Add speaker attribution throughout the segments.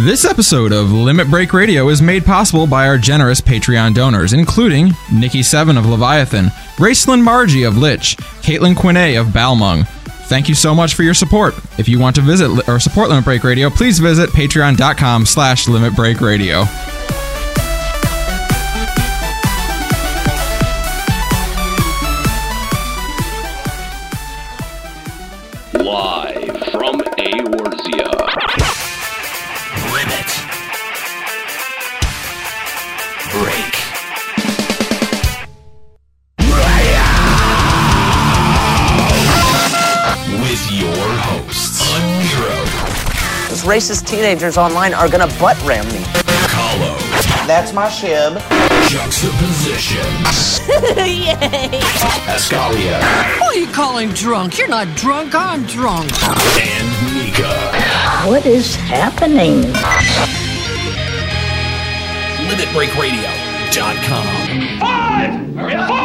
Speaker 1: This episode of Limit Break Radio is made possible by our generous Patreon donors, including Nikki Seven of Leviathan, Raceland Margie of Lich, Caitlin Quinney of Balmung. Thank you so much for your support. If you want to visit li- or support Limit Break Radio, please visit patreon.com slash Limit Break Radio.
Speaker 2: Live from Aorzia.
Speaker 3: Limit. Break. With your hosts, Unhero,
Speaker 4: Those racist teenagers online are gonna butt ram me.
Speaker 3: Kahlo,
Speaker 5: That's my shib.
Speaker 3: Juxtaposition. Ascalia
Speaker 6: What are you calling drunk? You're not drunk, I'm drunk.
Speaker 3: and Nika.
Speaker 7: What is happening?
Speaker 3: LimitBreakRadio.com.
Speaker 8: Five, four,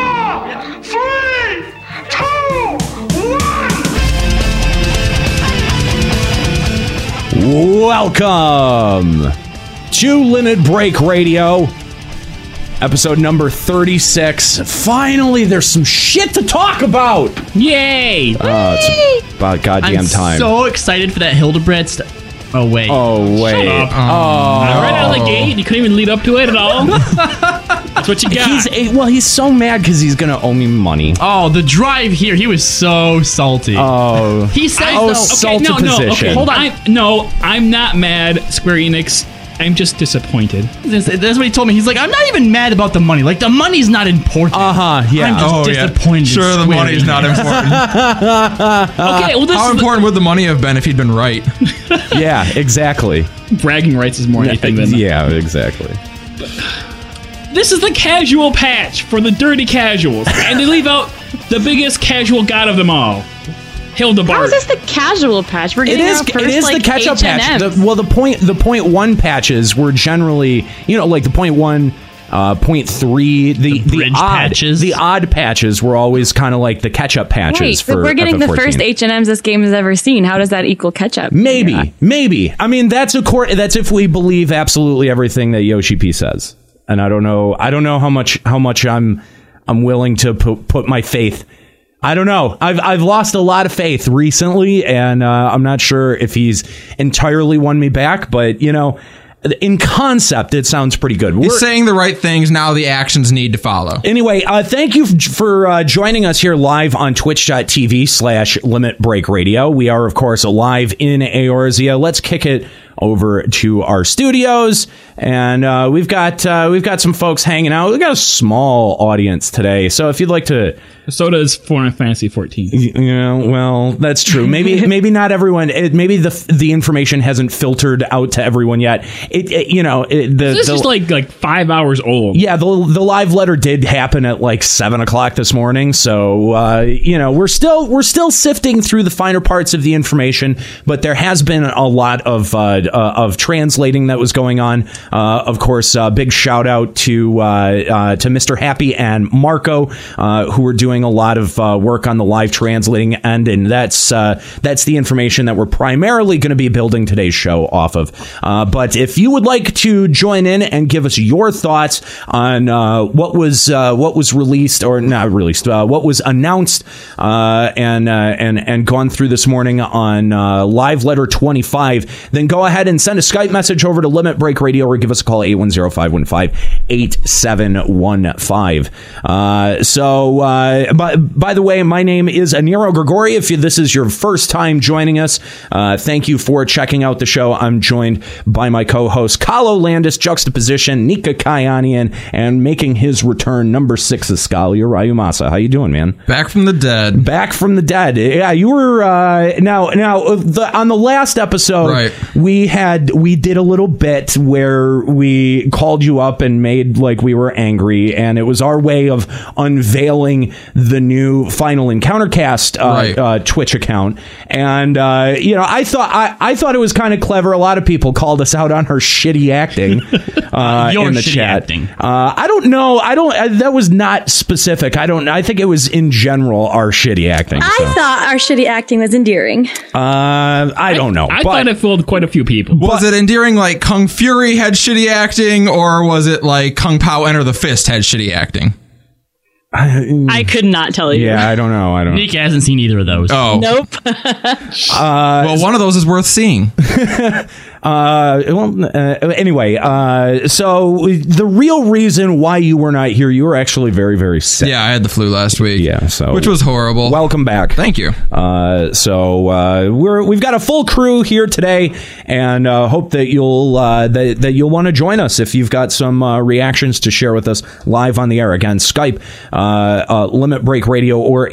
Speaker 8: three, two, one.
Speaker 9: Welcome to Limit Break Radio, episode number 36. Finally, there's some shit to talk about.
Speaker 10: Yay!
Speaker 9: Oh, it's about goddamn
Speaker 10: I'm
Speaker 9: time.
Speaker 10: so excited for that Hildebrandt stuff. Oh wait.
Speaker 9: oh, wait.
Speaker 1: Oh,
Speaker 10: Uh, Right out of the gate, you couldn't even lead up to it at all. That's what you got.
Speaker 9: He's a, well, he's so mad because he's going to owe me money.
Speaker 10: oh, the drive here. He was so salty.
Speaker 9: Oh.
Speaker 10: he said,
Speaker 9: Oh,
Speaker 10: okay,
Speaker 9: salty
Speaker 10: no, no, okay,
Speaker 9: position.
Speaker 10: hold on. I'm, no, I'm not mad, Square Enix. I'm just disappointed. That's, that's what he told me. He's like, I'm not even mad about the money. Like, the money's not important.
Speaker 9: Uh huh.
Speaker 10: I'm
Speaker 9: Yeah.
Speaker 10: just
Speaker 1: Oh, yeah.
Speaker 10: disappointed. in
Speaker 1: Sure, the
Speaker 10: Square
Speaker 1: money's
Speaker 10: Enix.
Speaker 1: not important.
Speaker 10: Okay, well, this
Speaker 1: How
Speaker 10: is the-
Speaker 1: important would the money have been if he'd been right?
Speaker 9: Oh, yeah. Exactly.
Speaker 10: bragging rights is more anything than
Speaker 9: yeah. Exactly.
Speaker 10: this is the casual patch for the dirty casuals, and they leave out the biggest casual god of them all, Hildebart.
Speaker 11: How is this the casual patch? We're
Speaker 9: It
Speaker 11: getting
Speaker 9: is.
Speaker 11: our first,
Speaker 9: It is
Speaker 11: like,
Speaker 9: the catch-up patch.
Speaker 11: H&M.
Speaker 9: The, well, the point. The point one patches were generally, you know, like the point one. Uh, point three, the the,
Speaker 10: bridge
Speaker 9: odd,
Speaker 10: patches.
Speaker 9: the odd patches were always kind of like the catch-up patches
Speaker 11: Wait,
Speaker 9: for.
Speaker 11: so we're getting the
Speaker 9: FF14.
Speaker 11: first H and M's this game has ever seen. How does that equal ketchup?
Speaker 9: Maybe, maybe. I mean, that's a court. That's if we believe absolutely everything that Yoshi P says. And I don't know. I don't know how much how much I'm I'm willing to put, put my faith. I don't know. I've I've lost a lot of faith recently, and uh, I'm not sure if he's entirely won me back. But you know, in concept, it sounds pretty good. We're-
Speaker 1: He's saying the right things, now the actions need to follow.
Speaker 9: Anyway, uh, thank you f- for uh, joining us here live on twitch.tv slash limit break radio. We are, of course, live in Eorzea. Let's kick it over to our studios. And uh, we've got uh, we've got some folks hanging out. We've got a small audience today. So if you'd like to,
Speaker 10: so does Final Fantasy 14.
Speaker 9: you know, well, that's true. Maybe maybe not everyone. It, maybe the the information hasn't filtered out to everyone yet. It, it- you know, it, the,
Speaker 10: This
Speaker 9: the,
Speaker 10: is like like five hours old.
Speaker 9: yeah, the the live letter did happen at like seven o'clock this morning, so uh, you know we're still we're still sifting through the finer parts of the information, but there has been a lot of uh, uh, of translating that was going on. Uh, of course, uh, big shout out to uh, uh, to Mr. Happy and Marco, uh, who are doing a lot of uh, work on the live translating end, and that's uh, that's the information that we're primarily going to be building today's show off of. Uh, but if you would like to join in and give us your thoughts on uh, what was uh, what was released or not released, uh, what was announced uh, and uh, and and gone through this morning on uh, Live Letter Twenty Five, then go ahead and send a Skype message over to Limit Break Radio or give us a call 810-515-8715. Uh, so uh, by by the way, my name is Aniro Gregori. If you, this is your first time joining us, uh, thank you for checking out the show. I'm joined by my co-host Kahlo Landis, Juxtaposition, Nika Kyanian, and making his return, number six is Scalia Rayumasa. How you doing, man?
Speaker 1: Back from the dead.
Speaker 9: Back from the dead. Yeah, you were uh, now now uh, the, on the last episode
Speaker 1: Right.
Speaker 9: we had we did a little bit where we called you up and made like we were angry, and it was our way of unveiling the new Final Encounter cast uh,
Speaker 1: Right.
Speaker 9: uh, Twitch account. And uh, you know, I thought I, I thought it was kind of clever. A lot of people called us out on her shitty acting uh,
Speaker 10: Your
Speaker 9: in the
Speaker 10: shitty
Speaker 9: chat.
Speaker 10: acting.
Speaker 9: Uh, I don't know. I don't. Uh, that was not specific. I don't. I think it was in general our shitty acting.
Speaker 11: I
Speaker 9: so.
Speaker 11: thought our shitty acting was endearing.
Speaker 9: Uh, I don't know.
Speaker 10: I
Speaker 9: but
Speaker 10: thought it fooled quite a few people.
Speaker 1: Was it endearing like Kung Fury had shitty acting, or was it like Kung Pao Enter the Fist had shitty acting?
Speaker 11: I could not tell you.
Speaker 9: Yeah, I don't know. I don't. know.
Speaker 10: Nick hasn't seen either of those.
Speaker 1: Oh,
Speaker 11: Nope.
Speaker 1: well, one of those is worth seeing.
Speaker 9: Uh, well, uh, anyway, uh, so the real reason why you were not here, you were actually very, very sick.
Speaker 1: Yeah, I had the flu last week.
Speaker 9: Yeah, so-
Speaker 1: which was horrible.
Speaker 9: Welcome back.
Speaker 1: thank you.
Speaker 9: Uh, so uh, we're we've got a full crew here today, and uh, hope that you'll uh, that, that you'll want to join us if you've got some uh, reactions to share with us live on the air again. Skype, uh, uh, Limit Break Radio, or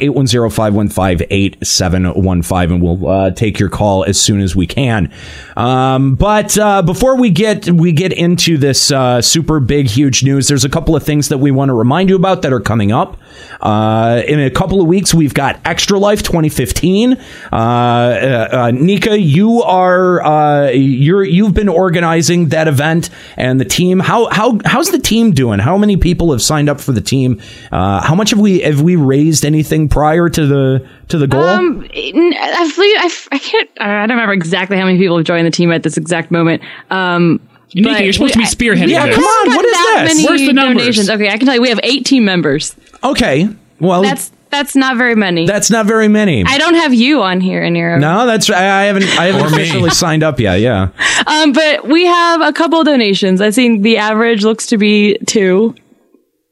Speaker 9: 810-515-8715, and we'll uh, take your call as soon as we can. Um, but uh, before we get we get into this uh, super big huge news, there's a couple of things that we want to remind you about that are coming up. Uh, in a couple of weeks, we've got Extra Life 2015. Uh, uh, uh, Nika, you are uh, you're you've been organizing that event and the team. How how how's the team doing? How many people have signed up for the team? Uh, how much have we have we raised anything prior to the to the goal?
Speaker 11: Um, I believe I, f- I can't. I don't remember exactly how many people have joined the team at this exact moment. Um,
Speaker 10: Nika,
Speaker 11: but
Speaker 10: you're supposed
Speaker 11: we-
Speaker 10: to be spearheading
Speaker 9: Yeah,
Speaker 10: this.
Speaker 9: come on,
Speaker 11: I haven't
Speaker 9: what is
Speaker 11: gotten
Speaker 9: this?
Speaker 11: that many
Speaker 10: Where's the numbers?
Speaker 11: donations. Okay, I can tell you, we have 18 members.
Speaker 9: okay, well
Speaker 11: That's that's not very many.
Speaker 9: that's not very many.
Speaker 11: I don't have you on here, Nero.
Speaker 9: no, that's I I haven't I haven't
Speaker 1: Or me.
Speaker 9: officially signed up yet. Yeah.
Speaker 11: Um, but we have a couple donations. I think the average looks to be two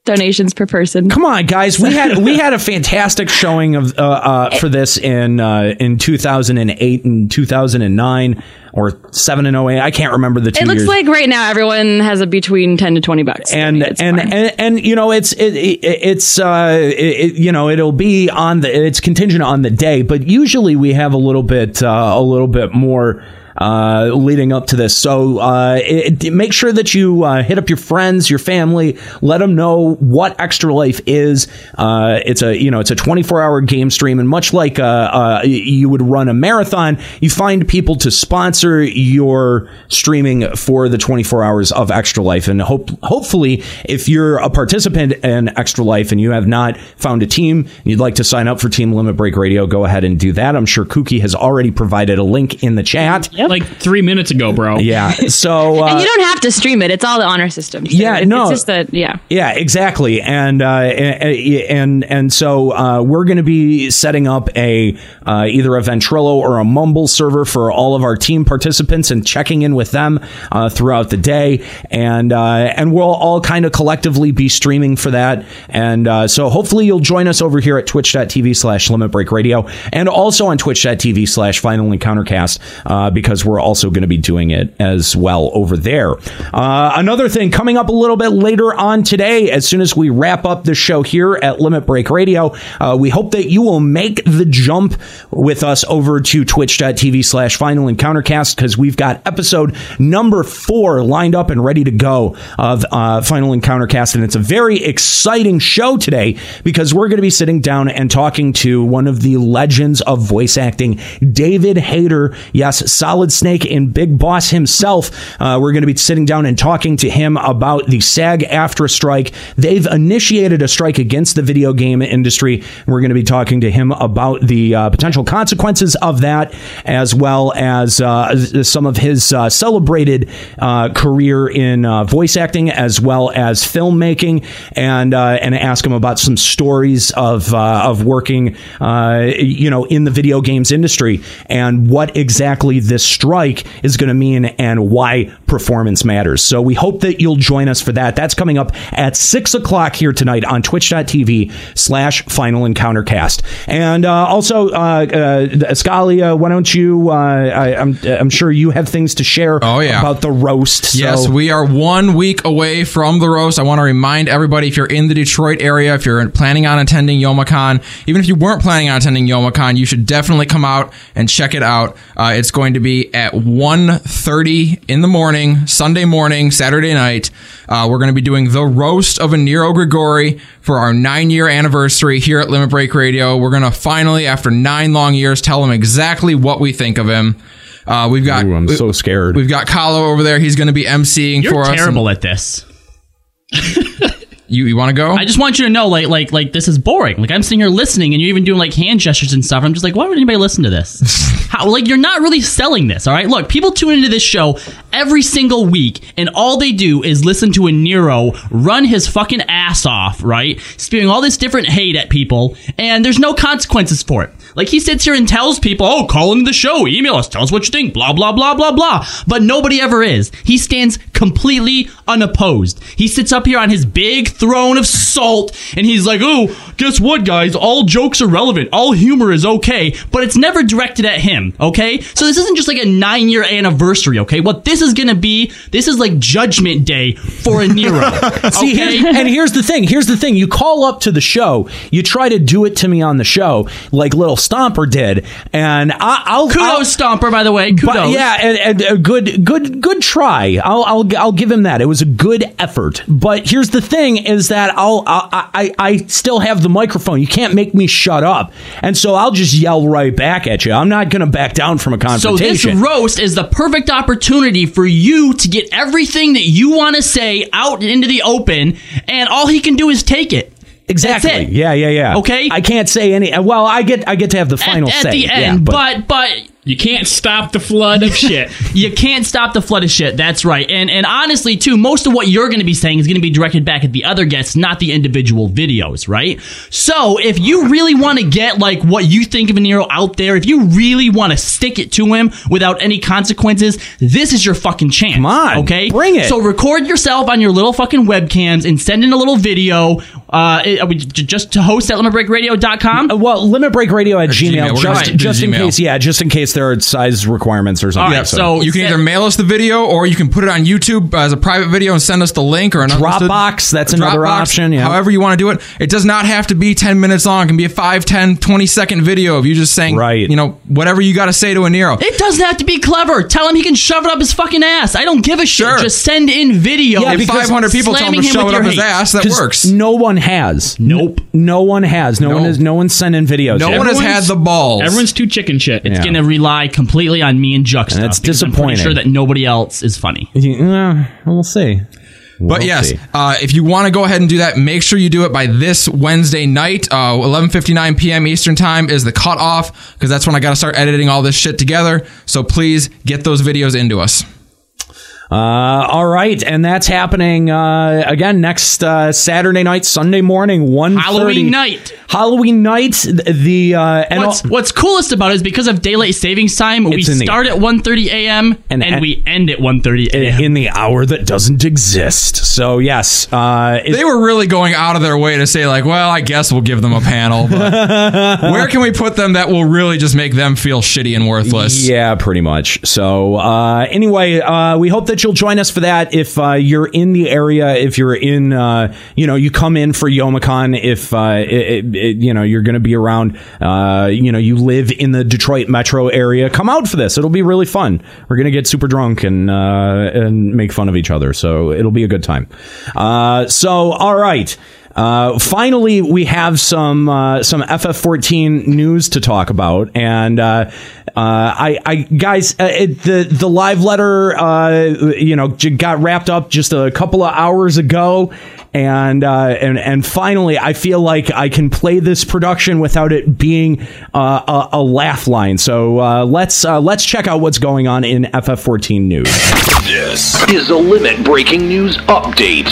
Speaker 11: donations per person.
Speaker 9: Come on, guys. We had we had a fantastic showing of uh, uh, for this in uh, in 2008 and 2009 or seven and 08. I can't remember the two
Speaker 11: It looks
Speaker 9: years.
Speaker 11: like right now everyone has a between 10 to 20 bucks.
Speaker 9: and
Speaker 11: It's
Speaker 9: and,
Speaker 11: fine.
Speaker 9: and and you know it's it, it, it's uh it, it- you know it'll be on the it's contingent on the day, but usually we have a little bit uh, a little bit more. Uh, leading up to this, so uh, it, it- make sure that you uh, hit up your friends, your family, let them know what Extra Life is. Uh, it's a you know it's a 24 hour game stream, and much like uh, uh, y- you would run a marathon, you find people to sponsor your streaming for the 24 hours of Extra Life, and hope hopefully if you're a participant in Extra Life and you have not found a team and you'd like to sign up for Team Limit Break Radio, go ahead and do that. I'm sure Kookie has already provided a link in the chat.
Speaker 10: Like three minutes ago, bro.
Speaker 9: Yeah, so uh,
Speaker 11: And you don't have to stream it. It's all the honor system. So
Speaker 9: Yeah,
Speaker 11: it's
Speaker 9: no.
Speaker 11: just that, yeah.
Speaker 9: Yeah, exactly, and uh, and and so uh, we're going to be setting up a uh, either a Ventrilo or a Mumble server for all of our team participants and checking in with them uh, throughout the day, and uh, and we'll all kind of collectively be streaming for that, and uh, so hopefully you'll join us over here at Twitch.tv/slash Limit Break Radio, and also on Twitch.tv/slash Final Encountercast uh, because we're also going to be doing it as well over there. Uh, another thing coming up a little bit later on today, as soon as we wrap up the show here at Limit Break Radio, uh, we hope that you will make the jump with us over to twitch.tv slash final encountercast because we've got episode number four lined up and ready to go of uh, Final Encountercast. And it's a very exciting show today because we're going to be sitting down and talking to one of the legends of voice acting, David Hayter. Yes, Solid Snake and Big Boss himself. Uh, we're going to be sitting down and talking to him about the SAG after strike. They've initiated a strike against the video game industry. We're going to be talking to him about the uh, potential consequences of that, as well as uh, s- some of his uh, celebrated uh, career in uh, voice acting, as well as filmmaking, and uh, and ask him about some stories of uh, of working, uh, you know, in the video games industry and what exactly this strike is going to mean and why performance matters. So we hope that you'll join us for that. That's coming up at six o'clock here tonight on twitch.tv slash final encounter cast. And uh, also, uh, uh, Scalia, why don't you? Uh, I, I'm, I'm sure you have things to share
Speaker 1: Oh, yeah.
Speaker 9: about the roast. So-
Speaker 1: Yes, we are one week away from the roast. I want to remind everybody if you're in the Detroit area, if you're planning on attending YomaCon, even if you weren't planning on attending YomaCon, you should definitely come out and check it out. Uh, it's going to be at 1.30 in the morning, Sunday morning, Saturday night. Uh, we're going to be doing the roast of a Nero Grigori for our nine year anniversary here at Limit Break Radio. We're going to finally, after nine long years, tell him exactly what we think of him. Uh, we've got.
Speaker 9: Ooh, I'm so scared. um,
Speaker 1: We've got Kahlo over there. He's going to be emceeing
Speaker 10: You're
Speaker 1: for us.
Speaker 10: terrible at this.
Speaker 1: You, you want to go?
Speaker 12: I just want you to know, like, like, like, this is boring. Like, I'm sitting here listening, and you're even doing like hand gestures and stuff. I'm just like, why would anybody listen to this? How, like, you're not really selling this, all right? Look, people tune into this show every single week, and all they do is listen to a Nero run his fucking ass off, right? Spewing all this different hate at people, and there's no consequences for it. Like, he sits here and tells people, oh, call into the show, email us, tell us what you think, blah, blah, blah, blah, blah. But nobody ever is. He stands completely unopposed. He sits up here on his big throne of salt and he's like, oh, guess what, guys? All jokes are relevant. All humor is okay, but it's never directed at him, okay? So this isn't just like a nine year anniversary, okay? What this is gonna be, this is like judgment day for a Nero.
Speaker 9: See,
Speaker 12: okay?
Speaker 9: here's, and here's the thing. Here's the thing. You call up to the show. You try to do it to me on the show, like little Stomper did. And I, I'll
Speaker 12: kudos Stomper, by the way. Kudos.
Speaker 9: But yeah, and, and a good, good, good try. I'll, I'll, I'll give him that. It was a good effort. But here's the thing: is that I'll, I, I, I still have the microphone. You can't make me shut up, and so I'll just yell right back at you. I'm not going to back down from a
Speaker 12: So this
Speaker 9: confrontation.
Speaker 12: roast is the perfect opportunity for you to get everything that you want to say out into the open, and all he can do is take it.
Speaker 9: exactly.
Speaker 12: That's it.
Speaker 9: Yeah, yeah, yeah.
Speaker 12: Okay.
Speaker 9: I can't say any. Well, I get, I get to have the final
Speaker 12: at
Speaker 9: say
Speaker 12: the
Speaker 9: Yeah,
Speaker 12: end,
Speaker 9: but-
Speaker 12: but but
Speaker 10: You can't stop the flood of shit.
Speaker 12: you can't stop the flood of shit. That's right. And and honestly, too, most of what you're going to be saying is going to be directed back at the other guests, not the individual videos, right? So if you really want to get like what you think of a Nero out there, if you really want to stick it to him without any consequences, this is your fucking chance. Come
Speaker 9: on,
Speaker 12: okay,
Speaker 9: bring it.
Speaker 12: So record yourself on your little fucking webcams and send in a little video. Uh, it- uh, we- j- just to host at limitbreakradio.com.
Speaker 9: Uh, Well, limit break radio at
Speaker 1: Gmail.
Speaker 9: Gmail,
Speaker 1: We're gonna
Speaker 9: just,
Speaker 1: stick to
Speaker 9: just in
Speaker 1: Gmail.
Speaker 9: case, yeah, just in case there are size requirements or something.
Speaker 12: All right,
Speaker 9: so-
Speaker 12: so
Speaker 1: you can
Speaker 12: send-
Speaker 1: either mail us the video or you can put it on YouTube as a private video and send us the link or an
Speaker 9: Dropbox, that's another option, yeah.
Speaker 1: However you want to do it. It does not have to be 10 minutes long. It can be a 5, 10, 20 second video of you just saying,
Speaker 9: Right.
Speaker 1: you know, whatever you got to say to a Nero.
Speaker 12: It doesn't have to be clever. Tell him he can shove it up his fucking ass. I don't give a shit.
Speaker 1: Sure.
Speaker 12: Just send in video.
Speaker 1: if
Speaker 12: because
Speaker 1: 500 people tell him to
Speaker 12: slamming
Speaker 1: shove
Speaker 12: with
Speaker 1: it up
Speaker 12: your
Speaker 1: his
Speaker 12: hate.
Speaker 1: ass, that
Speaker 9: 'Cause
Speaker 1: works.
Speaker 9: No one has.
Speaker 12: Nope.
Speaker 9: No one has. No one
Speaker 1: No.
Speaker 9: is. No one's sending videos.
Speaker 1: no one has
Speaker 10: Everyone's-
Speaker 1: had the balls.
Speaker 10: Everyone's too chicken shit.
Speaker 12: It's
Speaker 9: Yeah.
Speaker 12: gonna rely completely on me and Juxta.
Speaker 9: And that's
Speaker 12: because I'm pretty
Speaker 9: disappointing.
Speaker 12: sure that nobody else is funny.
Speaker 9: Yeah, we'll see.
Speaker 1: But
Speaker 9: We'll
Speaker 1: yes,
Speaker 9: see.
Speaker 1: uh, if you want to go ahead and do that, make sure you do it by this Wednesday night, uh, 11:59 p.m. Eastern time is the cutoff because that's when I got to start editing all this shit together. So please get those videos into us.
Speaker 9: Uh, all right, and that's happening uh, again next uh, Saturday night, Sunday morning, one
Speaker 12: Halloween night.
Speaker 9: Halloween night. th- The uh, and
Speaker 12: What's,
Speaker 9: all-
Speaker 12: what's coolest about it is because of daylight savings time, we
Speaker 9: It's in the-
Speaker 12: start at 1.30 a.m.
Speaker 9: And
Speaker 12: and,
Speaker 9: at-
Speaker 12: we end at 1.30 a.m.
Speaker 9: in the hour that doesn't exist. So yes, uh, it-
Speaker 1: They were really going out of their way to say like, well, I guess we'll give them a panel. But where can we put them that will really just make them feel shitty and worthless?
Speaker 9: Yeah, pretty much. So, uh, anyway, uh, we hope that you'll join us for that. If uh, you're in the area, if you're in, uh, you know, you come in for Yomicon, if uh, it, it, it- you know you're going to be around, uh, you know, you live in the Detroit metro area, come out for this. It'll be really fun. We're going to get super drunk and uh, and make fun of each other. So it'll be a good time. Uh, so, all right. Uh, finally, we have some uh, some FF14 news to talk about, and uh, uh, I, I guys, uh, it, the the live letter, uh, you know, j- got wrapped up just a couple of hours ago, and uh, and and finally, I feel like I can play this production without it being uh, a, a laugh line. So uh, let's uh, let's check out what's going on in FF14 news.
Speaker 3: This
Speaker 2: Is a limit breaking news update.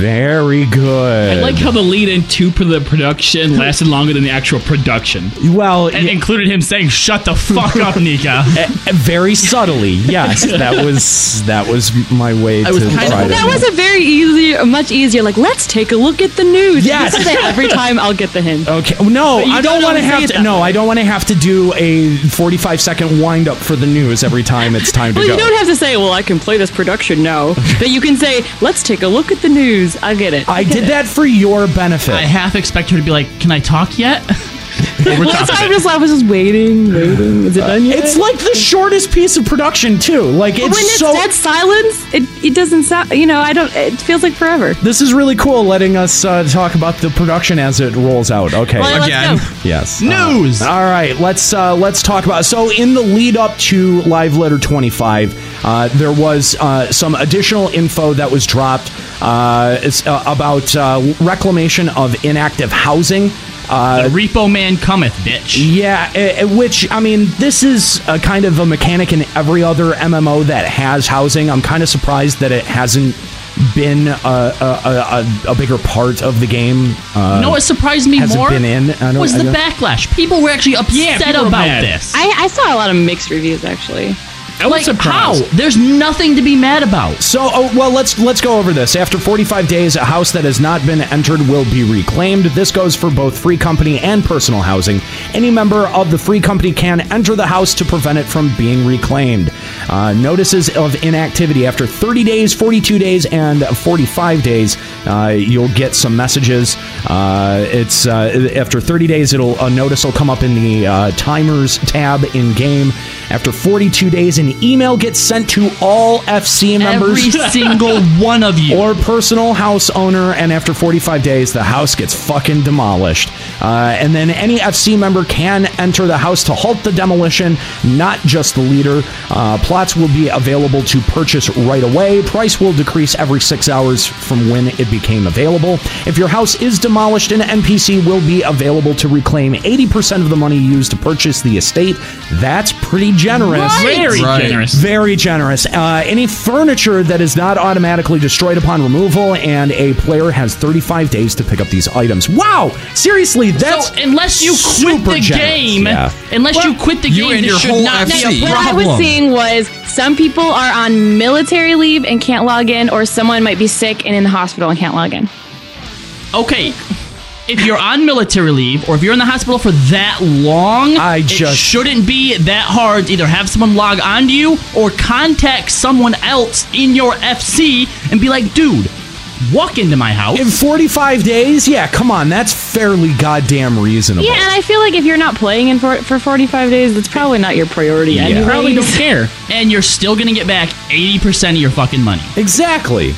Speaker 9: Very good.
Speaker 10: I like how the lead in to pr- the production lasted longer than the actual production.
Speaker 9: well,
Speaker 12: and
Speaker 9: y-
Speaker 12: included him saying, shut the fuck up, Nika.
Speaker 9: very subtly. Yes, that was that was my way
Speaker 12: was
Speaker 9: to
Speaker 12: kind of-
Speaker 9: try to.
Speaker 11: That was a very easy, a much easier. Like, let's take a look at the news.
Speaker 9: Yes. Oh,
Speaker 11: You say that every time I'll get the hint.
Speaker 9: Okay. No,
Speaker 12: you
Speaker 9: I don't
Speaker 12: don't
Speaker 9: want to
Speaker 12: always say
Speaker 9: have
Speaker 12: it
Speaker 9: to.
Speaker 12: that
Speaker 9: No, I don't want to have to do a forty-five second wind up for the news every time it's time to
Speaker 11: Well,
Speaker 9: go.
Speaker 11: you don't have to say, "Well, I can play this production." No, but you can say, "Let's take a look at the news." I get it.
Speaker 9: I did that for your benefit.
Speaker 12: I half expect her to be like, can I talk yet?
Speaker 1: over top
Speaker 11: Last
Speaker 1: of
Speaker 11: time
Speaker 1: it.
Speaker 11: just I was just waiting, waiting. Is it done yet?
Speaker 9: It's like the shortest piece of production too. Like
Speaker 11: But
Speaker 9: it's
Speaker 11: when it's
Speaker 9: so
Speaker 11: dead silence, it, it doesn't sound. You know, I don't. It feels like forever.
Speaker 9: This is really cool letting us uh, talk about the production as it rolls out. Okay.
Speaker 11: Well, let's Again. go.
Speaker 9: Yes.
Speaker 12: News.
Speaker 9: Uh, all right, let's uh, let's talk about So in the lead up to Live Letter 25, uh, there was uh, some additional info that was dropped uh, it's, uh, about uh, reclamation of inactive housing. Uh,
Speaker 12: the repo man cometh, bitch.
Speaker 9: Yeah, eh, eh, which I mean, this is a kind of a mechanic in every other MMO that has housing. I'm kind of surprised that it hasn't been a, a, a, a bigger part of the game. Uh,
Speaker 12: you know what surprised me
Speaker 9: hasn't
Speaker 12: more
Speaker 9: Been in. I don't-
Speaker 12: was
Speaker 9: I
Speaker 12: the
Speaker 9: don't-
Speaker 12: backlash. People were actually upset
Speaker 11: people were
Speaker 12: about
Speaker 11: mad.
Speaker 12: this.
Speaker 11: I, I saw a lot of mixed reviews actually.
Speaker 10: I was surprised.
Speaker 12: How? There's nothing to be mad about.
Speaker 9: So, oh, well, let's let's go over this. After 45 days, a house that has not been entered will be reclaimed. This goes for both free company and personal housing. Any member of the free company can enter the house to prevent it from being reclaimed. Uh, notices of inactivity after 30 days, 42 days, and 45 days, uh, you'll get some messages. Uh, it's uh, after 30 days, it'll a notice will come up in the uh, timers tab in game. After 42 days, an email gets sent to all FC members.
Speaker 12: Every single one of you.
Speaker 9: Or personal house owner, and after 45 days, the house gets fucking demolished. Uh, and then any FC member can enter the house to halt the demolition, not just the leader. Uh, plots will be available to purchase right away. Price will decrease every six hours from when it became available. If your house is demolished, an NPC will be available to reclaim 80% of the money used to purchase the estate. That's pretty generous.
Speaker 10: Right. Very generous.
Speaker 9: Very generous. Uh, any furniture that is not automatically destroyed upon removal, and a player has 35 days to pick up these items. Wow! Seriously, that's
Speaker 12: so unless you quit
Speaker 9: super
Speaker 12: the
Speaker 9: generous.
Speaker 12: game,
Speaker 9: Yeah.
Speaker 12: unless you quit the
Speaker 1: you
Speaker 12: game,
Speaker 1: and
Speaker 12: this
Speaker 1: your
Speaker 12: should
Speaker 1: whole
Speaker 12: not be
Speaker 1: FC.
Speaker 12: a
Speaker 11: What I
Speaker 12: problem.
Speaker 11: was seeing was some people are on military leave and can't log in, or someone might be sick and in the hospital and can't log in.
Speaker 12: okay. If you're on military leave or if you're in the hospital for that long,
Speaker 9: I
Speaker 12: it
Speaker 9: just-
Speaker 12: shouldn't be that hard to either have someone log on to you or contact someone else in your FC and be like, dude, walk into my house.
Speaker 9: In 45 days? Yeah, come on, that's fairly goddamn reasonable.
Speaker 11: Yeah, and I feel like if you're not playing in for, for 45 days, that's probably not your priority.
Speaker 9: Yeah.
Speaker 11: anyways.
Speaker 10: Probably don't care.
Speaker 12: and you're still gonna get back 80% of your fucking money.
Speaker 9: Exactly.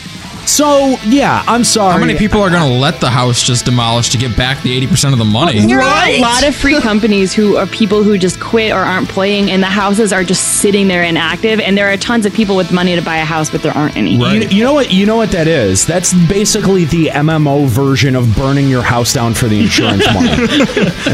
Speaker 9: So, yeah, I'm sorry.
Speaker 1: How many people are going to let the house just demolish to get back the 80% of the money?
Speaker 11: There are a lot of free companies who are people who just quit or aren't playing, and the houses are just sitting there inactive. And there are tons of people with money to buy a house, but there aren't any.
Speaker 9: You, you know what? You know what that is. That's basically the MMO version of burning your house down for the insurance money.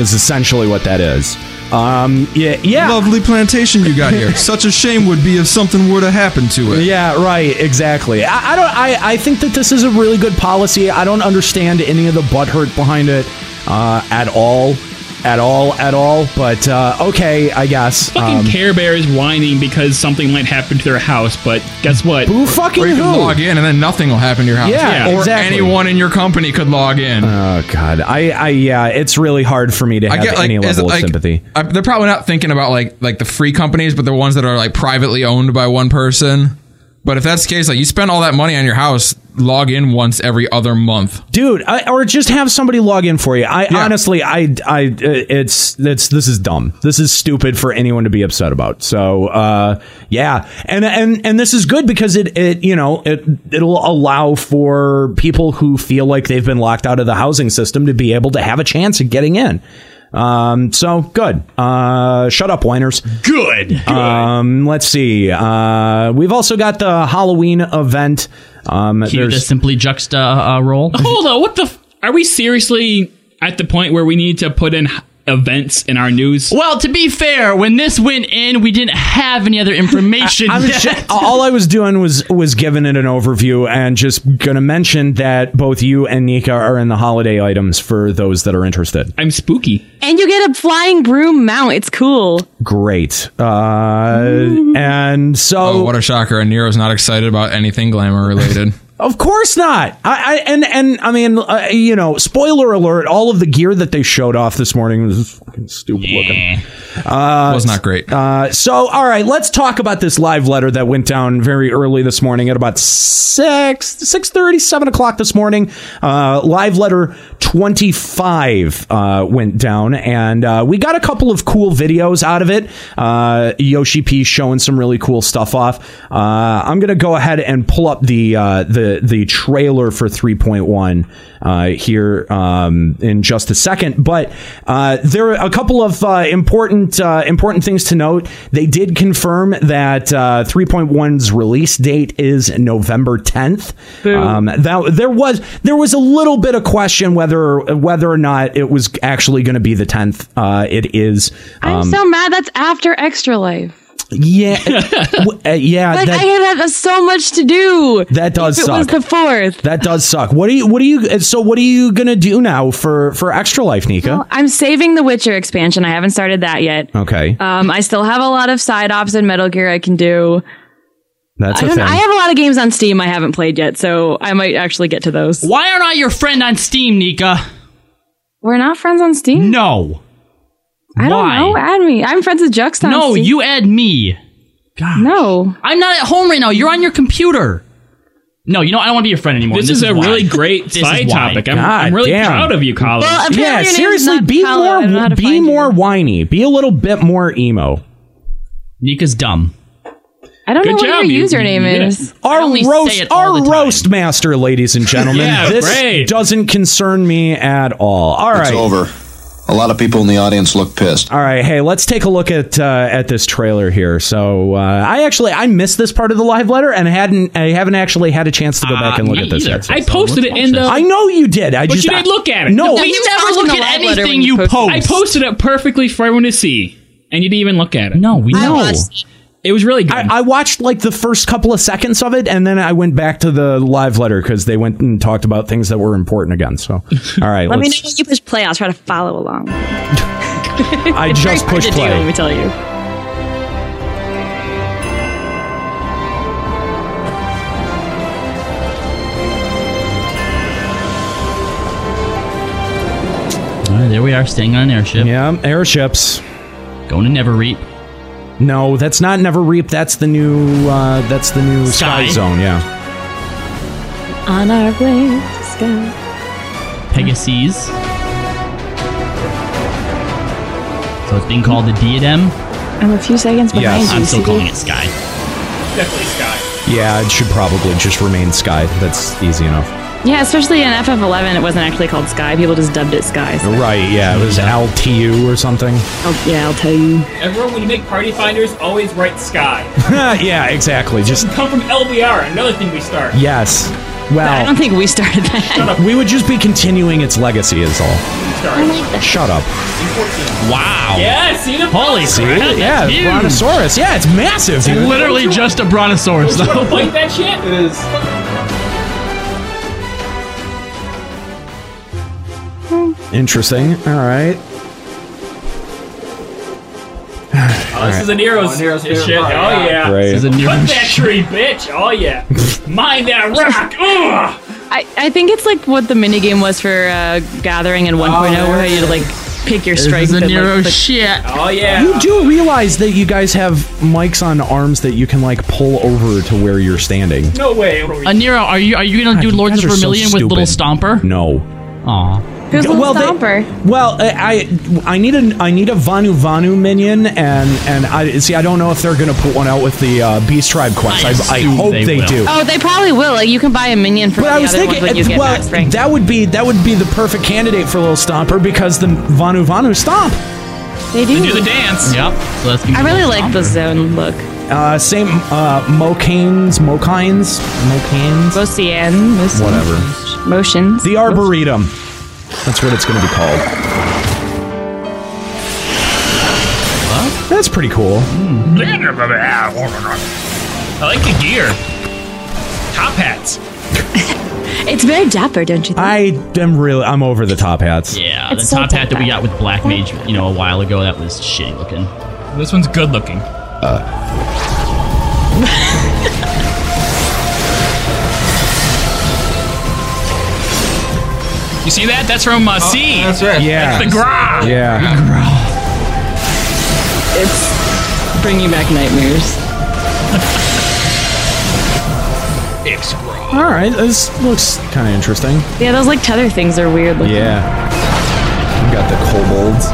Speaker 9: is essentially what that is. Um, yeah, yeah.
Speaker 1: Lovely plantation you got here. Such a shame would be if something were to happen to it.
Speaker 9: Yeah, right. Exactly. I, I don't. I, I think that this is a really good policy. I don't understand any of the butthurt behind it uh, at all, at all, at all. But uh, okay, I guess.
Speaker 10: Fucking
Speaker 9: Um,
Speaker 10: Care Bears whining because something might happen to their house, but guess what?
Speaker 9: who fucking
Speaker 1: Or you
Speaker 9: who?
Speaker 1: can log in and then nothing will happen to your house.
Speaker 9: Yeah,
Speaker 1: or
Speaker 9: exactly.
Speaker 1: anyone in your company could log in.
Speaker 9: Oh God, I, I, yeah, it's really hard for me to have any
Speaker 1: as-
Speaker 9: level of
Speaker 1: like,
Speaker 9: sympathy.
Speaker 1: I, they're probably not thinking about like like the free companies, but the ones that are like privately owned by one person. But if that's the case, like you spend all that money on your house, log in once every other month.
Speaker 9: dude I, or just have somebody log in for you i
Speaker 1: Yeah.
Speaker 9: honestly i i uh, it's it's this is dumb this is stupid for anyone to be upset about so uh yeah and and and this is good because it it you know it it'll allow for people who feel like they've been locked out of the housing system to be able to have a chance at getting in um so good uh shut up whiners
Speaker 10: Good.
Speaker 9: um let's see uh we've also got the halloween event um
Speaker 12: Cue the
Speaker 9: there's
Speaker 12: simply juxta uh, roll.
Speaker 10: Hold on, what the? F- are we seriously at the point where we need to put in h- events in our news?
Speaker 12: Well, to be fair, when this went in, we didn't have any other information.
Speaker 9: I was
Speaker 12: yet.
Speaker 9: ju- all I was doing was was giving it an overview and just gonna mention that both you and Nika are in the holiday items for those that are interested.
Speaker 10: I'm spooky.
Speaker 11: And you get a flying broom mount. It's cool.
Speaker 9: Great, uh, and so
Speaker 13: Oh.
Speaker 1: Oh, what a shocker! And Nero's not excited about anything glamour related.
Speaker 9: Of course not. I, I and and I mean, uh, you know, spoiler alert: all of the gear that they showed off this morning was fucking
Speaker 13: Eh.
Speaker 9: stupid looking. Uh,
Speaker 1: was not great.
Speaker 9: Uh, so, all right, let's talk about this live letter that went down very early this morning at about six six thirty, seven o'clock this morning. Uh, live letter twenty five uh, went down, and uh, we got a couple of cool videos out of it. Uh, Yoshi P showing some really cool stuff off. Uh, I'm gonna go ahead and pull up the uh, the the trailer for 3.1 uh, here um, in just a second. But uh, there are a couple of uh, important uh, important things to note. They did confirm that uh, 3.1's release date is November 10th. Um, that there was there was a little bit of question whether whether or not it was actually going to be the 10th. Uh, it is.
Speaker 11: I'm
Speaker 9: um,
Speaker 11: so mad that's after Extra Life.
Speaker 9: yeah, w- uh, yeah.
Speaker 11: Like
Speaker 9: that-
Speaker 11: I have so much to do.
Speaker 9: That does
Speaker 11: If it
Speaker 9: suck.
Speaker 11: was the fourth.
Speaker 9: That does suck. What do you? What do you? So what are you gonna do now for for extra life, Nika?
Speaker 11: I'm saving the Witcher expansion. I haven't started that yet.
Speaker 9: okay,
Speaker 10: Uh,
Speaker 11: Um, I still have a lot of side ops and Metal Gear I can do.
Speaker 9: that's
Speaker 11: I,
Speaker 9: a
Speaker 11: don't,
Speaker 9: thing.
Speaker 11: I have a lot of games on Steam I haven't played yet, so I might actually get to those.
Speaker 12: Why aren't I your friend on Steam, Nika?
Speaker 11: We're not friends on Steam.
Speaker 12: No.
Speaker 11: I don't
Speaker 12: Why?
Speaker 11: know. Add me. I'm friends with Juxta. on
Speaker 12: No,
Speaker 11: Steam.
Speaker 12: you add me.
Speaker 11: No.
Speaker 12: I'm not at home right now. You're on your computer. No, you know I don't want to be your friend anymore.
Speaker 10: This is a
Speaker 12: why.
Speaker 10: really great
Speaker 12: This is
Speaker 10: side
Speaker 12: why.
Speaker 10: topic. I'm- I'm
Speaker 9: God
Speaker 10: really
Speaker 9: damn.
Speaker 10: proud of you, Colin. Well, apparently
Speaker 9: yeah,
Speaker 10: your name is
Speaker 9: seriously.
Speaker 10: not
Speaker 9: Be
Speaker 10: Paolo. I don't know
Speaker 9: more.
Speaker 10: how to
Speaker 9: Be more whiny. Be a little bit more emo.
Speaker 12: Nika's dumb.
Speaker 11: I don't
Speaker 12: Good
Speaker 11: know what
Speaker 12: job, you-
Speaker 11: your username
Speaker 12: you-
Speaker 11: is.
Speaker 9: Our
Speaker 12: only say
Speaker 9: roast,
Speaker 12: it all
Speaker 9: our
Speaker 12: the time.
Speaker 9: roast master, ladies and gentlemen.
Speaker 12: Yeah,
Speaker 9: this
Speaker 12: great.
Speaker 9: doesn't concern me at all. All right,
Speaker 14: It's over. A lot of people in the audience look pissed.
Speaker 9: All right, hey, let's take a look at uh, at this trailer here. So uh, I actually I missed this part of the live letter and hadn't I haven't actually had a chance to go back
Speaker 12: Uh,
Speaker 9: and look
Speaker 10: Ah, me
Speaker 9: at this.
Speaker 10: either.
Speaker 9: yet.
Speaker 10: I posted it in the-
Speaker 9: I know you did. I
Speaker 10: but
Speaker 9: just
Speaker 10: you didn't look at it.
Speaker 9: No,
Speaker 10: But
Speaker 12: you never look at anything you post.
Speaker 10: I posted it perfectly for everyone to see, and you didn't even look at it.
Speaker 12: No, we
Speaker 9: No.
Speaker 10: It was really good.
Speaker 9: I, I watched like the first couple of seconds of it, and then I went back to the live letter because they went and talked about things that were important again. So, all right,
Speaker 11: Let me know
Speaker 9: let's-
Speaker 11: when you push play. I'll try to follow along.
Speaker 9: I
Speaker 11: It's very
Speaker 9: just
Speaker 11: hard
Speaker 9: pushed
Speaker 11: to do,
Speaker 9: play.
Speaker 11: Let me tell you.
Speaker 12: All right, there we are, staying on an airship.
Speaker 9: Yeah, airships.
Speaker 12: Going to Never Reap.
Speaker 9: No, that's not Never Reap. That's the new. Uh, that's the new Sky,
Speaker 12: Sky.
Speaker 9: Zone. Yeah.
Speaker 11: On our way to sky.
Speaker 12: Pegasus. So it's being called the Diadem.
Speaker 11: I'm a few seconds behind you.
Speaker 12: I'm still
Speaker 11: see?
Speaker 12: calling it Sky.
Speaker 10: Definitely Sky.
Speaker 9: Yeah, it should probably just remain Sky. That's easy enough.
Speaker 11: Yeah, especially in FF11, it wasn't actually called Sky. People just dubbed it Sky. So,
Speaker 9: Right? Yeah, it was LTU or something.
Speaker 11: oh, yeah, I'll tell you.
Speaker 10: Everyone, when you make party finders, always write Sky.
Speaker 9: yeah, exactly. Just
Speaker 10: Come from LBR. Another thing we start.
Speaker 9: yes.
Speaker 11: I don't
Speaker 9: Well,
Speaker 11: think we started that.
Speaker 9: we would just be continuing its legacy, is all. Shut up.
Speaker 12: Wow.
Speaker 10: Yeah, see the
Speaker 12: Holy
Speaker 9: See?
Speaker 12: crap. that's
Speaker 9: Yeah,
Speaker 12: huge.
Speaker 9: Brontosaurus. Yeah, it's massive. dude.
Speaker 12: Literally just a brontosaurus,
Speaker 10: Wanna
Speaker 12: though.
Speaker 10: fight that shit? It is.
Speaker 9: Interesting. All right.
Speaker 10: Oh, this is an Nero's shit. Oh yeah.
Speaker 9: Great.
Speaker 12: This is a new
Speaker 10: Cut that tree, bitch! Oh yeah, mine that rock! Ugh!
Speaker 11: I, I think it's like what the minigame was for uh, Gathering in 1.0, oh,
Speaker 9: Oh,
Speaker 11: where you had to like pick your strength.
Speaker 12: This is a
Speaker 11: and,
Speaker 12: Nero
Speaker 11: like, click-
Speaker 12: shit.
Speaker 10: Oh yeah.
Speaker 9: You do realize that you guys have mics on arms that you can like pull over to where you're standing.
Speaker 10: No way.
Speaker 12: A Nero, are you are you gonna do
Speaker 9: you
Speaker 12: Lords
Speaker 9: guys
Speaker 12: of
Speaker 9: are so
Speaker 12: Vermilion with Little
Speaker 9: stupid.
Speaker 12: Stomper?
Speaker 9: No.
Speaker 12: Aw.
Speaker 11: Who's Little
Speaker 9: they-
Speaker 11: Stomper?
Speaker 9: well, I I I need a I need a Vanu Vanu minion, and and I see. I don't know if they're gonna put one out with the uh, Beast Tribe quest.
Speaker 12: I
Speaker 9: I, I,
Speaker 12: assume
Speaker 9: hope they,
Speaker 12: they will.
Speaker 9: do.
Speaker 11: Oh, they probably will. Like, you can buy a minion for
Speaker 9: But I
Speaker 11: the
Speaker 9: was
Speaker 11: other
Speaker 9: thinking,
Speaker 11: ones when you get
Speaker 9: well,
Speaker 11: max rank.
Speaker 9: that would be that would be the perfect candidate for Little Stomper because the Vanu Vanu stomp.
Speaker 11: they do.
Speaker 10: Do the dance.
Speaker 12: Yep. So that's gonna
Speaker 11: I
Speaker 12: be
Speaker 11: really
Speaker 12: Little
Speaker 11: like the
Speaker 12: Stomper.
Speaker 11: zone look.
Speaker 9: Uh, same uh, Mocanes, Mocanes, Mocanes,
Speaker 11: Bocian. Motion.
Speaker 9: whatever.
Speaker 11: Motions.
Speaker 9: The Arboretum. That's what it's going to be called. That's pretty cool.
Speaker 10: I like the gear. Top hats.
Speaker 11: It's very dapper, don't you think?
Speaker 9: I am really, I'm over the top hats.
Speaker 12: Yeah,
Speaker 11: It's
Speaker 12: the
Speaker 11: so
Speaker 12: top hat that we
Speaker 11: different.
Speaker 12: got with Black Mage, you know, a while ago, that was shitty looking.
Speaker 10: This one's good looking. You see that? That's from uh, C. That's right.
Speaker 9: Yeah.
Speaker 10: That's the gra.
Speaker 9: Yeah.
Speaker 11: It's bringing back nightmares.
Speaker 10: It's
Speaker 9: All right, this looks kind of interesting.
Speaker 11: Yeah, those like tether things are weird. Looking.
Speaker 9: Yeah. We got the kobolds.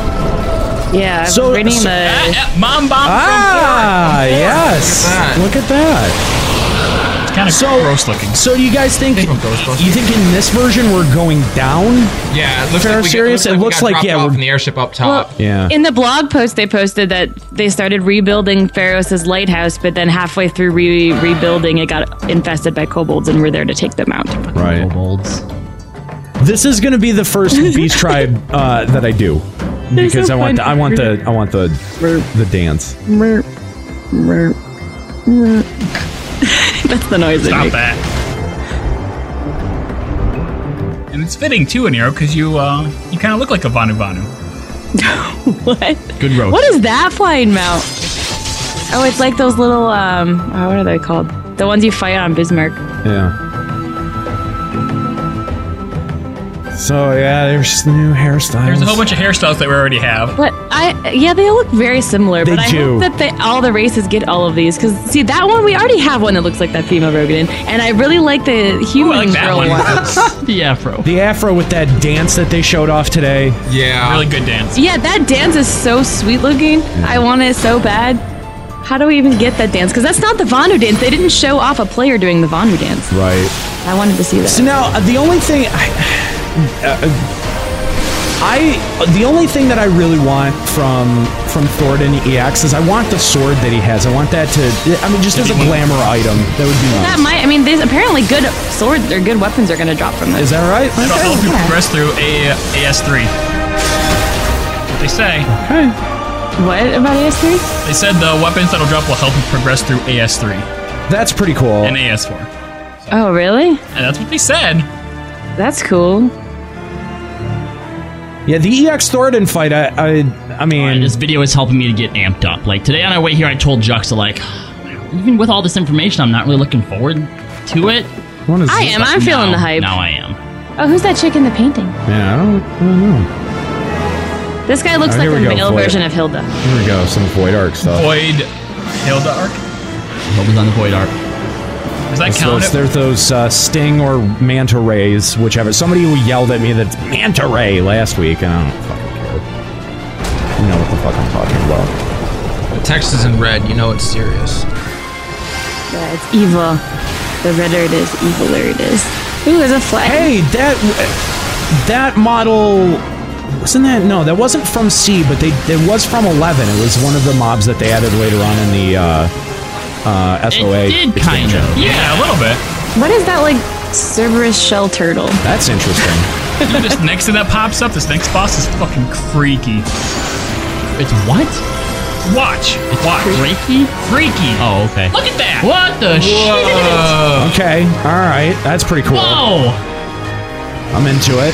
Speaker 11: Yeah. I'm
Speaker 9: So-
Speaker 11: reading
Speaker 9: so-
Speaker 11: the.
Speaker 10: Mom Bob
Speaker 9: Ah, yes. Look at that.
Speaker 10: It's kind of gross looking.
Speaker 9: So do you guys think you think in this version we're going down?
Speaker 13: Yeah, it looks
Speaker 9: Fair
Speaker 13: like we
Speaker 9: serious?
Speaker 13: Get, it looks like, we
Speaker 9: yeah,
Speaker 13: got dropped off
Speaker 9: we're-
Speaker 13: in the airship up top.
Speaker 9: Yeah.
Speaker 11: In the blog post, they posted that they started rebuilding Pharos' lighthouse, but then halfway through re- rebuilding, it got infested by kobolds, and we're there to take them out.
Speaker 9: Right.
Speaker 12: Kobolds.
Speaker 9: This is going to be the first beast tribe uh, that I do
Speaker 11: They're
Speaker 9: because
Speaker 11: so
Speaker 9: I want
Speaker 11: fun.
Speaker 9: the, I want the I want the the dance.
Speaker 11: Merp, merp, merp. That's the noise.
Speaker 10: Stop
Speaker 11: it makes.
Speaker 10: that. And it's fitting too, Nero, because you uh, you kind of look like a Vanu Vanu.
Speaker 11: what?
Speaker 10: Good roast.
Speaker 11: What is that flying mount? Oh, it's like those little um. Oh, what are they called? The ones you fight on Bismarck.
Speaker 9: Yeah. So yeah, there's new hairstyles.
Speaker 10: There's a whole bunch of hairstyles that we already have.
Speaker 11: But I, yeah, they all look very similar.
Speaker 9: They
Speaker 11: but I
Speaker 9: do.
Speaker 11: hope that they, all the races get all of these because see that one we already have one that looks like that female Rogan, and I really like the human girl one.
Speaker 12: the afro.
Speaker 9: The afro with that dance that they showed off today.
Speaker 13: Yeah.
Speaker 10: Really good dance.
Speaker 11: yeah, that dance is so sweet looking. I want it so bad. How do we even get that dance? Because that's not the Vanu dance. They didn't show off a player doing the Vanu dance.
Speaker 9: Right.
Speaker 11: I wanted to see that.
Speaker 9: So now uh, the only thing I, uh, I the only thing that I really want from from Thornton EX is I want the sword that he has. I want that to I mean just as a glamour item. That would be
Speaker 11: that
Speaker 9: nice.
Speaker 11: might. I mean, there's apparently good swords or good weapons are going to drop from
Speaker 9: Is
Speaker 11: this.
Speaker 9: that right?
Speaker 10: It'll help you
Speaker 11: yeah.
Speaker 10: progress through A- AS3. What They say.
Speaker 9: Okay.
Speaker 11: What about AS3?
Speaker 10: They said the weapons that'll drop will help you progress through AS3
Speaker 9: That's pretty cool.
Speaker 10: and AS4.
Speaker 11: Oh, really?
Speaker 10: And that's what they said.
Speaker 11: That's cool.
Speaker 9: Yeah, the E EX Thornton fight. I I, I mean,
Speaker 12: this video is helping me to get amped up. Like today on our way here, I told Juxta like, even with all this information, I'm not really looking forward to it.
Speaker 9: is
Speaker 11: I am. I'm feeling the hype.
Speaker 12: Now I am.
Speaker 11: Oh, who's that chick in the painting?
Speaker 9: Yeah, I don't, I don't know.
Speaker 11: This guy looks
Speaker 9: Oh,
Speaker 11: like
Speaker 9: here
Speaker 11: the
Speaker 9: we go,
Speaker 11: male
Speaker 9: Void.
Speaker 11: version of Hilda.
Speaker 9: Here we go. Some void arc stuff.
Speaker 10: Void Hilda Arc.
Speaker 12: Hilda's on the void arc.
Speaker 10: Does that
Speaker 9: It's
Speaker 10: count?
Speaker 9: those, there's those uh, sting or manta rays, whichever. Somebody who yelled at me that manta ray last week, and I don't fucking care. You know what the fuck I'm talking about.
Speaker 13: The text is in red. You know it's serious.
Speaker 11: Yeah, it's evil. The redder it is, eviler it is. Ooh, there's a flag.
Speaker 9: Hey, that that model wasn't that? No, that wasn't from C, but they it was from Eleven. It was one of the mobs that they added later on in the uh, uh, SOA.
Speaker 12: did kind
Speaker 9: expansion.
Speaker 12: of.
Speaker 10: Yeah, a little bit.
Speaker 11: What is that like Cerberus shell turtle?
Speaker 9: That's interesting.
Speaker 10: You know, this next thing that pops up, this next boss is fucking freaky.
Speaker 12: It's what?
Speaker 10: Watch. Watch.
Speaker 12: Freaky?
Speaker 10: Freaky.
Speaker 12: Oh, okay.
Speaker 10: Look at that.
Speaker 12: What the
Speaker 10: Whoa.
Speaker 9: Okay, all right, that's pretty cool.
Speaker 12: Whoa!
Speaker 9: I'm into it.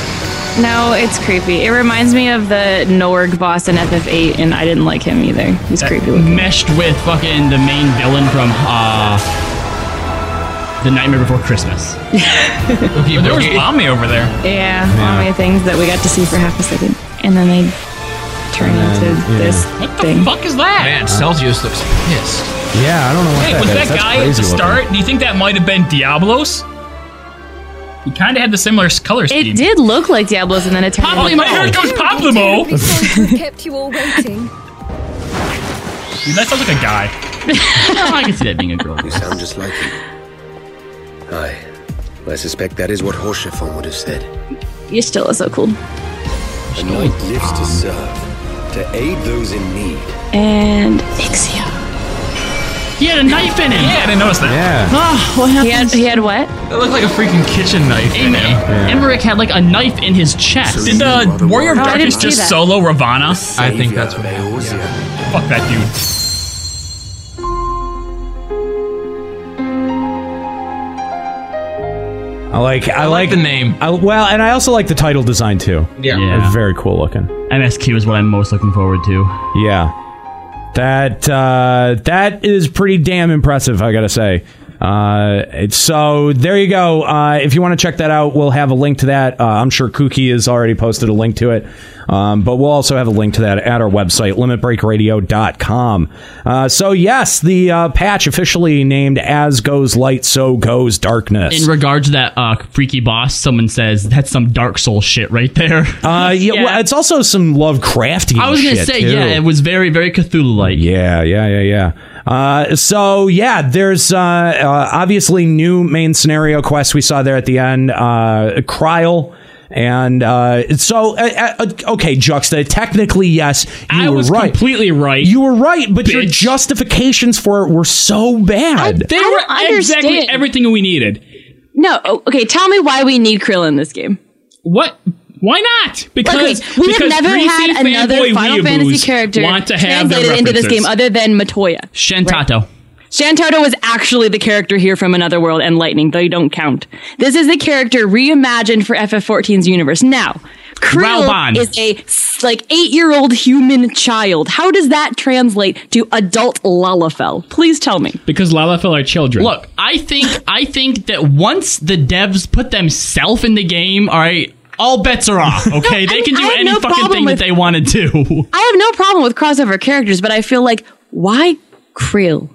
Speaker 11: No, it's creepy. It reminds me of the Norg boss in FF8, and I didn't like him either.
Speaker 9: Eh.
Speaker 11: He's creepy looking.
Speaker 12: Meshed with fucking the main villain from uh, the Nightmare Before Christmas.
Speaker 10: But there was Lami over there.
Speaker 11: Yeah, all many things that we got to see for half a second, and then they turn into
Speaker 9: yeah.
Speaker 11: this
Speaker 10: What the
Speaker 11: thing.
Speaker 10: fuck is that?
Speaker 13: Man, Celsius looks pissed.
Speaker 9: Yeah, I don't know what
Speaker 10: Hey,
Speaker 9: that
Speaker 10: was
Speaker 9: is.
Speaker 10: that
Speaker 9: That's
Speaker 10: guy at
Speaker 9: crazy
Speaker 10: the
Speaker 9: looking.
Speaker 10: start? Do you think that might have been Diablos? He kind of had the similar s- color scheme.
Speaker 11: It did look like Diablos, and then it turned
Speaker 10: Poplimo!
Speaker 11: into
Speaker 10: Here goes Poplimo!
Speaker 15: kept you all waiting.
Speaker 10: Dude, that sounds like a guy.
Speaker 12: I can see that being a girl.
Speaker 16: You sound just like him. Aye. I suspect that is what Horshafon would have said.
Speaker 11: You're still so cool.
Speaker 16: A knight lives to serve, to aid those in need.
Speaker 11: And Ixia.
Speaker 12: He had a knife in him.
Speaker 10: Yeah, I didn't notice that.
Speaker 9: Yeah.
Speaker 12: Oh, what happened?
Speaker 11: He had, he had what?
Speaker 13: That looked like a freaking kitchen knife. in him.
Speaker 12: Emmerich had like a knife in his chest.
Speaker 10: Did the Warrior of
Speaker 11: Oh, I
Speaker 10: Darkness
Speaker 11: didn't see
Speaker 10: just
Speaker 11: that.
Speaker 10: solo Ravana?
Speaker 13: I think that's what happened.
Speaker 10: Fuck that dude.
Speaker 9: I like. I, like,
Speaker 13: the name.
Speaker 9: I, well, and I also like the title design too.
Speaker 13: Yeah.
Speaker 12: Yeah.
Speaker 9: They're very cool looking.
Speaker 12: MSQ is what I'm most looking forward to.
Speaker 9: Yeah, that uh, that is pretty damn impressive. I gotta say. Uh, it's- so there you go. Uh, if you want to check that out, we'll have a link to that. Uh, I'm sure Kookie has already posted a link to it, um, but we'll also have a link to that at our website, limitbreakradio.com. Uh, so, yes, the uh, patch officially named As Goes Light, So Goes Darkness.
Speaker 12: In regards to that uh, freaky boss, someone says that's some Dark Soul shit right there.
Speaker 9: Uh, yeah, Well, it's also some Lovecraftian.
Speaker 12: I was gonna
Speaker 9: shit,
Speaker 12: say,
Speaker 9: too.
Speaker 12: yeah, it was very, very Cthulhu-like.
Speaker 9: Yeah, yeah, yeah, yeah. Uh, so yeah, there's uh, uh, obviously new main scenario quests we saw there at the end. Uh, Kryl. And uh, so, uh, uh, okay, Juxta. Technically, yes, you I were
Speaker 10: was
Speaker 9: right.
Speaker 10: completely right.
Speaker 9: You were right, but your justifications for it were so bad.
Speaker 10: They were exactly
Speaker 11: understand.
Speaker 10: everything we needed.
Speaker 11: No, o- okay. Tell me why we need Krill in this game.
Speaker 10: What? Why not? Because
Speaker 11: we
Speaker 10: because
Speaker 11: have never
Speaker 10: greasy
Speaker 11: had
Speaker 10: fanboy
Speaker 11: another Final
Speaker 10: weeaboos
Speaker 11: Fantasy character
Speaker 10: want to have their
Speaker 11: translated into this
Speaker 10: references.
Speaker 11: game other than Matoya.
Speaker 12: Shantato.
Speaker 11: Shantato was actually the character here from Another World and Lightning, though you don't count. This is the character reimagined for FF14's universe. Now, Krill
Speaker 12: Raoban.
Speaker 11: is a s- like eight-year-old human child. How does that translate to adult Lalafell? Please tell me.
Speaker 10: Because Lalafell are children.
Speaker 12: Look, I think I think that once the devs put themselves in the game, all right, all bets are off. Okay, they
Speaker 11: mean,
Speaker 12: can
Speaker 11: I
Speaker 12: do
Speaker 11: have
Speaker 12: any
Speaker 11: no
Speaker 12: fucking
Speaker 11: problem
Speaker 12: thing
Speaker 11: with-
Speaker 12: that they want to do.
Speaker 11: I have no problem with crossover characters, but I feel like why Krill?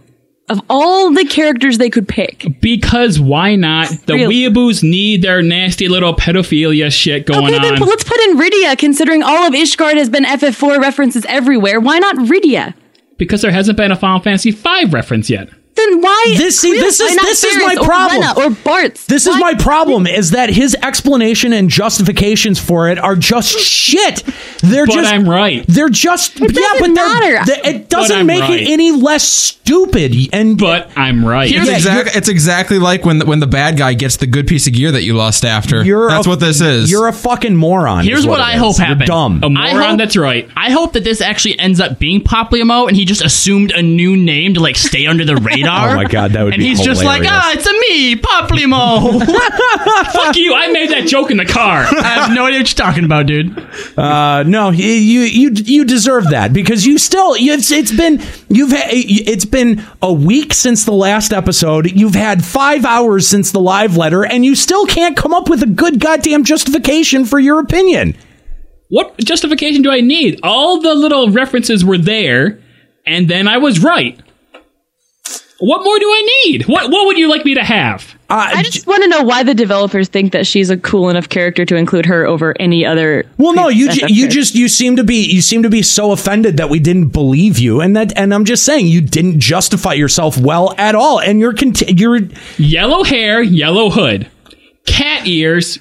Speaker 11: Of all the characters they could pick.
Speaker 10: Because why not? The
Speaker 11: Really?
Speaker 10: weeaboos need their nasty little pedophilia shit going
Speaker 11: Okay, then
Speaker 10: on.
Speaker 11: p- let's put in Riddia, considering all of Ishgard has been FF4 references everywhere. Why not Riddia?
Speaker 10: because there hasn't been a Final Fantasy V reference yet.
Speaker 11: Then why?
Speaker 9: This see,
Speaker 11: Krill?
Speaker 9: this
Speaker 11: Why
Speaker 9: is
Speaker 11: not
Speaker 9: this is
Speaker 11: Ferris
Speaker 9: my
Speaker 11: or
Speaker 9: problem.
Speaker 11: Rena or Bart's.
Speaker 9: This is my problem is that his explanation and justifications for it are just shit. They're
Speaker 10: But
Speaker 9: just
Speaker 10: I'm right.
Speaker 9: They're just yeah, but they're,
Speaker 11: matter.
Speaker 9: they- it
Speaker 10: But
Speaker 9: doesn't
Speaker 10: I'm
Speaker 9: make
Speaker 10: right.
Speaker 9: it any less stupid. And
Speaker 10: but I'm right.
Speaker 1: It's, exact, it's exactly like when the, when the bad guy gets the good piece of gear that you lost after.
Speaker 9: You're
Speaker 1: That's
Speaker 9: a-
Speaker 1: what this is.
Speaker 9: You're a fucking moron.
Speaker 12: Here's
Speaker 9: is
Speaker 12: what,
Speaker 9: it
Speaker 12: I
Speaker 9: is.
Speaker 12: hope
Speaker 9: You're
Speaker 12: happened.
Speaker 9: dumb.
Speaker 10: A moron
Speaker 12: I hope-
Speaker 10: that's right.
Speaker 12: I hope that this actually ends up being Poplimo, and he just assumed a new name to like stay under the radar.
Speaker 9: Oh my God, that would
Speaker 12: and
Speaker 9: be
Speaker 12: he's just like,
Speaker 9: hilarious.
Speaker 12: ah, it's a me, Poplimo.
Speaker 10: Fuck you, I made that joke in the car.
Speaker 12: I have no idea what you're talking about, dude.
Speaker 9: Uh, no, you you you deserve that because you still it's it's been you've ha- it's been a week since the last episode. You've had five hours since the live letter, and you still can't come up with a good goddamn justification for your opinion.
Speaker 10: What justification do I need? All the little references were there, and then I was right. What more do I need? What What would you like me to have?
Speaker 9: Uh,
Speaker 11: I just want to know why the developers think that she's a cool enough character to include her over any other.
Speaker 9: Well, no, you
Speaker 11: FF
Speaker 9: ju- you
Speaker 11: character.
Speaker 9: just you seem to be you seem to be so offended that we didn't believe you, and that and I'm just saying you didn't justify yourself well at all, and you're conti- you're
Speaker 10: Yellow hair, yellow hood, cat ears,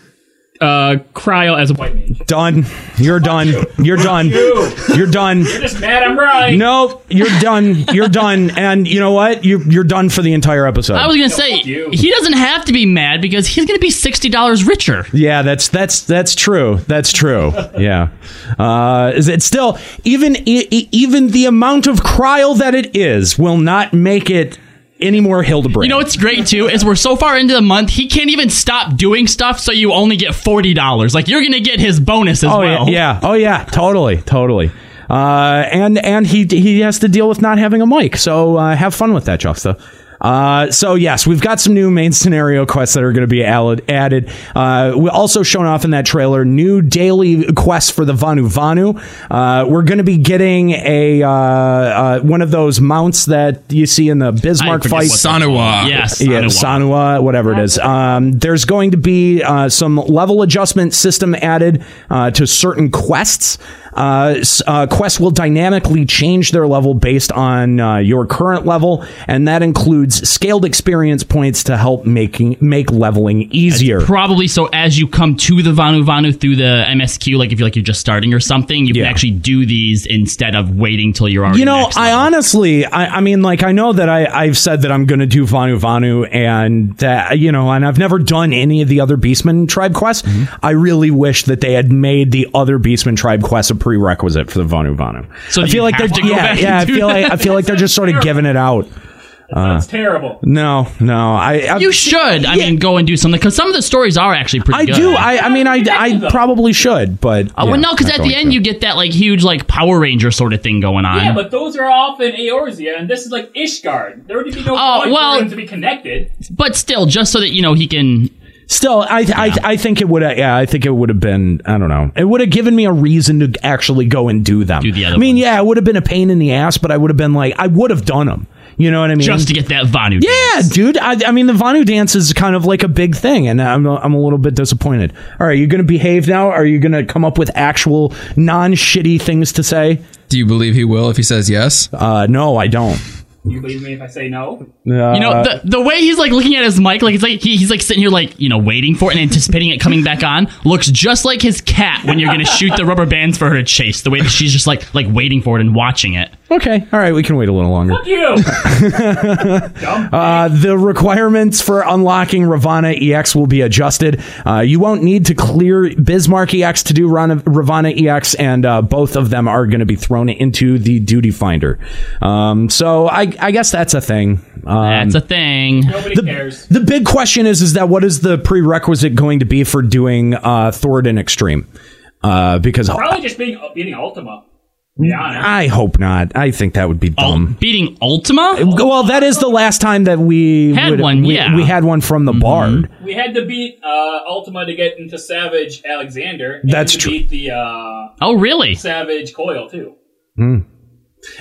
Speaker 10: uh, cryo as a white man.
Speaker 9: done. You're done. You're done. You're done.
Speaker 10: Just mad I'm right.
Speaker 9: No, you're done. You're done. And you know what? You're you're done for the entire episode.
Speaker 12: I was gonna say he doesn't have to be mad because he's gonna be sixty dollars richer.
Speaker 9: yeah, that's that's that's true. That's true. Yeah. Uh, is it still even e- e- even the amount of cryle that it is will not make it any more Hildebrand.
Speaker 12: You know what's great too is we're so far into the month he can't even stop doing stuff, so you only get forty dollars. Like you're gonna get his bonus as
Speaker 9: oh
Speaker 12: well.
Speaker 9: yeah, yeah. Oh yeah. Totally. Totally. Uh, and and he he has to deal with not having a mic. So uh, have fun with that, Juxta. Uh, so yes, we've got some new main scenario quests that are going to be al- added. Uh, we also shown off in that trailer new daily quests for the Vanu Vanu. Uh, we're going to be getting a uh, uh, one of those mounts that you see in the Bismarck
Speaker 1: forget
Speaker 9: fight.
Speaker 1: what that's Sanua. called. Yes,
Speaker 9: yeah,
Speaker 1: Sanua.
Speaker 9: Sanua, whatever it is. Um, there's going to be uh, some level adjustment system added uh, to certain quests. Uh, s- uh, quests will dynamically change their level based on uh, your current level, and that includes scaled experience points to help making make leveling easier.
Speaker 12: Probably so as you come to the Vanu Vanu through the MSQ, like if you're like you're just starting or something, you can actually do these instead of waiting till you're already.
Speaker 9: you know, I honestly, I, I mean, like, I know that I, I've said that I'm going to do Vanu Vanu, and that you know, and I've never done any of the other Beastman tribe quests.
Speaker 12: Mm-hmm.
Speaker 9: I really wish that they had made the other Beastman tribe quests a prerequisite for the Vanu Vanu.
Speaker 12: So
Speaker 9: I
Speaker 12: do
Speaker 9: feel
Speaker 12: you
Speaker 9: like
Speaker 12: have
Speaker 9: they're
Speaker 12: to go
Speaker 9: yeah,
Speaker 12: back
Speaker 9: yeah.
Speaker 12: and
Speaker 9: I
Speaker 12: do
Speaker 9: feel like
Speaker 12: that?
Speaker 9: I feel like they're just sort of giving it out. That's
Speaker 10: terrible.
Speaker 9: No, no. I, I
Speaker 12: you should. I mean, go and do something because some of the stories are actually pretty.
Speaker 9: I
Speaker 12: good.
Speaker 9: do. I, I mean, I, I probably should, but
Speaker 12: Uh, well,
Speaker 9: yeah,
Speaker 12: no, because
Speaker 9: not
Speaker 12: at
Speaker 9: going
Speaker 12: the end
Speaker 9: to.
Speaker 12: you get that like huge like Power Ranger sort of thing going on.
Speaker 10: Yeah, but those are often Eorzea, and this is like Ishgard. There would be no
Speaker 12: Oh,
Speaker 10: point
Speaker 12: well-
Speaker 10: for them to be connected.
Speaker 12: But still, just so that you know he can.
Speaker 9: Still, I I, I think it would. Yeah, I think it would have been. I don't know. It would have given me a reason to actually go and do them. Do the other I mean, yeah, it would have been a pain in the ass, but I would have been like, I would have done them. You know what I mean?
Speaker 12: Just to get that Vanu.
Speaker 9: Yeah, dude. I, I mean, the Vanu dance is kind of like a big thing, and I'm I'm a little bit disappointed. All right, you going to behave now? Are you going to come up with actual non shitty things to say?
Speaker 1: Do you believe he will if he says yes?
Speaker 9: Uh, no, I don't.
Speaker 10: You believe me if I say no?
Speaker 12: You know the the way he's like looking at his mic, like he's like he, he's like sitting here like you know waiting for it and anticipating it coming back on. Looks just like his cat when you're gonna shoot the rubber bands for her to chase. The way that she's just like like waiting for it and watching it.
Speaker 9: Okay. All right. We can wait a little longer.
Speaker 10: Fuck you.
Speaker 9: Uh, the requirements for unlocking Ravana EX will be adjusted. Uh, you won't need to clear Bismarck EX to do Ron- Ravana EX, and uh, both of them are going to be thrown into the duty finder. Um, so I, I guess that's a thing. Um,
Speaker 12: That's a thing. Nobody
Speaker 10: cares.
Speaker 9: the big question is: is that what is the prerequisite going to be for doing uh, Thoradin Extreme? Uh, because
Speaker 10: Probably just being beating Ultima. Yeah,
Speaker 9: I hope not. I think that would be
Speaker 12: Oh.
Speaker 9: dumb.
Speaker 12: Beating Ultima?
Speaker 9: Well, that is the last time that we
Speaker 12: Had
Speaker 9: would-
Speaker 12: one,
Speaker 9: We,
Speaker 12: yeah. Mm-hmm.
Speaker 9: we had one from the bard.
Speaker 10: We had to beat uh, Ultima to get into Savage Alexander. and
Speaker 9: That's
Speaker 10: to
Speaker 9: true.
Speaker 10: Beat the uh,
Speaker 12: oh really
Speaker 10: Savage Coil too.
Speaker 9: Hmm.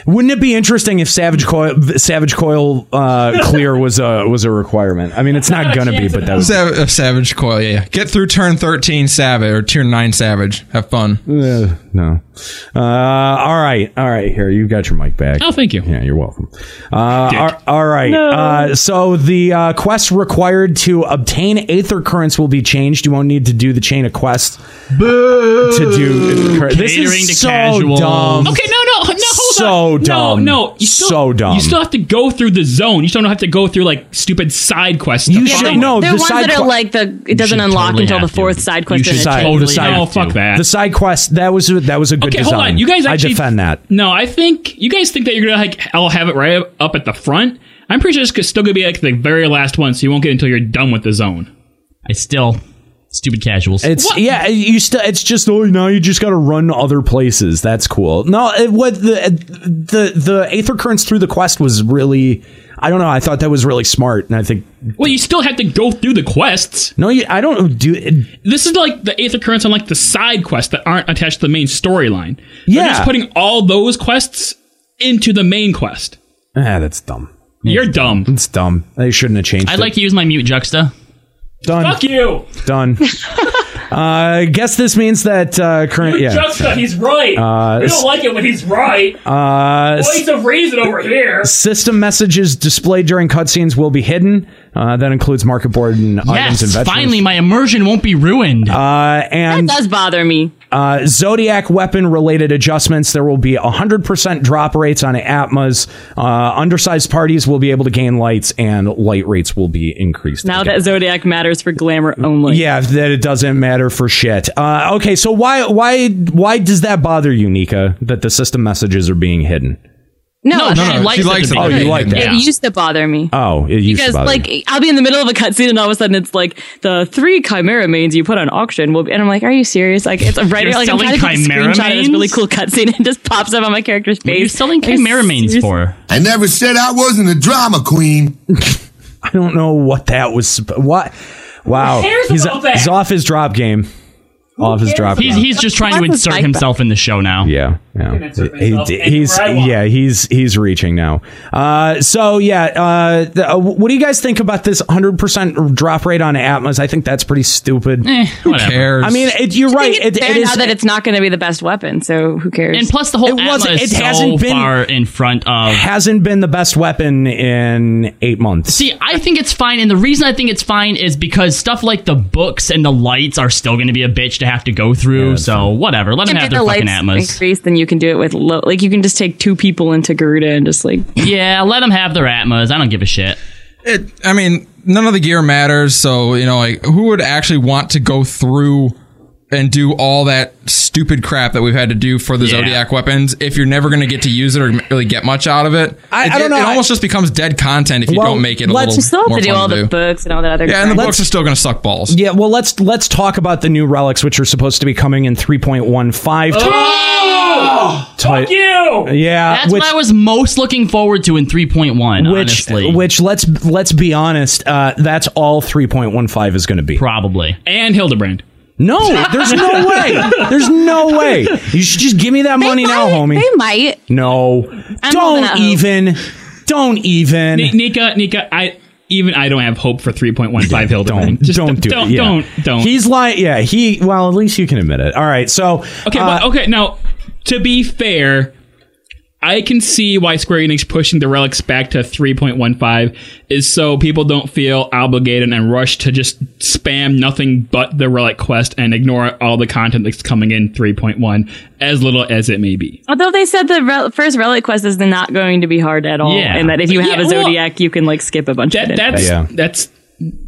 Speaker 9: Wouldn't it be interesting if Savage Coil, Savage Coil uh, Clear was a was a requirement? I mean, it's not gonna be, but that was.
Speaker 1: Sav- uh, Savage Coil, yeah, yeah. Get through turn 13 Savage, or turn 9 Savage. Have fun.
Speaker 9: Uh, no. Uh, all right. All right. Here, you've got your mic back.
Speaker 1: Oh,
Speaker 12: thank you.
Speaker 9: Yeah, you're welcome. Uh, ar- all right.
Speaker 1: No.
Speaker 9: Uh, so the uh, quests required to obtain Aether Currents will be changed. You won't need to do the chain of quests to do. This
Speaker 12: Catering
Speaker 9: is
Speaker 12: to
Speaker 9: so
Speaker 12: casuals.
Speaker 9: dumb.
Speaker 12: Okay, no, no, no. Hold
Speaker 9: so
Speaker 12: on.
Speaker 9: dumb.
Speaker 12: No, no. You still,
Speaker 9: so dumb.
Speaker 12: You still have to go through the zone. You still don't have to go through like stupid side quests.
Speaker 9: You should- no,
Speaker 11: They're
Speaker 9: the
Speaker 11: ones
Speaker 9: side
Speaker 11: that
Speaker 9: que-
Speaker 11: are like the it doesn't
Speaker 12: should
Speaker 11: unlock
Speaker 12: totally
Speaker 11: until the
Speaker 12: have to.
Speaker 11: fourth side quest. and it
Speaker 9: side,
Speaker 11: changes
Speaker 9: the
Speaker 11: later.
Speaker 9: side,
Speaker 12: Oh, fuck that.
Speaker 9: The side quest that was that was a good
Speaker 12: Okay,
Speaker 9: design.
Speaker 12: hold on. You guys actually
Speaker 9: I defend that.
Speaker 12: No, I think you guys think that you're gonna like I'll have it right up at the front. I'm pretty sure it's still gonna be like the very last one, so you won't get it until you're done with the zone. I still stupid casuals.
Speaker 9: It's yeah, you still. It's just oh, now you just got to run other places. That's cool. No, it, what the the the aether currents through the quest was really. I don't know. I thought that was really smart, and I think
Speaker 12: Well, you still have to go through the quests.
Speaker 9: No, you, I don't do. eh,
Speaker 12: This is like the eighth occurrence on like the side quests that aren't attached to the main storyline.
Speaker 9: Yeah.
Speaker 12: They're just putting all those quests into the main quest.
Speaker 9: ah, that's dumb.
Speaker 12: You're dumb.
Speaker 9: It's dumb. They shouldn't have changed. it.
Speaker 12: to use my mute juxta.
Speaker 9: done.
Speaker 10: Fuck you.
Speaker 9: Done. Uh, I guess this means that uh, current. Yeah.
Speaker 10: Juxta, he's right.
Speaker 9: Uh,
Speaker 10: we
Speaker 9: s-
Speaker 10: don't like it when he's right.
Speaker 9: Uh,
Speaker 10: Voice of reason over here.
Speaker 9: System messages displayed during cutscenes will be hidden. Uh, that includes market board and items and
Speaker 12: Yes,
Speaker 9: veterans.
Speaker 12: finally, my immersion won't be ruined.
Speaker 9: Uh, and
Speaker 11: That does bother me.
Speaker 9: Uh, Zodiac weapon related adjustments. There will be 100% drop rates on Atmas. Uh, undersized parties will be able to gain lights, and light rates will be increased.
Speaker 11: Now that Zodiac matters for glamour only.
Speaker 9: Yeah, that it doesn't matter for shit. Uh, okay, so why why why does that bother you, Nika? That the system messages are being hidden?
Speaker 11: No,
Speaker 9: No, no,
Speaker 11: I
Speaker 9: no, she
Speaker 11: liked it
Speaker 9: likes
Speaker 11: to
Speaker 9: it.
Speaker 11: be
Speaker 9: Oh, you
Speaker 11: hidden.
Speaker 9: like that.
Speaker 11: It used to bother me.
Speaker 9: Oh, it used to
Speaker 11: because
Speaker 9: bother
Speaker 11: like I'll be in the middle of a cutscene and all of a sudden it's like the three chimera mains you put on auction will be, and I'm like, are you serious? Like it's right
Speaker 12: You're
Speaker 11: here. Like I'm
Speaker 12: selling
Speaker 11: trying to take a
Speaker 12: chimera
Speaker 11: screenshot of
Speaker 12: manes?
Speaker 11: this really cool cutscene and it just pops up on my character's face.
Speaker 12: you selling
Speaker 11: Are you
Speaker 12: chimera manes
Speaker 11: serious?
Speaker 12: for?
Speaker 17: I never said I wasn't a drama queen.
Speaker 9: I don't know what that was. sp- What? Wow,
Speaker 12: cares
Speaker 9: he's,
Speaker 12: about that?
Speaker 9: he's off his drop game. off his drop.
Speaker 12: He's,
Speaker 9: game.
Speaker 12: he's just trying to
Speaker 9: That's
Speaker 12: insert
Speaker 9: like
Speaker 12: himself in the show now.
Speaker 9: Yeah, yeah. He- he- he's yeah he's he's reaching now uh so yeah uh, the, uh what do you guys think about this 100% drop rate on atmos i think that's pretty stupid
Speaker 12: Eh,
Speaker 9: who
Speaker 12: whatever.
Speaker 9: cares i mean it, you're right it,
Speaker 11: Fair
Speaker 9: it
Speaker 11: now
Speaker 9: is
Speaker 11: that it's not going to be the best weapon, so who cares?
Speaker 12: And plus, the whole it
Speaker 9: wasn't-
Speaker 12: is
Speaker 9: it
Speaker 12: so
Speaker 9: hasn't been-
Speaker 12: far in front of.
Speaker 9: hasn't been the best weapon in eight months
Speaker 12: See, I think it's fine, and the reason I think it's fine is because stuff like the books and the lights are still going to be a bitch to have to go through. so whatever, let them
Speaker 11: If
Speaker 12: have
Speaker 11: the
Speaker 12: their fucking
Speaker 11: lights
Speaker 12: atmos.
Speaker 11: increase, then you can do it with low. Like you can just take two people into Garuda and just like
Speaker 12: yeah, let them have their atmos. I don't give a shit.
Speaker 1: It, I mean, none of the gear matters. So, you know, like, who would actually want to go through and do all that stupid crap that we've had to do for the
Speaker 9: Yeah.
Speaker 1: Zodiac weapons if you're never going to get to use it or really get much out of it.
Speaker 9: I-
Speaker 1: it,
Speaker 9: I don't
Speaker 1: it-
Speaker 9: know,
Speaker 1: It
Speaker 9: I-
Speaker 1: almost just becomes dead content if you
Speaker 9: Well,
Speaker 1: don't make it a
Speaker 9: let's-
Speaker 1: little
Speaker 9: You still have
Speaker 1: more
Speaker 11: to do
Speaker 1: fun
Speaker 11: all
Speaker 1: to
Speaker 11: the books and all that other
Speaker 1: Yeah, and the
Speaker 11: crap.
Speaker 1: books are still going to suck balls.
Speaker 9: Yeah, well let's let's talk about the new relics which are supposed to be coming in 3.15.
Speaker 12: Oh!
Speaker 9: Fuck
Speaker 12: you!
Speaker 9: Yeah,
Speaker 12: That's
Speaker 9: which-
Speaker 12: what I was most looking forward to in 3.1,
Speaker 9: which uh,
Speaker 12: honestly.
Speaker 9: which let's let's be honest, uh, that's all 3.15 is going to be.
Speaker 12: Probably. And Hildebrand.
Speaker 9: No, there's no way. There's no way. You should just give me that money now, homie.
Speaker 18: They might.
Speaker 9: No.
Speaker 18: I'm holding out
Speaker 9: don't
Speaker 18: hope.
Speaker 9: even. Don't even.
Speaker 10: Ni- Nika, Nika, I even I don't have hope for 3.15 Hildebrand. Just
Speaker 9: don't do
Speaker 10: don't,
Speaker 9: it. Yeah.
Speaker 10: Don't don't.
Speaker 9: He's like, yeah, he. Well, at least you can admit it. All right, so
Speaker 10: Okay,
Speaker 9: uh,
Speaker 10: but okay. Now, to be fair, I can see why Square Enix pushing the relics back to 3.15 is so people don't feel obligated and rushed to just spam nothing but the relic quest and ignore all the content that's coming in 3.1, as little as it may be.
Speaker 11: Although they said the rel- first relic quest is not going to be hard at all,
Speaker 10: Yeah.
Speaker 11: and that if you have
Speaker 10: Yeah,
Speaker 11: a
Speaker 10: well,
Speaker 11: zodiac, you can like skip a bunch of
Speaker 10: That,
Speaker 11: it.
Speaker 10: that's that's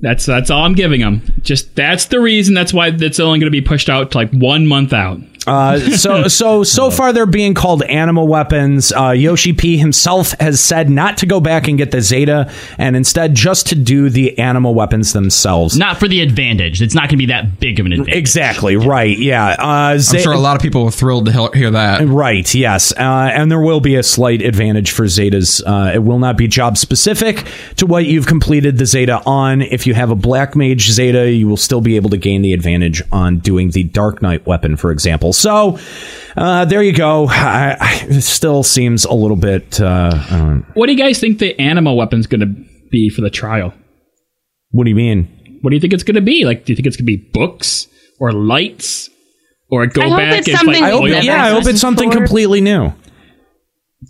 Speaker 10: that's that's all I'm giving them. Just that's the reason. That's why that's only going to be pushed out to like one month out.
Speaker 9: Uh, so so so far they're being called animal weapons. Uh, Yoshi P himself has said not to go back and get the Zeta, and instead just to do the animal weapons themselves.
Speaker 12: Not for the advantage. It's not going to be that big of an advantage.
Speaker 9: Exactly right. Yeah, uh,
Speaker 12: I'm sure a lot
Speaker 1: of people were thrilled to hear that.
Speaker 9: Right. Yes, uh, and there will be a slight advantage for Zetas. Uh, it will not be job specific to what you've completed the Zeta on. If you have a Black Mage Zeta, you will still be able to gain the advantage on doing the Dark Knight weapon, for example. So uh, there you go. I, I, it still seems a little bit. Uh, I don't-
Speaker 10: What do you guys think the animal weapon's going to be for the trial?
Speaker 9: what do you mean?
Speaker 10: What do you think it's going to be? Like, do you think it's going to be books or lights or go
Speaker 9: I hope
Speaker 10: back
Speaker 9: it's
Speaker 10: and
Speaker 9: something
Speaker 10: like
Speaker 9: I hope-
Speaker 10: oil
Speaker 9: yeah, I hope it's something
Speaker 10: before?
Speaker 9: completely new.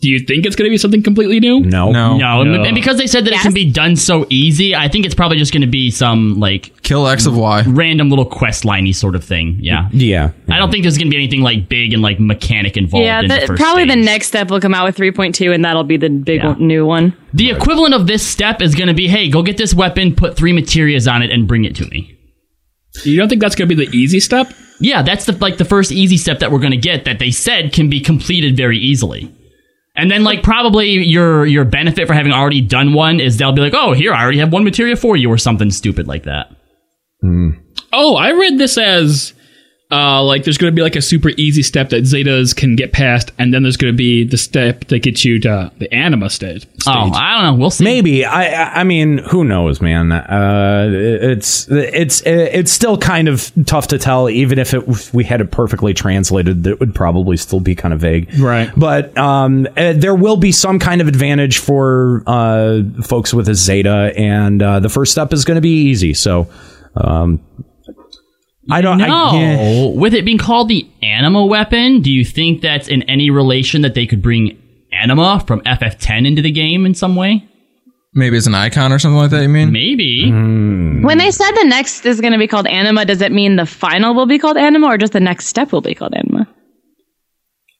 Speaker 10: Do you think it's going to be something completely new?
Speaker 9: No,
Speaker 12: No, and- and because they said that it can be done so easy, I think it's probably just going to be some like
Speaker 1: kill X of Y,
Speaker 12: random little quest liney sort of thing. Yeah,
Speaker 9: yeah.
Speaker 12: I don't think there's going to be anything like big and like mechanic involved.
Speaker 11: yeah,
Speaker 12: in the,
Speaker 11: the,
Speaker 12: first
Speaker 11: probably
Speaker 12: stage.
Speaker 11: the next step will come out with 3.2, and that'll be the big one, new one.
Speaker 12: The equivalent of this step is going to be, hey, go get this weapon, put three materials on it, and bring it to me.
Speaker 10: You don't think that's going to be the easy step?
Speaker 12: Yeah, that's the like the first easy step that we're going to get that they said can be completed very easily. And then like probably your your benefit for having already done one is they'll be like, oh, here I already have one material for you or something stupid like that.
Speaker 10: Oh, I read this as uh, like there's going to be like a super easy step that Zetas can get past, and then there's going to be the step that gets you to the anima sta- stage.
Speaker 12: Oh, I don't know. We'll see.
Speaker 9: Maybe I. I- I mean, who knows, man? Uh, it's it's it's still kind of tough to tell. Even if it if we had it perfectly translated, it would probably still be kind of vague.
Speaker 10: Right.
Speaker 9: But um, uh, there will be some kind of advantage for uh, folks with a Zeta, and uh, the first step is going to be easy. So. Um, I don't I-
Speaker 12: No,
Speaker 9: yeah.
Speaker 12: with it being called the anima weapon, do you think that's in any relation that they could bring anima from FF10 into the game in some way?
Speaker 1: Maybe it's an icon or something like that. You mean?
Speaker 12: Maybe.
Speaker 11: When they said the next is going to be called Anima, does it mean the final will be called Anima, or just the next step will be called Anima?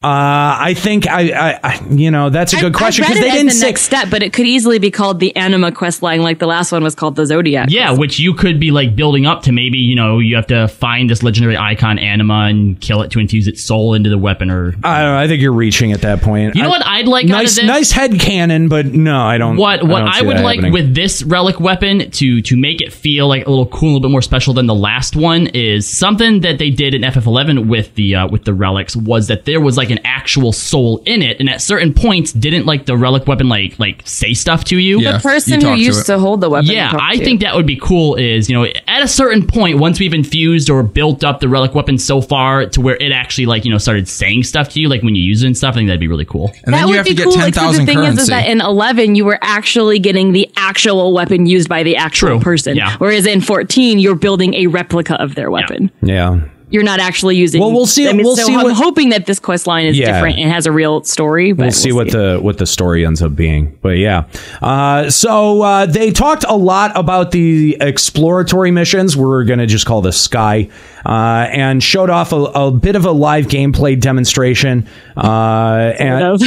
Speaker 9: Uh, I think I, I, I, you know, that's a good question
Speaker 11: I read
Speaker 9: because they
Speaker 11: it as
Speaker 9: didn't
Speaker 11: the
Speaker 9: say
Speaker 11: next step, but it could easily be called the Anima quest line, like the last one was called the Zodiac.
Speaker 12: Yeah, which you could be like building up to maybe, you know, you have to find this legendary icon anima and kill it to infuse its soul into the weapon or
Speaker 9: I don't know. I think you're reaching at that point.
Speaker 12: You know
Speaker 9: I-
Speaker 12: what I'd like out of
Speaker 9: Nice,
Speaker 12: this?
Speaker 9: nice head cannon, but no, I don't.
Speaker 12: what what
Speaker 9: don't
Speaker 12: I,
Speaker 9: see
Speaker 12: would
Speaker 9: that
Speaker 12: like
Speaker 9: happening.
Speaker 12: with this relic weapon to to make it feel like a little cool, a little bit more special than the last one is something that they did in FF11 with the uh, with the relics was that there was like an actual soul in it, and at certain points didn't like the relic weapon like like say stuff to you.
Speaker 11: the person who used to, hold the weapon.
Speaker 12: Yeah,
Speaker 11: talked
Speaker 12: I
Speaker 11: to you.
Speaker 12: think that would be cool. Is you know, at a certain point, once we've infused or built up the relic weapon so far to where it actually like you know started saying stuff to you, like when you use it and stuff, I think that'd be really cool.
Speaker 11: that would be cool. like, 'cause the thing is, is that in eleven you were actually getting the actual weapon used by the actual person,
Speaker 9: yeah.
Speaker 11: whereas in fourteen you're building a replica of their weapon.
Speaker 9: yeah.
Speaker 11: You're not actually using.
Speaker 9: Well, we'll see-
Speaker 11: I mean,
Speaker 9: we'll
Speaker 11: so
Speaker 9: see
Speaker 11: I'm
Speaker 9: what-
Speaker 11: hoping that this quest line is
Speaker 9: Yeah.
Speaker 11: different and has a real story. But
Speaker 9: We'll see what the what the story ends up being, but yeah. Uh, so uh, they talked a lot about the exploratory missions. We're going to just call this Sky, uh, and showed off a, a bit of a live gameplay demonstration. Uh, and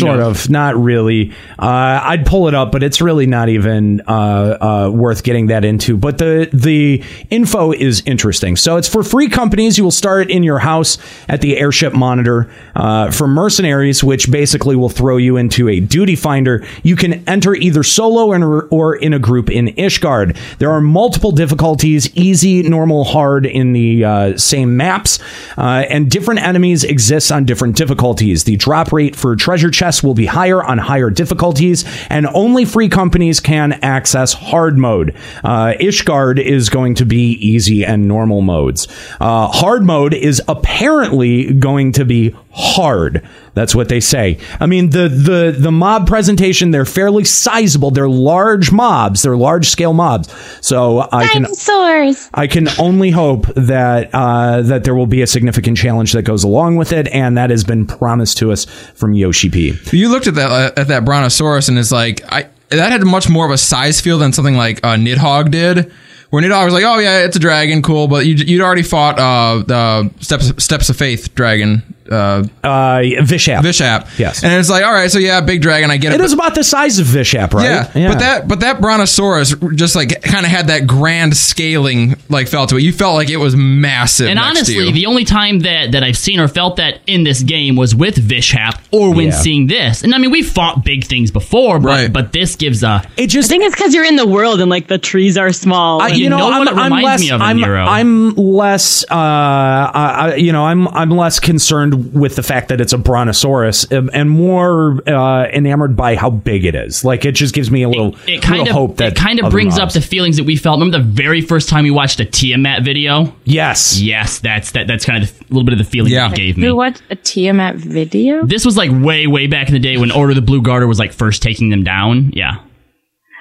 Speaker 9: sort of. not really. Uh, I'd pull it up, but it's really not even uh, uh, worth getting that into. But the the info is interesting. So it's for free companies. You will start in your house at the airship monitor uh, for mercenaries, which basically will throw you into a duty finder. You can enter either solo or, or in a group in Ishgard. There are multiple difficulties easy, normal, hard in the uh, same maps, uh, and different enemies exist on different difficulties. The drop rate for treasure chests will be higher on higher difficulties, and only free companies can access hard mode. Uh, Ishgard is going to be easy and normal modes. Uh, hard mode is apparently going to be hard. That's what they say. I mean, the the the mob presentation they're fairly sizable. They're large mobs. They're large scale mobs. So I can
Speaker 18: Dinosaurs.
Speaker 9: I can only hope that uh, that there will be a significant challenge that goes along with it, and that has been promised to us from Yoshi P.
Speaker 1: You looked at that uh, at that brontosaurus and it's like I that had much more of a size feel than something like uh, Nidhogg did. Where Nidhogg was like, oh yeah, it's a dragon, cool, but you, you'd already fought uh, the Steps Steps of Faith dragon. Uh,
Speaker 9: uh, Vishap.
Speaker 1: Vishap.
Speaker 9: Yes.
Speaker 1: And it's like, all right, so yeah, big dragon, I get it.
Speaker 9: It is about the size of Vishap, right?
Speaker 1: Yeah, but that but that brontosaurus just like kind of had that grand scaling like felt to it. You felt like it was massive.
Speaker 12: And
Speaker 1: next to
Speaker 12: honestly,
Speaker 1: you.
Speaker 12: the only time that, that I've seen or felt that in this game was with Vishap or when
Speaker 1: Yeah.
Speaker 12: seeing this. And I mean, we've fought big things before, but but this gives a.
Speaker 9: It just,
Speaker 11: I think it's because you're in the world and like the trees are small.
Speaker 12: I-
Speaker 11: and-
Speaker 12: you know what it reminds
Speaker 9: less,
Speaker 12: me of in
Speaker 9: I'm,
Speaker 12: Nero?
Speaker 9: I'm less, uh, I, I- you know, I'm I'm less concerned with the fact that it's a brontosaurus um, and more uh, enamored by how big it is. Like it just gives me a little,
Speaker 12: It kind
Speaker 9: little
Speaker 12: of
Speaker 9: hope that
Speaker 12: it kind of
Speaker 9: other
Speaker 12: brings
Speaker 9: mobs-
Speaker 12: up the feelings that we felt. Remember the very first time we watched a Tiamat video?
Speaker 9: Yes,
Speaker 12: yes, that's that. That's kind of a little bit of the feeling that it gave me.
Speaker 11: You watch a Tiamat video?
Speaker 12: This was like way way back in the day when Order of the Blue Garter was like first taking them down. Yeah,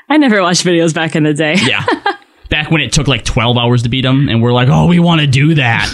Speaker 11: I never watched videos back in the day.
Speaker 12: yeah. back when it took like twelve hours to beat them, and we're like, oh, we want to do that.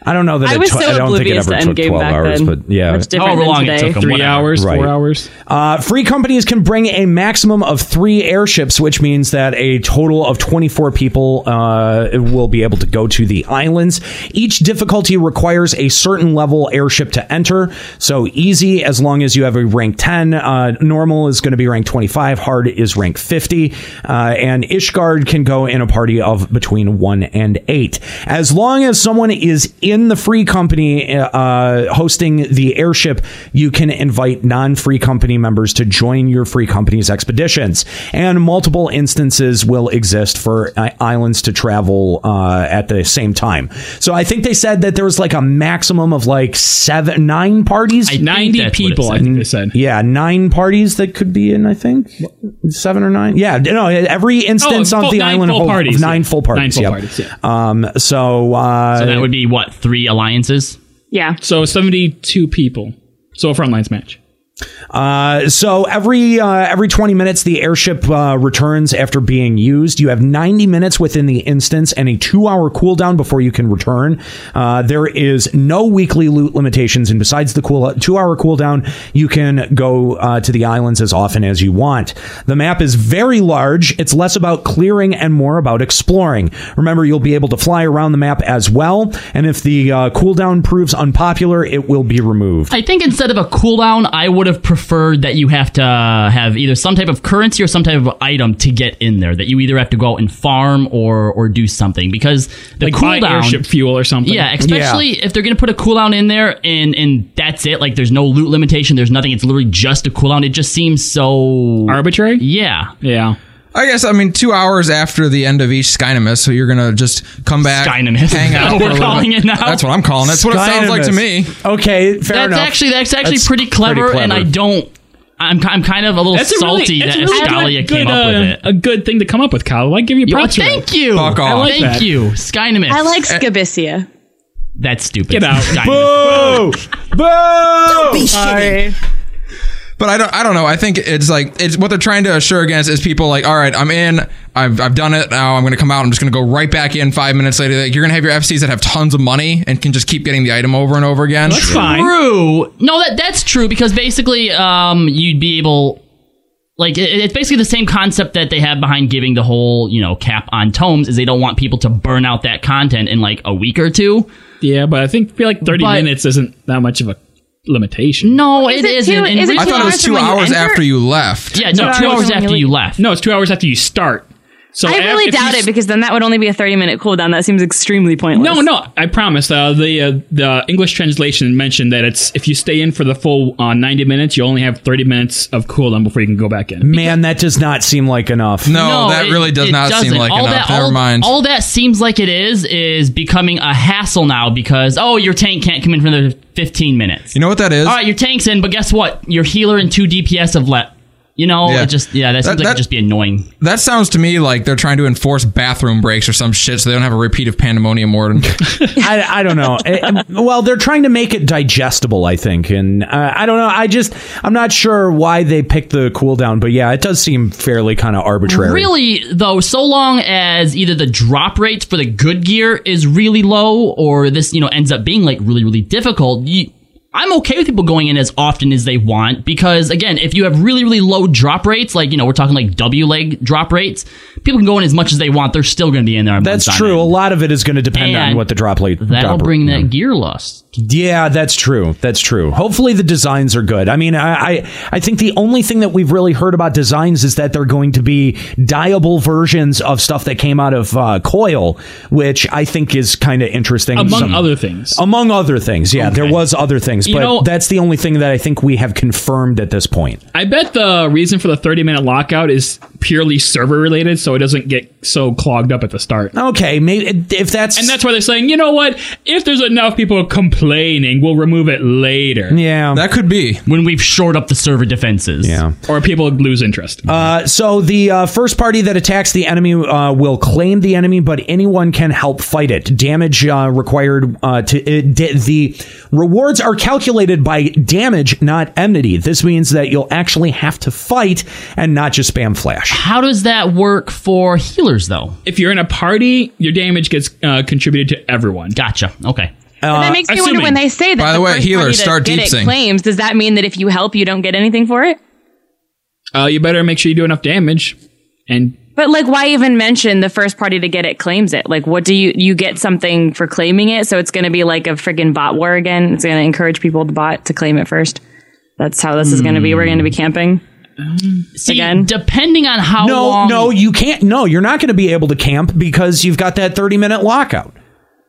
Speaker 9: I don't know that
Speaker 12: I
Speaker 9: it
Speaker 12: was
Speaker 9: took,
Speaker 12: so
Speaker 9: I don't think it
Speaker 12: oblivious
Speaker 9: ever
Speaker 12: to
Speaker 9: took
Speaker 12: Endgame
Speaker 9: 12
Speaker 12: back
Speaker 9: hours,
Speaker 12: then.
Speaker 9: but yeah.
Speaker 12: Much different However than long it today. took 'em,
Speaker 10: Three
Speaker 12: whatever.
Speaker 10: hours,
Speaker 9: Right.
Speaker 10: four hours.
Speaker 9: Uh, free companies can bring a maximum of three airships, which means that a total of 24 people uh, will be able to go to the islands. Each difficulty requires a certain level airship to enter. So easy, as long as you have a rank 10. Uh, normal is going to be rank 25. Hard is rank 50. Uh, and Ishgard can go in a party of between one and eight. As long as someone is in the free company uh, hosting the airship, you can invite non free company members to join your free company's expeditions. And multiple instances will exist for uh, islands to travel uh, at the same time. So I think they said that there was like a maximum of like seven, nine parties.
Speaker 10: 90 that's what it people, said. I think they said.
Speaker 9: Yeah, nine parties that could be in, I think. Seven or nine? Yeah, no, every instance
Speaker 12: Oh,
Speaker 9: on
Speaker 12: full-
Speaker 9: the
Speaker 12: nine
Speaker 9: island
Speaker 12: full
Speaker 9: hold- of
Speaker 12: parties,
Speaker 9: nine
Speaker 12: yeah.
Speaker 9: full parties.
Speaker 12: Nine full
Speaker 9: yeah.
Speaker 12: parties,
Speaker 9: Um, so, uh,
Speaker 12: so that would be what three alliances.
Speaker 11: Yeah.
Speaker 10: So 72 people. So a frontlines match.
Speaker 9: Uh, so every uh, every 20 minutes, the airship uh, returns after being used. You have 90 minutes within the instance and a two hour cooldown before you can return. Uh, there is no weekly loot limitations, and besides the cool two hour cooldown, you can go uh, to the islands as often as you want. The map is very large. It's less about clearing and more about exploring. Remember, you'll be able to fly around the map as well, and if the uh, cooldown proves unpopular, it will be removed.
Speaker 12: I think instead of a cooldown, I would have preferred that you have to have either some type of currency or some type of item to get in there. That you either have to go out and farm or or do something because the
Speaker 10: Like buy
Speaker 12: cooldown
Speaker 10: airship fuel or something.
Speaker 12: Yeah, especially if they're gonna put a cooldown in there and and that's it. Like there's no loot limitation. There's nothing. It's literally just a cooldown. It just seems so
Speaker 10: arbitrary.
Speaker 12: Yeah,
Speaker 10: yeah.
Speaker 1: I guess I mean two hours after the end of each Skynimus, so you're gonna just come back, Skynimus. hang out.
Speaker 12: We're
Speaker 1: for a little
Speaker 12: calling
Speaker 1: bit.
Speaker 12: it now.
Speaker 1: That's what I'm calling. it. That's what it sounds like to me.
Speaker 9: Okay, fair
Speaker 12: that's
Speaker 1: enough.
Speaker 12: Actually, that's actually
Speaker 1: That's
Speaker 12: pretty,
Speaker 1: pretty
Speaker 12: clever,
Speaker 1: clever.
Speaker 12: and I don't. I'm, I'm kind of a little
Speaker 10: That's a really-
Speaker 12: salty
Speaker 10: that's
Speaker 12: that
Speaker 10: a really good-
Speaker 12: Estalia
Speaker 10: good,
Speaker 12: came up with
Speaker 10: uh,
Speaker 12: it.
Speaker 10: A good thing to come up with, Kyle. I give you
Speaker 12: Yo,
Speaker 10: props. for
Speaker 12: thank
Speaker 10: that.
Speaker 12: you. Fuck
Speaker 10: I
Speaker 12: off.
Speaker 10: like
Speaker 12: Thank
Speaker 10: that.
Speaker 12: you. Skynimus.
Speaker 11: I
Speaker 9: Eh.
Speaker 11: like
Speaker 12: Uh,
Speaker 11: Scabicia.
Speaker 12: That's stupid.
Speaker 10: Get out.
Speaker 9: Boo! Boo! Don't
Speaker 11: be Sorry.
Speaker 1: But I don't. I don't know. I think it's like it's what they're trying to assure against is people like, all right, I'm in. I've, I've done it now. I'm going to come out. I'm just going to go right back in five minutes later. Like, you're going to have your FCs that have tons of money and can just keep getting the item over and over again.
Speaker 10: That's fine.
Speaker 12: True. No, that that's true because basically, um, you'd be able, like, it, it's basically the same concept that they have behind giving the whole, you know, cap on tomes is they don't want people to burn out that content in like a week or two.
Speaker 10: Yeah, but I think feel like 30
Speaker 12: But-
Speaker 10: minutes isn't that much of a limitation.
Speaker 12: No, it
Speaker 11: it two-
Speaker 12: isn't. And
Speaker 11: is it
Speaker 12: really-
Speaker 1: I thought it was two hours after you left.
Speaker 12: Yeah, no, two hours after you left.
Speaker 10: No, it's two hours after you start. So
Speaker 11: I
Speaker 10: af-
Speaker 11: really
Speaker 10: if you
Speaker 11: doubt
Speaker 10: s-
Speaker 11: it because then that would only be a 30 minute cooldown. That seems extremely pointless.
Speaker 10: No, no, I promise. Uh, the uh, the English translation mentioned that it's if you stay in for the full uh, ninety minutes, you only have thirty minutes of cooldown before you can go back in.
Speaker 9: Man, that does not seem like enough.
Speaker 12: it- it doesn't. all That, all, all that seems like it is is becoming a hassle now because oh, your tank can't come in for another fifteen minutes. You
Speaker 1: know what that is?
Speaker 12: All right, your tank's in, but guess what? Your healer and two DPS have left. You know,
Speaker 1: Yeah.
Speaker 12: it just yeah, that
Speaker 1: That-
Speaker 12: seems like
Speaker 1: that-
Speaker 12: it'd just be annoying.
Speaker 1: That sounds to me like they're trying to enforce bathroom breaks or some shit, so they don't have a repeat of Pandemonium Warden.
Speaker 9: I, I don't know. Eh, well, they're trying to make it digestible, I think, and uh, I don't know. I just I'm not sure why they picked the cooldown, but yeah, it does seem fairly kind of arbitrary.
Speaker 12: Really though, so long as either the drop rates for the good gear is really low, or this you know ends up being like really really difficult. You, I'm okay with people going in as often as they want because again, if you have really really low drop rates, like you know we're talking like W leg drop rates, people can go in as much as they want. They're still going to be in there.
Speaker 9: That's true. A lot of it is going to depend on
Speaker 12: And
Speaker 9: what the drop rate.
Speaker 12: That'll
Speaker 9: drop-
Speaker 12: bring that gear loss.
Speaker 9: Yeah, that's true. That's true. Hopefully the designs are good. I mean, I, I I think the only thing that we've really heard about designs is that they're going to be dyeable versions of stuff that came out of uh, Coil, which I think is kind of interesting.
Speaker 10: Among other things.
Speaker 9: Among other things, yeah, there was other things,
Speaker 10: You
Speaker 9: but
Speaker 10: know-
Speaker 9: that's the only thing that I think we have confirmed at this point.
Speaker 10: I bet the reason for the thirty minute lockout is purely server related, so it doesn't get so clogged up at the start.
Speaker 9: Okay, maybe if that's
Speaker 10: and that's why they're saying, you know what? If there's enough people complaining, we'll remove it later.
Speaker 9: Yeah,
Speaker 1: that could be
Speaker 12: when we've shored up the server defenses.
Speaker 9: Yeah,
Speaker 10: or people lose interest.
Speaker 9: Uh, so the uh, first party that attacks the enemy uh, will claim the enemy, but anyone can help fight it. Damage uh, required uh, to it, d- the rewards are calculated by damage, not enmity. This means that you'll actually have to fight and not just spam flash.
Speaker 12: How does that work for healers though?
Speaker 10: If you're in a party, your damage gets uh, contributed to everyone.
Speaker 12: Gotcha. Okay.
Speaker 11: But that makes me wonder when they say that.
Speaker 10: Uh, By the way,
Speaker 11: first
Speaker 10: healers,
Speaker 11: party to
Speaker 10: start
Speaker 11: get
Speaker 10: deep
Speaker 11: it
Speaker 10: sync.
Speaker 11: claims. Does that mean that if you help, you don't get anything for it?
Speaker 10: uh, you better make sure you do enough damage. And
Speaker 11: But like, why even mention the first party to get it claims it? Like, what do you you get something for claiming it? So it's going to be like a freaking bot war again. It's going to encourage people to bot to claim it first. That's how this is going to be. We're going to be camping.
Speaker 12: See, depending on how
Speaker 9: no,
Speaker 12: long
Speaker 9: no, you can't. No, you're not going to be able to camp because you've got that 30 minute lockout.
Speaker 10: Oh,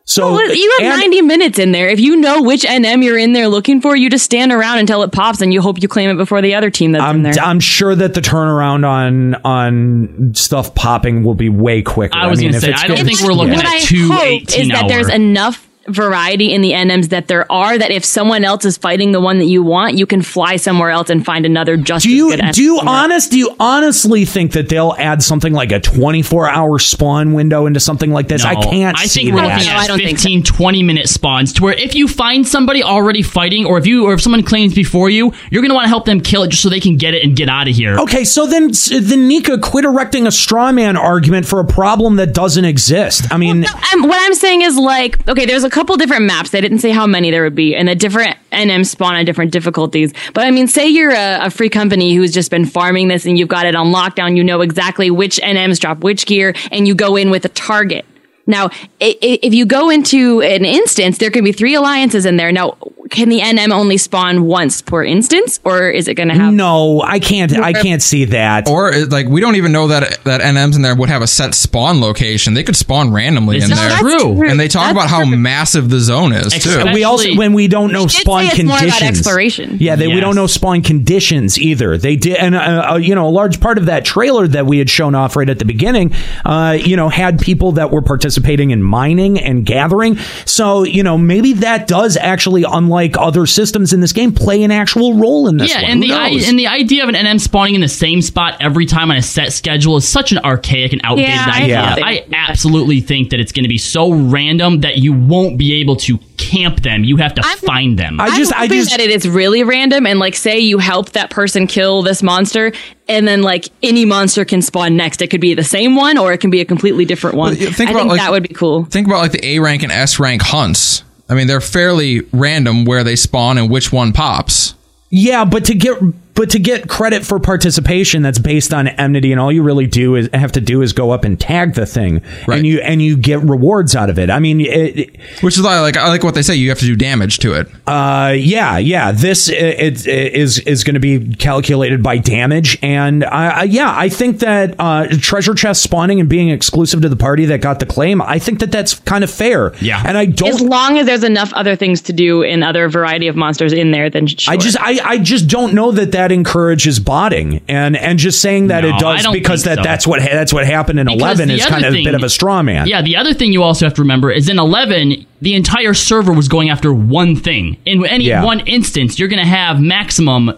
Speaker 9: So
Speaker 11: Well, you have
Speaker 9: and-
Speaker 11: 90 minutes in there. If you know which NM you're in there looking for, you just stand around until it pops and you hope you claim it before the other team that's in there.
Speaker 9: I'm sure that the turnaround on on stuff popping will be way quicker.
Speaker 12: I was gonna
Speaker 9: if
Speaker 12: say,
Speaker 9: it's
Speaker 12: I don't
Speaker 9: good-
Speaker 12: think we're looking
Speaker 11: what
Speaker 12: at
Speaker 11: I
Speaker 12: two
Speaker 11: hope is
Speaker 12: 18
Speaker 11: that there's
Speaker 12: hour.
Speaker 11: enough variety in the NMs that there are that if someone else is fighting the one that you want, you can fly somewhere else and find another just do you, as good NM
Speaker 9: Do you
Speaker 11: somewhere.
Speaker 9: honest? Do you honestly think that they'll add something like a 24 hour spawn window into something like this? I
Speaker 12: No,
Speaker 9: can't.
Speaker 12: I
Speaker 9: see
Speaker 12: think we're
Speaker 9: that.
Speaker 12: looking at 15, 20 minute spawns to where if you find somebody already fighting, or if you, or if someone claims before you, you're gonna want to help them kill it just so they can get it and get out of here.
Speaker 9: Okay, so then s- then Nika quit erecting a straw man argument for a problem that doesn't exist. I mean,
Speaker 11: I'm, what I'm saying is like, okay, there's a couple different maps. They didn't say how many there would be, and a different NM spawn on different difficulties. But I mean, say you're a, a free company who's just been farming this and you've got it on lockdown. You know exactly which NMs drop which gear, and you go in with a target. Now, i- i- if you go into an instance, there can be three alliances in there. Now, can the NM only spawn once per instance, or is it going to have?
Speaker 9: No, I can't. I can't see that.
Speaker 1: Or it- like, we don't even know that that NMs in there would have a set spawn location. They could spawn randomly
Speaker 9: This
Speaker 1: in
Speaker 9: is
Speaker 1: there.
Speaker 9: true. That's
Speaker 1: And they talk about how massive the zone is too.
Speaker 9: we also when we don't know spawn
Speaker 11: it's more about
Speaker 9: conditions.
Speaker 11: exploration.
Speaker 9: Yeah, they, we
Speaker 11: Yes.
Speaker 9: don't know spawn conditions either. They did, and uh, uh, you know, a large part of that trailer that we had shown off right at the beginning, uh, you know, had people that were participating in mining and gathering. So you know, maybe that does actually, unlike other systems in this game, play an actual role in this.
Speaker 12: yeah,
Speaker 9: one.
Speaker 12: and
Speaker 9: Who
Speaker 12: the I,
Speaker 9: knows?
Speaker 12: and the idea of an NM spawning in the same spot every time on a set schedule is such an archaic and outdated
Speaker 9: Yeah, I
Speaker 12: idea.
Speaker 9: don't
Speaker 12: I absolutely think that it's going to be so random that you won't be able to camp them. You have to find them.
Speaker 11: I just, I'm hoping that it is really random and like say you help that person kill this monster and then like any monster can spawn next. It could be the same one or it can be a completely different one.
Speaker 1: Well, yeah,
Speaker 11: I think that would be cool.
Speaker 1: Think about like the A rank and S rank hunts. I mean, they're fairly random where they spawn and which one pops.
Speaker 9: Yeah, but to get But to get credit for participation that's based on enmity, and all you really do is have to do is go up and tag the thing, and you and you get rewards out of it. I mean, it,
Speaker 1: which is like I like what they say. You have to do damage to it.
Speaker 9: Uh, yeah, yeah. This i- it, it is is going to be calculated by damage, and I, I, yeah, I think that uh, treasure chest spawning and being exclusive to the party that got the claim, I think that that's kind of fair. Yeah, and I don't
Speaker 11: As long as there's enough other things to do in other variety of monsters in there, then sure.
Speaker 9: I just I, I just don't know that that encourages botting and and just saying that
Speaker 12: No,
Speaker 9: it
Speaker 12: I
Speaker 9: does
Speaker 12: don't
Speaker 9: because
Speaker 12: think
Speaker 9: that
Speaker 12: so.
Speaker 9: that's what ha- that's what happened in
Speaker 12: Because
Speaker 9: eleven
Speaker 12: the
Speaker 9: is
Speaker 12: other
Speaker 9: kind of a
Speaker 12: thing-
Speaker 9: bit of a straw man.
Speaker 12: Yeah, the other thing you also have to remember is in 11, the entire server was going after one thing. In any
Speaker 9: Yeah.
Speaker 12: one instance, you're going to have maximum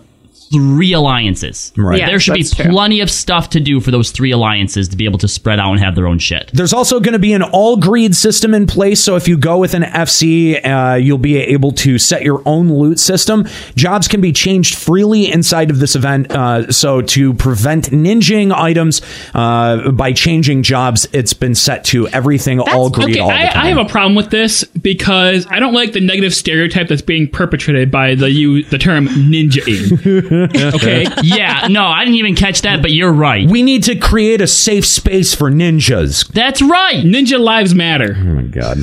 Speaker 12: three alliances.
Speaker 9: Right. Yeah,
Speaker 12: there should be plenty of stuff to do for those three alliances to be able to spread out and have their own shit.
Speaker 9: There's also going to be an all greed system in place. So if you go with an FC, uh, you'll be able to set your own loot system. Jobs can be changed freely inside of this event. Uh, so to prevent ninjing items uh, by changing jobs, it's been set to everything all greed all the
Speaker 10: I,
Speaker 9: time.
Speaker 10: I have a problem with this because I don't like the negative stereotype that's being perpetrated by the you the term ninjaing. okay,
Speaker 12: yeah, no, I didn't even catch that, but you're right.
Speaker 9: We need to create a safe space for ninjas.
Speaker 12: That's right.
Speaker 10: Ninja lives matter.
Speaker 9: Oh my god.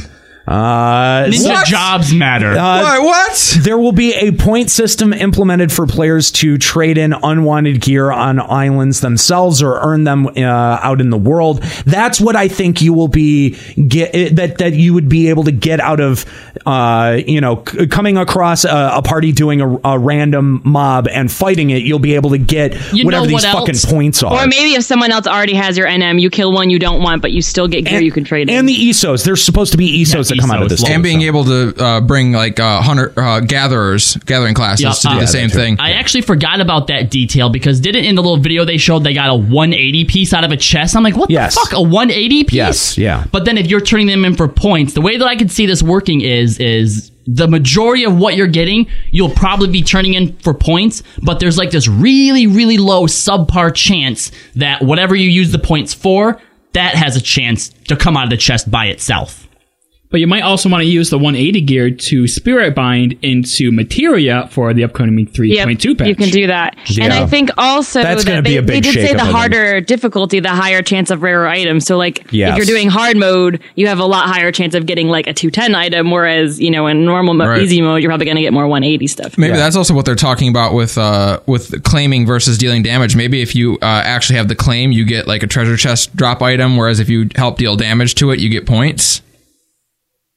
Speaker 9: Uh,
Speaker 12: Ninja What? jobs matter.
Speaker 1: Why, what?
Speaker 9: There will be a point system implemented for players to trade in unwanted gear on islands themselves or earn them uh, out in the world. That's what I think you will be get eh, that that you would be able to get out of uh, you know c- coming across a, a party doing a, a random mob and fighting it. You'll be able to get
Speaker 11: You know
Speaker 9: whatever these
Speaker 11: what else?
Speaker 9: fucking points are.
Speaker 11: Or maybe if someone else already has your NM, you kill one you don't want, but you still get gear you can trade in. E
Speaker 9: and the ESOs, there's supposed to be ESOs that come out of this.
Speaker 1: and being able to uh, bring like uh, hunter uh, gatherers, gathering classes
Speaker 12: Yeah,
Speaker 1: to do
Speaker 12: uh,
Speaker 1: the same thing.
Speaker 12: I actually forgot about that detail because didn't in the little video they showed they got a 180 piece out of a chest. I'm like, what
Speaker 9: Yes.
Speaker 12: the fuck, a 180 piece?
Speaker 9: Yes, yeah.
Speaker 12: But then if you're turning them in for points, the way that I could see this working is is the majority of what you're getting, you'll probably be turning in for points, but there's like this really really low subpar chance that whatever you use the points for, that has a chance to come out of the chest by itself.
Speaker 10: But you might also want to use the 180 gear to spirit bind into materia for the upcoming 3.2
Speaker 11: Yep,
Speaker 10: patch.
Speaker 11: You can do that. And
Speaker 10: Yeah.
Speaker 11: I think also
Speaker 10: That's
Speaker 11: that
Speaker 10: gonna
Speaker 11: they,
Speaker 10: be a
Speaker 11: they
Speaker 10: big
Speaker 11: did say
Speaker 10: shakeup,
Speaker 11: the
Speaker 10: I think.
Speaker 11: harder difficulty, the higher chance of rarer items. So like
Speaker 10: Yes.
Speaker 11: if you're doing hard mode, you have a lot higher chance of getting like a 210 item, whereas, you know, in normal mo-
Speaker 1: Right.
Speaker 11: easy mode, you're probably gonna get more 180 stuff.
Speaker 1: Maybe that's also what they're talking about with uh, with claiming versus dealing damage. Maybe if you uh, actually have the claim, you get like a treasure chest drop item, whereas if you help deal damage to it, you get points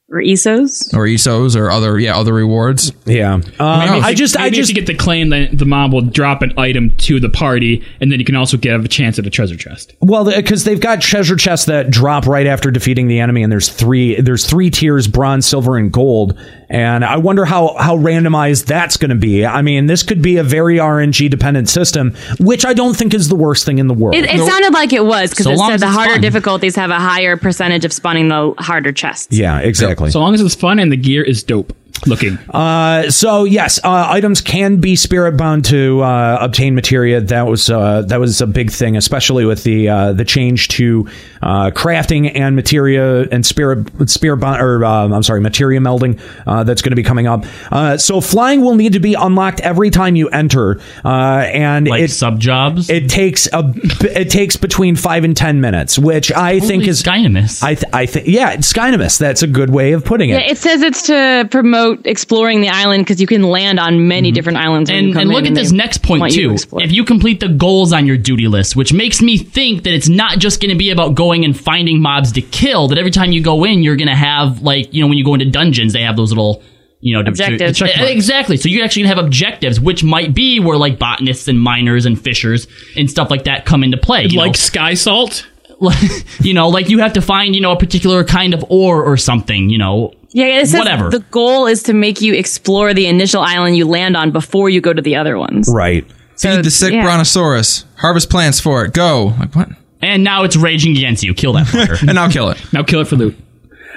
Speaker 11: or E ESOs
Speaker 1: or ESOs or other yeah other rewards.
Speaker 9: Yeah, Uh,
Speaker 10: Maybe if you- maybe if you get the claim that the mob will drop an item to the party, and then you can also give a chance at a treasure chest.
Speaker 9: Well, because they've got treasure chests that drop right after defeating the enemy, and there's three there's three tiers: bronze, silver, and gold. And I wonder how how randomized that's going to be. I mean, this could be a very RNG dependent system, which I don't think is the worst thing in the world.
Speaker 11: It, it sounded like it was because
Speaker 9: So
Speaker 11: it
Speaker 9: long
Speaker 11: said
Speaker 9: as
Speaker 11: the
Speaker 9: it's
Speaker 11: harder
Speaker 9: fun.
Speaker 11: difficulties have a higher percentage of spawning the harder chests.
Speaker 9: yeah, exactly.
Speaker 10: So long as it's fun and the gear is dope looking.
Speaker 9: Uh, so yes, uh, items can be spirit bound to uh, obtain materia. That was uh, that was a big thing, especially with the uh, the change to uh, crafting and materia and spirit spirit bound or um, I'm sorry, materia melding uh, that's going to be coming up. Uh, so flying will need to be unlocked every time you enter, uh, and like it,
Speaker 12: sub jobs.
Speaker 9: It takes a it takes between five and ten minutes, which I think is
Speaker 12: Skynimus.
Speaker 9: I th- I think yeah, it's Skynimus. That's a good way of putting it.
Speaker 11: Yeah, it says it's to promote exploring the island because you can land on many different islands. when you
Speaker 12: and,
Speaker 11: come
Speaker 12: and
Speaker 11: in
Speaker 12: look at
Speaker 11: they
Speaker 12: this next point
Speaker 11: want you to
Speaker 12: too.
Speaker 11: explore.
Speaker 12: If you complete the goals on your duty list, which makes me think that it's not just going to be about going and finding mobs to kill. That every time you go in, you're going to have like you know when you go into dungeons, they have those little you know to- to-
Speaker 11: Objectives.
Speaker 12: to-
Speaker 11: Check marks.
Speaker 12: exactly. So you're actually going to have objectives, which might be where like botanists and miners and fishers and stuff like that come into play. You
Speaker 10: like
Speaker 12: know?
Speaker 10: sky salt.
Speaker 12: you know, like you have to find you know a particular kind of ore or something. You know.
Speaker 11: Yeah, it says
Speaker 12: Whatever.
Speaker 11: the goal is to make you explore the initial island you land on before you go to the other ones.
Speaker 9: Right.
Speaker 1: Feed the sick
Speaker 11: yeah.
Speaker 1: brontosaurus. Harvest plants for it. Go. Like what?
Speaker 12: And now it's raging against you. Kill that fucker.
Speaker 1: and I'll kill it.
Speaker 10: Now kill it for loot.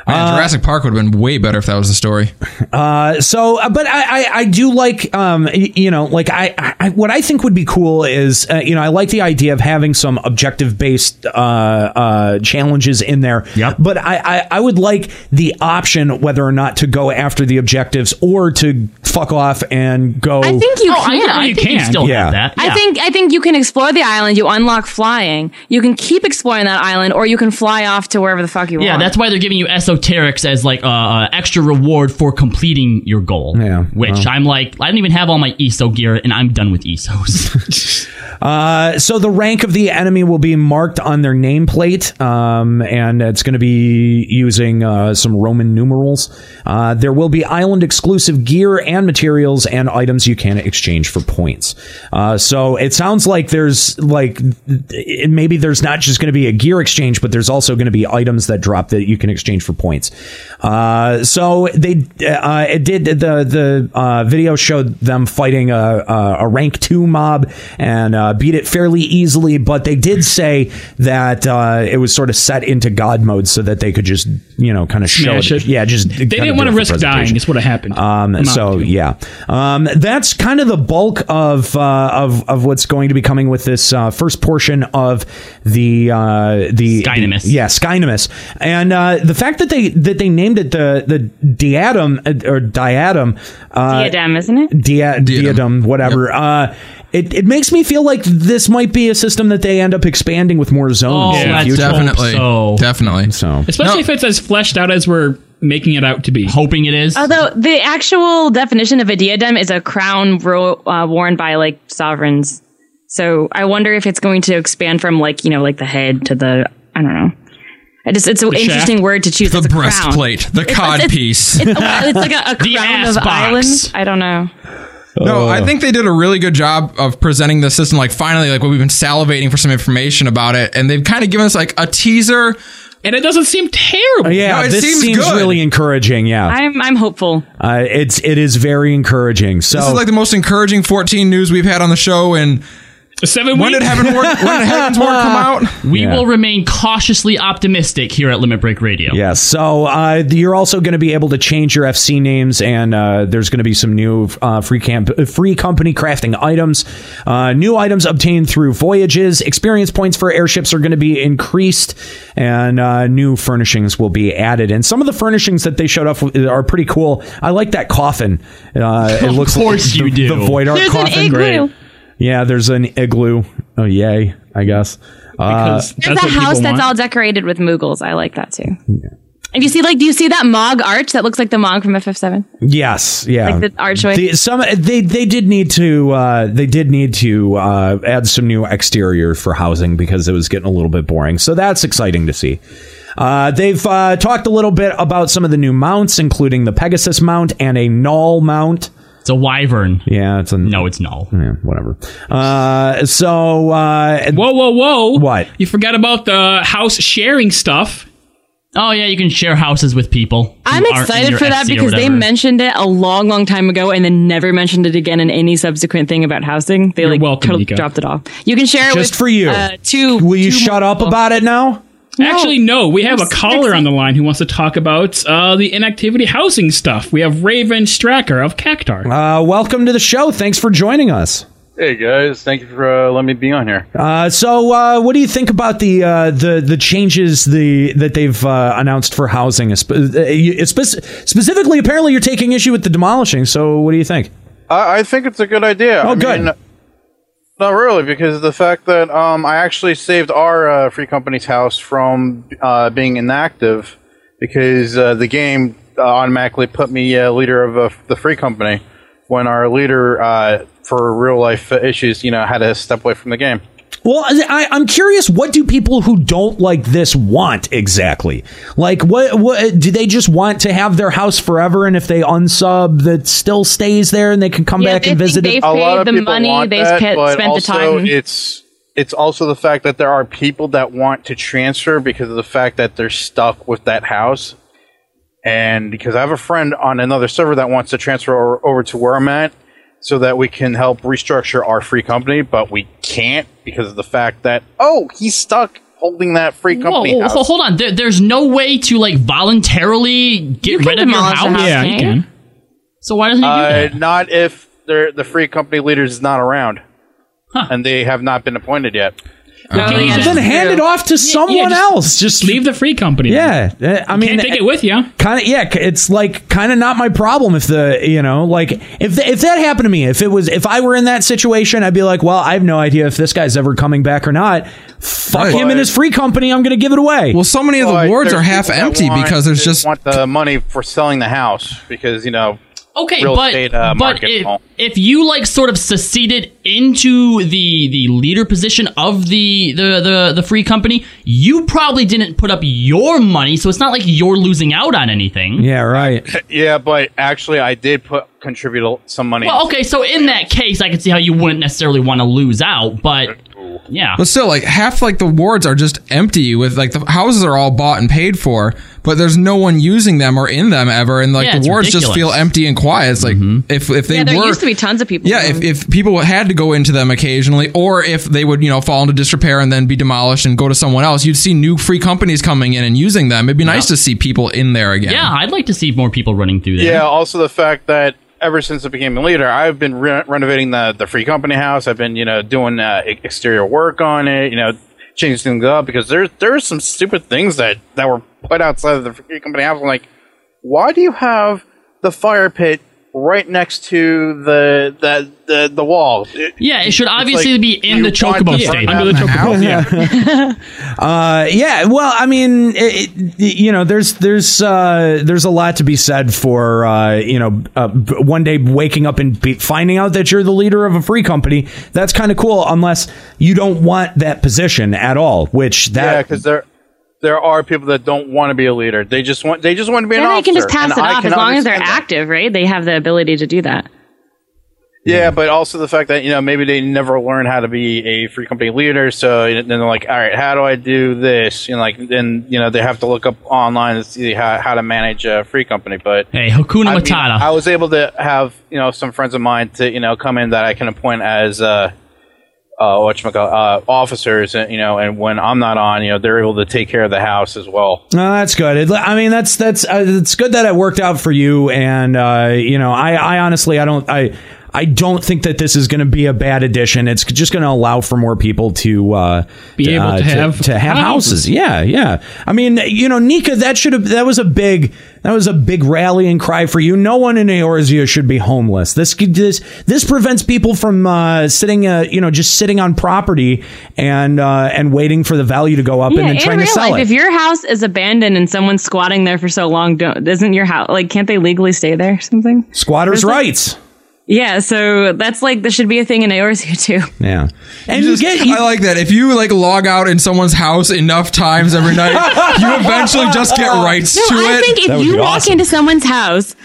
Speaker 11: Uh,
Speaker 1: Man, Jurassic Park would have been way better if that was the story.
Speaker 9: Uh, so, uh, but I, I, I do like, um, y- you know, like I, I- I, what I think would be cool is, uh, you know, I like the idea of having some objective based, uh, uh, challenges in there. Yeah. But I, I, I would like the option whether or not to go after the objectives or to fuck off and go.
Speaker 11: I think you
Speaker 12: Oh, I
Speaker 11: can.
Speaker 12: know you can. still
Speaker 9: yeah.
Speaker 12: have that.
Speaker 11: I think I think you can explore the island. You unlock flying. You can keep exploring that island, or you can fly off to wherever the fuck you
Speaker 12: Yeah,
Speaker 11: want.
Speaker 12: that's why they're giving you esoterics as like uh, uh, extra reward for completing your goal. Yeah, which
Speaker 9: well.
Speaker 12: I'm like, I don't even have all my ESO gear, and I'm done with E ESOs.
Speaker 9: Uh, so the rank of the enemy will be marked on their nameplate, um, and it's going to be using uh, some Roman numerals. Uh, there will be island exclusive gear and materials and items you can exchange for points. Uh, so it sounds like there's like it- maybe there's not just going to be a gear exchange, but there's also going to be items that drop that you can exchange for points. Uh, so they uh, it did the the uh, video showed them fighting a, a, a rank two mob and uh, beat it fairly easily, but they did say that uh, it was sort of set into god mode so that they could just you know kind of show
Speaker 10: Smash it.
Speaker 9: Yeah, just
Speaker 10: They didn't want to risk dying. Is what happened.
Speaker 9: Um,
Speaker 10: Amount
Speaker 9: so yeah, um, that's kind of the bulk of uh, of of what's going to be coming with this uh, first portion of the uh, the Skynimus. yeah, Skynimus, and uh, the fact that they that they named it the the diadem uh, or diadem uh,
Speaker 11: diadem, isn't it?
Speaker 9: Dia- diadem, whatever. Uh, it, it makes me feel like this might be a system that they end up expanding with more zones.
Speaker 10: Oh,
Speaker 9: in the
Speaker 10: let's
Speaker 9: future.
Speaker 10: hope Definitely. so.
Speaker 1: Definitely.
Speaker 9: So
Speaker 10: Especially if it's as fleshed out as we're making it out to be.
Speaker 12: Hoping it is.
Speaker 11: Although the actual definition of a diadem is a crown ro- uh, worn by like sovereigns, so I wonder if it's going to expand from like you know like the head to the I don't know. I just it's an
Speaker 1: The shaft?
Speaker 11: interesting word to choose.
Speaker 1: The
Speaker 11: It's a crown.
Speaker 1: breastplate, the
Speaker 11: It's- it's-
Speaker 1: codpiece.
Speaker 11: It's, well, it's like a, a crown of
Speaker 12: ass box.
Speaker 11: islands. I don't know.
Speaker 1: No, I think they did a really good job of presenting the system. Like finally, like what we've been salivating for some information about it, and they've kind of given us like a teaser.
Speaker 10: And it doesn't seem terrible.
Speaker 9: yeah,
Speaker 1: No, it
Speaker 9: this
Speaker 1: seems
Speaker 9: seems,
Speaker 1: good.
Speaker 9: really encouraging. Yeah,
Speaker 11: I'm I'm hopeful.
Speaker 9: uh, it's it is very encouraging. So
Speaker 1: This is like the most encouraging 14 news we've had on the show in
Speaker 10: seven.
Speaker 1: When did Heaven Ward? When did Heaven's Ward come out?
Speaker 12: We
Speaker 9: Yeah.
Speaker 12: will remain cautiously optimistic here at Limit Break Radio.
Speaker 9: Yes. So uh, you're also going to be able to change your FC names, and uh, there's going to be some new uh, free camp, uh, free company crafting items. Uh, new items obtained through voyages. Experience points for airships are going to be increased, and uh, new furnishings will be added. And some of the furnishings that they showed off with are pretty cool. I like that coffin. Uh, it
Speaker 12: Of
Speaker 9: looks
Speaker 12: course
Speaker 9: like
Speaker 12: you
Speaker 9: the,
Speaker 12: do.
Speaker 9: The void art
Speaker 12: There's an
Speaker 9: coffin.
Speaker 12: igloo.
Speaker 9: Yeah, there's an igloo. Oh yay! I guess. Uh,
Speaker 11: There's a house that's all decorated with muggles. I like that too. And you see, like, do you see that Mog arch that looks like the Mog from FF7?
Speaker 9: Yes, yeah.
Speaker 11: Like the archway?
Speaker 9: They, some they they did need to uh, they did need to uh, add some new exterior for housing because it was getting a little bit boring. So that's exciting to see. Uh, they've uh, talked a little bit about some of the new mounts, including the Pegasus mount and a Null mount.
Speaker 12: It's a wyvern.
Speaker 9: Yeah, it's a no.
Speaker 12: It's null.
Speaker 9: Yeah, whatever. Uh, so uh,
Speaker 10: whoa, whoa, whoa!
Speaker 9: What
Speaker 10: you forgot about the house sharing stuff?
Speaker 12: Oh yeah, you can share houses with people.
Speaker 11: I'm
Speaker 12: who aren't in
Speaker 11: excited
Speaker 12: your
Speaker 11: for that
Speaker 12: FC or
Speaker 11: because they
Speaker 12: whatever.
Speaker 11: mentioned it a long, long time ago and then never mentioned it again in any subsequent thing about housing. They like
Speaker 10: welcome,
Speaker 11: totally
Speaker 10: Nika.
Speaker 11: dropped it off. You can share it
Speaker 10: Just
Speaker 11: with,
Speaker 10: for you.
Speaker 11: Uh, two.
Speaker 9: Will you shut up about it now?
Speaker 10: Actually, no. We have a caller on the line who wants to talk about uh, the inactivity housing stuff. We have Raven Stracker of Cactar.
Speaker 9: uh, welcome to the show. Thanks for joining us.
Speaker 18: Hey guys, thank you for uh, letting me be on here.
Speaker 9: Uh, so, uh, what do you think about the uh, the the changes the that they've uh, announced for housing? Espe- uh, you- spec- specifically, apparently, you're taking issue with the demolishing. So, what do you think?
Speaker 18: I, I think it's a good idea. Oh, I good. Mean, not really, because the fact that um, I actually saved our uh, free company's house from uh, being inactive because uh, the game uh, automatically put me uh, leader of uh, the free company when our leader uh, for real life issues, you know, had to step away from the game.
Speaker 9: Well, I, I'm curious. What do people who don't like this want exactly? Like, what, what do they just want to have their house forever? And if they unsub, that still stays there, and they can come
Speaker 11: Yeah,
Speaker 9: back
Speaker 11: they
Speaker 9: and
Speaker 11: think
Speaker 9: visit it.
Speaker 11: they've paid the money, they've pe-
Speaker 18: but
Speaker 11: spent the
Speaker 18: also
Speaker 11: time.
Speaker 18: It's it's also the fact that there are people that want to transfer because of the fact that they're stuck with that house, and because I have a friend on another server that wants to transfer over, over to where I'm at, so that we can help restructure our free company, but we can't because of the fact that oh he's stuck holding that free
Speaker 12: Whoa,
Speaker 18: company
Speaker 12: whoa,
Speaker 18: house.
Speaker 12: hold on. There, there's no way to like voluntarily get
Speaker 18: can
Speaker 12: rid of your
Speaker 18: demolish
Speaker 12: house.
Speaker 18: a house, Yeah, you can't you? can.
Speaker 12: So why doesn't he do
Speaker 18: Uh,
Speaker 12: that?
Speaker 18: not if they're- the free company leader is not around, and they have not been appointed yet.
Speaker 9: then hand it off to someone else. Just
Speaker 10: leave the free company.
Speaker 9: Yeah, uh, I mean,
Speaker 10: Can't take it with you.
Speaker 9: Kind of, yeah. c- It's like kind of not my problem if the you know, like if th- if that happened to me, if it was if I were in that situation, I'd be like, well, I have no idea if this guy's ever coming back or not. Fuck him and his free company. I'm gonna give it away.
Speaker 1: Well, so many
Speaker 18: But there's people that want- they want the money for selling the house because you know.
Speaker 12: Okay,
Speaker 18: real
Speaker 12: but
Speaker 18: estate, uh,
Speaker 12: but
Speaker 18: market
Speaker 12: if,
Speaker 18: fall.
Speaker 12: if you like sort of seceded into the the leader position of the, the the the free company, you probably didn't put up your money, so it's not like you're losing out on anything.
Speaker 9: Yeah, right.
Speaker 18: yeah, but actually, I did put contribute a- some money.
Speaker 12: Well, okay, so in that case, I could see how you wouldn't necessarily want to lose out, but yeah,
Speaker 1: But still, like half like the wards are just empty with like the houses are all bought and paid for, but there's no one using them or in them ever, and like
Speaker 11: Yeah, it's
Speaker 1: the wards just feel
Speaker 11: ridiculous. Mm-hmm.
Speaker 1: empty and quiet. It's like if if they
Speaker 11: yeah, there
Speaker 1: were
Speaker 11: used to be tons of people.
Speaker 1: yeah, if, if people had to go into them occasionally, or if they would, you know, fall into disrepair and then be demolished and go to someone else, you'd see new free companies coming in and using them. It'd be nice to see people in there again.
Speaker 12: yeah, I'd like to see more people running through there.
Speaker 18: Yeah. Also, the fact that ever since I became a leader, I've been re- renovating the the free company house. I've been you know doing uh, e- exterior work on it. You know, changing things up because there's there's some stupid things that that were put outside of the free company house. I'm like, why do you have the fire pit right next to the the the, the wall? It-
Speaker 12: Yeah, it should
Speaker 18: it's
Speaker 12: obviously
Speaker 18: like,
Speaker 12: be in
Speaker 18: you
Speaker 12: the
Speaker 18: want
Speaker 12: chocobo
Speaker 18: to burn
Speaker 12: state.
Speaker 18: down the house?
Speaker 9: yeah. uh, yeah. Well, I mean, it, it, you know, there's there's uh, there's a lot to be said for uh, you know uh, b- one day waking up and be, finding out that you're the leader of a free company. That's kind of cool, unless you don't want that position at all. Which
Speaker 18: Yeah,
Speaker 9: that
Speaker 18: because there there are people that don't want to be a leader. They just want they just want to be an
Speaker 11: Then they
Speaker 18: officer.
Speaker 11: can just pass
Speaker 18: and
Speaker 11: it
Speaker 18: I
Speaker 11: off
Speaker 18: can
Speaker 11: as long as they're
Speaker 18: understand that.
Speaker 11: active, right? They have the ability to do that.
Speaker 18: Yeah, but also the fact that you know maybe they never learn how to be a free company leader, so you know, then they're like, all right, how do I do this? You know, like then you know they have to look up online to see how, how to manage a free company. But
Speaker 12: Hey, Hakuna
Speaker 18: I mean,
Speaker 12: Matata.
Speaker 18: I was able to have you know some friends of mine to you know come in that I can appoint as uh, uh, whatchamacallit, uh officers, and, you know, and when I'm not on, you know, they're able to take care of the house as well.
Speaker 9: No, that's good. It, I mean, that's that's uh, it's good that it worked out for you. And uh, you know, I, I honestly, I don't, I, I don't think that this is going to be a bad addition. It's just going to allow for more people to uh,
Speaker 10: Be able
Speaker 9: uh,
Speaker 10: to have
Speaker 9: to have houses.
Speaker 10: houses.
Speaker 9: Yeah, yeah. I mean, you know, Nika, that should have that was a big that was a big rallying cry for you. No one in Eorzea should be homeless. This could- this this prevents people from uh, sitting, uh, you know, just sitting on property and uh, and waiting for the value to go up and then
Speaker 11: in
Speaker 9: trying
Speaker 11: real
Speaker 9: to sell
Speaker 11: life,
Speaker 9: it.
Speaker 11: if your house is abandoned and someone's squatting there for so long, don't, isn't your house like can't they legally stay there or something?
Speaker 9: Squatters'
Speaker 11: There's, like-
Speaker 9: rights.
Speaker 11: Yeah, so that's like there should be a thing in Eorzea too.
Speaker 9: Yeah.
Speaker 1: And you just, I like that. If you like log out in someone's house enough times every night, you eventually just get rights
Speaker 11: No,
Speaker 1: to
Speaker 11: I
Speaker 1: it.
Speaker 11: think if you walk into someone's house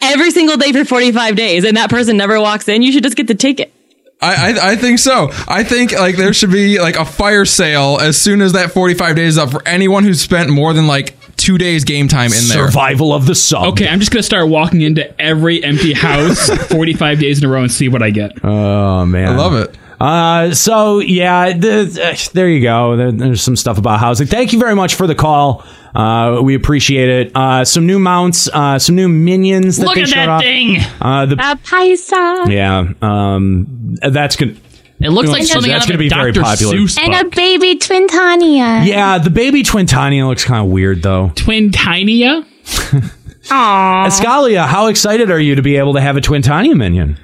Speaker 11: every single day for 45 days and that person never walks in, you should just get the ticket.
Speaker 1: I, I, I think so. I think like there should be like a fire sale as soon as that 45 days is up for anyone who's spent more than like two days game time in there.
Speaker 9: Survival of the sub.
Speaker 10: Okay, I'm just gonna start walking into every empty house 45 days in a row and see what I get.
Speaker 9: Oh man,
Speaker 10: I love
Speaker 1: it.
Speaker 9: Uh, so yeah, th- th- there you go. There, there's some stuff about housing. Thank you very much for the call. Uh, we appreciate it. Uh, some new mounts, uh, some new minions. That
Speaker 12: Look
Speaker 9: they
Speaker 12: at
Speaker 9: showed
Speaker 12: that
Speaker 9: off.
Speaker 12: thing!
Speaker 9: Uh, the
Speaker 11: A paisa.
Speaker 9: yeah, um, that's gonna.
Speaker 12: It looks like
Speaker 9: that's
Speaker 12: something
Speaker 9: gonna
Speaker 12: out of a
Speaker 9: be very
Speaker 12: Dr.
Speaker 9: popular.
Speaker 12: Seuss
Speaker 11: And a baby Twintania.
Speaker 9: Yeah, the baby Twintania looks kind of weird though.
Speaker 10: Twintinia?
Speaker 11: Aww.
Speaker 9: Escalia, how excited are you to be able to have a Twintania minion?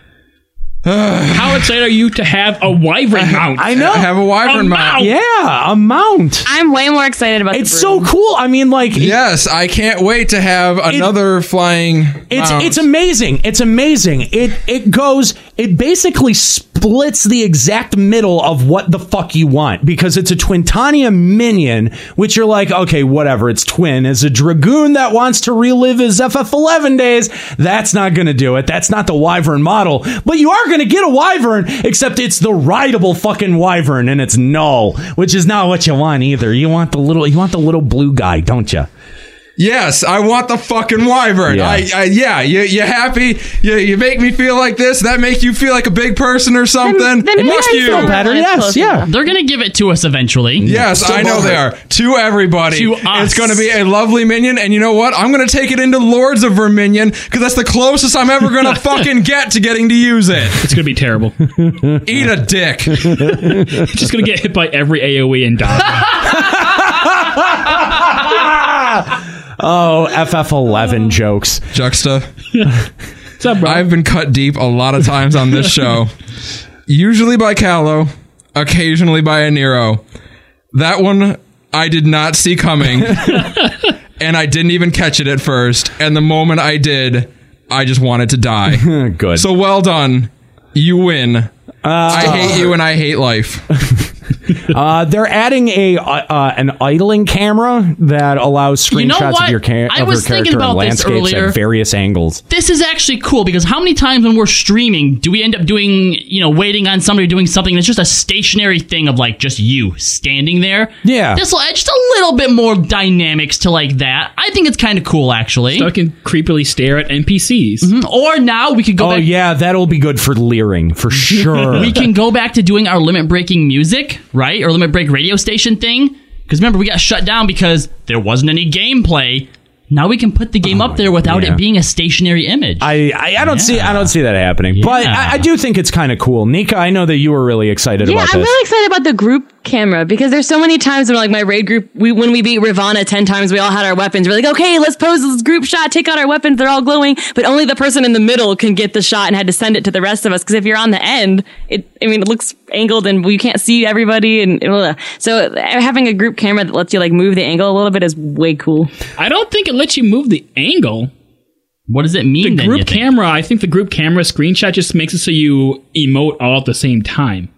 Speaker 10: How excited are you to have a wyvern mount? I
Speaker 9: know.
Speaker 1: Have a wyvern mount.
Speaker 9: Yeah, a mount.
Speaker 11: I'm way more excited about
Speaker 9: It's so cool. I mean, like
Speaker 1: yes, I can't wait to have another flying. um,
Speaker 9: It's
Speaker 1: mount.
Speaker 9: it's amazing. It's amazing. It it goes. It basically splits the exact middle of what the fuck you want because it's a Twintania minion, which you're like, okay, whatever. It's twin. Is a dragoon that wants to relive his FF11 days. That's not gonna do it. That's not the wyvern model. But you are gonna get a wyvern, except it's the rideable fucking wyvern, and it's null, which is not what you want either. You want the little you want the little blue guy, don't you?
Speaker 1: Yes, I want the fucking wyvern.
Speaker 9: Yeah.
Speaker 1: I, I yeah, you you happy? You, you make me feel like this. That make you feel like a big person or something?
Speaker 11: then maybe
Speaker 1: Fuck
Speaker 11: I
Speaker 1: you.
Speaker 11: feel better, That's yes, close yeah. enough.
Speaker 12: They're gonna give it to us eventually.
Speaker 1: Yes, I know they are. To everybody.
Speaker 12: To us.
Speaker 1: It's going to be a lovely minion. And you know what? I'm going to take it into Lords of Verminion because that's the closest I'm ever going to fucking get to getting to use it.
Speaker 10: It's going to be terrible.
Speaker 1: Eat a dick.
Speaker 10: Just going to get hit by every AoE and die.
Speaker 9: Oh, FF11 jokes.
Speaker 1: Juxta. I've been cut deep a lot of times on this show, usually by Callow, occasionally by a Nero. That one I did not see coming, and I didn't even catch it at first. And the moment I did, I just wanted to die.
Speaker 9: Good.
Speaker 1: So well done. You win. I hate you and I hate life.
Speaker 9: Uh, they're adding a uh, uh, an idling camera that allows screenshots
Speaker 12: You know
Speaker 9: of
Speaker 12: what?
Speaker 9: your, ca-
Speaker 12: I
Speaker 9: of
Speaker 12: was
Speaker 9: your character
Speaker 12: thinking
Speaker 9: and
Speaker 12: about this
Speaker 9: landscapes
Speaker 12: earlier.
Speaker 9: at various angles.
Speaker 12: This is actually cool because how many times when we're streaming do we end up doing, you know, waiting on somebody doing something that's just a stationary thing of like just you standing there?
Speaker 9: Yeah.
Speaker 12: This will add just a little bit more dynamics to like that. I think it's kind of cool actually. So I
Speaker 10: can creepily stare at NPCs.
Speaker 12: Or now we could go
Speaker 9: oh
Speaker 12: back
Speaker 9: yeah, that'll be good for leering for sure.
Speaker 12: we can go back to doing our limit breaking music, right? Or limit break radio station thing. Because remember, we got shut down because there wasn't any gameplay. Now we can put the game up there without
Speaker 9: Oh, yeah.
Speaker 12: it being a stationary image.
Speaker 9: I, I, I don't see I don't see that happening, but I, I do think it's kind of cool. Nika, I know that you were really excited
Speaker 11: Yeah,
Speaker 9: about
Speaker 11: I'm
Speaker 9: this.
Speaker 11: really excited about the group camera because there's so many times when like my raid group, we when we beat Ravana ten times, we all had our weapons. We're like, okay, let's pose this group shot, take out our weapons, they're all glowing, but only the person in the middle can get the shot and had to send it to the rest of us because if you're on the end, it I mean it looks angled and you can't see everybody and blah. so uh, having a group camera that lets you like move the angle a little bit is way cool.
Speaker 10: I don't think it lets you move the angle.
Speaker 12: What does it mean?
Speaker 10: The
Speaker 12: then, you
Speaker 10: group
Speaker 12: think?
Speaker 10: camera. I think the group camera screenshot just makes it so you emote all at the same time.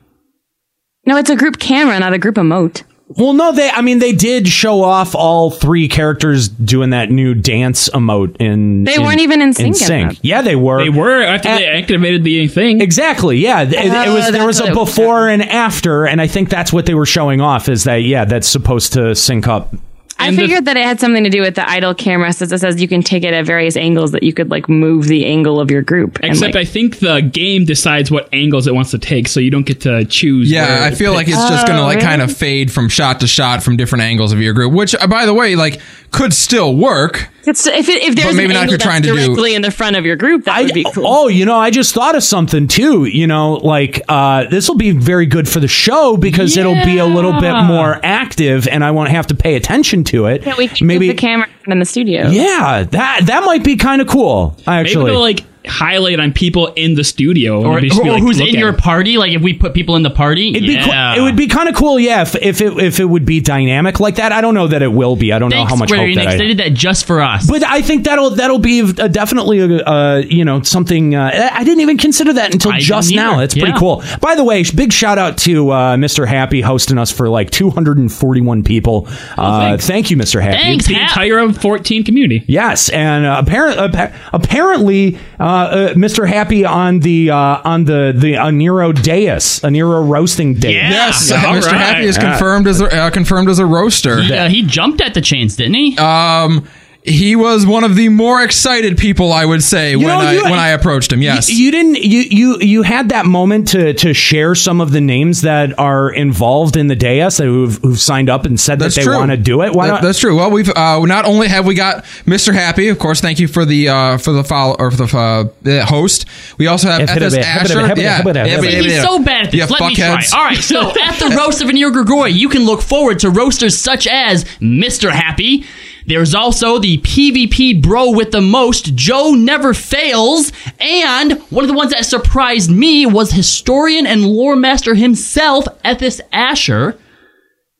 Speaker 11: No, it's a group camera, not a group emote.
Speaker 9: Well, no, they. I mean, they did show off all three characters doing that new dance emote in.
Speaker 11: They weren't even in sync in
Speaker 9: sync.
Speaker 11: that.
Speaker 9: Yeah, they were.
Speaker 10: They were after they activated the thing.
Speaker 9: Exactly. Yeah, Th- it, it
Speaker 10: Oh,
Speaker 11: Uh,
Speaker 9: was. There
Speaker 10: that's
Speaker 9: was
Speaker 10: what
Speaker 9: a
Speaker 10: it was.
Speaker 9: before and after, and I think that's what they were showing off. Is that yeah? That's supposed to sync up.
Speaker 11: I figured that it had something to do with the idle camera, since it says you can take it at various angles that you could like move the angle of your group. and,
Speaker 10: Except
Speaker 11: like-
Speaker 10: I think the game decides what angles it wants to take, so you don't get to choose.
Speaker 1: Yeah, I feel like it's just gonna like kind of fade from shot to shot from different angles of your group, which, uh, by the way, like could still work.
Speaker 11: It's, if, it, if there's
Speaker 1: maybe
Speaker 11: an
Speaker 1: not if
Speaker 11: angle
Speaker 1: you're trying
Speaker 11: that's
Speaker 1: to do-
Speaker 11: directly in the front of your group, that would be cool.
Speaker 9: Oh, you know, I just thought of something too. You know, like uh, this will be very good for the show because it'll be a little bit
Speaker 11: Yeah.
Speaker 9: more active, and I won't have to pay attention to it.
Speaker 11: Can't we keep the camera in the studio?
Speaker 9: Yeah, that that might be kind of cool. Actually,
Speaker 10: maybe they'll like highlight on people in the studio
Speaker 12: Or,
Speaker 10: and just
Speaker 12: or
Speaker 10: be like,
Speaker 12: who's
Speaker 10: look
Speaker 12: in
Speaker 10: at
Speaker 12: your
Speaker 10: it.
Speaker 12: party? Like if we put people in the party,
Speaker 9: It'd be
Speaker 12: yeah.
Speaker 9: cool. It would be kind of cool, yeah, if if it, if it would be dynamic like that. I don't know that it will be. I don't know
Speaker 12: Thanks,
Speaker 9: how much
Speaker 12: Square
Speaker 9: hope
Speaker 12: Enix.
Speaker 9: that I.
Speaker 12: They did that just for us.
Speaker 9: But I think that'll that'll be uh definitely a, uh, you know something. Uh, I- I didn't even consider that until
Speaker 12: I didn't
Speaker 9: just now.
Speaker 12: either.
Speaker 9: That's pretty
Speaker 12: Yeah.
Speaker 9: cool. By the way, sh- big shout out to uh, Mr. Happy hosting us for like 241 people.
Speaker 12: Oh,
Speaker 9: Uh, thank you, Mr. Happy.
Speaker 10: It's the entire of 14 community.
Speaker 9: Yes, and uh, apparent, appa- apparently, uh, uh, Mr. Happy on the uh, on the the Aniro Dais, Aniro roasting dais.
Speaker 1: Yes, Mr. Happy is confirmed as a, uh, confirmed as a roaster.
Speaker 12: He, uh, he jumped at the chains, didn't he?
Speaker 1: Um, he was one of the more excited people, I would say, when
Speaker 9: know,
Speaker 1: I
Speaker 9: you-
Speaker 1: when I approached him. Yes,
Speaker 9: Y- You didn't you you you had that moment to to share some of the names that are involved in the dais that who've, who've signed up and said
Speaker 1: that's
Speaker 9: that they
Speaker 1: true.
Speaker 9: want to do it. Why
Speaker 1: That-
Speaker 9: not?
Speaker 1: That's true. Well, we've uh, not only have we got Mr. Happy, of course. Thank you for the uh, for the follow or for the uh, the host. We also have
Speaker 9: Hibba
Speaker 1: FS
Speaker 9: hibba hibba
Speaker 1: Asher.
Speaker 9: hibba
Speaker 1: Yeah,
Speaker 9: hibba hibba
Speaker 1: hibba
Speaker 9: hibba.
Speaker 12: He's
Speaker 1: hibba.
Speaker 12: so bad at this.
Speaker 1: Yeah,
Speaker 12: Let me try.
Speaker 1: fuckheads.
Speaker 12: All right, so at the roast of Anir Grigori, you can look forward to roasters such as Mr. Happy. There's also the PvP bro with the most, Joe Never Fails. And one of the ones that surprised me was historian and lore master himself, Ethis Asher.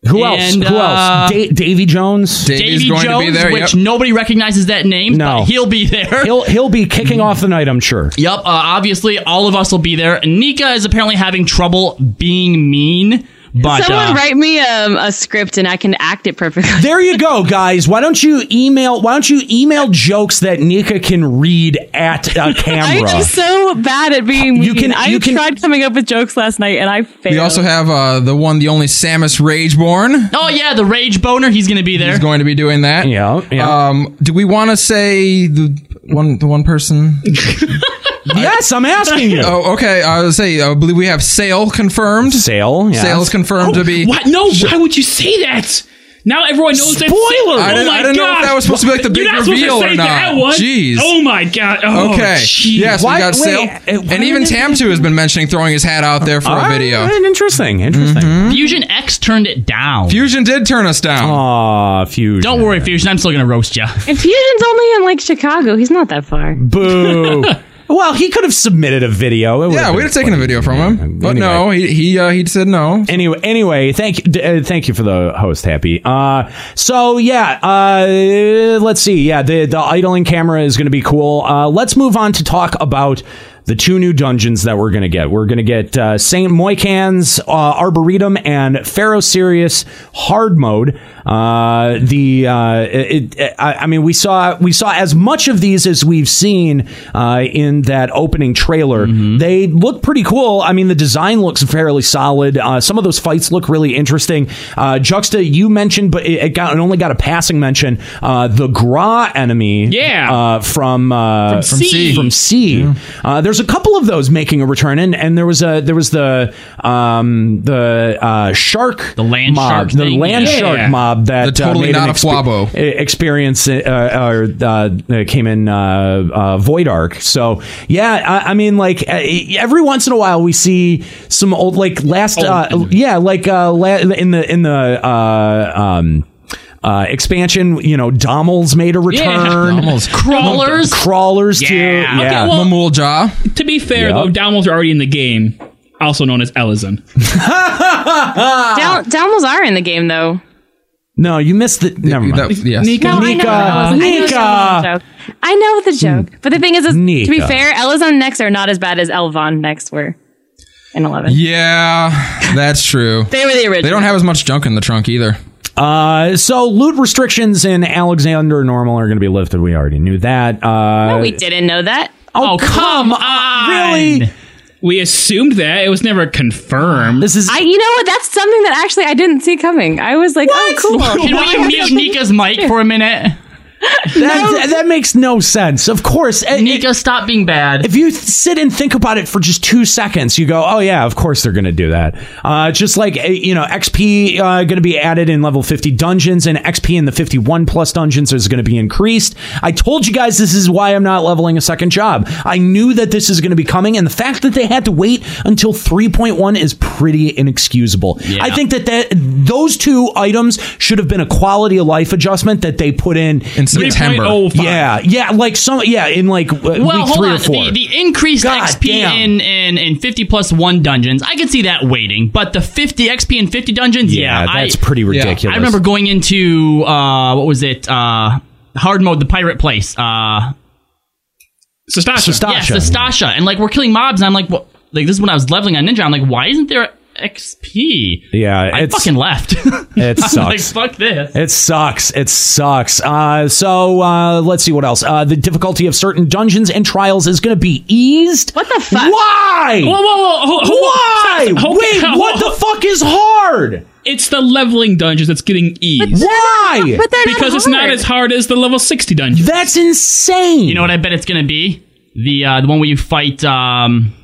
Speaker 9: Who else?
Speaker 12: And,
Speaker 9: Who
Speaker 12: uh,
Speaker 9: else? Da- Davy Jones.
Speaker 12: Davy Jones, which nobody recognizes that name,
Speaker 9: No.
Speaker 12: but he'll be there.
Speaker 9: He'll he'll be kicking off the night. I'm sure.
Speaker 12: Yep. Uh, obviously, all of us will be there. Nika is apparently having trouble being mean,
Speaker 9: But
Speaker 11: Someone
Speaker 9: uh,
Speaker 11: write me um, a script and I can act it perfectly.
Speaker 9: there you go, guys. Why don't you email? Why don't you email jokes that Nika can read at a camera?
Speaker 11: I'm so bad at being mean.
Speaker 1: You can-
Speaker 11: I
Speaker 1: you can-
Speaker 11: tried coming up with jokes last night and I failed.
Speaker 1: We also have uh, the one, the only Samus Rageborn.
Speaker 12: Oh yeah, the Rage Boner. He's going to be there.
Speaker 1: He's going to be doing that.
Speaker 9: Yeah,
Speaker 1: yeah. Um, do we want to say the one, the one person?
Speaker 9: yes, I'm asking you.
Speaker 1: Oh, okay. I would say I believe we have Sale Oh, confirmed.
Speaker 9: Sale, yeah.
Speaker 1: Sale's confirmed to be.
Speaker 10: What? No, why would you say that? Now everyone knows that. Spoiler!
Speaker 1: I
Speaker 10: oh
Speaker 1: didn't-
Speaker 10: my
Speaker 1: I didn't know if
Speaker 10: gosh.
Speaker 1: that was supposed to be like the
Speaker 10: You're
Speaker 1: big
Speaker 10: not supposed to
Speaker 1: reveal or
Speaker 10: say
Speaker 1: not.
Speaker 10: That one.
Speaker 1: Jeez.
Speaker 10: Oh my god. Oh,
Speaker 1: okay.
Speaker 10: jeez.
Speaker 1: Yes, we got Sale, and even Tamtu has been mentioning throwing his hat out there for a video. Mm-hmm.
Speaker 9: Interesting. Interesting.
Speaker 12: Fusion X turned it down.
Speaker 1: Fusion did turn us down.
Speaker 9: Aw, Fusion.
Speaker 12: Don't worry, Fusion. I'm still going to roast you.
Speaker 11: And Fusion's only in like Chicago. He's not that far.
Speaker 9: Boo. well, he could have submitted a video. It
Speaker 1: Yeah, we'd have taken a video from him, but no, he he uh, he said no.
Speaker 9: Anyway, anyway, thank d- uh, thank you for the host, Happy. Uh, so yeah, uh, let's see. Yeah, the the idling camera is going to be cool. Uh, let's move on to talk about the two new dungeons that we're going to get. We're going to get uh, Saint Moican's uh, Arboretum and Pharaoh Sirius Hard Mode. Uh, the uh, it, it- I, I mean, we saw we saw as much of these as we've seen uh, in that opening trailer.
Speaker 12: Mm-hmm.
Speaker 9: They look pretty cool. I mean, the design looks fairly solid. Uh, some of those fights look really interesting. Uh, Juxta, you mentioned, but it, it got it only got a passing mention. Uh, the Gra enemy, yeah, uh, from, uh,
Speaker 12: From C.
Speaker 9: from C. Uh, there's a couple of those making a return, and, and there was a there was the um, the uh, shark, the land mob,
Speaker 12: shark
Speaker 9: the
Speaker 12: thing,
Speaker 9: land
Speaker 12: yeah.
Speaker 9: shark
Speaker 12: Yeah.
Speaker 9: mob that uh,
Speaker 1: The totally
Speaker 9: made an
Speaker 1: not a Fwabo.
Speaker 9: e- experience uh, or uh, uh, came in uh, uh, Void Arc. So yeah, I, I mean, like uh, every once in a while we see some old like last uh, yeah, like uh, la- in the in the uh, um. Uh, expansion, you know, Dommel's made a return.
Speaker 10: Dommel's. Crawlers.
Speaker 9: crawlers too.
Speaker 10: Yeah. Okay,
Speaker 1: Oh.
Speaker 9: Yeah,
Speaker 10: well-
Speaker 1: Jaw.
Speaker 10: To be fair,
Speaker 9: Yep.
Speaker 10: though, Domino's are already in the game, also known as Ellison.
Speaker 1: Ah.
Speaker 11: Dal- Dalmals are in the game though.
Speaker 9: No, you missed the. Never mind.
Speaker 1: yes.
Speaker 10: Nika.
Speaker 11: No, I know that wasn't- I know that
Speaker 9: Nika.
Speaker 11: wasn't a joke. I know the joke, but the thing is, is to be
Speaker 1: Nika.
Speaker 11: fair, Elizon next are not as bad as Elvon next were in eleven.
Speaker 1: Yeah, that's true.
Speaker 11: They were the original.
Speaker 1: They don't have as much junk in the trunk either.
Speaker 9: Uh, so loot restrictions in Alexander Normal are going to be lifted. We already knew that. Uh,
Speaker 11: No, we didn't know that.
Speaker 9: Oh, come
Speaker 11: on!
Speaker 9: Really?
Speaker 10: We assumed that it was never confirmed.
Speaker 9: This
Speaker 11: I, you know what? That's something that actually I didn't see coming. I was like, oh, cool.
Speaker 12: Can we mute Nika's mic for a minute?
Speaker 9: That, that, that makes no sense. Of course, Nika,
Speaker 12: stop being bad.
Speaker 9: If you th- sit and think about it for just two seconds, you go, "Oh yeah, of course they're going to do that." Uh, just like uh, you know, XP uh, going to be added in level fifty dungeons, and XP in the fifty-one plus dungeons is going to be increased. I told you guys this is why I'm not leveling a second job. I knew that this is going to be coming, and the fact that they had to wait until three point one is pretty inexcusable. I think that that those two items should have been a quality of life adjustment that they put in in
Speaker 1: September. 3.05.
Speaker 9: Yeah, yeah, like some, yeah, in like uh,
Speaker 12: Oh, Well,
Speaker 9: week
Speaker 12: hold
Speaker 9: three
Speaker 12: on.
Speaker 9: or four.
Speaker 12: The, the increased XP in, in in fifty plus one dungeons, I could see that waiting. But the fifty XP in fifty dungeons, yeah,
Speaker 9: Yeah, that's
Speaker 12: I,
Speaker 9: pretty Yeah. ridiculous.
Speaker 12: I remember going into uh, what was it? Uh, hard mode, the pirate place. Uh,
Speaker 10: Sestasha.
Speaker 12: Yeah, Sestasha. And like we're killing mobs, and I'm like, what? Like this is when I was leveling on Ninja. I'm like, why isn't there XP?
Speaker 9: yeah,
Speaker 12: I
Speaker 9: it's,
Speaker 12: fucking left.
Speaker 9: it
Speaker 12: I'm like,
Speaker 9: sucks.
Speaker 12: fuck this.
Speaker 9: It sucks. It sucks. Uh, so uh, let's see what else. Uh, the difficulty of certain dungeons and trials is going to be eased. What the fuck? Why?
Speaker 10: Whoa, whoa, whoa! Hold, hold,
Speaker 9: Why?
Speaker 10: Stop, stop. Okay,
Speaker 9: Wait,
Speaker 10: hold-
Speaker 9: what the fuck is hard?
Speaker 10: It's the leveling dungeons that's getting eased.
Speaker 9: Why?
Speaker 10: But they're because it's not as hard as the level sixty dungeon.
Speaker 9: That's insane.
Speaker 12: You know what I bet it's gonna be? The uh, the one where you fight. Um,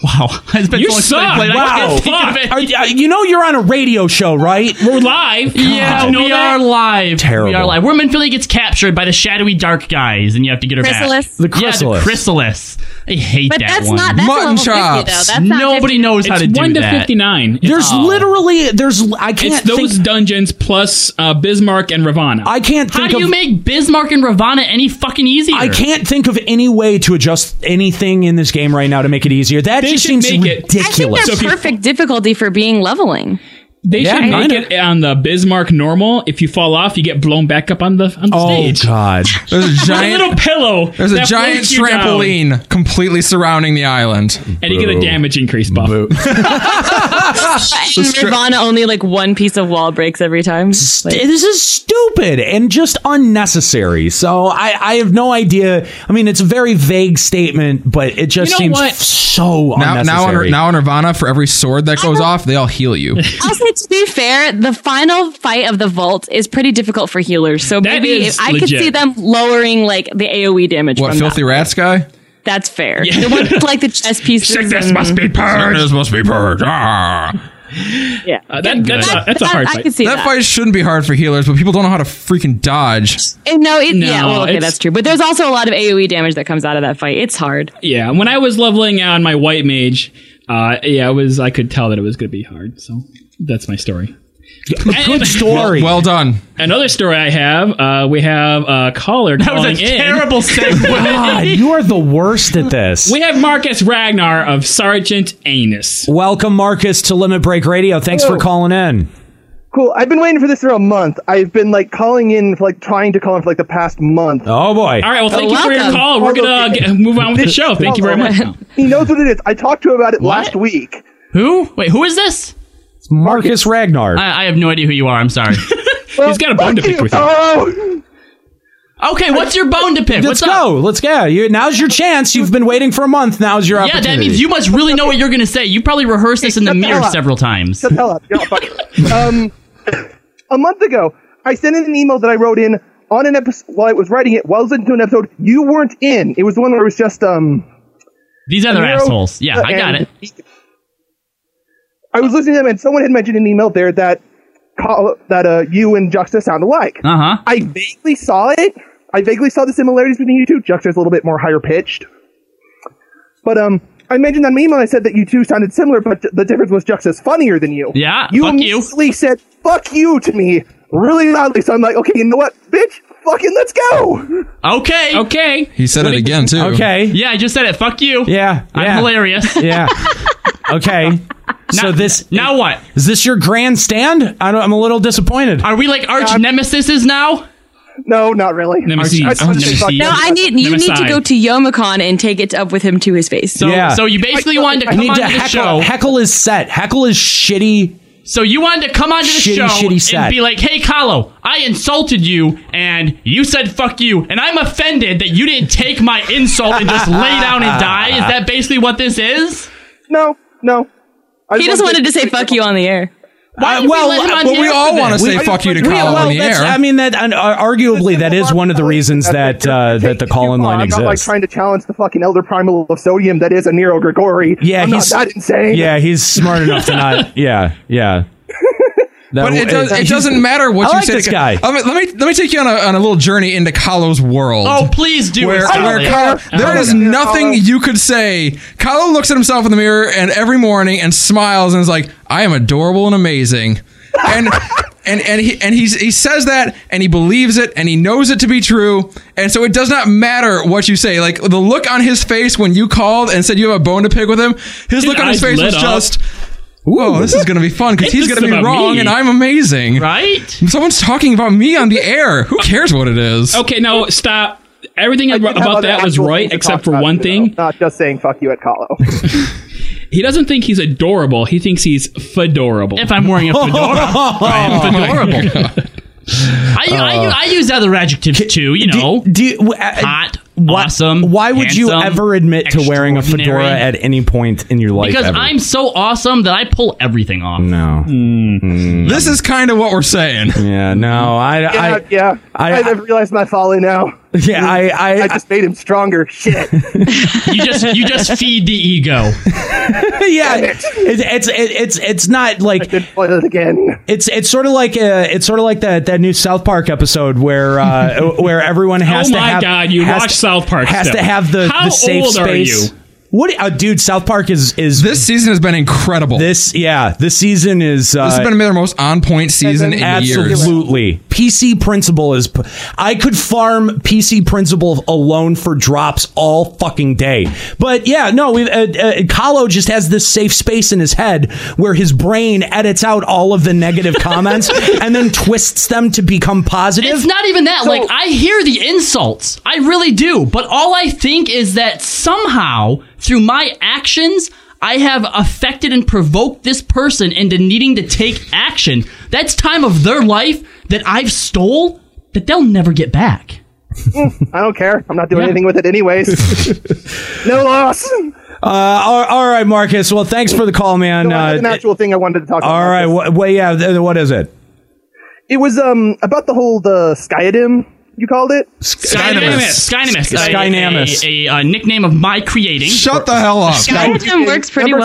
Speaker 12: wow, it's been
Speaker 10: You
Speaker 12: so long since I
Speaker 10: suck.
Speaker 12: played it, I
Speaker 10: Wow.
Speaker 12: can't think of it.
Speaker 9: Are, uh, you know you're on a radio show, right?
Speaker 10: We're live.
Speaker 12: Yeah,
Speaker 9: God.
Speaker 12: we are live.
Speaker 9: Terrible.
Speaker 12: We are live. Woman Philly gets captured by the shadowy dark guys, and you have to get her
Speaker 11: Chrysalis.
Speaker 12: back.
Speaker 11: The
Speaker 12: Yeah,
Speaker 11: chrysalis.
Speaker 12: the chrysalis. I hate
Speaker 11: But
Speaker 12: that
Speaker 11: that's
Speaker 12: one.
Speaker 11: not- that's a Mutton level 50, though. chops. That's not
Speaker 12: Nobody
Speaker 11: 50.
Speaker 12: knows how
Speaker 10: It's
Speaker 12: to do
Speaker 10: one to
Speaker 12: that.
Speaker 10: 59.
Speaker 9: There's
Speaker 10: Oh.
Speaker 9: literally there's I
Speaker 10: It's
Speaker 9: can't
Speaker 10: those
Speaker 9: think.
Speaker 10: dungeons plus uh, Bismarck and Ravana.
Speaker 9: I can't
Speaker 12: How
Speaker 9: think
Speaker 12: do
Speaker 9: of
Speaker 12: you make Bismarck and Ravana any fucking easier?
Speaker 9: I can't think of any way to adjust anything in this game right now to make it easier. That
Speaker 10: They
Speaker 9: just
Speaker 10: should
Speaker 9: seems
Speaker 10: make it-
Speaker 11: I think
Speaker 9: ridiculous.
Speaker 11: that's perfect difficulty for being leveling.
Speaker 10: They
Speaker 9: Yeah,
Speaker 10: should make
Speaker 9: kinda.
Speaker 10: it on the Bismarck normal. If you fall off, you get blown back up on the on
Speaker 9: Oh,
Speaker 10: the stage.
Speaker 9: God!
Speaker 1: There's a
Speaker 10: With a
Speaker 1: giant
Speaker 10: little pillow.
Speaker 1: There's a
Speaker 10: that
Speaker 1: giant
Speaker 10: floats you down.
Speaker 1: trampoline completely surrounding the island.
Speaker 10: And you get a Boo. damage increase buff.
Speaker 11: And Nirvana only like one piece of wall breaks every time. Like,
Speaker 9: this is stupid and just unnecessary. So I, I have no idea. I mean, it's a very vague statement, but it just
Speaker 11: You know
Speaker 9: seems
Speaker 11: what?
Speaker 9: f- so
Speaker 1: Now, now,
Speaker 9: unnecessary.
Speaker 1: on, now on Nirvana, for every sword that goes off, they all heal you.
Speaker 11: also, to be fair, the final fight of the vault is pretty difficult for healers. So maybe
Speaker 1: is
Speaker 11: if I could
Speaker 1: legit.
Speaker 11: see them lowering like the AOE damage.
Speaker 1: What,
Speaker 11: from that.
Speaker 1: filthy rats guy?
Speaker 11: That's fair. The one with, like the chess pieces. and-
Speaker 1: Sickness must be purged. Ah.
Speaker 11: Yeah,
Speaker 10: Uh, that, that's, a, that's a hard
Speaker 11: I
Speaker 10: fight.
Speaker 11: could see that.
Speaker 1: fight shouldn't be hard for healers, but people don't know how to freaking dodge.
Speaker 11: Eh, No, it,
Speaker 10: No,
Speaker 11: yeah, well, okay,
Speaker 10: it's-
Speaker 11: that's true. But there's also a lot of AOE damage that comes out of that fight. It's hard.
Speaker 10: Yeah, when I was leveling out my white mage, uh, yeah, it was I could tell that it was going to be hard. So that's my story. Good
Speaker 9: story.
Speaker 1: Well, done.
Speaker 10: Another story I have. Uh, we have a caller
Speaker 9: That was a
Speaker 10: calling in.
Speaker 9: terrible segue. God, you are the worst at this.
Speaker 10: We have Marcus Ragnar of Sergeant Anus.
Speaker 9: Welcome, Marcus, to Limit Break Radio. Thanks
Speaker 19: Hello.
Speaker 9: for calling in.
Speaker 19: Cool. I've been waiting for this for a month. I've been like calling in for like trying to call in for like the past month.
Speaker 9: Oh boy.
Speaker 10: All right, well, thank you for your call. We're gonna get, move on with the show. Thank you very much.
Speaker 19: He knows what it is. I talked to him about it last week.
Speaker 12: Who? Wait, who is this?
Speaker 9: Marcus Ragnar.
Speaker 12: I, I have no idea who you are. I'm sorry.
Speaker 10: He's got a bone to pick with you.
Speaker 12: Okay, what's your bone to pick?
Speaker 9: Let's
Speaker 12: What's up?
Speaker 9: go. Let's go. You, now's your chance. You've been waiting for a month. Now's your
Speaker 12: Yeah,
Speaker 9: opportunity.
Speaker 12: that means you must really know what you're going to say. You probably rehearsed this in the
Speaker 19: shut the
Speaker 12: mirror
Speaker 19: hell up.
Speaker 12: several times.
Speaker 19: Shut the hell up. You're not funny. um, a month ago, I sent in an email that I wrote in on an episode while I was writing it while I was listening to an episode. You weren't in. It was the one where it was just um.
Speaker 12: These other
Speaker 19: Nero-
Speaker 12: assholes. Yeah, I got it.
Speaker 19: I was listening to them, and someone had mentioned in an email there that call, that uh, you and Juxta sound alike.
Speaker 12: Uh huh.
Speaker 19: I vaguely saw it. I vaguely saw the similarities between you two. Juxta's a little bit more higher pitched, but um, I mentioned on my email. I said that you two sounded similar, but the difference was Juxta's funnier than you.
Speaker 12: Yeah,
Speaker 19: you
Speaker 12: fuck you.
Speaker 19: immediately said "fuck you" to me really loudly. So I'm like, okay, you know what, bitch, fucking let's go.
Speaker 12: Okay. Okay.
Speaker 1: He said it again, too.
Speaker 9: Okay.
Speaker 12: Yeah, I just said it. Fuck you.
Speaker 9: Yeah.
Speaker 12: I'm
Speaker 9: yeah.
Speaker 12: hilarious.
Speaker 9: Yeah. Okay. so this
Speaker 12: now what
Speaker 9: is this your grandstand? I don't, I'm a little disappointed.
Speaker 12: Are we like arch nemesis now? Oh,
Speaker 19: No, not really.
Speaker 9: Nemesis.
Speaker 19: I just wanted to say fuck
Speaker 11: No,
Speaker 19: you.
Speaker 11: I need you need to
Speaker 9: Nemesis.
Speaker 11: go to Yomicon and take it up with him to his face.
Speaker 12: So, so you basically wanted to
Speaker 9: I
Speaker 12: come
Speaker 9: need
Speaker 12: onto
Speaker 9: to
Speaker 12: the
Speaker 9: heckle,
Speaker 12: show.
Speaker 9: Heckle is set. Heckle is shitty.
Speaker 12: So you wanted to come onto the
Speaker 9: Shitty,
Speaker 12: show
Speaker 9: shitty set.
Speaker 12: and be like, "Hey, Kahlo, I insulted you, and you said fuck you, and I'm offended that you didn't take my insult and just lay down and die." Is that basically what this is?
Speaker 19: No, no. I
Speaker 11: he
Speaker 19: just
Speaker 11: just
Speaker 19: wanted
Speaker 11: wanted to say "fuck you" on the air.
Speaker 9: Uh,
Speaker 11: did we let him on
Speaker 9: uh,
Speaker 11: the air for that?
Speaker 1: say fuck you to Kyle on
Speaker 9: well,
Speaker 1: the
Speaker 9: that's-
Speaker 1: air.
Speaker 9: I mean, that and, uh, arguably that is one of the reasons that uh, that the call in
Speaker 19: I'm
Speaker 9: line
Speaker 19: not like
Speaker 9: exists.
Speaker 19: trying to challenge the fucking elder primal of sodium that is a Nero Grigori.
Speaker 9: Yeah,
Speaker 19: I'm
Speaker 9: he's
Speaker 19: not that insane.
Speaker 9: Yeah, he's smart enough to not. Yeah, yeah. That-
Speaker 1: But it, does, it
Speaker 9: he's-
Speaker 1: doesn't matter what
Speaker 9: I
Speaker 1: you
Speaker 9: like
Speaker 1: say.
Speaker 9: This
Speaker 1: to-
Speaker 9: guy.
Speaker 1: I mean, let me let me take you on a, on a little journey into Kahlo's world.
Speaker 12: Oh, please do.
Speaker 1: where,
Speaker 12: Sally.
Speaker 1: where Kyle- there is nothing you could say. Kahlo looks at himself in the mirror and every morning and smiles and is like, "I am adorable and amazing," and and and he and he's, he says that and he believes it and he knows it to be true. And so it does not matter what you say. Like the look on his face when you called and said you have a bone to pick with him, his
Speaker 10: His
Speaker 1: look on his
Speaker 10: eyes
Speaker 1: face
Speaker 10: lit
Speaker 1: was
Speaker 10: up.
Speaker 1: just. Whoa, this is going to be fun because
Speaker 10: It's
Speaker 1: he's
Speaker 10: just
Speaker 1: going to be
Speaker 10: about
Speaker 1: wrong
Speaker 10: me.
Speaker 1: and I'm amazing.
Speaker 12: Right?
Speaker 1: Someone's talking about me on the air. Who cares what it is?
Speaker 10: Okay, no, stop. Everything
Speaker 19: I did have
Speaker 10: about
Speaker 19: other
Speaker 10: that was
Speaker 19: actual
Speaker 10: right
Speaker 19: things to
Speaker 10: except
Speaker 19: talk
Speaker 10: for
Speaker 19: about,
Speaker 10: one
Speaker 19: though,
Speaker 10: thing.
Speaker 19: Not just saying fuck you at Kahlo.
Speaker 10: He doesn't think he's adorable. He thinks he's fedorable.
Speaker 12: If I'm wearing a fedora, I am fedorable. I,
Speaker 9: Uh,
Speaker 12: I, I use other adjectives too. You know,
Speaker 9: do, hot,
Speaker 12: awesome.
Speaker 9: uh, Why would you
Speaker 12: handsome,
Speaker 9: ever admit to wearing a fedora
Speaker 12: extraordinary.
Speaker 9: at any point in your life?
Speaker 12: Because
Speaker 9: ever?
Speaker 12: I'm so awesome that I pull everything off.
Speaker 9: No.
Speaker 1: This is kind of what we're saying.
Speaker 9: Yeah, no, I,
Speaker 19: yeah,
Speaker 9: I,
Speaker 19: yeah.
Speaker 9: I-
Speaker 19: I, have realized my folly now.
Speaker 9: Yeah, I, I,
Speaker 19: I just made him stronger. Shit.
Speaker 12: You just you just feed the ego.
Speaker 9: yeah, it's it's it, it's it's not like
Speaker 19: it again.
Speaker 9: It's it's sort of like uh it's sort of like that that new South Park episode where uh, where everyone has
Speaker 10: oh
Speaker 9: to
Speaker 10: my
Speaker 9: have
Speaker 10: god, you
Speaker 9: has
Speaker 10: watch
Speaker 9: to-
Speaker 10: South Park.
Speaker 9: has
Speaker 10: still.
Speaker 9: to have the,
Speaker 10: How
Speaker 9: the safe
Speaker 10: old
Speaker 9: space.
Speaker 10: Are you?
Speaker 9: What uh, dude? South Park is is
Speaker 1: this season has been incredible.
Speaker 9: This yeah, this season is uh,
Speaker 1: This has been their most on point season in
Speaker 9: absolutely.
Speaker 1: years.
Speaker 9: PC Principle is. p- I could farm PC Principle alone for drops all fucking day. But yeah, no, we, uh, uh, Kahlo just has this safe space in his head where his brain edits out all of the negative comments and then twists them to become positive.
Speaker 12: It's not even that.
Speaker 9: So-
Speaker 12: like I hear the insults, I really do. But all I think is that somehow through my actions, I have affected and provoked this person into needing to take action. That's time of their life that I've stole that they'll never get back.
Speaker 19: Mm, I don't care. I'm not doing anything with it anyways. no loss.
Speaker 9: Uh, all, all right, Marcus. Well, thanks for the call, man.
Speaker 19: No, I had an
Speaker 9: uh,
Speaker 19: actual thing I wanted to talk about.
Speaker 9: all right. Wha well, yeah. th- what is it?
Speaker 19: It was um about the whole the Skydim you called it.
Speaker 12: Skynamis. Skynamis. A-
Speaker 9: Skynamis.
Speaker 12: A, a, a nickname of my creating.
Speaker 1: Shut the hell up.
Speaker 19: Number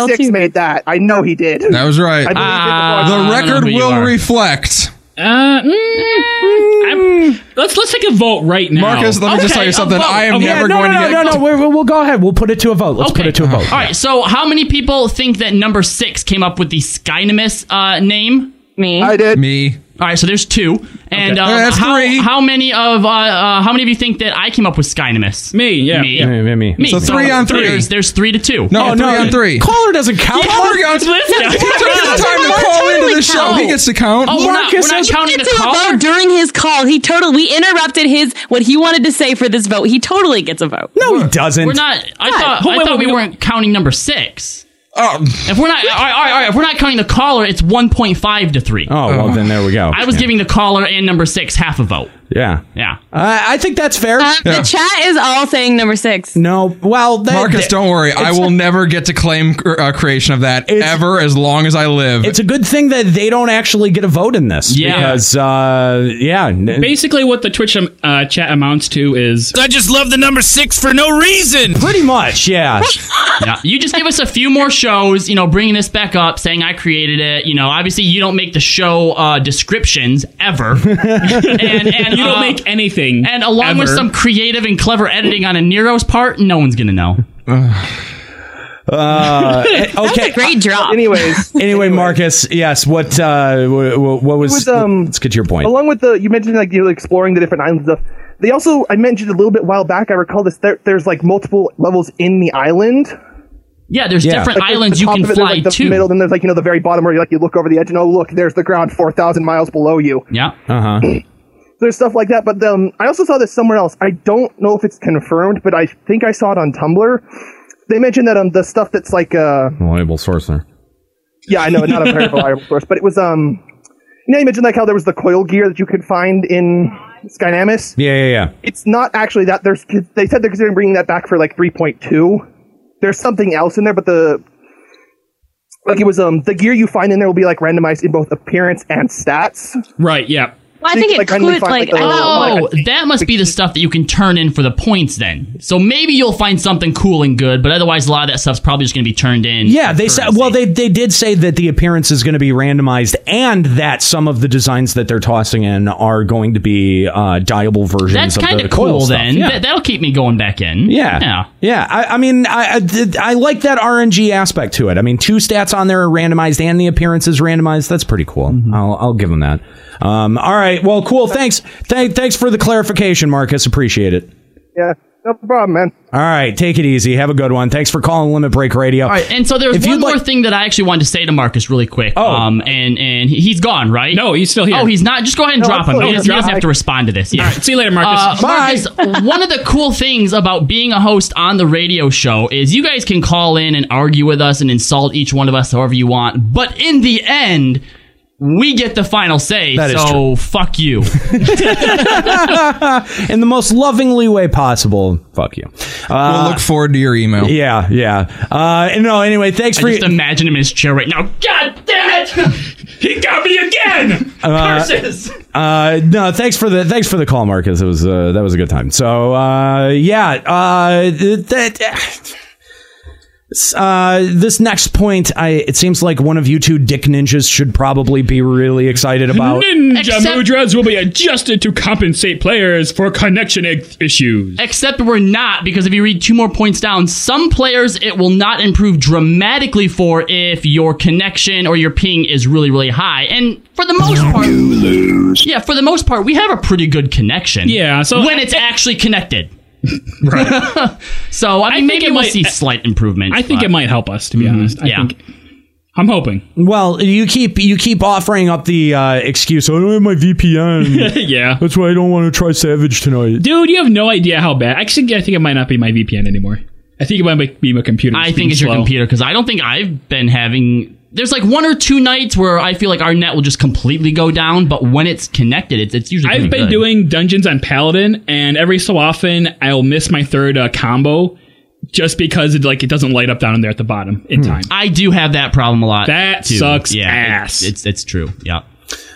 Speaker 19: six made that. I know he did.
Speaker 1: That was right.
Speaker 19: I believe in the
Speaker 1: the record will reflect.
Speaker 10: Uh,
Speaker 12: mm,
Speaker 10: I'm, let's let's take a vote right now.
Speaker 1: Marcus, let me just tell you
Speaker 10: a
Speaker 1: something.
Speaker 10: vote,
Speaker 1: I am
Speaker 12: Oh,
Speaker 10: a vote.
Speaker 1: never
Speaker 9: no,
Speaker 1: going
Speaker 9: no,
Speaker 1: to get-
Speaker 9: no, no, no. we- we- We'll go ahead. We'll put it to a vote. Let's put it to a vote.
Speaker 12: All right. So, how many people think that number six came up with the Skynamis uh, name?
Speaker 11: Me.
Speaker 19: I did.
Speaker 1: Me.
Speaker 12: All right. So there's two. And
Speaker 10: Okay.
Speaker 12: um,
Speaker 10: Yeah, that's
Speaker 12: how, how many of uh, uh, how many of you think that I came up with Skynamis?
Speaker 10: Me. Yeah.
Speaker 12: Me.
Speaker 10: Yeah.
Speaker 9: Me. me.
Speaker 1: So three on three.
Speaker 12: There's, there's three to two. Oh,
Speaker 1: No,
Speaker 9: Oh,
Speaker 1: three on three.
Speaker 9: Caller doesn't count.
Speaker 1: Caller counts. He took the time to call into the show. He gets to count.
Speaker 12: Oh, we're not- we're not counting the
Speaker 11: gets to
Speaker 12: caller?
Speaker 11: vote during his call. He totally we interrupted his what he wanted to say for this vote. He totally gets a vote.
Speaker 9: No, he doesn't.
Speaker 12: We're not. I
Speaker 11: What?
Speaker 12: thought.
Speaker 11: Who-
Speaker 12: I
Speaker 11: wait,
Speaker 12: thought we
Speaker 11: wait, wait.
Speaker 12: weren't counting number six.
Speaker 1: Oh,
Speaker 12: if we're not, all right, all right, all right, if we're not counting the caller, it's one point five to three.
Speaker 9: Oh well, then there we go.
Speaker 12: Uh, I was giving the caller and number six half a vote.
Speaker 9: Yeah.
Speaker 12: Yeah.
Speaker 9: Uh, I I think that's
Speaker 12: Uh,
Speaker 9: fair.
Speaker 11: The chat is all saying number six.
Speaker 9: No, well, they,
Speaker 1: Marcus,
Speaker 9: they-
Speaker 1: don't worry. I
Speaker 9: it's-
Speaker 1: will never get to claim cr- uh, creation of that ever as long as I live.
Speaker 9: It's a good thing that they don't actually get a vote in this.
Speaker 10: Yeah.
Speaker 9: Because, uh, yeah. n-
Speaker 10: Basically, what the Twitch um, uh, chat amounts to is
Speaker 20: I just love the number six for no reason.
Speaker 9: Pretty much, yeah. Eh,
Speaker 12: yeah. You just give us a few more shows, you know, bringing this back up, saying I created it. You know, obviously you don't make the show uh, descriptions ever, and, and
Speaker 10: You don't
Speaker 12: uh,
Speaker 10: make anything.
Speaker 12: And along with
Speaker 10: ever.
Speaker 12: some creative and clever editing on a Nero's part, no one's gonna know.
Speaker 9: Uh, okay.
Speaker 11: great job.
Speaker 19: Anyways,
Speaker 9: Anyway, Marcus, yes. What uh, wh- wh- what was?
Speaker 19: It was, um,
Speaker 9: let's get to your point.
Speaker 19: Along with the, you mentioned like you know, exploring the different islands and stuff. They also, I mentioned a little bit while back. I recall this. There, there's like multiple levels in the island.
Speaker 12: Yeah, there's different
Speaker 19: Like, there's
Speaker 12: islands
Speaker 19: the
Speaker 12: you
Speaker 19: top
Speaker 12: can
Speaker 19: of it, there's,
Speaker 12: fly
Speaker 19: like, the
Speaker 12: to.
Speaker 19: Middle, then there's like you know the very bottom where you like you look over the edge and oh look, there's the ground four thousand miles below you.
Speaker 12: Yeah.
Speaker 9: Uh huh.
Speaker 19: There's stuff like that. But um, I also saw this somewhere else. I don't know if it's confirmed, but I think I saw it on Tumblr. They mentioned that um the stuff that's like uh
Speaker 9: Reliable source there.
Speaker 19: yeah I know not a very reliable source, but it was um you know you mentioned like how there was the coil gear that you could find in Skynamis.
Speaker 9: Yeah, yeah, yeah.
Speaker 19: it's not actually that. There's they said they're considering bringing that back for like 3.2. There's something else in there, but the like it was um the gear you find in there will be like randomized in both appearance and stats.
Speaker 10: right. Yeah.
Speaker 11: Well, I think it
Speaker 19: Like, when we
Speaker 11: includes
Speaker 19: find,
Speaker 11: like,
Speaker 19: like, the-
Speaker 11: oh,
Speaker 12: Oh, that must be the stuff that you can turn in for the points then. So maybe you'll find something cool and good, but otherwise a lot of that stuff's probably just going to be turned in.
Speaker 9: Yeah, they said. Well, they they did say that the appearance is going to be randomized, and that some of the designs that they're tossing in are going to be uh, diable versions.
Speaker 12: That's
Speaker 9: of
Speaker 12: kind
Speaker 9: the
Speaker 12: of
Speaker 9: coil
Speaker 12: cool
Speaker 9: stuff.
Speaker 12: then.
Speaker 9: Yeah.
Speaker 12: That, that'll keep me going back in.
Speaker 9: Yeah.
Speaker 12: Yeah.
Speaker 9: Yeah. I, I mean, I, I, did- I like that RNG aspect to it. I mean, two stats on there are randomized and the appearance is randomized. That's pretty cool.
Speaker 12: Mm-hmm.
Speaker 9: I'll, I'll give them that. Um, all right. Well, cool. Thanks. Th- thanks for the clarification, Marcus. Appreciate it.
Speaker 19: Yeah, no problem, man.
Speaker 9: All right. Take it easy. Have a good one. Thanks for calling Limit Break Radio.
Speaker 12: All right, and so there's
Speaker 9: If
Speaker 12: one
Speaker 9: you'd
Speaker 12: more
Speaker 9: like-
Speaker 12: thing that I actually wanted to say to Marcus really quick. Oh, um, and and he- he's gone, right? No, he's still
Speaker 10: here.
Speaker 12: Oh, he's not. Just go ahead and
Speaker 10: No, I'm
Speaker 12: drop him.
Speaker 10: still
Speaker 12: He
Speaker 10: here.
Speaker 12: doesn't, he
Speaker 10: Drop
Speaker 12: doesn't have
Speaker 10: him.
Speaker 12: to respond to this. Yeah.
Speaker 10: All right, see you later, Marcus.
Speaker 12: Uh, Marcus, one of the cool things about being a host on the radio show is you guys can call in and argue with us and insult each one of us however you want, but in the end. We get the final say,
Speaker 9: That is
Speaker 12: so fuck you.
Speaker 9: in the most lovingly way possible. Fuck you. Uh,
Speaker 1: We'll look forward to your email.
Speaker 9: Yeah, yeah. Uh, and no, anyway, thanks
Speaker 12: I
Speaker 9: for
Speaker 12: just imagine him in his chair right now. God damn it! He got me again!
Speaker 9: Uh,
Speaker 12: Curses!
Speaker 9: Uh, no, thanks for the thanks for the call, Marcus. It was uh, that was a good time. So uh, yeah, uh, that. Uh, this next point, I it seems like one of you two dick ninjas should probably be really excited about.
Speaker 10: Ninja mudras will be adjusted to compensate players for connection i- issues.
Speaker 12: Except we're not, because if you read two more points down, some players it will not improve dramatically for if your connection or your ping is really, really high. And for the most part, yeah, for the most part, we have a pretty good connection.
Speaker 10: Yeah, so-
Speaker 12: when it's actually connected. so I
Speaker 10: think
Speaker 12: mean, maybe
Speaker 10: it
Speaker 12: we'll
Speaker 10: might-
Speaker 12: see slight improvement.
Speaker 10: I think
Speaker 12: but-
Speaker 10: it might help us, to be honest. I
Speaker 12: Mm-hmm. Yeah.
Speaker 10: think I'm hoping.
Speaker 9: Well, you keep you keep offering up the uh, excuse. I don't have my VPN.
Speaker 10: yeah,
Speaker 9: that's why I don't want to try Savage tonight.
Speaker 10: Dude, you have no idea how bad. Actually, I think it might not be my VPN anymore. I think it might be my computer.
Speaker 12: I
Speaker 10: being
Speaker 12: think it's your
Speaker 10: slow.
Speaker 12: computer because I don't think I've been having. There's like one or two nights where I feel like our net will just completely go down, but when it's connected, it's it's usually.
Speaker 10: I've
Speaker 12: pretty
Speaker 10: been
Speaker 12: good.
Speaker 10: doing dungeons on Paladin, and every so often I'll miss my third uh, combo just because it like it doesn't light up down there at the bottom in
Speaker 9: Hmm.
Speaker 10: time.
Speaker 12: I do have that problem a lot.
Speaker 10: That
Speaker 12: too.
Speaker 10: sucks
Speaker 12: Yeah, it-
Speaker 10: ass.
Speaker 12: it's it's true. Yeah.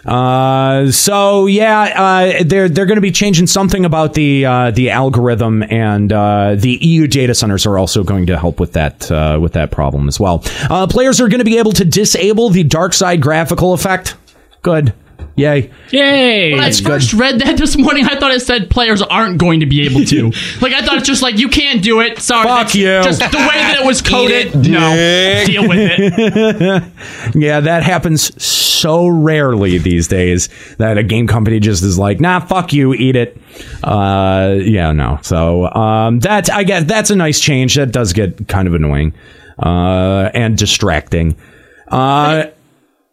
Speaker 9: Uh, so yeah, uh, they're they're going to be changing something about the uh, the algorithm, and uh, the EU data centers are also going to help with that uh, with that problem as well. Uh, players are going to be able to disable the dark side graphical effect. Good, yay.
Speaker 10: Yay!
Speaker 12: When I first read that this morning, I thought it said players aren't going to be able to. like I thought it's just like you can't do it. Sorry, that's
Speaker 9: you.
Speaker 12: Just the way that it was
Speaker 9: Eat
Speaker 12: coded.
Speaker 9: it,
Speaker 12: no,
Speaker 9: dick.
Speaker 12: deal with it.
Speaker 9: yeah, that happens so rarely these days that a game company just is like, nah, fuck you, eat it. Uh, yeah, no. So um, that I guess that's a nice change. That does get kind of annoying uh, and distracting. Uh,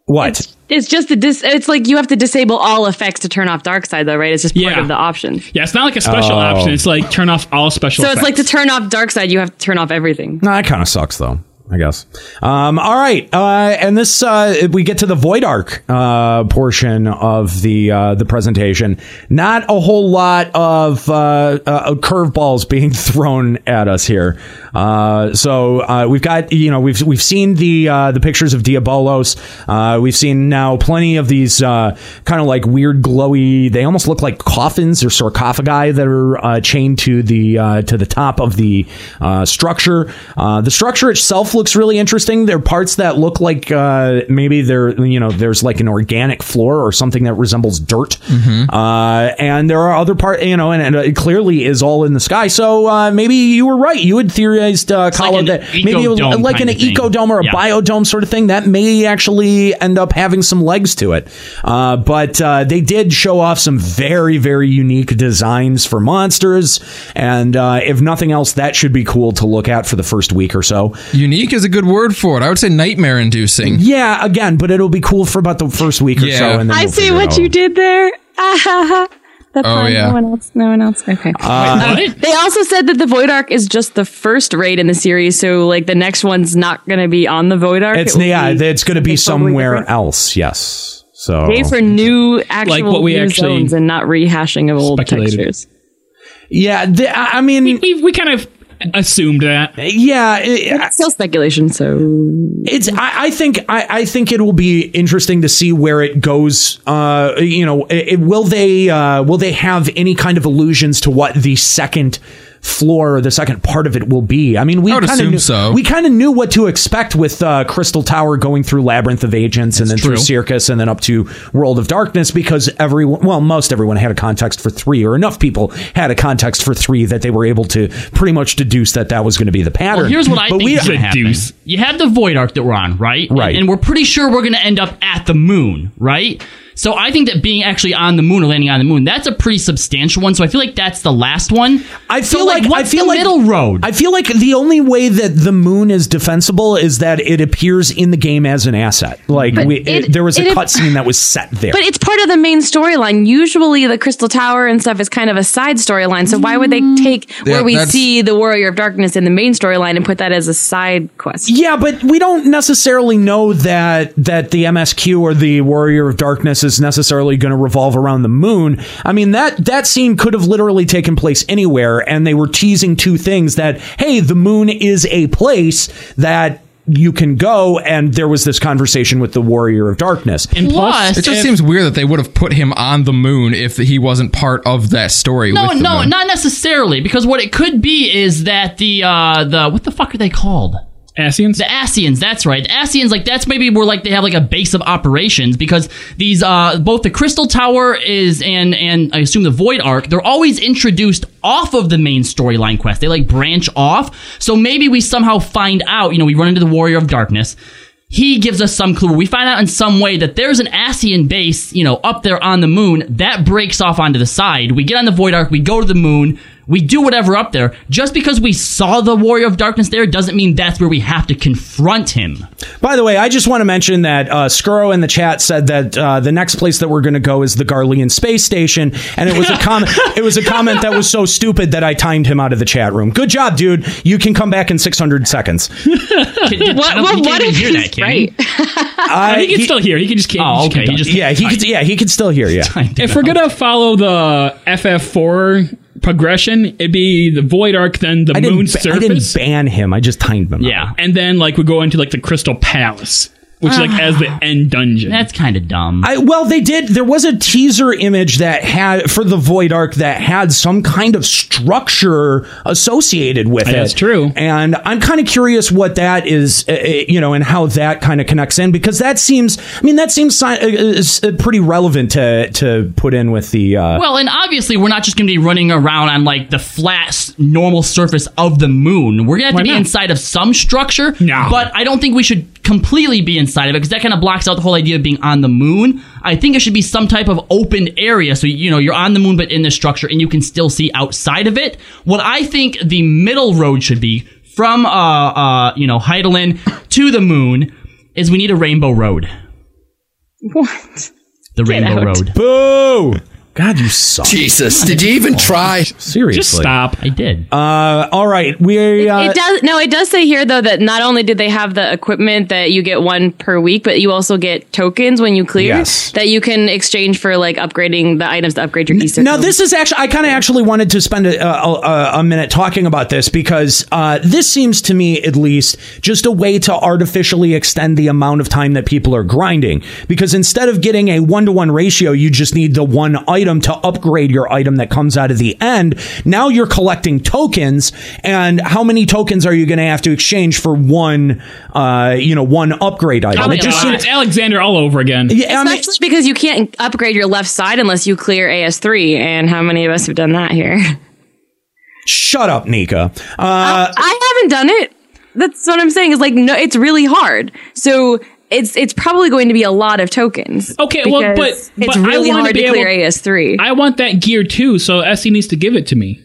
Speaker 9: what?
Speaker 11: It's just the dis. It's like you have to disable all effects to turn off dark side, though, right? It's just part
Speaker 10: Yeah.
Speaker 11: of the options.
Speaker 10: Yeah, it's not like a special
Speaker 9: Oh.
Speaker 10: option. It's like turn off all special.
Speaker 11: So it's like to
Speaker 10: effects.
Speaker 11: turn off dark side, you have to turn off everything.
Speaker 9: No, that kind of sucks though. I guess. Um, all right, uh, and this uh, we get to the void arc uh, portion of the uh, the presentation. Not a whole lot of uh, uh, curveballs being thrown at us here. Uh, so uh, we've got you know we've we've seen the uh, the pictures of Diabolos. Uh, we've seen now plenty of these uh, kind of like weird glowy. They almost look like coffins or sarcophagi that are uh, chained to the uh, to the top of the uh, structure. Uh, the structure itself looks really interesting. There are parts that look like uh, maybe there you know there's like an organic floor or something that resembles dirt.
Speaker 12: Mm-hmm.
Speaker 9: Uh, and there are other part you know, and, and it clearly is all in the sky. So uh, maybe you were right. You had theorized uh, Kala, that maybe it was
Speaker 12: ecodome
Speaker 9: like an
Speaker 12: kinda thing.
Speaker 9: ecodome or a
Speaker 12: Yeah.
Speaker 9: biodome sort of thing that may actually end up having some legs to it. Uh, but uh, they did show off some very very unique designs for monsters, and uh, if nothing else, that should be cool to look at for the first week or so.
Speaker 1: Unique is a good word for it. I would say nightmare inducing.
Speaker 9: Yeah, again, but it'll be cool for about the first week or
Speaker 1: Yeah.
Speaker 9: so. And then
Speaker 11: I
Speaker 9: we'll
Speaker 11: see
Speaker 9: figure it
Speaker 11: what
Speaker 9: out.
Speaker 11: you did there. Ah, ha, ha. That's
Speaker 9: Oh,
Speaker 11: fine.
Speaker 9: yeah.
Speaker 11: No one else. No one else. Okay.
Speaker 9: Uh,
Speaker 11: Um, they also said that the Void Arc is just the first raid in the series, so like the next one's not going to be on the Void Arc.
Speaker 9: It's
Speaker 11: It will
Speaker 9: yeah,
Speaker 11: be
Speaker 9: it's going to be somewhere else. Yes. So
Speaker 11: Pay for new actual
Speaker 9: Like what we
Speaker 11: new
Speaker 9: actually
Speaker 11: zones and not rehashing of old textures.
Speaker 9: Yeah, the, I I mean, we,
Speaker 10: we, we kind of assumed that.
Speaker 9: Yeah,
Speaker 11: it's still speculation. So
Speaker 9: It's. I, I think. I, I think it will be interesting to see where it goes. Uh, you know, it, it- will they uh, will they have any kind of allusions to what the second floor or the second part of it will be? I mean, we
Speaker 1: I would
Speaker 9: kind of
Speaker 1: assume
Speaker 9: knew,
Speaker 1: so.
Speaker 9: we kind of knew what to expect with uh, Crystal Tower going through Labyrinth of Agents and then through
Speaker 1: true.
Speaker 9: Circus and then up to World of Darkness because everyone, well, most everyone had a context for three or enough people had a context for three that they were able to pretty much deduce that that was going to be the pattern.
Speaker 12: Well, here's what I
Speaker 9: But
Speaker 12: think is gonna happen. You have the void arc that we're on, right? Right. And, we're pretty sure we're going to end up at the moon, right? So I think that being actually on the moon or landing on the moon, that's a pretty substantial one. So I feel like that's the last one.
Speaker 9: I feel like,
Speaker 12: what's
Speaker 9: I feel
Speaker 12: the
Speaker 9: like
Speaker 12: middle road.
Speaker 9: I feel like the only way that the moon is defensible is that it appears in the game as an asset. Like
Speaker 11: But
Speaker 9: we,
Speaker 11: it-
Speaker 9: it- there was a
Speaker 11: it-
Speaker 9: cutscene that was set there.
Speaker 11: But it's part of the main storyline. Usually, the Crystal Tower and stuff is kind of a side storyline. So why would they take
Speaker 9: Yeah,
Speaker 11: where we
Speaker 9: that's-
Speaker 11: see the Warrior of Darkness in the main storyline and put that as a side quest?
Speaker 9: yeah, but we don't necessarily know that that the MSQ or the Warrior of Darkness is necessarily going to revolve around the moon. I mean that that scene could have literally taken place anywhere, and they were teasing two things that hey, the moon is a place that you can go, and there was this conversation with the Warrior of Darkness.
Speaker 12: And plus-
Speaker 1: it just
Speaker 12: if-
Speaker 1: seems weird that they would have put him on the moon if he wasn't part of that story.
Speaker 12: No,
Speaker 1: with the
Speaker 12: no,
Speaker 1: moon.
Speaker 12: not necessarily. Because what it could be is that the uh, the what the fuck are they called?
Speaker 10: Asians?
Speaker 12: The Asians, that's right. The Asians, like that's maybe where like they have like a base of operations because these uh both the Crystal Tower is and and I assume the Void Arc, they're always introduced off of the main storyline quest. They like branch off. So maybe we somehow find out, you know, we run into the Warrior of Darkness. He gives us some clue. We find out in some way that there's an Asian base, you know, up there on the moon that breaks off onto the side. We get on the Void Arc, we go to the moon, we do whatever up there. Just because we saw the Warrior of Darkness there doesn't mean that's where we have to confront him.
Speaker 9: By the way, I just want to mention that uh, Skuro in the chat said that uh, the next place that we're going to go is the Garlean space station, and it was a comment. it was a comment that was so stupid that I timed him out of the chat room. Good job, dude. You can come back in 600 seconds.
Speaker 12: What,
Speaker 11: what- what if
Speaker 12: hear
Speaker 11: he's
Speaker 12: that, can he?
Speaker 9: I,
Speaker 10: he can still hear. He can just. He
Speaker 9: Oh,
Speaker 10: just
Speaker 9: okay.
Speaker 10: can't
Speaker 9: He
Speaker 10: talk.
Speaker 9: just- yeah, he could, yeah, he could still hear. Yeah.
Speaker 10: If we're gonna follow the FF4 progression, it'd be the Void Arc, then the
Speaker 9: I didn't
Speaker 10: Moon
Speaker 9: ba-
Speaker 10: Surface.
Speaker 9: I didn't ban him. I just timed him.
Speaker 10: Yeah, and then like we go into like the Crystal Palace, which is, like
Speaker 9: Ah.
Speaker 10: as the end dungeon. That's
Speaker 12: kind of dumb.
Speaker 9: I, well, they did. There was a teaser image that had for the Void Arc that had some kind of structure associated with it.
Speaker 10: That's
Speaker 9: true. And I'm kind of curious what that is, uh, uh, you know, and how that kind of connects in because that seems. I mean, that seems si- uh, is, uh, pretty relevant to to put in with the. Uh,
Speaker 12: Well, and obviously we're not just going to be running around on like the flat s- normal surface of the moon. We're going to have
Speaker 10: Why
Speaker 12: to be
Speaker 10: not?
Speaker 12: inside of some structure. No. But I don't think we should completely be inside of it because that kind of blocks out the whole idea of being on the moon. I think it should be some type of open area so you know you're on the moon but in the structure and you can still see outside of it. What I think the middle road should be from uh uh you know Heidelin to the moon is we need a rainbow road.
Speaker 11: What?
Speaker 12: The
Speaker 11: Get
Speaker 12: rainbow
Speaker 11: out.
Speaker 12: road.
Speaker 9: Boo! God, you suck.
Speaker 12: Jesus, did you even try?
Speaker 9: Seriously,
Speaker 12: Just stop. I did.
Speaker 9: Uh, all right, we. Uh,
Speaker 11: it does. No, it does say here though that not only did they have the equipment that you get one per week, but you also get tokens when you clear
Speaker 9: Yes.
Speaker 11: that you can exchange for like upgrading the items to upgrade your Easter.
Speaker 9: Now, this is actually, I kind of actually wanted to spend a, a, a, a minute talking about this because uh, this seems to me, at least, just a way to artificially extend the amount of time that people are grinding. Because instead of getting a one to one ratio, you just need the one item to upgrade your item that comes out of the end. Now you're collecting tokens, and how many tokens are you going to have to exchange for one, uh, you know, one upgrade item?
Speaker 10: Oh, God. it's Alexander all over again.
Speaker 11: Especially because you can't upgrade your left side unless you clear AS3, and how many of us have done that here?
Speaker 9: Uh, Shut up, Nika. Uh,
Speaker 11: I haven't done it. That's what I'm saying. Is like no, it's really hard. So it's it's probably going to be a lot of tokens.
Speaker 10: Okay, well, but,
Speaker 11: because
Speaker 10: but
Speaker 11: it's
Speaker 10: I
Speaker 11: really
Speaker 10: wanna
Speaker 11: hard to
Speaker 10: be
Speaker 11: clear
Speaker 10: able-
Speaker 11: AS3.
Speaker 10: I want that gear too, so SC needs to give it to me.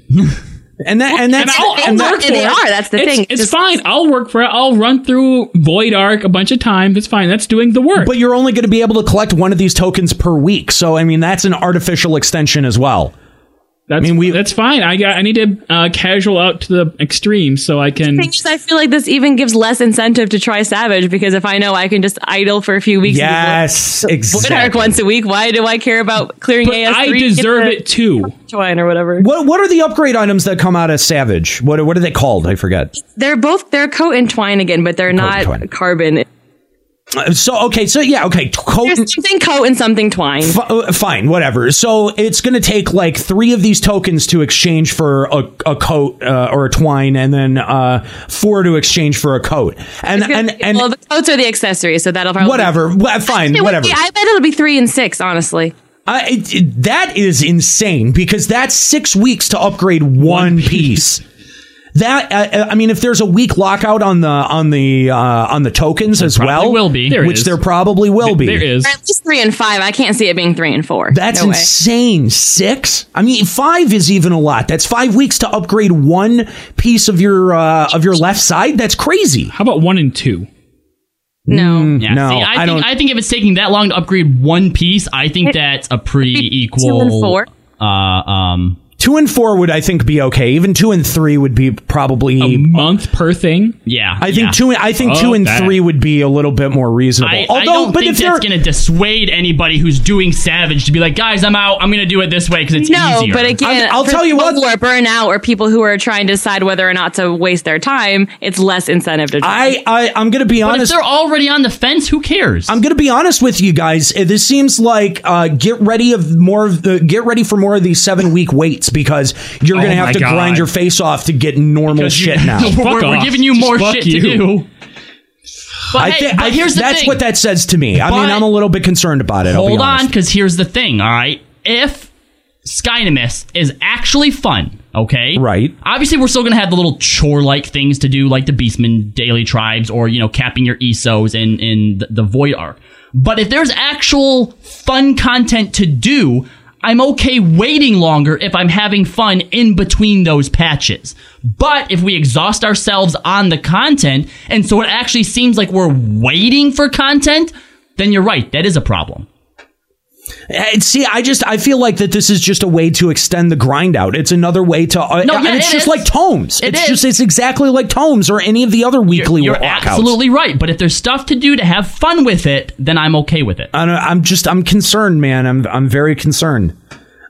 Speaker 9: and that and that's
Speaker 10: I'll, I'll
Speaker 11: and
Speaker 10: work
Speaker 11: that-
Speaker 10: for
Speaker 11: they
Speaker 10: it.
Speaker 11: are, that's the
Speaker 10: It's-
Speaker 11: thing.
Speaker 10: It's fine. I'll work for it. I'll run through Void Arc a bunch of times. It's fine. That's doing the work.
Speaker 9: But you're only going to be able to collect one of these tokens per week. So I mean, that's an artificial extension as well.
Speaker 10: That's,
Speaker 9: I mean, we
Speaker 10: that's fine. I got. I need to uh, casual out to the extreme so I can.
Speaker 11: thing is, I feel like this even gives less incentive to try Savage because if I know I can just idle for a few weeks, and do
Speaker 9: yes,
Speaker 11: Void Arc
Speaker 9: exactly.
Speaker 11: once a week, why do I care about clearing
Speaker 10: But
Speaker 11: AS3?
Speaker 10: I deserve it too.
Speaker 11: Twine or whatever.
Speaker 9: What what are the upgrade items that come out of Savage? What what are they called? I forget.
Speaker 11: They're both they're coat and twine again, but they're not carbon.
Speaker 9: Uh, So okay, so yeah, okay, t- coat.
Speaker 11: There's something coat and something twine.
Speaker 9: F- uh, fine, whatever. So it's going to take like three of these tokens to exchange for a, a coat uh, or a twine, and then uh, four to exchange for a coat. And and and
Speaker 11: well, the coats are the accessories, so that'll probably
Speaker 9: whatever. Well, fine,
Speaker 11: It would
Speaker 9: whatever.
Speaker 11: be- I bet it'll be three and six, honestly.
Speaker 9: Uh, it, it- that is insane because that's six weeks to upgrade one piece. That uh, I mean, if there's a week lockout on the on the uh, on the tokens as well, will be
Speaker 10: There
Speaker 9: which
Speaker 10: is.
Speaker 9: there probably will be.
Speaker 11: Or at least three and five. I can't see it being three and four.
Speaker 9: That's
Speaker 11: No way.
Speaker 9: insane. Six. I mean, five is even a lot. That's five weeks to upgrade one piece of your uh, of your left side. That's crazy. How
Speaker 10: about one and two?
Speaker 11: No,
Speaker 12: Yeah,
Speaker 9: no,
Speaker 12: see, I,
Speaker 9: I,
Speaker 12: think,
Speaker 9: don't.
Speaker 12: I think if it's taking that long to upgrade one piece, I think that's a pretty E equal.
Speaker 9: and four.
Speaker 12: Uh, um,
Speaker 9: two and four would I think be okay. Even two and three would be probably a
Speaker 18: Um,
Speaker 10: month per thing.
Speaker 12: Yeah,
Speaker 9: I think
Speaker 12: yeah.
Speaker 9: two. I think
Speaker 12: Oh,
Speaker 9: two and
Speaker 12: that.
Speaker 9: three would be a little bit more reasonable.
Speaker 12: I,
Speaker 9: Although,
Speaker 12: I don't
Speaker 9: but
Speaker 12: think
Speaker 9: if
Speaker 12: that's
Speaker 9: they're
Speaker 12: going to dissuade anybody who's doing Savage to be like, guys, I'm out. I'm going to do it this way because it's
Speaker 11: no,
Speaker 12: easier.
Speaker 11: but again,
Speaker 9: I'll
Speaker 11: for
Speaker 9: tell you
Speaker 11: people who are burnout or people who are trying to decide whether or not to waste their time, it's less incentive to.
Speaker 9: I,
Speaker 11: Try.
Speaker 9: I I'm gonna be
Speaker 12: But if
Speaker 9: honest.
Speaker 12: they're already on the fence, who cares?
Speaker 9: I'm gonna be honest with you guys. Uh, This seems like uh, get ready of more of the get ready for more of these seven week waits because you're
Speaker 12: Oh
Speaker 9: going to have
Speaker 12: my
Speaker 9: to
Speaker 12: God.
Speaker 9: grind your face off to get normal
Speaker 12: Because you-
Speaker 9: shit now.
Speaker 12: Fuck We're- we're off. giving you Just more fuck shit to you. do. But,
Speaker 9: I
Speaker 12: hey,
Speaker 9: thi-
Speaker 12: but
Speaker 9: I-
Speaker 12: here's the
Speaker 9: that's
Speaker 12: thing.
Speaker 9: what that says to me. I mean,
Speaker 12: But-
Speaker 9: I'm a little bit concerned about it. I'll be
Speaker 12: Hold
Speaker 9: honest. Uh,
Speaker 12: on, because here's the thing. All right, if Skynimus is actually fun, okay, right? Obviously, we're still gonna have the little chore-like things to do, like the Beastman daily tribes, or you know, capping your ESOs in in the, the Void Arc. But if there's actual fun content to do, I'm okay waiting longer if I'm having fun in between those patches. But if we exhaust ourselves on the content, and so it actually seems like we're waiting for content, then you're right. That is a problem.
Speaker 9: And see, I just I feel like that this is just a way to extend the grind out. It's another way to. Uh,
Speaker 12: No,
Speaker 9: and
Speaker 12: yeah,
Speaker 9: it's
Speaker 12: it
Speaker 9: just
Speaker 12: is.
Speaker 9: like tomes.
Speaker 12: It
Speaker 9: it's
Speaker 12: is.
Speaker 9: just it's exactly like tomes or any of the other weekly
Speaker 12: You're
Speaker 9: walkouts.
Speaker 12: absolutely right. But if there's stuff to do to have fun with it, then I'm okay with it.
Speaker 9: I don't, I'm just I'm concerned, man. I'm I'm very concerned.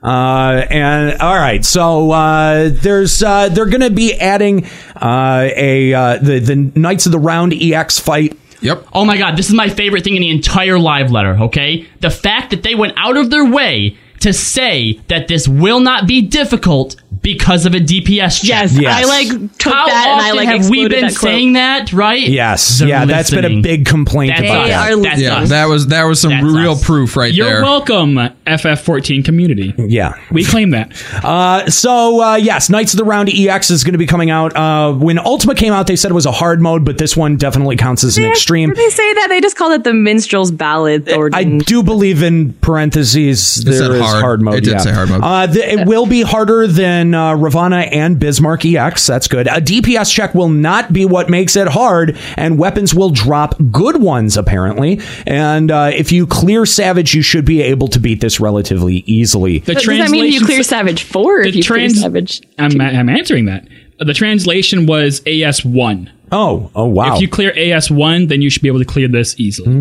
Speaker 9: Uh, and all right, so uh, there's uh, they're going to be adding uh, a uh, the the Knights of the Round EX fight.
Speaker 1: Yep.
Speaker 12: Oh my god, this is my favorite thing in the entire live letter, okay? The fact that they went out of their way to say that this will not be difficult because of a DPS check.
Speaker 11: Yes, I, like, took
Speaker 12: How
Speaker 11: that and I,
Speaker 12: often
Speaker 11: like,
Speaker 12: have we
Speaker 11: exploded
Speaker 12: been
Speaker 11: that quote.
Speaker 12: saying that, right?
Speaker 9: Yes, yeah, that's been a
Speaker 12: listening.
Speaker 9: big complaint
Speaker 12: That's
Speaker 9: about that.
Speaker 12: us. They are That's
Speaker 1: yeah,
Speaker 12: us.
Speaker 1: that was that was some real proof right
Speaker 10: You're
Speaker 1: there.
Speaker 10: welcome, FF14 community.
Speaker 9: Yeah,
Speaker 10: we claim that.
Speaker 9: Uh, so uh, yes, Knights of the Round EX is going to be coming out. Uh, when Ultima came out, they said it was a hard mode, but this one definitely counts as an extreme.
Speaker 11: Did they say that? They just called it the minstrel's ballad. Thornton.
Speaker 9: I do believe in parentheses
Speaker 1: It said
Speaker 9: there is hard.
Speaker 1: hard.
Speaker 9: mode.
Speaker 1: It did
Speaker 9: yeah.
Speaker 1: say hard mode.
Speaker 9: Uh, th- it will be harder than uh, Ravana and Bismarck EX. That's good. A DPS check will not be what makes it hard, and weapons will drop good ones apparently. And uh, if you clear Savage, you should be able to beat this relatively easily.
Speaker 10: The
Speaker 11: Does that mean if you
Speaker 10: translation-
Speaker 11: clear Savage four? If you
Speaker 10: trans-
Speaker 11: clear Savage,
Speaker 10: I'm, I'm answering that. The translation was AS1.
Speaker 9: Oh, oh wow.
Speaker 10: If you clear AS1, then you should be able to clear this
Speaker 1: Mm-hmm.
Speaker 10: easily.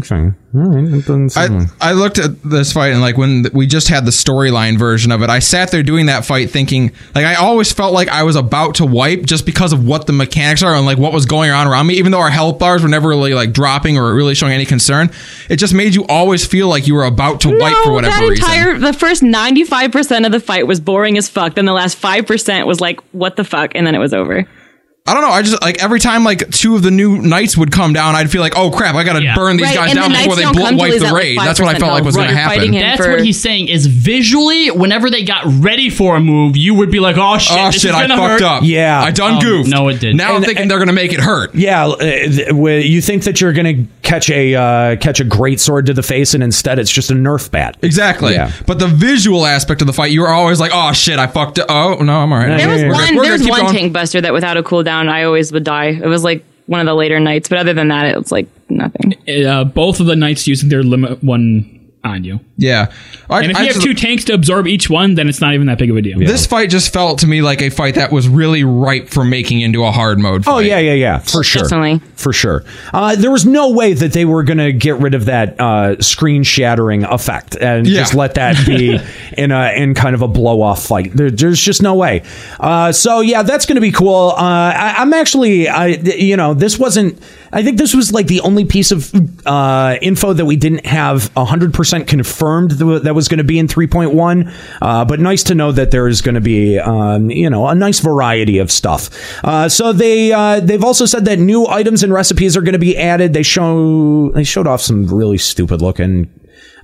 Speaker 9: Okay.
Speaker 1: I, I looked at this fight and like when th- we just had the storyline version of it, I sat there doing that fight thinking like I always felt like I was about to wipe just because of what the mechanics are and like what was going on around me. Even though our health bars were never really like dropping or really showing any concern, it just made you always feel like you were about to wipe for
Speaker 11: No,
Speaker 1: whatever
Speaker 11: that
Speaker 1: reason.
Speaker 11: entire the first ninety five percent of the fight was boring as fuck. Then the last five percent was like, what the fuck, and then it was over.
Speaker 1: I don't know. I just like every time like two of the new knights would come down, I'd feel like, oh crap, I gotta burn these
Speaker 11: Right,
Speaker 1: guys
Speaker 11: and the
Speaker 1: down before
Speaker 11: knights
Speaker 1: they
Speaker 11: don't
Speaker 1: blo-
Speaker 11: come till
Speaker 1: wipe
Speaker 11: he's
Speaker 1: the
Speaker 11: at, like,
Speaker 1: raid. That's what I
Speaker 11: 5%
Speaker 1: felt like was
Speaker 11: health.
Speaker 1: gonna
Speaker 11: Right, you're
Speaker 1: happen.
Speaker 11: fighting him
Speaker 12: That's
Speaker 11: for-
Speaker 12: what he's saying is visually, whenever they got ready for a move, you would be like, oh shit,
Speaker 1: Oh
Speaker 12: this
Speaker 1: shit,
Speaker 12: is
Speaker 1: I
Speaker 12: gonna
Speaker 1: fucked
Speaker 12: hurt.
Speaker 1: up.
Speaker 9: Yeah.
Speaker 1: I done
Speaker 12: Oh,
Speaker 1: goofed.
Speaker 12: no, it didn't.
Speaker 1: Now I'm
Speaker 12: And-
Speaker 1: thinking they're gonna make it hurt.
Speaker 9: Yeah, uh, th- wh- you think that you're going to catch a uh, catch a great sword to the face, and instead it's just a Nerf bat.
Speaker 1: Exactly.
Speaker 9: Yeah.
Speaker 1: But the visual aspect of the fight, you were always like, "Oh shit, I fucked up." Oh no, I'm all right.
Speaker 11: There was
Speaker 1: We're good.
Speaker 11: one.
Speaker 1: We're good.
Speaker 11: There was
Speaker 1: Keep
Speaker 11: one
Speaker 1: going.
Speaker 11: tank buster that without a cooldown, I always would die. It was like one of the later nights, but other than that, it was like nothing.
Speaker 10: Uh, both of the knights using their limit one on you.
Speaker 1: Yeah.
Speaker 10: and if
Speaker 1: I
Speaker 10: you have
Speaker 1: just-
Speaker 10: two tanks to absorb each one, then it's not even that big of a deal.
Speaker 1: This fight just felt to me like a fight that was really ripe for making into a hard mode. Fight.
Speaker 9: Oh yeah, yeah, yeah, for sure,
Speaker 1: Definitely.
Speaker 9: for sure. Uh, there was no way that they were going to get rid of that uh, screen shattering effect and
Speaker 1: Yeah.
Speaker 9: just let that be in a in kind of a blow off fight. There, there's just no way. Uh, so yeah, that's going to be cool. Uh, I, I'm actually, I th- you know, this wasn't. I think this was like the only piece of uh, info that we didn't have 100% confirmed th- that was going to be in 3.1. Uh, but nice to know that there is going to be, um, you know, a nice variety of stuff. Uh, so they uh, they've also said that new items and recipes are going to be added. They show they showed off some really stupid looking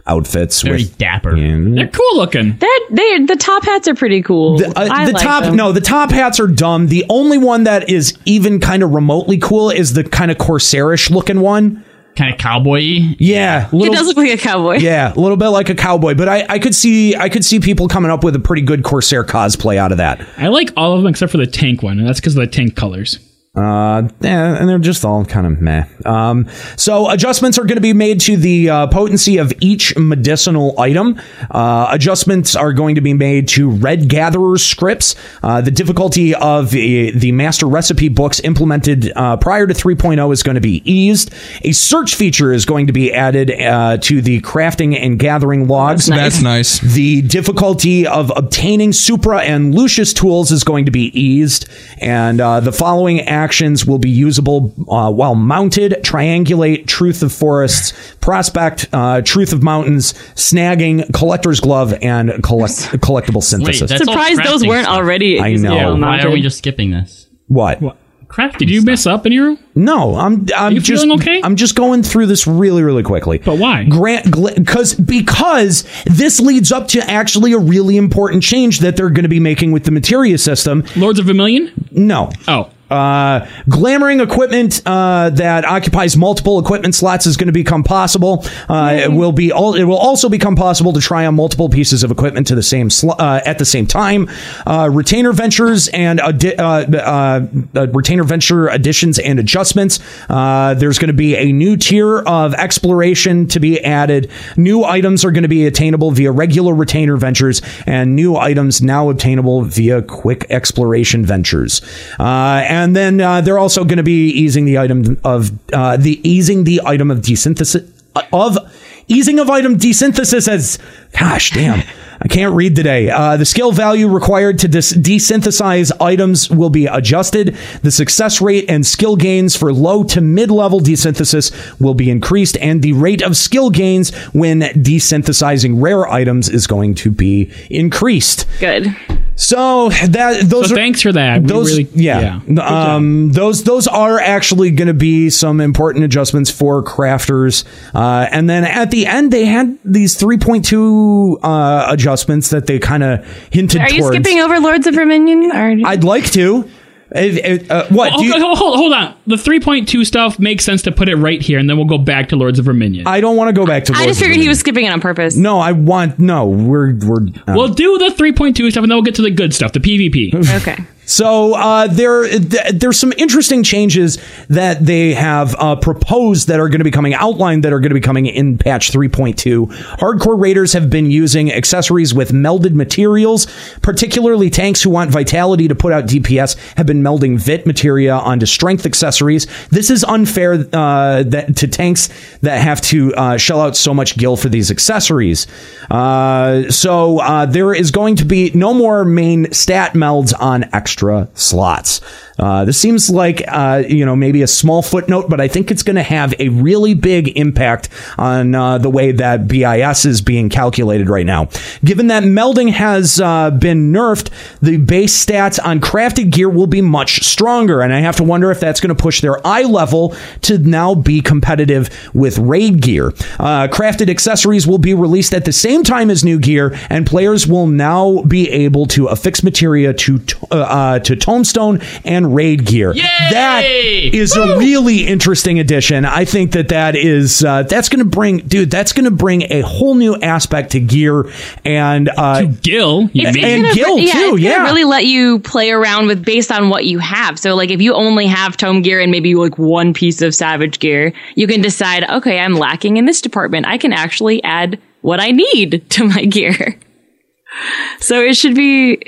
Speaker 9: outfits.
Speaker 11: Very
Speaker 12: dapper.
Speaker 10: They're cool looking.
Speaker 11: That they the top hats are pretty cool.
Speaker 9: Uh,
Speaker 11: I
Speaker 9: the
Speaker 11: like
Speaker 9: top
Speaker 11: them.
Speaker 9: no the top hats are dumb the only one that is even kind of remotely cool is the kind of corsairish looking one
Speaker 12: kind of cowboy
Speaker 9: yeah
Speaker 11: it does look like a cowboy.
Speaker 9: yeah a little bit like a cowboy but I, I could see i could see people coming up with a pretty good corsair cosplay out of that
Speaker 10: I like all of them except for the tank one, and that's because of the tank colors.
Speaker 9: Uh, yeah, and they're just all kind of meh. Um, so adjustments are going to be made to the uh, potency of each medicinal item. Uh, adjustments are going to be made to Red Gatherer scripts. Uh, the difficulty of the, the master recipe books implemented uh, prior to 3.0 is going to be eased. A search feature is going to be added uh, to the crafting and gathering logs.
Speaker 1: That's nice.
Speaker 9: The difficulty of obtaining Supra and Lucius tools is going to be eased, and uh, the following acts actions will be usable uh, while mounted. Triangulate, truth of forests, prospect, uh, truth of mountains, snagging, collector's glove, and collect- collectible synthesis.
Speaker 12: that's all
Speaker 11: Surprised those
Speaker 12: crafting
Speaker 11: weren't
Speaker 12: stuff.
Speaker 11: already.
Speaker 9: I know.
Speaker 12: Yeah, why are we just skipping this?
Speaker 9: What?
Speaker 12: Crafting.
Speaker 10: Did you miss up in your room?
Speaker 9: No, I'm. I'm
Speaker 10: you
Speaker 9: just.
Speaker 10: feeling okay?
Speaker 9: I'm just going through this really, really quickly. But
Speaker 10: why?
Speaker 9: Grant, because because this leads up to actually a really important change that they're going to be making with the materia system.
Speaker 10: Lords of Vermilion?
Speaker 9: No.
Speaker 10: Oh.
Speaker 9: Uh, glamoring equipment uh, that occupies multiple equipment slots is going to become possible. Uh, it will be all. It will also become possible to try on multiple pieces of equipment to the same sl- uh, at the same time. Uh, retainer ventures and addi- uh, uh, uh, retainer venture additions and adjustments. Uh, there's going to be a new tier of exploration to be added. New items are going to be attainable via regular retainer ventures, and new items now obtainable via quick exploration ventures. Uh, and then uh, they're also going to be easing the item of uh, the easing the item of desynthesis uh, of easing of item desynthesis as gosh damn i can't read today uh, the skill value required to dis- desynthesize items will be adjusted the success rate and skill gains for low to mid-level desynthesis will be increased and the rate of skill gains when desynthesizing rare items is going to be increased
Speaker 11: good
Speaker 9: so that those
Speaker 10: So
Speaker 9: are
Speaker 10: thanks for that. We
Speaker 9: those
Speaker 10: really-
Speaker 9: yeah, Um, those those are actually going to be some important adjustments for crafters. Uh, and then at the end, they had these 3.2 uh, adjustments that they kind of hinted.
Speaker 11: Are you
Speaker 9: towards.
Speaker 11: skipping over Lords of Verminion? Or
Speaker 9: I'd like to. If- uh, what?
Speaker 10: Hold,
Speaker 9: do you-
Speaker 10: hold, hold, hold on. The 3.2 stuff makes sense to put it right here, and then we'll go back to Lords of Verminion.
Speaker 9: I don't want to go back to.
Speaker 11: I
Speaker 9: Lords
Speaker 11: just
Speaker 9: of
Speaker 11: figured he
Speaker 9: Verminion.
Speaker 11: was skipping it on purpose.
Speaker 9: No, I want no. We're we're. uh,
Speaker 10: We'll do the 3.2 stuff, and then we'll get to the good stuff, the PvP.
Speaker 11: Okay.
Speaker 9: So uh, there, th- there's some interesting changes that they have uh, proposed that are going to be coming outlined that are going to be coming in patch 3.2. Hardcore raiders have been using accessories with melded materials, particularly tanks who want vitality to put out DPS have been melding vit materia onto strength accessories. This is unfair uh, that to tanks that have to uh, shell out so much gil for these accessories. Uh, so uh, there is going to be no more main stat melds on extra slots. Uh, this seems like uh, you know maybe a small footnote, but I think it's going to have a really big impact on uh, the way that BIS is being calculated right now. Given that melding has uh, been nerfed, the base stats on crafted gear will be much stronger, and I have to wonder if that's going to push their eye level to now be competitive with raid gear. Uh, crafted accessories will be released at the same time as new gear, and players will now be able to affix materia to t- uh, uh, to tombstone and raid gear. That is a really interesting addition. I think that that is uh, that's going to bring, dude, that's going to bring a whole new aspect to gear and uh, to
Speaker 10: Gil
Speaker 11: It's, it's
Speaker 9: and
Speaker 11: gonna
Speaker 9: Gil
Speaker 11: re- yeah,
Speaker 9: too.
Speaker 11: it's
Speaker 9: yeah,
Speaker 11: gonna really let you play around with based on what you have. So, like, if you only have tome gear and maybe like one piece of savage gear, you can decide, okay, I'm lacking in this department. I can actually add what I need to my gear. So it should be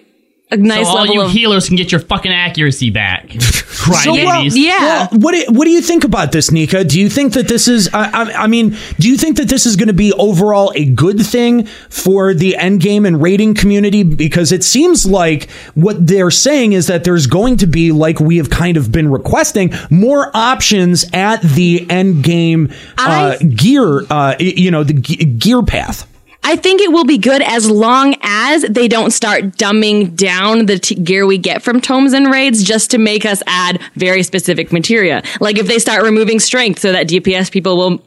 Speaker 11: a nice
Speaker 12: so all
Speaker 11: level
Speaker 12: you
Speaker 11: of
Speaker 12: healers can get your fucking accuracy back.
Speaker 9: So,
Speaker 12: Crying
Speaker 9: well, well, what do, what do you think about this, Nika? Do you think that this is? I, I, I mean, do you think that this is going to be overall a good thing for the end game and rating community? Because it seems like what they're saying is that there's going to be, like we have kind of been requesting, more options at the end game uh, gear. Uh, y- you know, the ge- gear path.
Speaker 11: I think it will be good as long as they don't start dumbing down the t- gear we get from tomes and raids just to make us add very specific materia. Like if they start removing strength so that DPS people will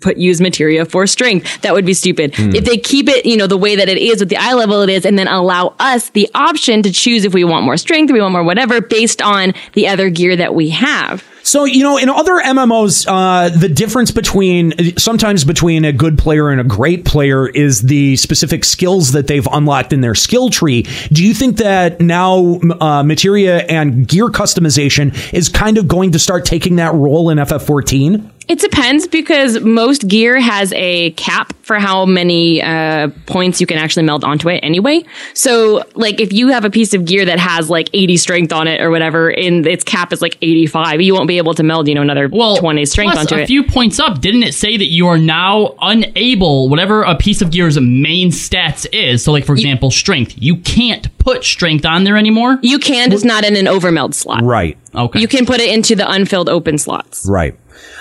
Speaker 11: put use materia for strength, that would be stupid.
Speaker 21: Hmm.
Speaker 11: If they keep it, you know, the way that it is with the eye level it is and then allow us the option to choose if we want more strength, we want more whatever based on the other gear that we have.
Speaker 9: So you know, in other MMOs, uh, the difference between sometimes between a good player and a great player is the specific skills that they've unlocked in their skill tree. Do you think that now uh, materia and gear customization is kind of going to start taking that role in FF14?
Speaker 11: It depends because most gear has a cap for how many uh, points you can actually meld onto it anyway. So, like, if you have a piece of gear that has like 80 strength on it or whatever, and its cap is like 85, you won't be able to meld, you know, another 20 strength
Speaker 12: Plus,
Speaker 11: onto
Speaker 12: a
Speaker 11: it.
Speaker 12: few points up, didn't it say that you are now unable, whatever a piece of gear's main stats is? So, like for example, strength, you can't put strength on there anymore.
Speaker 11: You can, just not in an overmeld slot.
Speaker 9: Right.
Speaker 12: Okay.
Speaker 11: You can put it into the unfilled open slots.
Speaker 9: Right.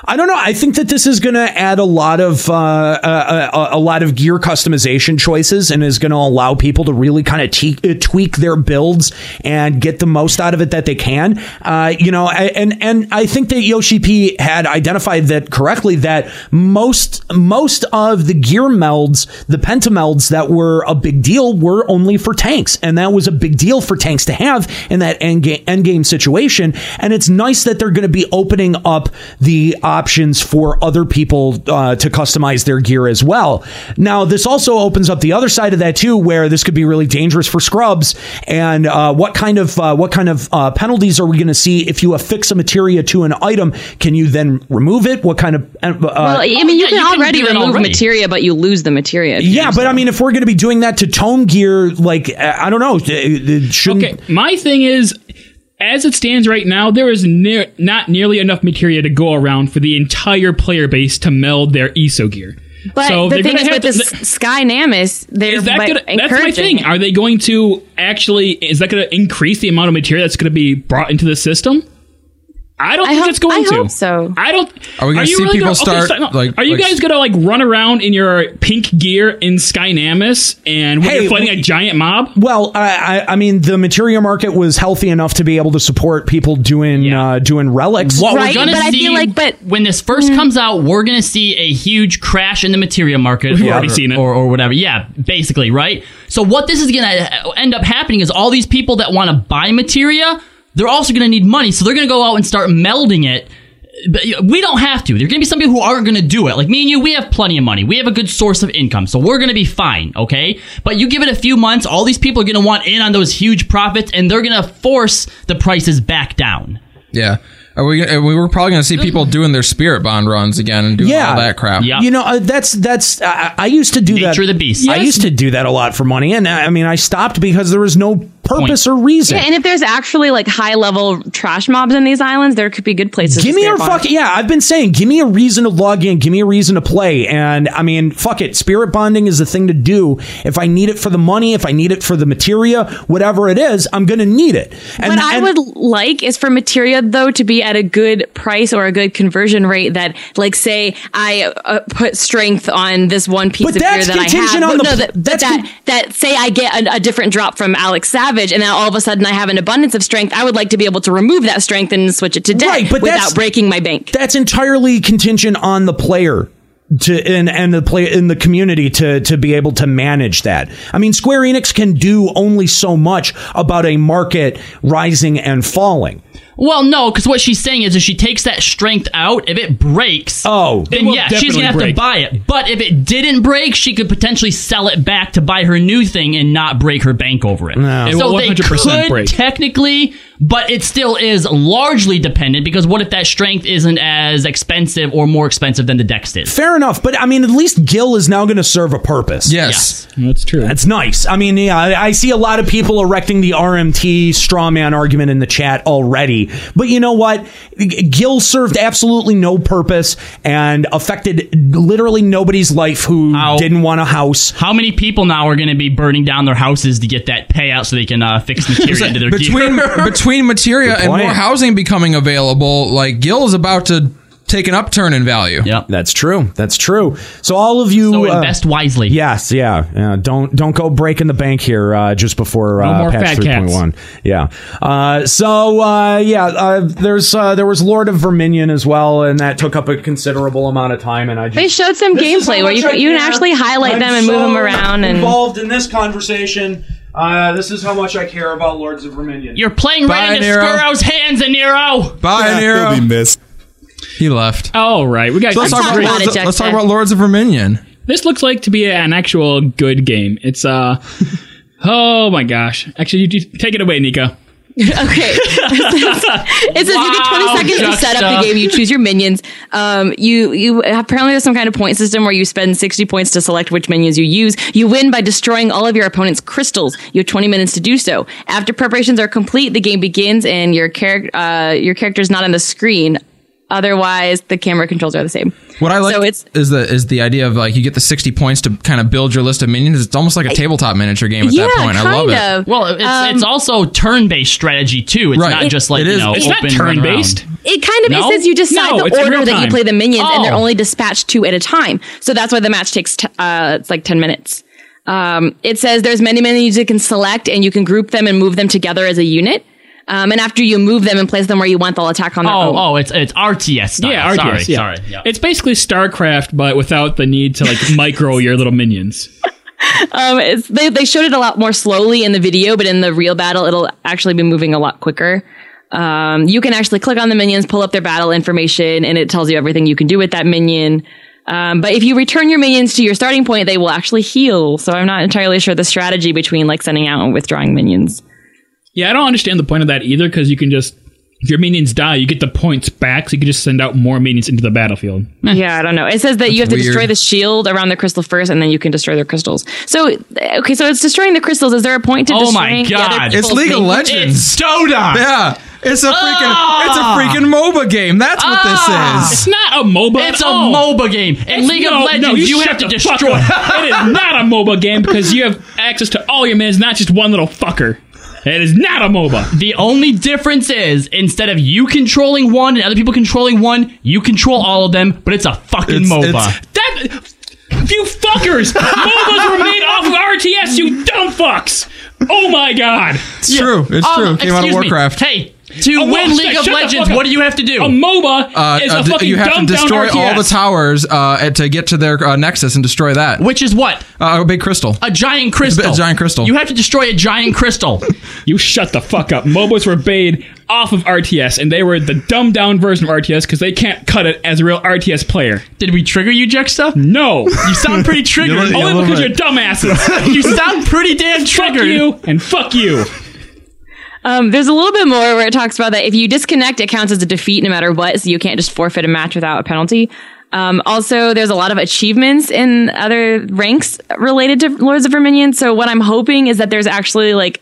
Speaker 9: I don't know. I think that this is going to add a lot of uh, uh, uh, a lot of gear customization choices, and is going to allow people to really kind of te- uh, tweak their builds and get the most out of it that they can. Uh, you know, I, and and I think that Yoshi P had identified that correctly that most most of the gear melds, the pentamelds that were a big deal, were only for tanks, and that was a big deal for tanks to have in that end game end game situation. And it's nice that they're going to be opening up the options for other people uh, to customize their gear as well. Now, this also opens up the other side of that too, where this could be really dangerous for scrubs. And uh, what kind of uh, what kind of uh, penalties are we going to see if you affix a materia to an item? Can you then remove it? What kind of uh,
Speaker 11: well, I mean, you
Speaker 12: yeah,
Speaker 11: can
Speaker 12: you can
Speaker 11: already
Speaker 12: do that
Speaker 11: remove
Speaker 12: already.
Speaker 11: materia, but you lose the materia.
Speaker 9: yeah, but I mean, if we're going to be doing that to tone gear, like I I don't know, it- it shouldn't
Speaker 10: My thing is, as it stands right now, there is near, not nearly enough materia to go around for the entire player base to meld their ESO gear.
Speaker 11: But
Speaker 10: so
Speaker 11: the
Speaker 10: they're
Speaker 11: thing
Speaker 10: gonna
Speaker 11: is, with
Speaker 10: have to,
Speaker 11: this Sky Namus, they're
Speaker 10: is that
Speaker 11: by-
Speaker 10: gonna, that's my
Speaker 11: encouraging
Speaker 10: thing. Are they going to actually? Is that going to increase the amount of material that's going to be brought into the system? I don't think it's going
Speaker 11: I
Speaker 10: to.
Speaker 11: hope so.
Speaker 10: I don't.
Speaker 1: Are we gonna
Speaker 10: you
Speaker 1: see people
Speaker 10: gonna- okay,
Speaker 1: start,
Speaker 10: no.
Speaker 1: like-
Speaker 10: Are you
Speaker 1: like-
Speaker 10: guys gonna like run around in your pink gear in Skynamis and when
Speaker 9: Hey,
Speaker 10: you're fighting
Speaker 9: we-
Speaker 10: a giant mob?
Speaker 9: Well, I, I, I mean, the material market was healthy enough to be able to support people doing uh, doing relics.
Speaker 12: What we're gonna see, but Mm. when this first comes out, we're gonna see a huge crash in the material market.
Speaker 10: We've
Speaker 12: or-
Speaker 10: already seen it.
Speaker 12: or, or whatever. Yeah, basically, right. So what this is gonna end up happening is all these people that want to buy materia, they're also gonna need money, so they're gonna go out and start melding it. But we don't have to. There's gonna be some people who aren't gonna do it. Like me and you, we have plenty of money. We have a good source of income, so we're gonna be fine, okay? But you give it a few months, all these people are gonna want in on those huge profits, and they're gonna force the prices back down.
Speaker 1: Yeah. Are we, uh, we were probably going
Speaker 11: Mm-hmm.
Speaker 1: to see people doing their spirit bond runs again and doing all that crap.
Speaker 9: You know, uh, that's that's. I, I used to do that.
Speaker 1: Nature of the beast.
Speaker 9: I
Speaker 1: Yes.
Speaker 9: used to do that a lot for money, and I I mean, I stopped because there was no purpose or reason.
Speaker 11: Yeah, and if there's actually like high level trash mobs in these islands, there could be good places.
Speaker 9: Give
Speaker 11: to
Speaker 9: me
Speaker 11: stay
Speaker 9: a
Speaker 11: upon.
Speaker 9: fuck yeah! I've been saying, give me a reason to log in, give me a reason to play, and I mean, fuck it. Spirit bonding is the thing to do. If I need it for the money, if I need it for the materia, whatever it is, I'm gonna need it. And
Speaker 11: what I would like is for materia though to be at a good price or a good conversion rate that, like, say I uh, put strength on this one piece
Speaker 9: But
Speaker 11: of gear
Speaker 9: that's
Speaker 11: that I have.
Speaker 9: contingent on
Speaker 11: but
Speaker 9: the-
Speaker 11: no, that, but
Speaker 9: that's
Speaker 11: that, that say I get a, a different drop from Alex Savage, and now all of a sudden I have an abundance of strength. I would like to be able to remove that strength and switch it to deck
Speaker 9: Right, but that's-
Speaker 11: without breaking my bank.
Speaker 9: that's entirely contingent on the player to and and the play in the community to to be able to manage that. I mean, Square Enix can do only so much about a market rising and falling.
Speaker 12: Well, no, because what she's saying is if she takes that strength out, if it breaks,
Speaker 9: oh,
Speaker 12: then
Speaker 9: It will
Speaker 12: yeah,
Speaker 9: definitely
Speaker 12: she's gonna have
Speaker 9: break.
Speaker 12: to buy it. But if it didn't break, she could potentially sell it back to buy her new thing and not break her bank over it.
Speaker 10: It
Speaker 12: So
Speaker 10: will
Speaker 12: they
Speaker 10: 100%
Speaker 12: could
Speaker 10: break.
Speaker 12: technically, but it still is largely dependent because what if that strength isn't as expensive or more expensive than the dex is?
Speaker 9: Fair enough, but I mean, at least Gil is now going to serve a purpose.
Speaker 1: Yes.
Speaker 10: that's true.
Speaker 9: That's nice. I mean, yeah, I, I see a lot of people erecting the RMT straw man argument in the chat already, but you know what? G- Gil served absolutely no purpose and affected literally nobody's life who didn't want a house.
Speaker 12: How many people now are going to be burning down their houses to get that payout so they can uh, fix material into their
Speaker 1: between
Speaker 12: gear?
Speaker 1: between materia
Speaker 12: Good
Speaker 1: and more
Speaker 12: point.
Speaker 1: housing becoming available, like Gil is about to take an upturn in value.
Speaker 12: Yeah,
Speaker 9: that's true. That's true. So all of you
Speaker 1: So invest
Speaker 12: wisely.
Speaker 9: Yes, uh, yeah, yeah. Don't don't go breaking the bank here uh, just before
Speaker 1: No
Speaker 9: uh,
Speaker 1: more
Speaker 9: patch
Speaker 1: fat
Speaker 9: three point
Speaker 1: cats.
Speaker 9: one. Yeah. Uh, so uh, yeah, uh, there's uh, there was Lord of Verminion as well, and that took up a considerable amount of time, and I just
Speaker 11: They showed some gameplay where you can- you can actually highlight them and move them around and.
Speaker 9: involved in this conversation. Uh, this is how much I care about Lords of Verminion.
Speaker 12: You're playing right into Squirrel's hands, and Nero.
Speaker 1: Bye, Nero.
Speaker 10: he'll be
Speaker 1: missed. He left.
Speaker 10: Oh, right. We got
Speaker 1: So let's,
Speaker 10: I'm
Speaker 1: talk about,
Speaker 10: talking about
Speaker 1: Lords,
Speaker 10: it,
Speaker 1: let's
Speaker 10: Jack.
Speaker 1: talk about Lords of Verminion.
Speaker 10: This looks like to be an actual good game. It's uh, oh my gosh. Actually, you, you take it away, Nico.
Speaker 11: okay. it says you get 20
Speaker 8: Wow,
Speaker 11: seconds to set up
Speaker 8: Juxta.
Speaker 11: the game. You choose your minions. Um, you you apparently there's some kind of point system where you spend 60 points to select which minions you use. You win by destroying all of your opponent's crystals. You have 20 minutes to do so. After preparations are complete, the game begins and your character uh, your character's not on the screen. Otherwise, the camera controls are the same.
Speaker 1: What I like is the is the idea of like you get the sixty points to kind of build your list of minions. It's almost like a tabletop miniature game at that point. I love it.
Speaker 12: Well, it's, it's also turn-based strategy too. It's
Speaker 1: Right.
Speaker 12: not
Speaker 1: It-
Speaker 12: just like
Speaker 1: it
Speaker 12: you
Speaker 1: is-
Speaker 12: know,
Speaker 1: it's not
Speaker 12: open run around.
Speaker 1: turn-based.
Speaker 11: It kind of
Speaker 12: No?
Speaker 11: is since you decide
Speaker 12: No, it's
Speaker 11: the order that
Speaker 12: real-time.
Speaker 11: you play the minions, and they're
Speaker 12: Oh.
Speaker 11: only dispatched two at a time. So that's why the match takes t- uh, it's like ten minutes. Um, it says there's many minions you can select, and you can group them and move them together as a unit. Um, and after you move them and place them where you want, they'll attack on their
Speaker 12: Oh,
Speaker 11: own.
Speaker 12: oh, it's it's RTS style.
Speaker 10: Yeah, RTS.
Speaker 12: Sorry,
Speaker 10: yeah.
Speaker 12: sorry. Yeah.
Speaker 10: It's basically StarCraft, but without the need to like micro your little minions.
Speaker 11: Um, it's, they they showed it a lot more slowly in the video, but in the real battle, it'll actually be moving a lot quicker. Um, you can actually click on the minions, pull up their battle information, and it tells you everything you can do with that minion. Um, but if you return your minions to your starting point, they will actually heal. So I'm not entirely sure the strategy between like sending out and withdrawing minions.
Speaker 10: Yeah, I don't understand the point of that either because you can just if your minions die, you get the points back, so you can just send out more minions into the battlefield.
Speaker 11: Yeah, I don't know. It says that you have
Speaker 10: That's
Speaker 11: to
Speaker 10: weird.
Speaker 11: destroy the shield around the crystal first, and then you can destroy their crystals. So okay, so it's destroying the crystals. Is there a point to
Speaker 12: Oh my
Speaker 11: destroying? the other
Speaker 12: god!
Speaker 11: people's minions?
Speaker 12: It's Dota.
Speaker 1: Yeah, it's a freaking
Speaker 12: Ah!
Speaker 1: it's a freaking MOBA game. That's what
Speaker 12: Ah!
Speaker 1: this is.
Speaker 12: It's
Speaker 10: not a MOBA.
Speaker 12: It's a MOBA game. In League of Legends, you have to destroy-
Speaker 10: it is not a MOBA game because you have access to all your minions, not just one little fucker. It is not a MOBA.
Speaker 12: The only difference is instead of you controlling one and other people controlling one, you control all of them, but it's a fucking MOBA.
Speaker 10: That you fuckers! MOBAs were made off of RTS. You dumb fucks! Oh my god!
Speaker 1: It's true. It's true. It came out of
Speaker 12: Um, excuse me.
Speaker 1: Warcraft.
Speaker 12: Hey, to
Speaker 10: Oh,
Speaker 12: win
Speaker 10: well,
Speaker 12: League
Speaker 10: shut-
Speaker 12: of
Speaker 10: shut the
Speaker 12: Legends,
Speaker 10: fuck up.
Speaker 12: what do you have to do?
Speaker 10: A MOBA
Speaker 1: Uh,
Speaker 10: is
Speaker 1: uh,
Speaker 10: a
Speaker 1: d-
Speaker 10: fucking
Speaker 1: you have to
Speaker 10: dumbed down
Speaker 1: destroy all the
Speaker 10: RTS.
Speaker 1: towers uh, at- to get to their uh, nexus and destroy that.
Speaker 12: Which is what?
Speaker 1: Uh, a big crystal.
Speaker 12: A giant crystal.
Speaker 1: A giant crystal.
Speaker 12: You have to destroy a giant crystal.
Speaker 10: You shut the fuck up. MOBAs were made off of RTS, and they were the dumbed down version of RTS because they can't cut it as a real RTS player.
Speaker 12: Did we trigger you, Juxta?
Speaker 10: No.
Speaker 12: You sound pretty triggered.
Speaker 10: Only because you're dumbasses.
Speaker 12: you sound pretty damn triggered.
Speaker 10: Fuck you and fuck you.
Speaker 11: Um, there's a little bit more where it talks about that if you disconnect, it counts as a defeat no matter what, so you can't just forfeit a match without a penalty. Um, also, there's a lot of achievements in other ranks related to Lords of Verminion. So what I'm hoping is that there's actually like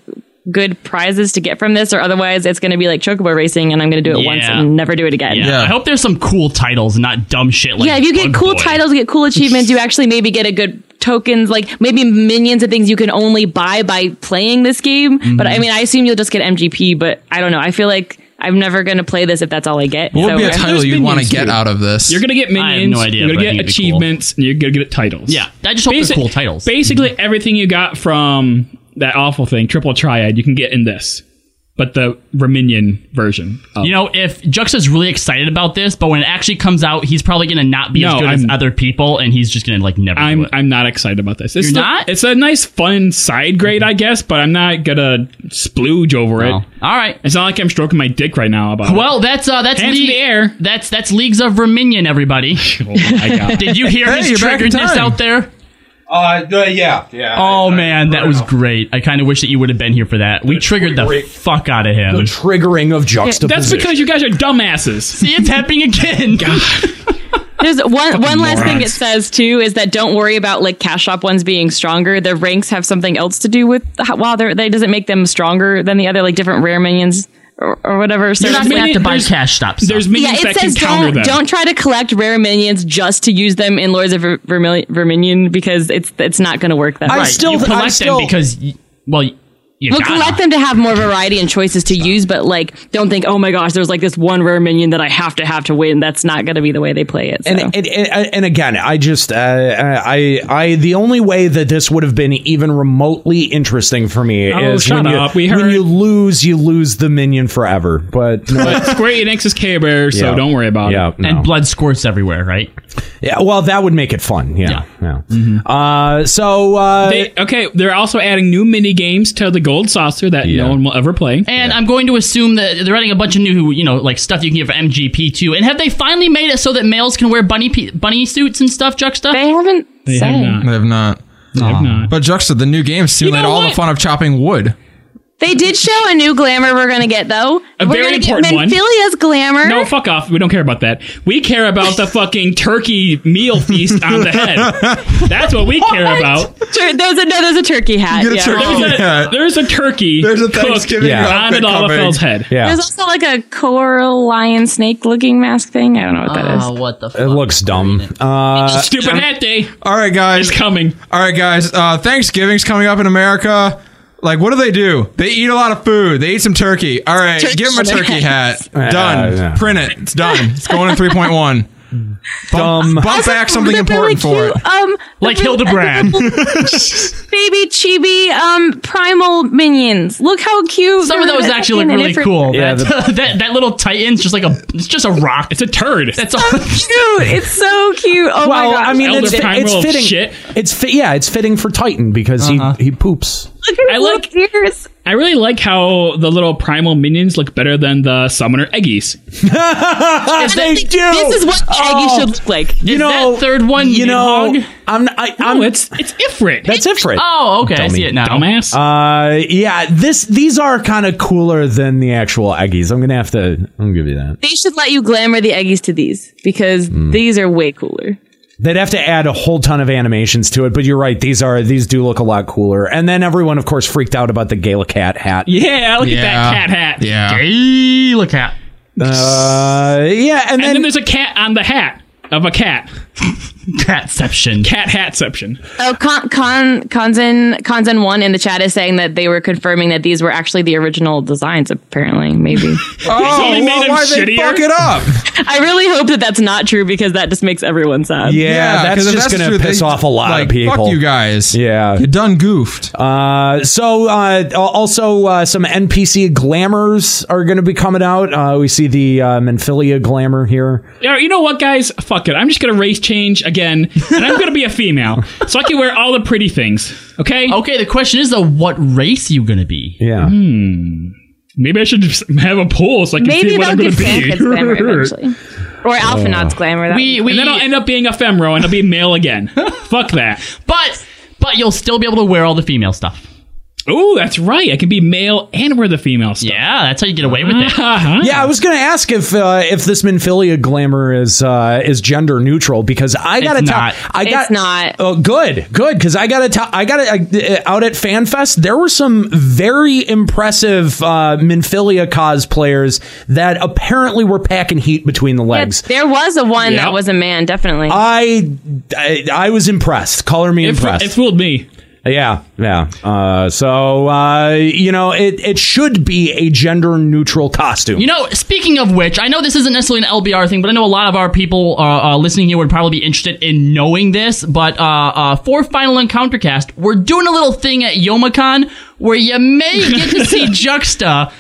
Speaker 11: good prizes to get from this, or otherwise it's going to be like chocobo racing, and I'm going to do it once
Speaker 12: Yeah.
Speaker 11: and never do it again.
Speaker 12: Yeah. I hope there's some cool titles and not dumb shit like
Speaker 11: yeah, if you get
Speaker 12: Bug
Speaker 11: cool
Speaker 12: Boy.
Speaker 11: titles, you get cool achievements, you actually maybe get a good tokens, like maybe minions and things you can only buy by playing this game. But I
Speaker 1: Mhm.
Speaker 11: mean, I assume you'll just get MGP, but I don't know. I feel like I'm never going to play this if that's all I get.
Speaker 1: What would be a
Speaker 11: I-
Speaker 1: title you'd want to get out of this?
Speaker 10: You're gonna get
Speaker 12: I have
Speaker 10: minions.
Speaker 12: no idea,
Speaker 10: You're
Speaker 12: but I
Speaker 10: gonna get
Speaker 12: think it'd be cool.
Speaker 10: achievements. And you're gonna get titles.
Speaker 12: Yeah, I just hope there's cool titles.
Speaker 10: Basically, everything you got from that awful thing, Triple Triad, you can get in this, but the Reminion version.
Speaker 12: You know, if Juxta's really excited about this, but when it actually comes out, he's probably going to not be as
Speaker 10: No,
Speaker 12: good as
Speaker 10: I'm-
Speaker 12: other people, and he's just going to like never.
Speaker 10: I'm
Speaker 12: do it.
Speaker 10: I'm not excited about this. It's
Speaker 12: You're
Speaker 10: the-
Speaker 12: not?
Speaker 10: It's a nice, fun side grade, I guess, but I'm not gonna splooge over it.
Speaker 12: No. All right.
Speaker 10: It's not like I'm stroking my dick right now about.
Speaker 12: Well, that's uh, that's
Speaker 10: Hands in
Speaker 12: league,
Speaker 10: the air.
Speaker 12: That's that's leagues of Verminion, everybody.
Speaker 10: my God.
Speaker 12: Did you hear
Speaker 10: Hey,
Speaker 12: his
Speaker 10: you're back in
Speaker 12: triggeredness
Speaker 10: time.
Speaker 12: out there?
Speaker 13: Uh, the- yeah, yeah.
Speaker 12: oh man, that was great. I kind of wish that you would have been here for that. We triggered the fuck out of him.
Speaker 9: The triggering of
Speaker 10: it.
Speaker 9: juxtaposition.
Speaker 10: That's because you guys are dumbasses.
Speaker 12: See, it's happening again.
Speaker 11: There's one one last thing
Speaker 10: morons.
Speaker 11: it says too is that don't worry about like cash shop ones being stronger. The ranks have something else to do with how, while they're they doesn't make them stronger than the other like different rare minions or, or whatever. So
Speaker 12: You're not
Speaker 11: it's
Speaker 12: going to
Speaker 11: like-
Speaker 12: have to buy cash stops.
Speaker 10: There's minions that can counter
Speaker 11: don't
Speaker 10: them.
Speaker 11: don't try to collect rare minions just to use them in Lords of Ver- Vermil- Verminion because it's it's not going to work that.
Speaker 12: I
Speaker 11: way.
Speaker 12: still you collect them because y- well, y- you
Speaker 11: Well,
Speaker 12: gotta.
Speaker 11: collect them to have more variety and choices to use, but like, don't think, oh my gosh, there's like this one rare minion that I have to have to win. That's not going to be the way they play it. So.
Speaker 9: And, and, and and again, I just uh, I I the only way that this would have been even remotely interesting for me
Speaker 10: Oh,
Speaker 9: is
Speaker 10: shut
Speaker 9: when you,
Speaker 10: up. We
Speaker 9: when
Speaker 10: heard-
Speaker 9: you lose, you lose the minion forever. But no,
Speaker 10: But Square Enix is K-Bear, so
Speaker 9: Yeah.
Speaker 10: don't worry about
Speaker 9: Yeah,
Speaker 10: it.
Speaker 9: no. And
Speaker 12: blood squirts everywhere, right?
Speaker 9: yeah, well, that would make it fun. Yeah, yeah. Uh, so uh,
Speaker 10: Mm-hmm. They, okay, they're also adding new mini games to the Gold Saucer that no one will ever play.
Speaker 12: And I'm going to assume that they're adding a bunch of new, you know, like stuff you can get for MGP too. And have they finally made it so that males can wear bunny pe- bunny suits and stuff? Juxta.
Speaker 11: They haven't.
Speaker 1: They have not. They have not. But Juxta, the new game simulate
Speaker 12: know
Speaker 1: all
Speaker 12: what?
Speaker 1: the fun of chopping wood.
Speaker 11: They did show a new glamour we're going to get, though.
Speaker 10: A
Speaker 11: we're
Speaker 10: very
Speaker 11: gonna
Speaker 10: important
Speaker 11: get
Speaker 10: one.
Speaker 11: Menphilia's glamour.
Speaker 10: No, fuck off. We don't care about that. We care about the fucking turkey meal feast on the head. That's what we care about.
Speaker 11: Tur- there's a no, there's a turkey hat.
Speaker 10: You get a
Speaker 11: yeah.
Speaker 10: turkey There's a- hat. There's a turkey. There's a Thanksgiving Yeah. outfit on Adolphe coming. Fell's head. Yeah.
Speaker 11: There's also like a coral lion snake looking mask thing. I don't know what that is.
Speaker 12: Oh, what the? F-
Speaker 9: It looks dumb.
Speaker 11: Uh,
Speaker 10: Stupid hat day.
Speaker 1: All right, guys.
Speaker 10: It's coming.
Speaker 1: All right, guys. Uh, Thanksgiving's coming up in America. Like, what do they do? They eat a lot of food. They eat some turkey. All right,
Speaker 11: Turkey
Speaker 1: give them a turkey hat.
Speaker 11: hats.
Speaker 1: Done.
Speaker 9: Uh, yeah.
Speaker 1: Print it. It's done. It's going in 3.1.
Speaker 10: Oh
Speaker 9: Dumb.
Speaker 1: Bump back something important for it.
Speaker 11: Um,
Speaker 1: Like
Speaker 11: the real-
Speaker 1: Hildebrand.
Speaker 11: baby chibi um primal minions. Look how cute.
Speaker 12: Some of
Speaker 11: they're
Speaker 12: those
Speaker 11: looking
Speaker 12: actually
Speaker 11: and
Speaker 12: look really
Speaker 11: everything.
Speaker 12: cool. that, that that little titan's just like a it's just a rock. It's
Speaker 10: a turd. That's
Speaker 12: all.
Speaker 11: Cute. It's so cute. Oh my
Speaker 9: well,
Speaker 11: god.
Speaker 9: I mean, it's,
Speaker 10: Elder
Speaker 9: it's
Speaker 10: Primeval
Speaker 9: fitting.
Speaker 10: shit. Uh-huh.
Speaker 9: It's fi- yeah, it's fitting for Titan because he he poops.
Speaker 10: I like I really like how the little primal minions look better than the summoner eggies.
Speaker 9: they do.
Speaker 11: This is what the eggy should look like.
Speaker 9: Oh, You know,
Speaker 10: third one.
Speaker 9: You know, I'm. I, I'm.
Speaker 10: Oh, it's it's different.
Speaker 9: That's different.
Speaker 12: Oh, okay, I see it now.
Speaker 10: Dumbass.
Speaker 9: Uh, yeah. This these are kind of cooler than the actual eggies. I'm gonna have to. I'm gonna give you that.
Speaker 11: They should let you glamour the eggies to these because
Speaker 1: Hmm.
Speaker 11: these are way cooler.
Speaker 9: They'd have to add a whole ton of animations to it, but you're right. These are these do look a lot cooler. And then everyone, of course, freaked out about the Gala Cat hat.
Speaker 10: Yeah, look at that cat hat.
Speaker 9: Yeah.
Speaker 10: Gala cat.
Speaker 9: Uh, yeah, and,
Speaker 10: then, there's a cat on the hat of a cat.
Speaker 12: Catception.
Speaker 10: Cat hatception.
Speaker 11: Oh, Con Con Kanzen Kanzen one in the chat is saying that they were confirming that these were actually the original designs. Apparently, maybe.
Speaker 1: Oh,
Speaker 10: made
Speaker 1: well,
Speaker 10: them
Speaker 1: why they
Speaker 10: shittier.
Speaker 1: fuck it up?
Speaker 11: I really hope that that's not true because that just makes everyone sad.
Speaker 9: Yeah, that's
Speaker 1: 'cause if
Speaker 9: just
Speaker 1: that's
Speaker 9: going
Speaker 1: true,
Speaker 9: to
Speaker 1: they-
Speaker 9: piss off a lot
Speaker 1: like,
Speaker 9: of people.
Speaker 1: fuck you guys.
Speaker 9: Yeah.
Speaker 1: You done goofed.
Speaker 9: Uh, so, uh, al- also, uh, some NPC glamours are going to be coming out. Uh, we see the uh, Menphilia glamour here.
Speaker 10: Yeah, You know what, guys? Fuck it. I'm just gonna race change again, and I'm gonna be a female, so I can wear all the pretty things. Okay.
Speaker 12: Okay. The question is though, what race are you gonna be?
Speaker 9: Yeah.
Speaker 10: Hmm. Maybe I should just have a poll so I can see
Speaker 11: Maybe
Speaker 10: what I'm
Speaker 11: that'll
Speaker 10: gonna
Speaker 11: give Sanford's glamour
Speaker 10: be.
Speaker 11: eventually. Or Alphanauts glamour. That
Speaker 12: We-
Speaker 11: would-
Speaker 10: and then I'll end up being a femro and I'll be male again. Fuck that.
Speaker 12: But but you'll still be able to wear all the female stuff.
Speaker 10: Oh, that's right. I can be male and wear the female stuff. Uh-huh.
Speaker 12: Yeah, that's how you get away with it.
Speaker 10: Ah.
Speaker 9: Yeah, I was going to ask if uh, if this Menphilia glamour is uh, is gender neutral because I got to
Speaker 12: It's
Speaker 9: tell
Speaker 12: not.
Speaker 9: I got
Speaker 11: It's not.
Speaker 9: Oh, good, good because I got to tell I got to uh, out at FanFest there were some very impressive uh, Menphilia cosplayers that apparently were packing heat between the legs.
Speaker 11: there was a one
Speaker 9: Yeah.
Speaker 11: that was a man, definitely.
Speaker 9: Uh, I, I I was impressed. Color me impressed.
Speaker 10: It fooled me.
Speaker 9: Yeah, yeah. Uh, so uh, you know, it it should be a gender neutral costume.
Speaker 12: You know, Oh, speaking of which, I know this isn't necessarily an LBR thing, but I know a lot of our people uh, uh, listening here would probably be interested in knowing this. But uh, uh, for Final Encounter Cast, we're doing a little thing at Yomacon where you may get to see Juxta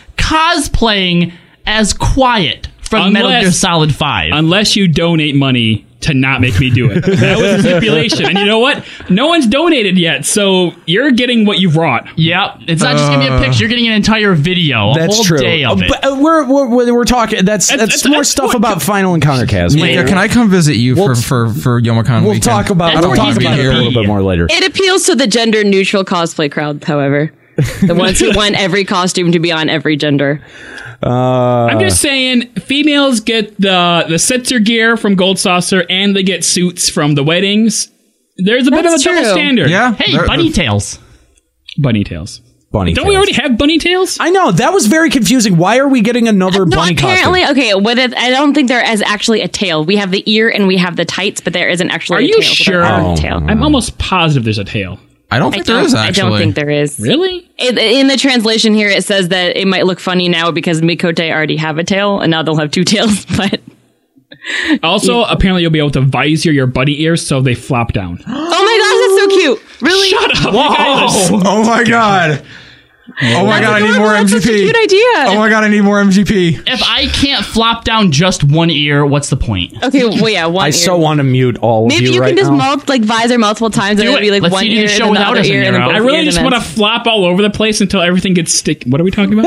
Speaker 12: cosplaying as Quiet from Metal Gear Solid 5.
Speaker 10: Unless you donate money to not make me do it. That was a stipulation. And you know what? No one's donated yet, so you're getting what you brought.
Speaker 12: Yep. It's not just gonna be a picture. You're getting an entire video. A
Speaker 9: that's
Speaker 12: whole
Speaker 9: true.
Speaker 12: Day of
Speaker 9: Uh,
Speaker 12: it.
Speaker 9: but, uh, we're, we're we're talking. That's that's, more stuff about Final Encounter Cast.
Speaker 1: Yeah, can I come visit you for, for, for YomaCon
Speaker 9: We'll
Speaker 1: weekend?
Speaker 9: talk about-
Speaker 1: I don't
Speaker 9: we'll
Speaker 1: want
Speaker 9: talk
Speaker 1: to be
Speaker 9: about it
Speaker 1: here.
Speaker 9: a little bit more later.
Speaker 11: It appeals to the gender neutral cosplay crowd, however. The ones who want every costume to be on every gender.
Speaker 9: Uh,
Speaker 10: I'm just saying, females get the the setzer gear from Gold Saucer, and they get suits from the weddings. There's a bit of a
Speaker 12: That's
Speaker 10: double
Speaker 12: true.
Speaker 10: standard.
Speaker 12: Yeah, Hey, they're- bunny they're- tails.
Speaker 10: Bunny tails.
Speaker 9: Bunny.
Speaker 10: Don't we already have bunny tails?
Speaker 9: I know that was very confusing. Why are we getting another bunny
Speaker 11: Apparently,
Speaker 9: costume?
Speaker 11: okay, with it, I don't think there is actually a tail. We have the ear and we have the tights, but there isn't actually
Speaker 10: Are
Speaker 11: a
Speaker 10: you
Speaker 11: tail. so there
Speaker 10: sure? Oh.
Speaker 11: aren't tail.
Speaker 10: I'm almost positive there's a tail.
Speaker 1: I don't
Speaker 11: I don't- I don't think there is.
Speaker 10: Really?
Speaker 11: It, in the translation here, it says that it might look funny now because Mikote already have a tail, and now they'll have two tails. But
Speaker 10: Also, apparently you'll be able to visor your bunny ears so they flop down.
Speaker 11: oh my gosh, that's so cute! Really?
Speaker 10: Shut up! You guys are
Speaker 1: Oh my god. Oh my
Speaker 10: That's
Speaker 1: god, I need
Speaker 10: adorable.
Speaker 1: more
Speaker 10: That's
Speaker 1: MGP.
Speaker 10: such a cute
Speaker 11: idea.
Speaker 1: Oh my god, I need more MGP.
Speaker 12: If I can't flop down just one ear, what's the point?
Speaker 11: Okay, well, yeah, one.
Speaker 9: I
Speaker 11: ear.
Speaker 9: so want to mute all
Speaker 11: Maybe
Speaker 9: of you,
Speaker 11: you,
Speaker 9: right
Speaker 11: can just
Speaker 9: now.
Speaker 11: mul- like visor multiple times,
Speaker 12: Do
Speaker 11: and it'll
Speaker 12: it.
Speaker 11: be like
Speaker 12: Let's
Speaker 11: one
Speaker 12: see you do
Speaker 11: ear
Speaker 12: the
Speaker 11: and
Speaker 12: show
Speaker 11: then the
Speaker 12: without
Speaker 11: other
Speaker 12: us in
Speaker 11: ear,
Speaker 12: here,
Speaker 11: and then
Speaker 12: Rob.
Speaker 11: both
Speaker 10: I
Speaker 11: ears,
Speaker 10: really
Speaker 11: and
Speaker 10: just
Speaker 11: then-
Speaker 10: want to flop all over the place until everything gets stick. What are we talking about?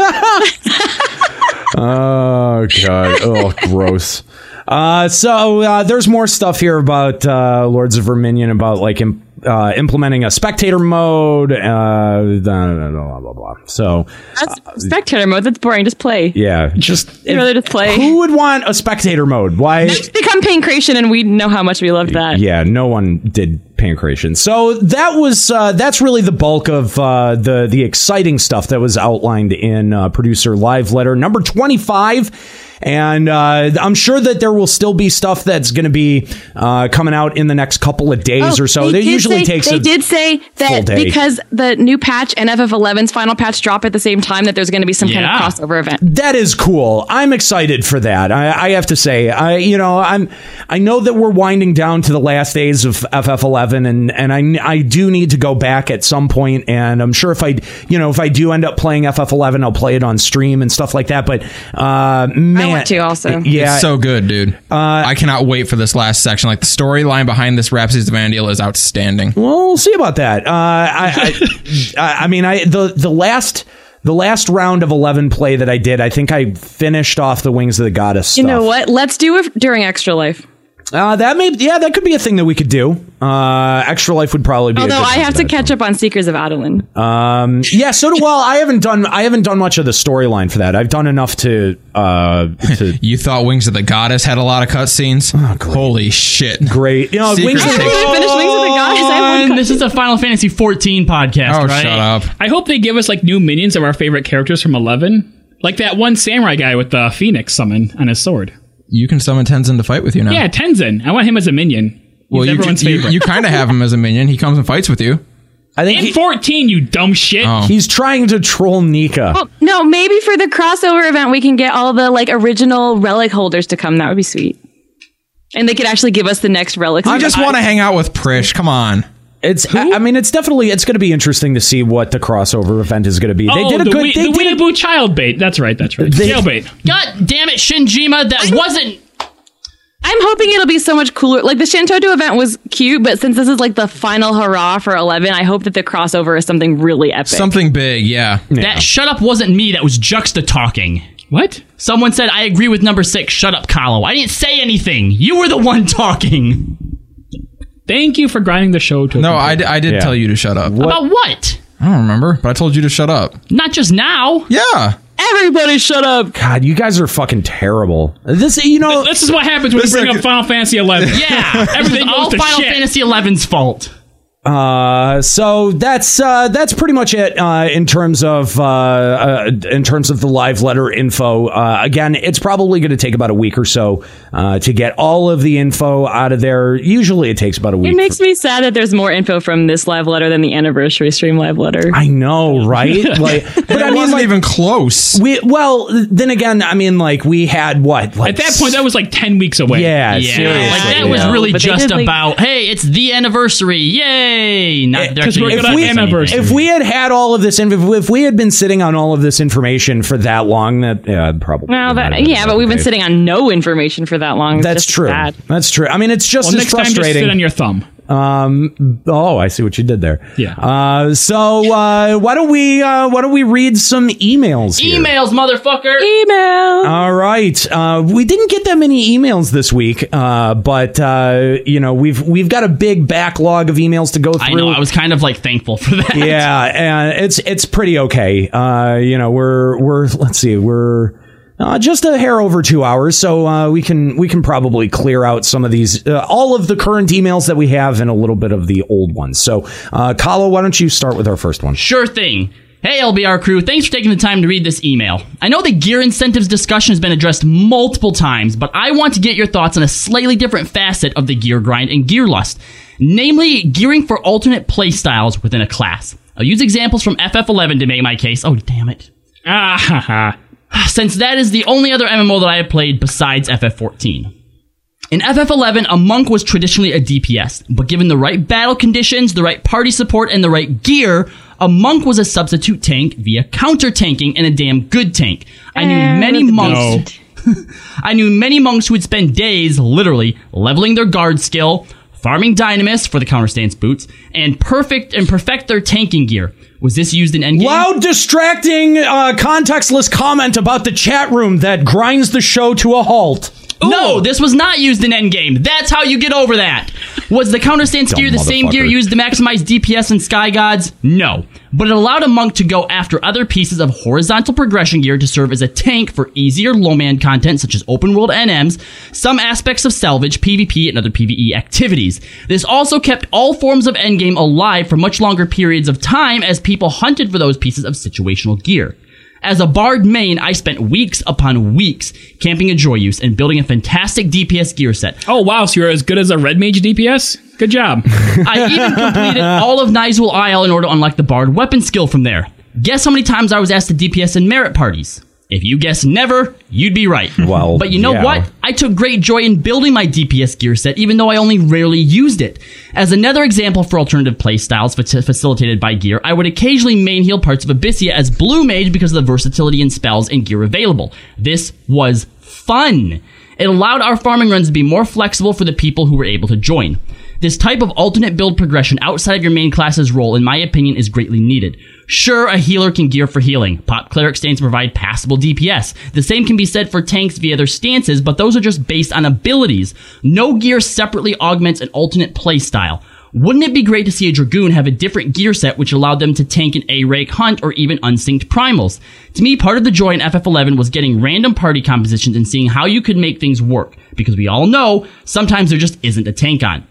Speaker 9: Oh god. Oh, gross. Uh, so uh, there's more stuff here about uh, Lords of Verminion about like im- uh, implementing a spectator mode. Uh, blah, blah, blah, blah, blah. So
Speaker 11: That's spectator mode. That's boring. Just play.
Speaker 9: yeah, just
Speaker 11: I'd rather just play.
Speaker 9: who would want a spectator mode? Why?
Speaker 11: Become pain creation, and we know how much we loved that.
Speaker 9: Yeah, no one did pancreation. So that was uh, that's really the bulk of uh, the the exciting stuff that was outlined in uh, producer live letter number twenty five. And uh, I'm sure that there will still be stuff that's going to be uh, coming out in the next couple of days
Speaker 11: Oh,
Speaker 9: or so.
Speaker 11: they
Speaker 9: It
Speaker 11: did
Speaker 9: usually
Speaker 11: say-
Speaker 9: takes.
Speaker 11: They
Speaker 9: a-
Speaker 11: did say
Speaker 9: full
Speaker 11: that
Speaker 9: day.
Speaker 11: because the new patch and FF11's final patch drop at the same time, that there's going to be some kind of crossover event.
Speaker 9: That is cool. I'm excited for that. I, I have to say, I you know, I'm I know that we're winding down to the last days of FF11, and and I I do need to go back at some point, and I'm sure if I you know if I do end up playing FF11, I'll play it on stream and stuff like that. But uh, man, Yeah, Uh,
Speaker 1: it's so good, dude. I cannot wait for this last section. Like the storyline behind this Rhapsodies of Vandeal is outstanding.
Speaker 9: Well, we'll see about that. Uh, I, I, I, I mean, I the the last the last round of eleven play that I did, I think I finished off the Wings of the Goddess.
Speaker 11: You
Speaker 9: stuff.
Speaker 11: know what? Let's do it during Extra Life.
Speaker 9: Uh, that may, yeah, that could be a thing that we could do. Uh, extra life would probably be. a
Speaker 11: Although
Speaker 9: good
Speaker 11: I
Speaker 9: one
Speaker 11: have
Speaker 9: for
Speaker 11: to catch up on Seekers of Adeline.
Speaker 9: that. Um, yeah. So do well. I haven't done. I haven't done much of the storyline for that. I've done enough to. Uh, to
Speaker 1: you thought Wings of the Goddess had a lot of cutscenes? Holy shit!
Speaker 9: Oh, Great. You know,
Speaker 12: Wings of the-
Speaker 11: Finish Wings of the Goddess. I have one
Speaker 12: this is a Final Fantasy 14 podcast,
Speaker 10: Oh,
Speaker 12: right?
Speaker 10: shut up. I hope they give us like new minions of our favorite characters from Eleven, like that one samurai guy with the phoenix summon on his sword.
Speaker 1: You can summon Tenzin to fight with you now.
Speaker 10: Yeah, Tenzin. I want him as a minion. He's
Speaker 1: Well, you,
Speaker 10: everyone's
Speaker 1: you,
Speaker 10: favorite.
Speaker 1: you kind of have him as a minion. He comes and fights with you.
Speaker 9: I think
Speaker 10: in fourteen, you dumb shit.
Speaker 1: Oh.
Speaker 9: He's trying to troll Nika.
Speaker 11: Well, no, maybe for the crossover event, we can get all the like original relic holders to come. That would be sweet. And they could actually give us the next relics.
Speaker 1: I just want to hang out with Prish. Come on.
Speaker 9: It's. I, I mean, it's definitely. It's going to be interesting to see what the crossover event is going to be.
Speaker 10: Oh,
Speaker 9: they did a
Speaker 10: the
Speaker 9: good.
Speaker 10: wee-
Speaker 9: they
Speaker 10: the
Speaker 9: did
Speaker 10: weeaboo child bait. That's right. That's right.
Speaker 9: They-
Speaker 10: Jailbait.
Speaker 12: God damn it, Shinjima, that wasn't.
Speaker 11: I'm hoping it'll be so much cooler. Like the Shantoto event was cute, but since this is like the final hurrah for 11, I hope that the crossover is something really epic.
Speaker 1: Something big, yeah.
Speaker 12: That shut up wasn't me, that was Juxta talking.
Speaker 10: What?
Speaker 12: Someone said, I agree with number six, shut up, Kahlo. I didn't say anything. You were the one talking.
Speaker 10: Thank you for grinding the show to.
Speaker 1: No, I, d- I did tell you to shut up.
Speaker 12: About what?
Speaker 1: I don't remember, but I told you to shut up.
Speaker 12: Not just now.
Speaker 1: Yeah.
Speaker 11: Everybody shut up.
Speaker 9: God, you guys are fucking terrible. This, you know,
Speaker 10: This is what happens when you
Speaker 9: This
Speaker 10: bring
Speaker 9: is-
Speaker 10: up Final Fantasy Eleven.
Speaker 12: Yeah,
Speaker 10: everything
Speaker 12: It was
Speaker 10: goes
Speaker 12: all
Speaker 10: to
Speaker 12: Final
Speaker 10: shit.
Speaker 12: Fantasy XI's fault.
Speaker 9: Uh, so that's uh, that's pretty much it uh, in terms of uh, uh, in terms of the live letter info. Uh, again, it's probably going to take about a week or so uh, to get all of the info out of there. Usually, it takes about a
Speaker 11: It
Speaker 9: week.
Speaker 11: makes me sad that there's more info from this live letter than the anniversary stream live letter.
Speaker 9: I know, right? Like, but
Speaker 1: it
Speaker 9: I mean,
Speaker 1: wasn't
Speaker 9: like,
Speaker 1: even close.
Speaker 9: We well, then again, I mean, like we had what? Like,
Speaker 10: At that point, that was like ten weeks away.
Speaker 9: Yeah,
Speaker 12: Yeah,
Speaker 9: seriously.
Speaker 12: like that
Speaker 9: yeah.
Speaker 12: was really
Speaker 10: But they
Speaker 12: just
Speaker 10: did, like-
Speaker 12: about hey, it's the anniversary, yay! Not
Speaker 9: If we-
Speaker 12: if we,
Speaker 9: If we had had all of this, info, if we had been sitting on all of this information for that long, that yeah, I'd probably.
Speaker 11: No, that yeah, but we've been sitting on no information for that long. It's
Speaker 9: That's
Speaker 11: just
Speaker 9: true.
Speaker 11: sad.
Speaker 9: That's true. I mean, it's just
Speaker 11: Well,
Speaker 9: as
Speaker 11: next time, just
Speaker 9: frustrating.
Speaker 11: sit on
Speaker 10: your thumb.
Speaker 9: Um. Oh, I see what you did there.
Speaker 10: Yeah.
Speaker 9: Uh. So uh, why don't we uh, why don't we read some emails? Here?
Speaker 12: emails, motherfucker,
Speaker 11: email.
Speaker 9: All right. Uh, we didn't get that many emails this week, uh, but uh, you know we've we've got a big backlog of emails to go through.
Speaker 12: I know. I was kind of like thankful for that.
Speaker 9: yeah, and it's it's pretty okay. Uh, you know, we're we're let's see, we're uh, just a hair over two hours, so uh, we can we can probably clear out some of these, uh, all of the current emails that we have, and a little bit of the old ones. So, uh, Kala, why don't you start with our first one?
Speaker 12: Sure thing. Hey, LBR crew, thanks for taking the time to read this email. I know the gear incentives discussion has been addressed multiple times, but I want to get your thoughts on a slightly different facet of the gear grind and gear lust, namely gearing for alternate playstyles within a class. I'll use examples from FF11 to make my case. Oh, damn it.
Speaker 10: Ah, ha, ha.
Speaker 12: Since that is the only other MMO that I have played besides FF14. In FF11, a monk was traditionally a DPS, but given the right battle conditions, the right party support, and the right gear, a monk was a substitute tank via counter tanking and a damn good tank. I knew
Speaker 10: Eh,
Speaker 12: many
Speaker 10: no.
Speaker 12: monks. I knew many monks who would spend days, literally, leveling their guard skill, farming dynamis for the counterstance boots, and perfect and perfect their tanking gear. Was this used in Endgame?
Speaker 9: Loud, distracting, uh, contextless comment about the chat room that grinds the show to a halt.
Speaker 12: No, this was not used in Endgame. That's how you get over that. Was the counter stance
Speaker 9: Dumb
Speaker 12: gear the same gear
Speaker 9: motherfucker.
Speaker 12: used to maximize DPS in Sky Gods? No. But it allowed a monk to go after other pieces of horizontal progression gear to serve as a tank for easier low man content such as open world NMs, some aspects of salvage, PvP, and other PvE activities. This also kept all forms of Endgame alive for much longer periods of time as people hunted for those pieces of situational gear. As a Bard main, I spent weeks upon weeks camping a Joy Use and building a fantastic DPS gear set.
Speaker 10: Oh wow, so you're as good as a Red Mage DPS? Good job.
Speaker 11: Um,
Speaker 12: I even completed all of Nizul Isle in order to unlock the Bard weapon skill from there. Guess how many times I was asked to DPS in merit parties? If you guess never, you'd be right.
Speaker 9: Well,
Speaker 12: but you know
Speaker 9: yeah.
Speaker 12: what? I took great joy in building my DPS gear set, even though I only rarely used it. As another example for alternative playstyles faci- facilitated by gear, I would occasionally main heal parts of Abyssia as Blue Mage because of the versatility in spells and gear available. This was fun. It allowed our farming runs to be more flexible for the people who were able to join. This type of alternate build progression outside of your main class's role, in my opinion, is greatly needed. Sure, a healer can gear for healing. Pop cleric stands provide passable DPS. The same can be said for tanks via their stances, but those are just based on abilities. No gear separately augments an alternate playstyle. Wouldn't it be great to see a Dragoon have a different gear set which allowed them to tank an A-Rake hunt or even unsynced primals? To me, part of the joy in FF11 was getting random party compositions and seeing how you could make things work, because we all know sometimes there just isn't a tank on.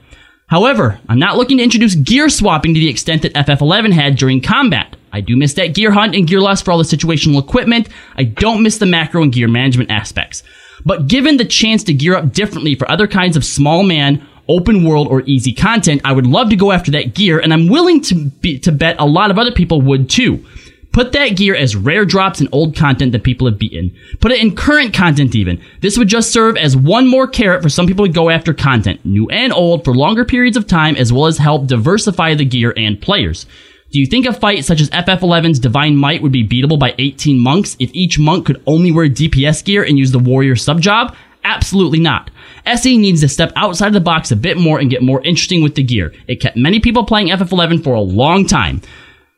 Speaker 12: However, I'm not looking to introduce gear swapping to the extent that FF11 had during combat. I do miss that gear hunt and gear loss for all the situational equipment. I don't miss the macro and gear management aspects. But given the chance to gear up differently for other kinds of small man, open world, or easy content, I would love to go after that gear, and I'm willing to, be, to bet a lot of other people would too. Put that gear as rare drops in old content that people have beaten. Put it in current content even. This would just serve as one more carrot for some people to go after content, new and old, for longer periods of time, as well as help diversify the gear and players. Do you think a fight such as FF11's Divine Might would be beatable by 18 monks if each monk could only wear DPS gear and use the warrior subjob? Absolutely not. SE needs to step outside the box a bit more and get more interesting with the gear. It kept many people playing FF11 for a long time.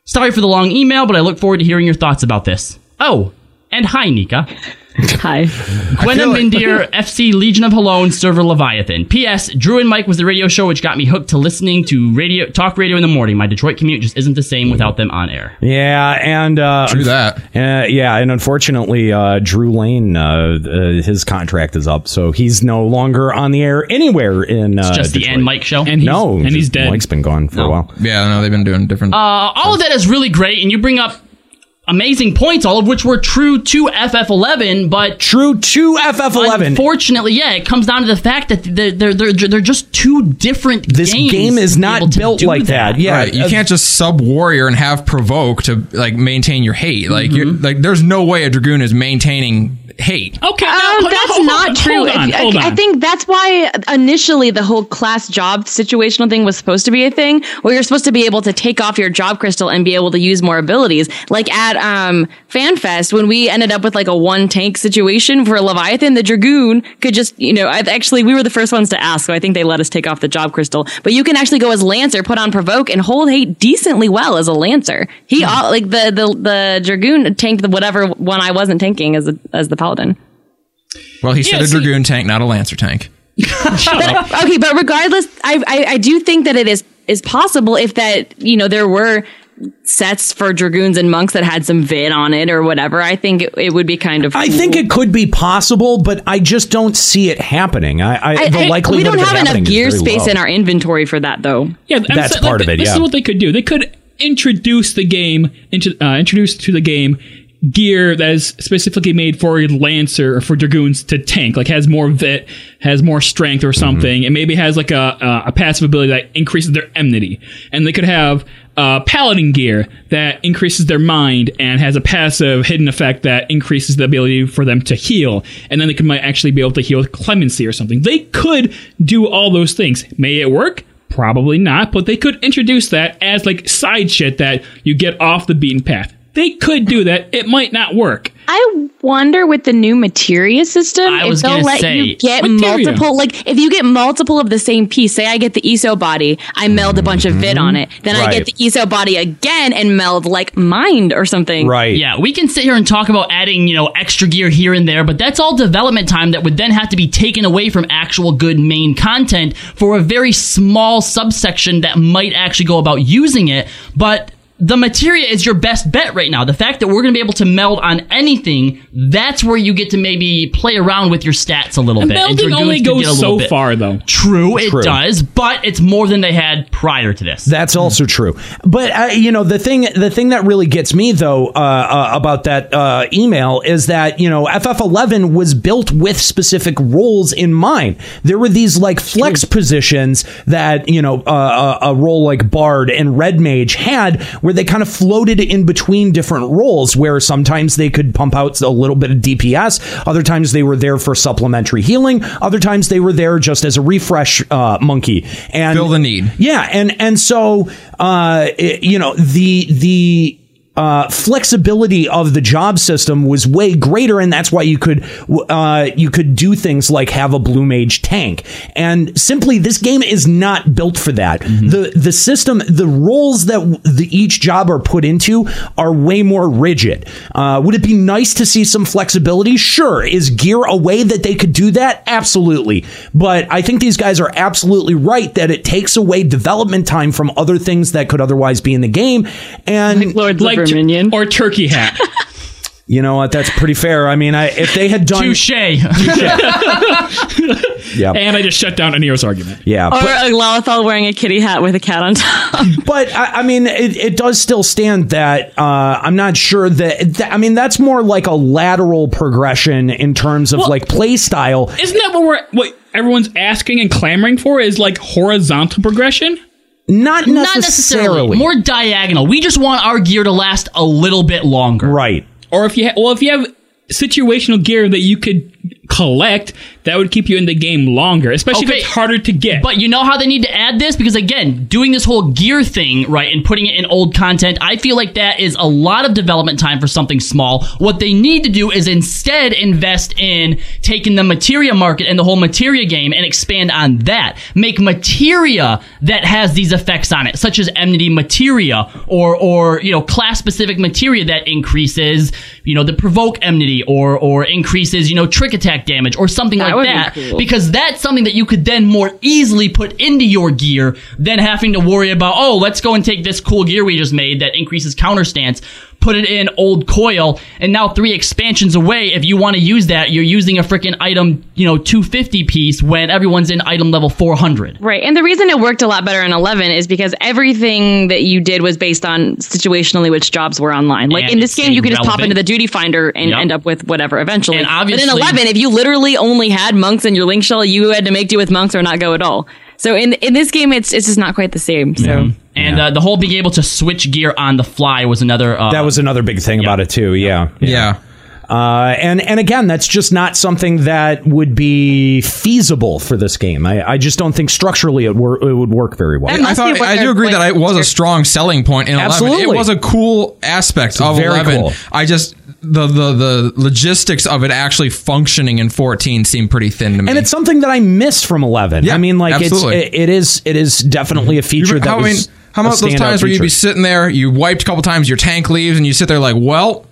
Speaker 12: Sorry for the long email, but I look forward to hearing your thoughts about this. Oh, and hi, Nika.
Speaker 11: Hi.
Speaker 12: Gwenna
Speaker 11: feel like-
Speaker 12: Mindir, FC Legion of Halone, server Leviathan. P.S. Drew and Mike was the radio show which got me hooked to listening to radio talk radio in the morning. My Detroit commute just isn't the same without them on air.
Speaker 9: Yeah, and uh, Drew that. Uh, yeah, and unfortunately, uh, Drew Lane, uh, uh, his contract is up, so he's no longer on the air anywhere in. Uh,
Speaker 12: It's just the
Speaker 9: Detroit.
Speaker 12: end Mike show. And
Speaker 9: no, just Mike's been gone for a while.
Speaker 1: Yeah, no, they've been doing different.
Speaker 12: Uh, all of that is really great, and you bring up amazing points, all of which were true to FF11, but
Speaker 9: true to FF11.
Speaker 12: Unfortunately, yeah, it comes down to the fact that they're they're they're, they're just two different.
Speaker 9: This
Speaker 12: games
Speaker 9: game is
Speaker 12: to be
Speaker 9: not
Speaker 12: able to
Speaker 9: built
Speaker 12: do
Speaker 9: like that. Yeah,
Speaker 1: Right, you
Speaker 9: uh,
Speaker 1: can't just sub warrior and have provoke to like maintain your hate. Like you're like there's no way a dragoon is maintaining hate.
Speaker 10: Okay,
Speaker 11: um, that's
Speaker 10: hold
Speaker 11: not
Speaker 10: on,
Speaker 11: true.
Speaker 10: hold
Speaker 11: If-
Speaker 10: on,
Speaker 11: I-
Speaker 10: hold
Speaker 11: I,
Speaker 10: on.
Speaker 11: think that's why initially the whole class job situational thing was supposed to be a thing where you're supposed to be able to take off your job crystal and be able to use more abilities. Like at um, FanFest, when we ended up with like a one tank situation for Leviathan, the Dragoon could just, you know, I, actually, we were the first ones to ask, so I think they let us take off the job crystal. But you can actually go as Lancer, put on Provoke, and hold hate decently well as a Lancer. He,
Speaker 10: Hmm.
Speaker 11: all like the, the, the Dragoon tanked the whatever one I wasn't tanking as, a, as the Paladin.
Speaker 1: Well, he said
Speaker 11: Yeah,
Speaker 1: a
Speaker 11: see-
Speaker 1: dragoon tank, not a lancer tank.
Speaker 11: But- okay, but regardless, I, I I do think that it is is possible if that you know there were sets for dragoons and monks that had some vid on it or whatever. I think it, it would be kind of.
Speaker 9: I think it could be possible, but I just don't see it happening. I, I,
Speaker 11: I-
Speaker 9: the
Speaker 11: I-
Speaker 9: likelihood
Speaker 11: we don't
Speaker 9: of it
Speaker 11: have enough
Speaker 9: happening is
Speaker 11: gear
Speaker 9: very
Speaker 11: space
Speaker 9: low.
Speaker 11: in our inventory for that though.
Speaker 10: Yeah, I'm
Speaker 9: That's
Speaker 10: saying,
Speaker 9: part
Speaker 10: like,
Speaker 9: of it,
Speaker 10: This
Speaker 9: yeah.
Speaker 10: is what they could do. They could introduce the game into uh, introduce to the game gear that is specifically made for a lancer or for dragoons to tank. Like has more vit, has more strength
Speaker 9: Mm-hmm.
Speaker 10: or something, and maybe has like a uh, a passive ability that increases their enmity. And they could have uh, paladin gear that increases their mind and has a passive hidden effect that increases the ability for them to heal. And then they could might actually be able to heal with clemency or something. They could do all those things. May it work? Probably not, but they could introduce that as like side shit that you get off the beaten path. They could do that. It might not work.
Speaker 11: I wonder with the new materia system
Speaker 12: I
Speaker 11: if
Speaker 12: was
Speaker 11: they'll
Speaker 12: gonna
Speaker 11: let
Speaker 12: say,
Speaker 11: you get
Speaker 12: Materia.
Speaker 11: multiple. Like if you get multiple of the same piece, say I get the ESO body, I meld a bunch of vid on it,
Speaker 9: Mm-hmm.
Speaker 11: then I
Speaker 12: Right.
Speaker 11: get the ESO body again and meld like mind or something.
Speaker 12: Yeah, we can sit here and talk about adding, you know, extra gear here and there, but that's all development time that would then have to be taken away from actual good main content for a very small subsection that might actually go about using it, but the materia is your best bet right now. The fact that we're going to be able to meld on anything, that's where you get to maybe play around with your stats a little
Speaker 10: And
Speaker 12: bit.
Speaker 10: melding
Speaker 12: Dragoons
Speaker 10: only
Speaker 12: can
Speaker 10: goes
Speaker 12: get a little
Speaker 10: so
Speaker 12: bit-
Speaker 10: far, though.
Speaker 12: True, it
Speaker 9: True.
Speaker 12: does, but it's more than they had prior to this.
Speaker 9: That's also true. But uh, you know, the thing the thing that really gets me though uh, uh, about that uh, email is that you know FF11 was built with specific roles in mind. There were these like flex positions that you know uh, a a role like Bard and Red Mage had, where they kind of floated in between different roles, where sometimes they could pump out a little bit of DPS, other times they were there for supplementary healing, other times they were there just as a refresh uh, monkey and fill the
Speaker 1: need.
Speaker 9: Yeah, and and so uh, it- you know the the. Uh, flexibility of the job system was way greater, and that's why you could uh, you could do things like have a blue mage tank. And simply, this game is not built for that. the The system, the roles that w- the, each job are put into are way more rigid. Uh, would it be nice to see some flexibility? Sure. Is gear a way that they could do that? Absolutely. But I think these guys are absolutely right that it takes away development time from other things that could otherwise be in the game. And like Lord
Speaker 10: Like tur-
Speaker 9: or
Speaker 10: turkey hat.
Speaker 9: you know what? That's pretty fair. I mean, I, if they had done
Speaker 12: touche,
Speaker 9: yeah,
Speaker 10: and I just shut down Anir's argument.
Speaker 9: yeah,
Speaker 11: Or
Speaker 9: but-
Speaker 11: a Lalithal wearing a kitty hat with a cat on top.
Speaker 9: but I, I mean, it, it does still stand that uh, I'm not sure that, that- I mean that's more like a lateral progression in terms of
Speaker 10: Well-
Speaker 9: like play style.
Speaker 10: Isn't that what we're what everyone's asking and clamoring for? Is like horizontal progression?
Speaker 9: Not
Speaker 12: Not necessarily.
Speaker 10: necessarily.
Speaker 12: More diagonal. We just want our gear to last a little bit longer.
Speaker 9: Right.
Speaker 10: Or if you ha- well, if you have situational gear that you could collect, that would keep you in the game longer, especially if it's harder to get.
Speaker 12: But you know how they need to add this? Because again, doing this whole gear thing, right, and putting it in old content, I feel like that is a lot of development time for something small. What they need to do is instead invest in taking the materia market and the whole materia game and expand on that. Make materia that has these effects on it, such as enmity materia or or you know, class specific materia that increases, you know, the provoke enmity or or increases, you know, trick attack damage or something
Speaker 11: That would
Speaker 12: like
Speaker 11: be
Speaker 12: that.
Speaker 11: cool.
Speaker 12: Because because that's something that you could then more easily put into your gear than having to worry about, oh, let's go and take this cool gear we just made that increases counter stance, put it in old coil, and now three expansions away, if you want to use that, you're using a freaking item, you know, 250 piece when everyone's in item level 400.
Speaker 11: Right. And the reason it worked a lot better in 11 is because everything that you did was based on situationally which jobs were online. Like
Speaker 12: And
Speaker 11: in this
Speaker 12: it
Speaker 11: game, you could just pop
Speaker 12: relevant.
Speaker 11: into the duty finder and
Speaker 12: Yep.
Speaker 11: end up with whatever eventually.
Speaker 12: And obviously-
Speaker 11: but in 11, if you literally only had monks in your link shell, you had to make do with monks or not go at all. So in in this game, it's it's just not quite the same. So
Speaker 12: And uh, the whole being able to switch gear on the fly was another. Uh,
Speaker 9: that was another big thing about it too. Yeah.
Speaker 1: Yeah.
Speaker 9: Uh, and and again, that's just not something that would be feasible for this game. I, I just don't think structurally it, wor- it would work very well.
Speaker 1: I thought I do agree that it was a strong selling point in eleven.
Speaker 9: Absolutely.
Speaker 1: It was a cool aspect of
Speaker 9: very
Speaker 1: eleven.
Speaker 9: cool.
Speaker 1: I just the, the the logistics of it actually functioning in fourteen seemed pretty thin to me.
Speaker 9: And it's something that I miss from Eleven.
Speaker 1: Yeah,
Speaker 9: I mean, like
Speaker 1: absolutly.
Speaker 9: it's it, it is it is definitely a feature that
Speaker 1: how, I mean,
Speaker 9: was.
Speaker 1: how
Speaker 9: a
Speaker 1: about those
Speaker 9: standout
Speaker 1: times where you'd be
Speaker 9: feature.
Speaker 1: sitting there, you wiped a couple times, your tank leaves, and you sit there like, well,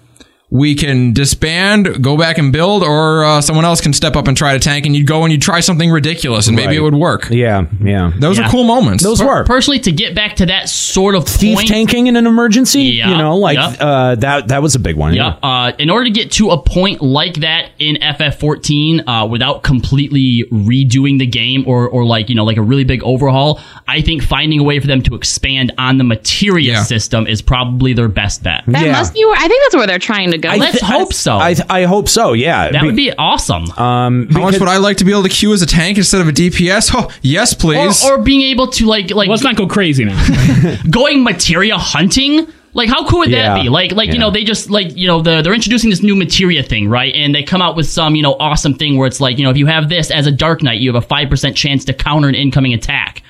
Speaker 1: we can disband, go back and build, or uh, someone else can step up and try to tank, and you'd go and you'd try something ridiculous, and maybe
Speaker 9: Right.
Speaker 1: it would work.
Speaker 9: Yeah, yeah.
Speaker 1: Those
Speaker 12: Yeah.
Speaker 1: are cool moments.
Speaker 9: Those were.
Speaker 12: Personally, to get back to that sort of
Speaker 9: Thief
Speaker 12: point,
Speaker 9: tanking in an emergency,
Speaker 12: Yeah,
Speaker 9: you know, like
Speaker 12: yeah.
Speaker 9: uh, that that was a big one.
Speaker 12: Yeah. Uh, in order to get to a point like that in FF14, uh, without completely redoing the game or, or like, you know, like a really big overhaul, I think finding a way for them to expand on the materia system is probably their best bet.
Speaker 11: that must be where I think that's where they're trying to go.
Speaker 12: Let's hope so.
Speaker 9: I I hope so. Yeah,
Speaker 12: that would be awesome.
Speaker 9: Um,
Speaker 1: How much would I like to be able to queue as a tank instead of a DPS? Oh, yes, please.
Speaker 12: Or, or being able to like like let's
Speaker 10: not go crazy now.
Speaker 12: going materia hunting. Like how cool would
Speaker 10: Yeah.
Speaker 12: that be? Like like you
Speaker 10: Yeah.
Speaker 12: know they just like you know the, they're introducing this new materia thing right, and they come out with some you know awesome thing where it's like you know if you have this as a dark knight, you have a five percent chance to counter an incoming attack.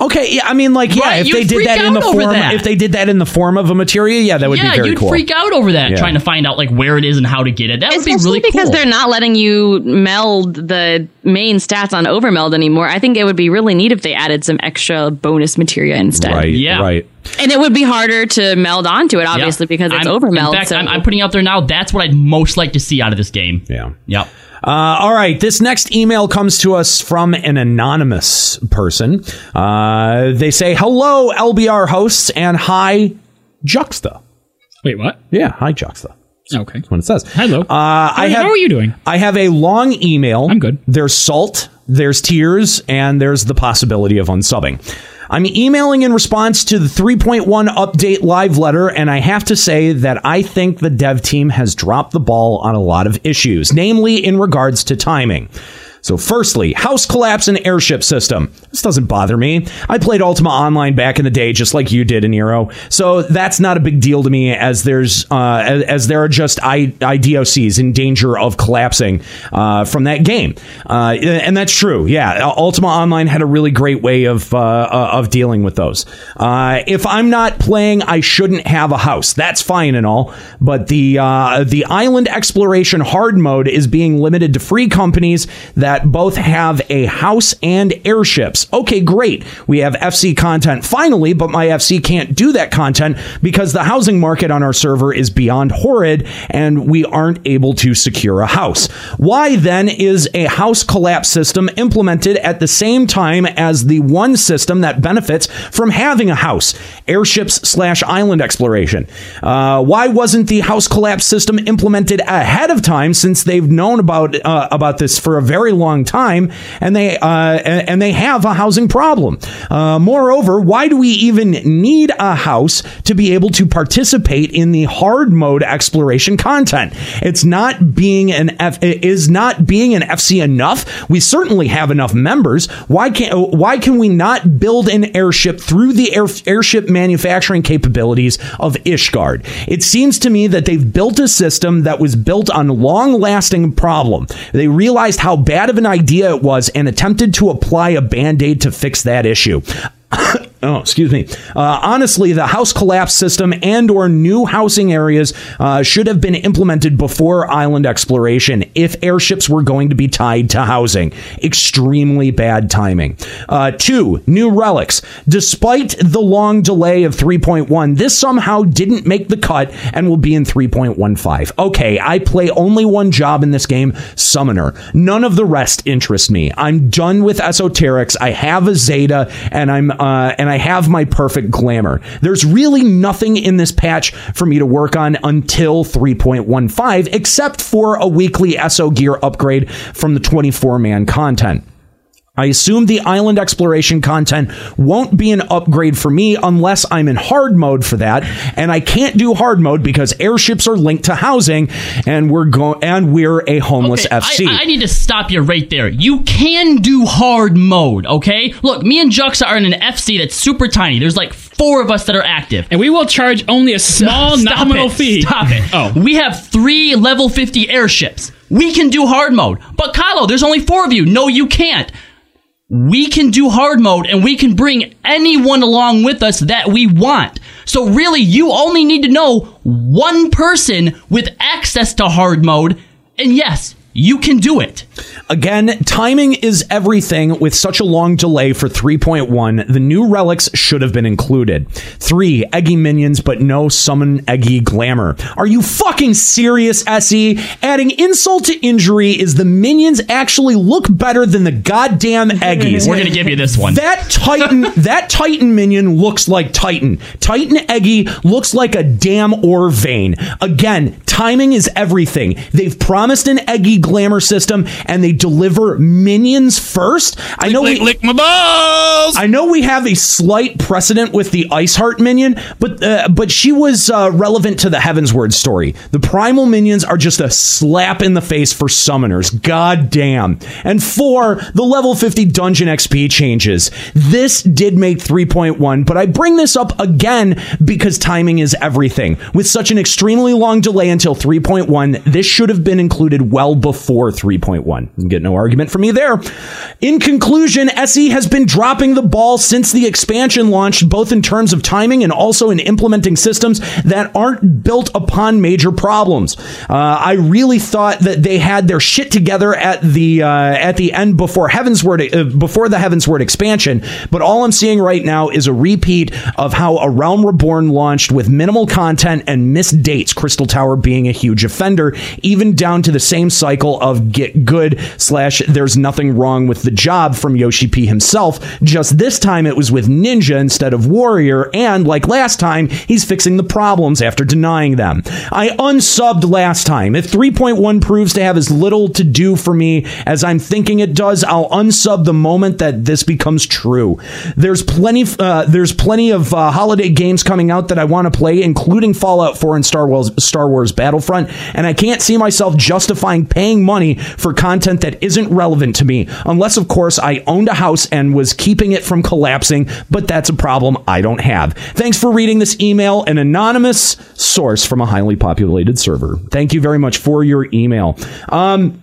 Speaker 9: Okay, yeah, I mean, like, yeah,
Speaker 12: Right,
Speaker 9: if
Speaker 12: you'd
Speaker 9: they did
Speaker 12: freak
Speaker 9: that in
Speaker 12: out
Speaker 9: the
Speaker 12: over
Speaker 9: form,
Speaker 12: that.
Speaker 9: if they did that in the form of a material, yeah, that would
Speaker 12: yeah,
Speaker 9: be very
Speaker 12: you'd
Speaker 9: cool.
Speaker 12: freak out over that
Speaker 9: Yeah.
Speaker 12: trying to find out like where it is and how to get it. That would be
Speaker 11: Especially
Speaker 12: really
Speaker 11: because
Speaker 12: cool.
Speaker 11: they're not letting you meld the main stats on overmeld anymore. I think it would be really neat if they added some extra bonus materia instead.
Speaker 9: Right.
Speaker 12: Yeah.
Speaker 9: Right.
Speaker 11: And it would be harder to meld onto it, obviously, because it's
Speaker 12: I'm-
Speaker 11: overmeld.
Speaker 12: In fact,
Speaker 11: so
Speaker 12: I'm, I'm putting out there now. That's what I'd most like to see out of this game.
Speaker 9: Yeah.
Speaker 12: Yep.
Speaker 9: Uh, all right. This next email comes to us from an anonymous person. Uh, they say, "Hello, LBR hosts, and hi, Juxta."
Speaker 10: Wait, what?
Speaker 9: Yeah, hi, Juxta.
Speaker 10: Okay.
Speaker 9: That's what it says.
Speaker 10: Hello.
Speaker 9: Uh, I have,
Speaker 10: how are you doing?
Speaker 9: I have a long email. I'm good. There's salt, there's tears, and there's the possibility of unsubbing. I'm emailing in response to the 3.1 update live letter, and I have to say that I think the dev team has dropped the ball on a lot of issues, namely in regards to timing. So, firstly, house collapse and airship system. This doesn't bother me. I played Ultima Online back in the day, just like you did, in Nero. So that's not a big deal to me, as there's uh, as, as there are just I, IDOCs in danger of collapsing uh, from that game, uh, and that's true. Yeah, Ultima Online had a really great way of uh, uh, of dealing with those. Uh, if I'm not playing, I shouldn't have a house. That's fine and all, but the uh, the island exploration hard mode is being limited to free companies that both have a house and airships. Okay, great. We have FC content finally, but my FC can't do that content because the housing market on our server is beyond horrid and we aren't able to secure a house. Why then is a house collapse system implemented at the same time as the one system that benefits from having a house? Airships slash island exploration. Uh, why wasn't the house collapse system implemented ahead of time since they've known about uh, about this for a very long time and they uh, and, and they have a housing problem. Uh, moreover, why do we even need a house to be able to participate in the hard mode exploration content? It's not being an F is not being an FC enough. We certainly have enough members. Why can't why can we not build an airship through the air, airship manufacturing capabilities of Ishgard? It seems to me that they've built a system that was built on long lasting problem. They realized how bad of an idea it was and attempted to apply a band aid to fix that issue. Oh, excuse me. Uh, honestly, the house collapse system and/or new housing areas uh, should have been implemented before island exploration if airships were going to be tied to housing. Extremely bad timing. Uh, two new relics. Despite the long delay of 3.1, this somehow didn't make the cut and will be in 3.15. Okay, I play only one job in this game, Summoner. None of the rest interest me. I'm done with esoterics. I have a Zeta, and I'm uh, and I have my perfect glamour. There's really nothing in this patch for me to work on until 3.15, except for a weekly SO gear upgrade from the 24 man content. I assume the island exploration content won't be an upgrade for me unless I'm in hard mode for that, and I can't do hard mode because airships are linked to housing, and we're go- and we're a homeless FC.
Speaker 12: I, I need to stop you right there. You can do hard mode, okay? Look, me and Juxa are in an FC that's super tiny. There's like four of us that are active. And we will charge only a
Speaker 10: small nominal fee.
Speaker 12: Stop it. Oh. We have three level 50 airships. We can do hard mode. But Kylo, there's only four of you. No, you can't. We can do hard mode and we can bring anyone along with us that we want. So really, you only need to know one person with access to hard mode. And yes, you can do it.
Speaker 9: Again, timing is everything with such a long delay for 3.1. The new relics should have been included. 3. Eggy minions, but no summon Eggy glamour. Are you fucking serious, SE? Adding insult to injury is the minions actually look better than the goddamn Eggies.
Speaker 12: We're gonna give you this one.
Speaker 9: That Titan, that Titan minion looks like Titan. Titan Eggy looks like a damn ore vein. Again, timing is everything. They've promised an Eggy glamour system, and they deliver minions first. I know we
Speaker 20: lick my balls.
Speaker 9: I know we have a slight precedent with the Ice Heart minion, but uh, but she was uh, relevant to the Heavensward story. The primal minions are just a slap in the face for summoners. God damn. And four, the level 50 dungeon XP changes. This did make 3.1, but I bring this up again because timing is everything. With such an extremely long delay in until 3.1. This should have been included well before 3.1. You get no argument from me there. In conclusion, SE has been dropping the ball since the expansion launch, both in terms of timing and also in implementing systems that aren't built upon major problems. Uh, I really thought that they had their shit together at the uh, at the end before Heaven's Word uh, before the Heaven's Word expansion, but all I'm seeing right now is a repeat of how A Realm Reborn launched with minimal content and missed dates, Crystal Tower being a huge offender, even down to the same cycle of get good slash there's nothing wrong with the job from Yoshi P himself. Just this time it was with Ninja instead of Warrior, and like last time, he's fixing the problems after denying them. I unsubbed last time. If 3.1 proves to have as little to do for me as I'm thinking it does, I'll unsub the moment that this becomes true. There's plenty uh, there's plenty of uh, holiday games coming out that I want to play, including Fallout 4 and Star Wars Star Wars Battlefront, and I can't see myself justifying paying money for content that isn't relevant to me, unless of course I owned a house and was keeping it from collapsing, but that's a problem I don't have. Thanks for reading this email, an anonymous source from a highly populated server. Thank you very much for your email. Um,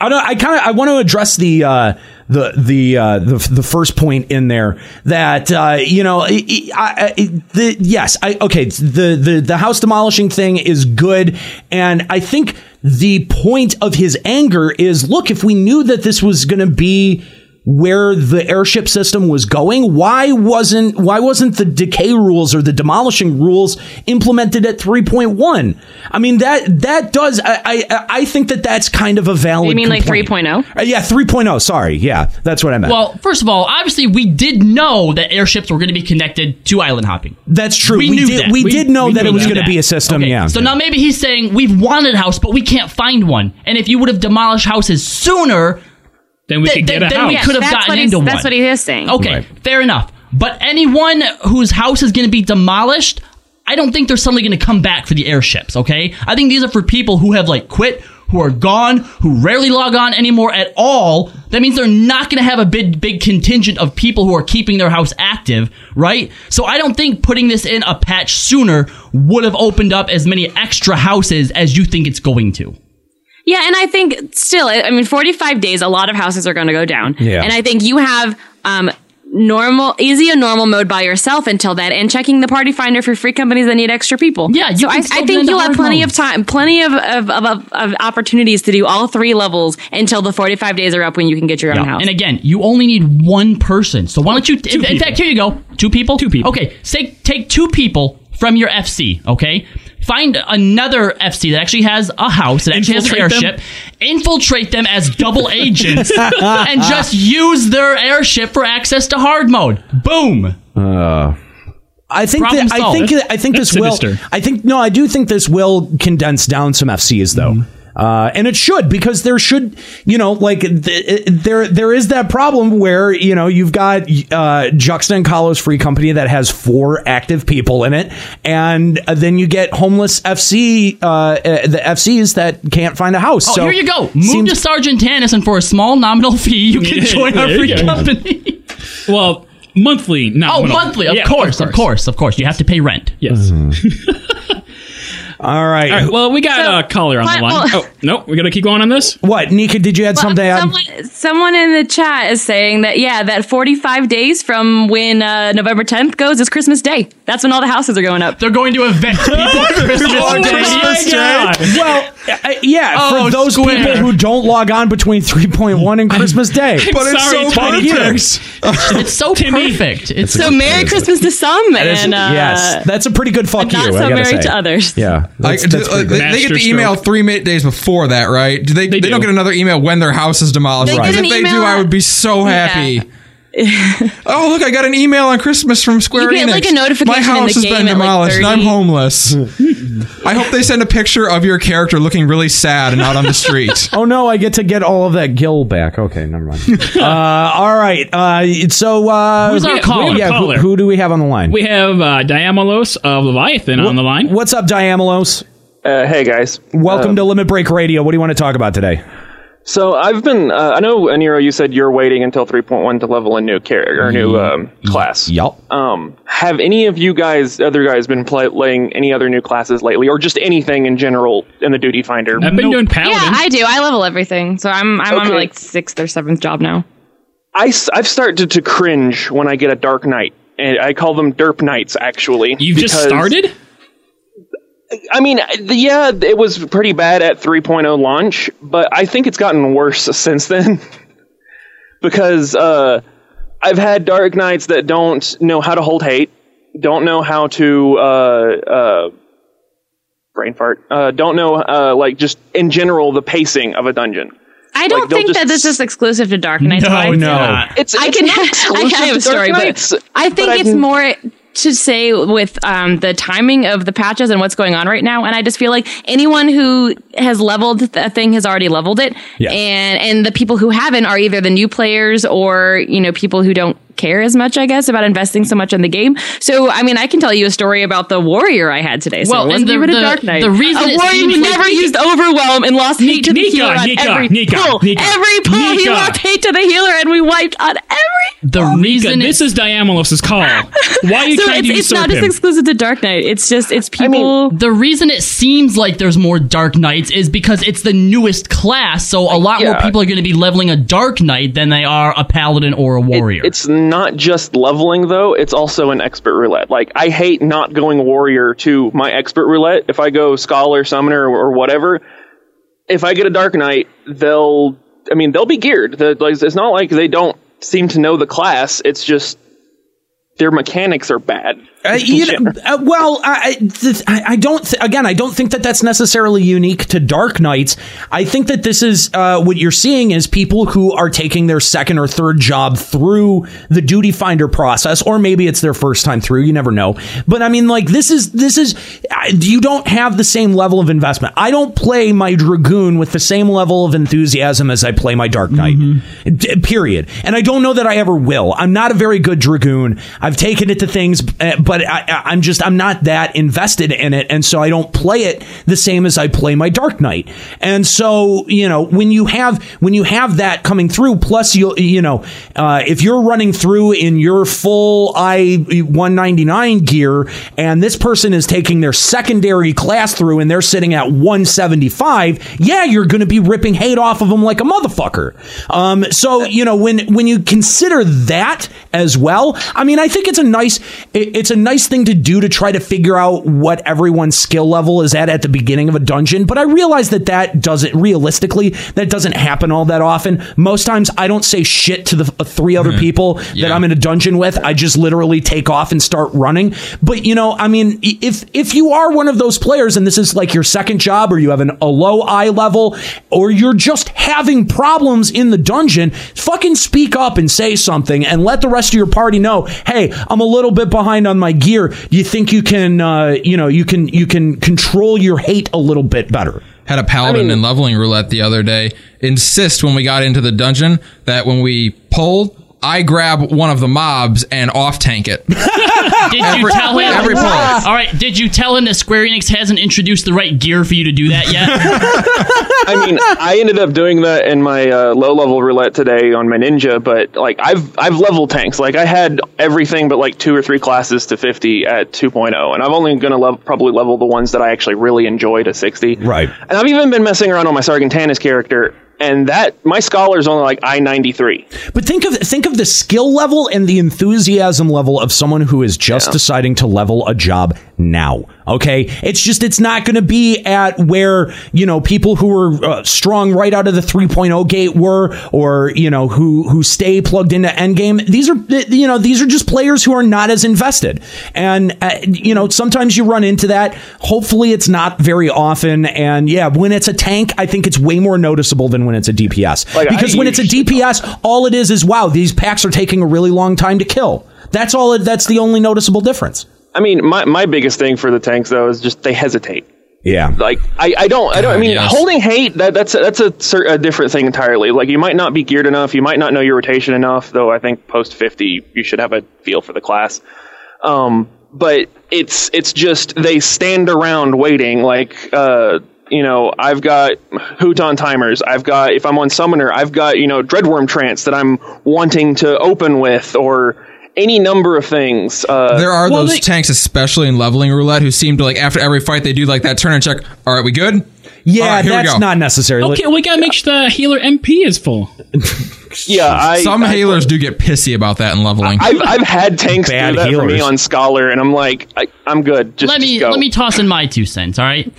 Speaker 9: I don't. I kind of. I want to address the uh, the the, uh, the the first point in there that uh, you know. I, I, I- the, yes. I okay. The the the house demolishing thing is good, and I think the point of his anger is: look, if we knew that this was going to be where the airship system was going why wasn't why wasn't the decay rules or the demolishing rules implemented at 3.1 i mean that that does i i, I think that that's kind of a valid
Speaker 11: You mean like
Speaker 9: complaint.
Speaker 11: 3.0?
Speaker 9: Oh, Uh, yeah 3.0 sorry yeah that's what i meant
Speaker 12: oh? Well, first of all, obviously we did know that airships were going to be connected to island hopping.
Speaker 9: That's true.
Speaker 12: We,
Speaker 9: We
Speaker 12: knew
Speaker 9: did-
Speaker 12: that.
Speaker 9: we did know that it
Speaker 12: knew
Speaker 9: was gonna be a system, yeah.
Speaker 12: So now maybe he's saying we've wanted a house, but we can't find one. And if you would have demolished houses sooner,
Speaker 10: then we could get a
Speaker 12: then we
Speaker 10: house.
Speaker 12: could have
Speaker 11: Yes, that's
Speaker 12: gotten
Speaker 11: what he's-
Speaker 12: into one.
Speaker 11: that's what he is saying.
Speaker 12: Okay,
Speaker 11: Right.
Speaker 12: fair enough. But anyone whose house is going to be demolished, I don't think they're suddenly going to come back for the airships. Okay, I think these are for people who have like quit. Who are gone? Who rarely log on anymore at all? That means they're not going to have a big, big contingent of people who are keeping their house active, right? So I don't think putting this in a patch sooner would have opened up as many extra houses as you think it's going to.
Speaker 11: Yeah, and I think still, I I mean, 45 days, a lot of houses are going to go down.
Speaker 12: Yeah.
Speaker 11: And I think you have um, normal, easy and normal mode by yourself until then, and checking the party finder for free companies that need extra people. Yeah, so I,
Speaker 12: can still do that
Speaker 11: I
Speaker 12: in
Speaker 11: think you'll
Speaker 12: hard
Speaker 11: have plenty
Speaker 12: mode.
Speaker 11: of time, plenty of, of, of, of, of opportunities to do all three levels until the 45 days are up when you can get your own house.
Speaker 12: And again, you only need one person. So why don't you? in, in fact, here you go. Two people. Two people. Okay, say take two people from your FC. Okay, find another FC that actually has a house that actually has an
Speaker 10: Infiltrate them.
Speaker 12: airship. Infiltrate them as double agents and just use their airship for access to hard mode. Boom.
Speaker 9: Uh, I think
Speaker 12: Problem
Speaker 9: that, I
Speaker 12: solved.
Speaker 9: think that- I think
Speaker 12: That's
Speaker 9: this will.
Speaker 12: sinister.
Speaker 9: I think no, I do think this will condense down some FCs though.
Speaker 12: Mm-hmm.
Speaker 9: Uh, and it should because there should, you know, like th- it- there there is that problem where you know you've got uh, Juxta and Kalos Free Company that has four active people in it, and uh, then you get homeless FC uh, uh, the FCs that can't find a house.
Speaker 12: Oh,
Speaker 9: so
Speaker 12: here you go. Move
Speaker 9: seems-
Speaker 12: to Sergeant Tannis, and for a small nominal fee, you can
Speaker 10: Yeah,
Speaker 12: join our
Speaker 10: there you
Speaker 12: free
Speaker 10: go.
Speaker 12: company.
Speaker 10: Well, monthly, not
Speaker 12: Oh, monthly, of course, of course, of course. You have to pay rent.
Speaker 10: Yes.
Speaker 9: Mm. All right.
Speaker 10: All right. Well, we got a caller on the
Speaker 11: but-
Speaker 10: line.
Speaker 11: well-
Speaker 10: Oh, no, we're gonna keep going on this.
Speaker 9: What, Nika? Did you add something? to add?
Speaker 11: Someone in the chat is saying that, yeah, that 45 days from when uh, November 10th goes is Christmas Day. That's when all the houses are going up.
Speaker 12: They're going to evict people Christmas
Speaker 9: Oh
Speaker 12: Day.
Speaker 9: my God. Well, uh, yeah,
Speaker 12: Oh,
Speaker 9: for those
Speaker 12: square.
Speaker 9: people who don't log on between 3.1 and Christmas Day.
Speaker 12: I'm sorry, Tiny Jerks. It's so perfect. It's
Speaker 11: so Merry Christmas to some, and uh,
Speaker 9: yes, that's a pretty good fuck
Speaker 11: not
Speaker 9: you.
Speaker 11: so
Speaker 9: I gotta
Speaker 11: merry
Speaker 9: say.
Speaker 11: to others.
Speaker 9: Yeah,
Speaker 1: Like,
Speaker 9: that's,
Speaker 1: do-
Speaker 9: that's
Speaker 1: uh,
Speaker 9: pretty
Speaker 1: they,
Speaker 9: good.
Speaker 1: they get the email three ma- days before that, right? Do they? They, do. not get another email when their house is demolished.
Speaker 11: They get
Speaker 1: Because
Speaker 11: an
Speaker 1: if they do,
Speaker 11: email-
Speaker 1: I would be so happy. oh, look! I got an email on Christmas from Square
Speaker 11: You get,
Speaker 1: Enix.
Speaker 11: like, a notification
Speaker 1: My
Speaker 11: in
Speaker 1: house
Speaker 11: the
Speaker 1: has
Speaker 11: game
Speaker 1: been
Speaker 11: at, like,
Speaker 1: demolished, and I'm
Speaker 11: 30.
Speaker 1: homeless. I hope they send a picture of your character looking really sad and out on the street.
Speaker 9: Oh no, I get to get all of that gill back. Okay, never mind. uh, all right. Uh, so uh,
Speaker 10: Who's our
Speaker 9: yeah,
Speaker 10: caller?
Speaker 9: Yeah, who,
Speaker 10: Caller.
Speaker 9: who do we have on the line?
Speaker 10: We have uh, Diamolos of Leviathan on the line.
Speaker 9: What's up, Diamolos?
Speaker 21: Uh, hey guys,
Speaker 9: Welcome to Limit Break Radio. What do you want to talk about today?
Speaker 10: So I've been. Uh, I know Aniro, you said you're waiting until 3.1 to level a new character or new um, class.
Speaker 9: Yup.
Speaker 10: Um, have any of you guys, other guys, been play- playing any other new classes lately, or just anything in general in the Duty Finder?
Speaker 22: I've been doing
Speaker 11: Yeah, I do. I level everything, so I'm I'm on
Speaker 10: Okay.
Speaker 11: my, like sixth or seventh job now.
Speaker 10: I, have started to cringe when I get a Dark Knight, and I call them Derp Knights. Actually,
Speaker 22: You've just
Speaker 10: because-
Speaker 22: started?
Speaker 10: I mean, the- yeah, it was pretty bad at 3.0 launch, but I think it's gotten worse since then. because uh, I've had Dark Knights that don't know how to hold hate, don't know how to uh, uh, brain fart, uh, don't know uh, like just in general the pacing of a dungeon.
Speaker 11: I don't
Speaker 10: they'll
Speaker 11: think that this is exclusive to Dark Knights.
Speaker 22: Oh,
Speaker 10: No,
Speaker 11: but I-
Speaker 10: no. It's-
Speaker 11: I
Speaker 10: it's
Speaker 11: can.
Speaker 10: not
Speaker 11: I
Speaker 10: exclusive
Speaker 11: can have
Speaker 10: to
Speaker 11: a
Speaker 10: Dark
Speaker 11: story,
Speaker 10: Knights,
Speaker 11: but I think
Speaker 10: but
Speaker 11: it's
Speaker 10: I'm-
Speaker 11: more to say with um, the timing of the patches and what's going on right now. And I just feel like anyone who has leveled th- a thing has already leveled it,
Speaker 9: Yes.
Speaker 11: and and the people who haven't are either the new players or you know people who don't care as much, I guess, about investing so much in the game. So I mean, I can tell you a story about the warrior I had today. So
Speaker 23: Well,
Speaker 11: it wasn't
Speaker 23: and the-
Speaker 11: even
Speaker 23: the-
Speaker 11: a Dark Knight.
Speaker 23: the reason
Speaker 11: a
Speaker 23: it
Speaker 11: warrior
Speaker 23: seems
Speaker 11: who
Speaker 23: like-
Speaker 11: never used overwhelm and lost hate to the
Speaker 23: Nika,
Speaker 11: healer on
Speaker 23: Nika,
Speaker 11: every
Speaker 23: Nika,
Speaker 11: pull.
Speaker 23: Nika,
Speaker 11: every pull he
Speaker 23: Nika.
Speaker 11: lost hate to the healer, and we wiped on every.
Speaker 10: Oh
Speaker 22: The reason this is Diamolos' call. Why are you
Speaker 11: so
Speaker 22: trying
Speaker 11: it's,
Speaker 22: to
Speaker 11: it's
Speaker 22: usurp
Speaker 11: not just
Speaker 22: him?
Speaker 11: exclusive to Dark Knight. It's just it's people.
Speaker 12: the reason it seems like there's more Dark Knights is because it's the newest class, so a lot more
Speaker 10: yeah.
Speaker 12: people are going to be leveling a Dark Knight than they are a Paladin or a Warrior.
Speaker 10: It's not just leveling though; it's also an expert roulette. Like I hate not going warrior to my expert roulette. If I go scholar, summoner, or, or whatever, if I get a dark knight, they'll. I mean, they'll be geared. The, like, it's not like they don't seem to know the class. It's just their mechanics are bad.
Speaker 9: Uh, you know, uh, well, I, I- th- I I don't. Th- again, I don't think that that's necessarily unique to Dark Knights. I think that this is uh, what you're seeing is people who are taking their second or third job through the duty finder process, or maybe it's their first time through. You never know. But I mean, like this is this is I- you don't have the same level of investment. I don't play my dragoon with the same level of enthusiasm as I play my Dark Knight. D- period. And I don't know that I ever will. I'm not a very good dragoon. I've taken it to things, uh, but I, I- I'm just I'm not that invested in it, and so I don't play it the same as I play my Dark Knight. And so you know when you have when you have that coming through, plus you will you know uh, if you're running through in your full I 199 gear, and this person is taking their secondary class through, and they're sitting at 175. Yeah, you're going to be ripping hate off of them like a motherfucker. Um, so you know when when you consider that as well, I mean, I think it's a nice it- it's a nice thing to do to try to figure out what everyone's skill level is at at the beginning of a dungeon. But I realize that that doesn't realistically that doesn't happen all that often. Most times, I don't say shit to the uh, three other people that I'm in a dungeon with. I just literally take off and start running. But you know, I mean, i- if if you are one of those players and this is like your second job, or you have an, a low eye level, or you're just having problems in the dungeon, fucking speak up and say something, and let the rest of your party know. Hey, I'm a little bit behind on my gear. Do you think you can, uh, you know, you can you can control your hate a little bit better?
Speaker 1: had a paladin and leveling roulette the other day insist when we got into the dungeon that when we pull I grab one of the mobs and off tank it.
Speaker 12: Did you
Speaker 1: Every-
Speaker 12: tell him?
Speaker 1: every point.
Speaker 12: All right. Did you tell him that Square Enix hasn't introduced the right gear for you to do that yet?
Speaker 10: I mean, I ended up doing that in my uh, low level roulette today on my ninja, but like I've I've level tanks. Like I had everything but like two or three classes to 50 at 2.0, and I'm only going to level, probably level the ones that I actually really enjoy to 60.
Speaker 9: Right.
Speaker 10: And I've even been messing around on my Sargentanis character, and that my scholar's only like I 93.
Speaker 9: But think of think of the skill level and the enthusiasm level of someone who is just deciding to level a job now. Okay, it's just it's not going to be at where you know people who were uh, strong right out of the 3.0 gate were, or you know who who stay plugged into endgame. These are you know these are just players who are not as invested, and uh, you know sometimes you run into that. Hopefully, it's not very often. And yeah, when it's a tank, I think it's way more noticeable than when it's a DPS
Speaker 10: Like, I
Speaker 9: because when it's a DPS, all it is is wow, these packs are taking a really long time to kill. That's all. It, that's the only noticeable difference.
Speaker 10: I mean, my, my biggest thing for the tanks though is just they hesitate.
Speaker 9: Yeah.
Speaker 10: Like I, I don't I don't I
Speaker 9: God,
Speaker 10: mean
Speaker 9: yes.
Speaker 10: holding hate that that's that's a, cer- a different thing entirely. Like you might not be geared enough, you might not know your rotation enough. Though I think post fifty you should have a feel for the class. Um, but it's it's just they stand around waiting. Like uh,
Speaker 21: you know, I've got Hoot on timers. I've got, if I'm on Summoner, I've got, you know, Dreadworm Trance that I'm wanting to open with or any number of things. Uh,
Speaker 1: There are those tanks, especially in leveling roulette, who seem to like after every fight they do like that turn and check. All right, we good?
Speaker 9: Yeah,
Speaker 1: All right, here we
Speaker 9: that's
Speaker 1: go."
Speaker 9: not necessary.
Speaker 10: Okay, we gotta make sure the healer MP is full.
Speaker 21: yeah, I,
Speaker 1: some healers do get pissy about that in leveling.
Speaker 21: I've, I've had tanks do that for me
Speaker 1: healers.
Speaker 21: on Scholar, and I'm like, I, I'm good. Just,
Speaker 12: let me
Speaker 21: just go.
Speaker 12: let me toss in my two cents. All right.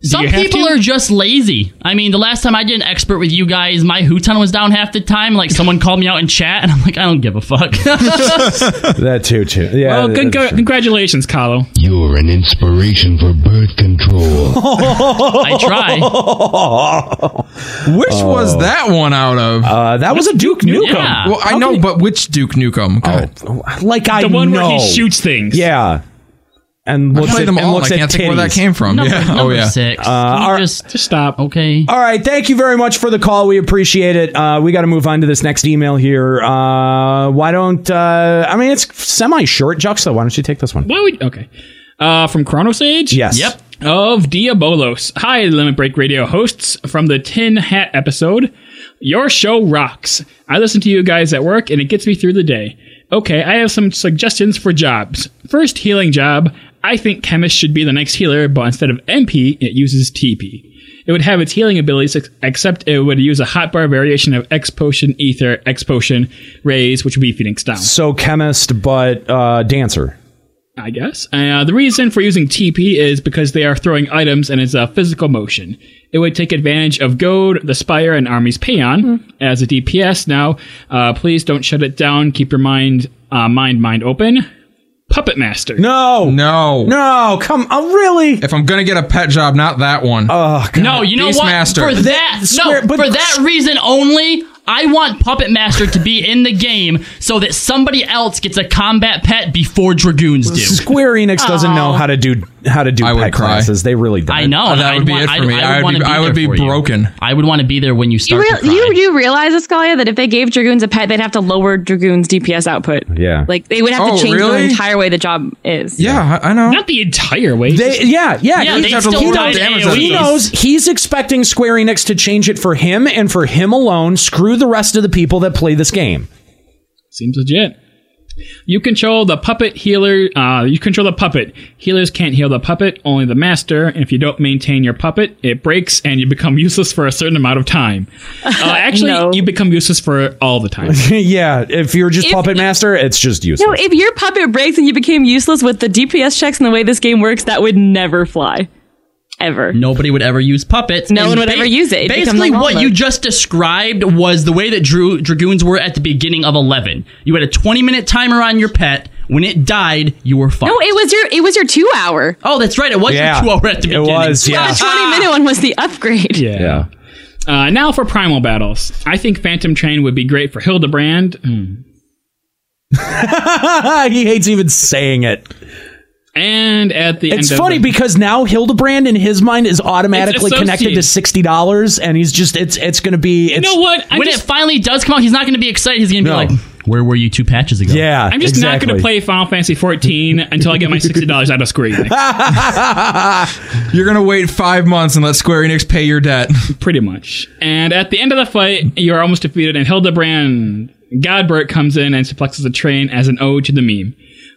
Speaker 12: Some
Speaker 21: you have
Speaker 12: people
Speaker 21: to?
Speaker 12: are just lazy. I mean, the last time I did an expert with you guys, my hooton was down half the time. Like someone called me out in chat, and I'm like, I don't give a fuck.
Speaker 9: that too, too. Yeah.
Speaker 10: Well, con- Oh, congratulations, Kahlo.
Speaker 4: You're an inspiration for birth control.
Speaker 10: I
Speaker 1: Which was that one out of?
Speaker 9: Oh. Uh, that was a Duke Nukem.
Speaker 1: Well, I
Speaker 9: How
Speaker 1: know,
Speaker 9: can-
Speaker 1: but which Duke Nukem?
Speaker 9: Oh.
Speaker 1: God.
Speaker 9: like I
Speaker 10: The one where
Speaker 9: know.
Speaker 10: he shoots things.
Speaker 9: Yeah. And
Speaker 1: I
Speaker 9: looks
Speaker 1: played
Speaker 9: at,
Speaker 1: them
Speaker 9: and
Speaker 1: all,
Speaker 9: looks
Speaker 1: I
Speaker 9: at
Speaker 1: can't think where that
Speaker 9: titties.
Speaker 1: came from. Number- Yeah. number Oh, yeah. six.
Speaker 9: Uh,
Speaker 1: Can you
Speaker 9: all right.
Speaker 12: just, just stop. Okay.
Speaker 9: All right. Thank you very much for the call. We appreciate it. Uh, we got to move on to this next email here. Uh, why don't uh, I mean it's semi short, Juxta. Why don't you take this one?
Speaker 10: Why would okay? Uh, from Chronosage.
Speaker 9: Yes.
Speaker 10: Yep. Of Diabolos. Hi, Limit Break Radio hosts from the Tin Hat episode. Your show rocks. I listen to you guys at work, and it gets me through the day. Okay, I have some suggestions for jobs. First, healing job. I think chemist should be the next healer, but instead of MP, it uses TP. It would have its healing abilities, ex- except it would use a hotbar variation of X potion, ether, X potion, raise, which would be Phoenix down.
Speaker 9: So chemist, but uh, dancer.
Speaker 10: I guess. Uh, the reason for using TP is because they are throwing items and it's a physical motion. It would take advantage of Goad, the Spire, and Army's Payon as a DPS. Now, uh, please don't shut it down. Keep your mind, uh, mind, mind open. Puppet Master.
Speaker 9: No,
Speaker 1: no,
Speaker 9: no. Come on, really?
Speaker 1: If I'm gonna get a pet job, not that one.
Speaker 9: Oh
Speaker 12: No, you know what? For that, no, for that reason only, I want Puppet Master to be in the game so that somebody else gets a combat pet before dragoons do.
Speaker 9: Square Enix doesn't know how to do how to do pet classes. They really don't.
Speaker 12: I know. and I'd wa- I'd- wanna there for you. I would want to be there when you
Speaker 11: You,
Speaker 12: start.
Speaker 11: real,
Speaker 12: to cry.
Speaker 11: you do realize, Escalia, that if they gave Dragoons a pet, they'd have to lower Dragoon's DPS output.
Speaker 9: Yeah.
Speaker 11: Like, they would have
Speaker 1: Oh,
Speaker 11: to change
Speaker 1: really?
Speaker 11: the entire way the job is.
Speaker 1: Yeah, I, I know.
Speaker 10: Not the entire way.
Speaker 9: They, yeah, yeah.
Speaker 11: Yeah,
Speaker 9: he-
Speaker 11: they still
Speaker 9: he,
Speaker 11: died
Speaker 9: knows-
Speaker 11: in
Speaker 9: he
Speaker 11: AoEs.
Speaker 9: knows he's expecting Square Enix to change it for him and for him alone. Screw the rest of the people that play this game.
Speaker 10: Seems legit. You control the puppet healer. Uh, you control the puppet. Healers can't heal the puppet, only the master. And if you don't maintain your puppet, it breaks and you become useless for a certain amount of time. Uh, actually, you become useless for all the time.
Speaker 9: yeah, if you're just
Speaker 11: If-
Speaker 9: puppet master, it's just useless.
Speaker 11: No, if your puppet breaks and you became useless with the DPS checks and the way this game works, that would never fly. Ever.
Speaker 12: Nobody would ever use puppets.
Speaker 11: No
Speaker 12: And
Speaker 11: one would ever use it. It'd become
Speaker 12: basically,
Speaker 11: the norm
Speaker 12: what
Speaker 11: mode.
Speaker 12: you just described was the way that Drew, dragoons were at the beginning of Eleven. You had a twenty-minute timer on your pet. When it died, you were fucked.
Speaker 11: No, it was your it was your two hour.
Speaker 12: Oh, that's right. It was your Yeah. two-hour at the It beginning. was, yeah.
Speaker 11: The twenty minute one was the upgrade.
Speaker 10: Yeah. Uh, now for primal battles. I think Phantom Train would be great for Hildebrand. Hmm.
Speaker 9: Ah, he hates even saying it.
Speaker 10: And at the
Speaker 9: It's
Speaker 10: end
Speaker 9: funny
Speaker 10: of the-
Speaker 9: because now Hildebrand in his mind is automatically
Speaker 10: It's
Speaker 9: connected to
Speaker 10: associated.
Speaker 9: sixty dollars, and he's just it's it's going to be. It's,
Speaker 12: when it finally does come out, he's not going to be excited. He's going to
Speaker 9: No.
Speaker 12: be like, "Where were you two patches ago?"
Speaker 9: Yeah,
Speaker 10: I'm just not going to play Final Fantasy 14 until I get my sixty dollars out of Square Enix.
Speaker 1: You're gonna wait five months and let Square Enix pay your debt.
Speaker 10: Pretty much. and at the end of the fight, you're almost defeated, and Hildebrand Godbert comes in and suplexes the train as an ode to the meme.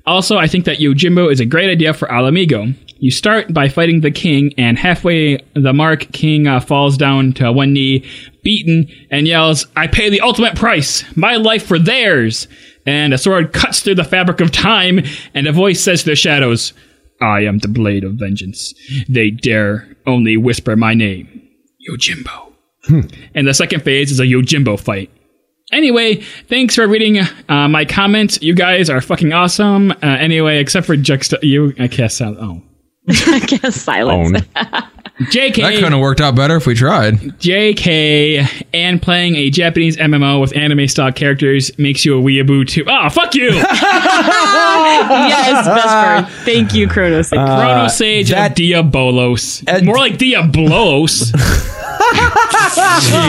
Speaker 10: Also, I think that Yojimbo is a great idea for Alamigo. You start by fighting the king, and halfway the mark, King uh, falls down to one knee, beaten, and yells, I pay the ultimate price! My life for theirs! And a sword cuts through the fabric of time, and a voice says to the shadows, I am the blade of vengeance. They dare only whisper my name. Yojimbo.
Speaker 12: Hmm.
Speaker 10: And the second phase is a Yojimbo fight. Anyway, thanks for reading uh, my comment. You guys are fucking awesome. Uh, anyway, except for Juxta, you, I guess, I'll, oh.
Speaker 11: Silence.
Speaker 10: JK.
Speaker 1: That couldn't have worked out better if we tried.
Speaker 10: JK and playing a Japanese MMO with anime style characters makes you a weeaboo too. Oh, fuck you!
Speaker 11: yes, best bird. Thank you,
Speaker 10: Uh,
Speaker 11: Kronos.
Speaker 12: Uh,
Speaker 10: Chrono Sage and Diabolos. More like Diablos.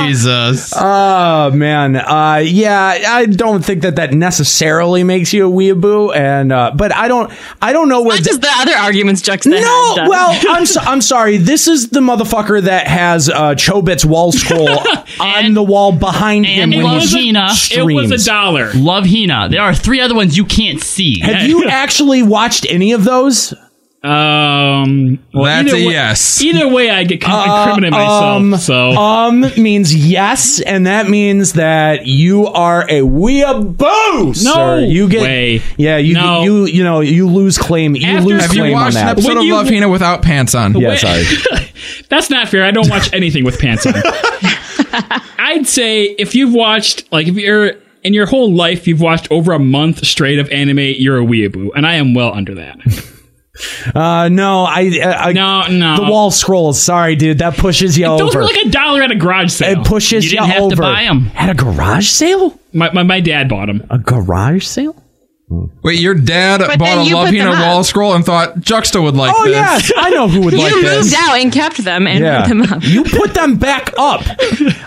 Speaker 9: Jesus. Oh man. Uh, yeah, I don't think that that necessarily makes you a weeaboo, and uh, but I don't, I don't know where.
Speaker 11: Not just the other arguments, Juxta.
Speaker 9: No,
Speaker 11: had done.
Speaker 9: well, I'm so, I'm sorry. This is the motherfucker that has uh, Chobit's wall scroll on the wall behind him
Speaker 12: And
Speaker 9: when
Speaker 12: Love
Speaker 9: he
Speaker 12: Hina.
Speaker 9: streams.
Speaker 12: dollar. Love Hina. There are three other ones you can't see.
Speaker 9: Have you actually watched any of those?
Speaker 10: Um, well,
Speaker 12: That's
Speaker 10: either
Speaker 12: a
Speaker 10: way,
Speaker 12: yes. Uh,
Speaker 10: Either way, I get kind of incriminate myself.
Speaker 9: Um,
Speaker 10: so
Speaker 9: um means yes, and that means that you are a weeaboo. No sir. you get
Speaker 10: way.
Speaker 9: yeah, you
Speaker 10: No.
Speaker 9: you you know you lose claim. You lose
Speaker 1: Have
Speaker 9: claim
Speaker 1: you watched
Speaker 9: on
Speaker 1: an
Speaker 9: that.
Speaker 1: episode of Love Hina without pants on?
Speaker 9: Yeah, sorry.
Speaker 10: That's not fair. I don't watch anything with pants on. I'd say if you've watched, like, if you're in your whole life, you've watched over a month straight of anime, you're a weeaboo, and I am well under that.
Speaker 9: Uh, no, I, I, I
Speaker 10: no no
Speaker 9: the wall scrolls. Sorry, dude, that pushes you
Speaker 10: Those
Speaker 9: over.
Speaker 10: were like a dollar at a garage sale. It
Speaker 9: pushes you over. at a garage sale.
Speaker 10: My, my my dad bought them.
Speaker 9: A garage sale.
Speaker 1: Wait, your dad
Speaker 11: But then
Speaker 1: bought a
Speaker 11: you
Speaker 1: Love
Speaker 11: put
Speaker 1: Hina
Speaker 11: them up.
Speaker 1: wall scroll and thought Juxta would like
Speaker 9: Oh,
Speaker 1: this.
Speaker 9: yes, I know who would
Speaker 11: you
Speaker 1: like
Speaker 11: moved
Speaker 1: this.
Speaker 11: out and kept them and
Speaker 1: Yeah.
Speaker 11: put them up.
Speaker 9: You put them back up.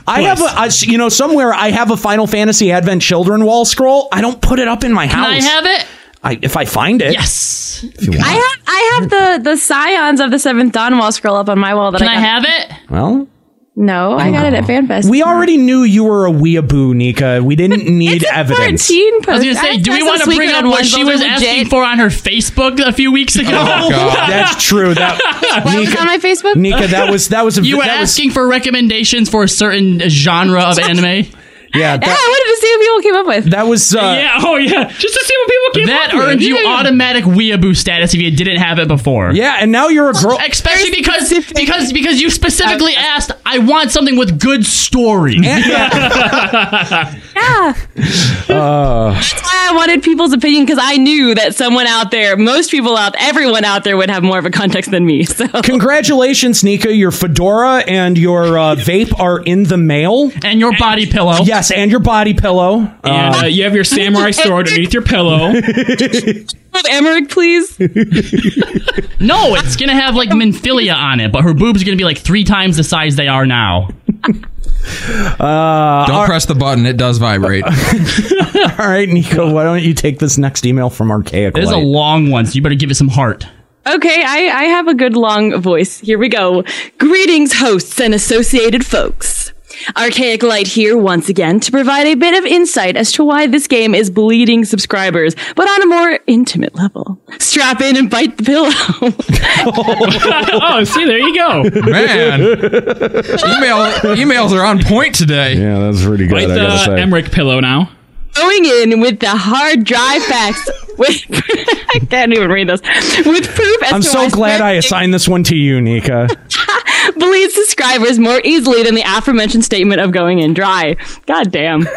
Speaker 9: I have a, I s- you know, somewhere I have a Final Fantasy Advent Children wall scroll. I don't put it up in my
Speaker 11: Can
Speaker 9: house.
Speaker 11: I have it?
Speaker 9: I, if I find it.
Speaker 12: Yes.
Speaker 9: If you want.
Speaker 11: I have I have the the scions of the seventh dawn wall scroll up on my wall. That
Speaker 12: Can
Speaker 11: I,
Speaker 12: I
Speaker 11: got-
Speaker 12: have it?
Speaker 9: well,
Speaker 11: No, I got it at FanFest.
Speaker 9: we already knew you were a weeaboo, Nika. We didn't need evidence.
Speaker 11: Thirteen.
Speaker 12: I was gonna
Speaker 11: posts.
Speaker 12: say,
Speaker 11: I
Speaker 12: do we
Speaker 11: saw
Speaker 12: want to
Speaker 11: some
Speaker 12: bring
Speaker 11: Suikoden
Speaker 12: up what
Speaker 11: ones.
Speaker 12: she
Speaker 11: Those are
Speaker 12: was
Speaker 11: legit.
Speaker 12: asking for on her Facebook a few weeks ago?
Speaker 9: God, that's true. That
Speaker 11: What was
Speaker 9: Nika-
Speaker 11: on my Facebook?
Speaker 9: Nika, that was that was a
Speaker 12: you were
Speaker 9: that was,
Speaker 12: asking for recommendations for a certain genre of anime.
Speaker 9: yeah.
Speaker 11: Yeah,
Speaker 9: That,
Speaker 11: I wanted to see what people came up with.
Speaker 9: that was uh,
Speaker 10: yeah. Oh yeah. Just to see what people came
Speaker 12: That
Speaker 10: up with.
Speaker 12: earned you
Speaker 10: Yeah.
Speaker 12: automatic weeaboo status if you didn't have it before.
Speaker 9: yeah, and now you're a girl.
Speaker 12: Especially because because because you specifically asked, I want something with good story.
Speaker 11: Yeah,
Speaker 9: Uh,
Speaker 11: that's why I wanted people's opinion because I knew that someone out there, most people out, everyone out there would have more of a context than me. So
Speaker 9: congratulations, Nika. Your fedora and your uh, vape are in the mail.
Speaker 12: and your body pillow.
Speaker 9: Yes, and your body pillow.
Speaker 10: And
Speaker 9: Uh,
Speaker 10: uh, you have your samurai sword underneath your pillow.
Speaker 11: with Emmerich, please.
Speaker 12: No, it's gonna have like minphilia on it, but her boobs are gonna be like three times the size they are now.
Speaker 1: Don't
Speaker 9: Uh,
Speaker 1: press the button; it does vibrate.
Speaker 9: all right, Nico, why don't you take this next email from Archaic?
Speaker 12: It is a
Speaker 9: Light?
Speaker 12: long one, so you better give it some heart.
Speaker 11: Okay, I, I have a good long voice. Here we go. Greetings, hosts and associated folks. Archaic Light here once again to provide a bit of insight as to why this game is bleeding subscribers, but on a more intimate level. Strap in and bite the pillow.
Speaker 10: oh, see, there you go.
Speaker 1: Man, email emails are on point today.
Speaker 9: Yeah, that's pretty
Speaker 10: Like
Speaker 9: uh,
Speaker 10: the uh, Emmerich pillow now.
Speaker 11: Going in with the hard, dry facts. With I can't even read this. With proof as
Speaker 9: I'm
Speaker 11: to why
Speaker 9: so glad I assigned this one to you, Nika.
Speaker 11: bleed subscribers more easily than the aforementioned statement of going in dry. God damn.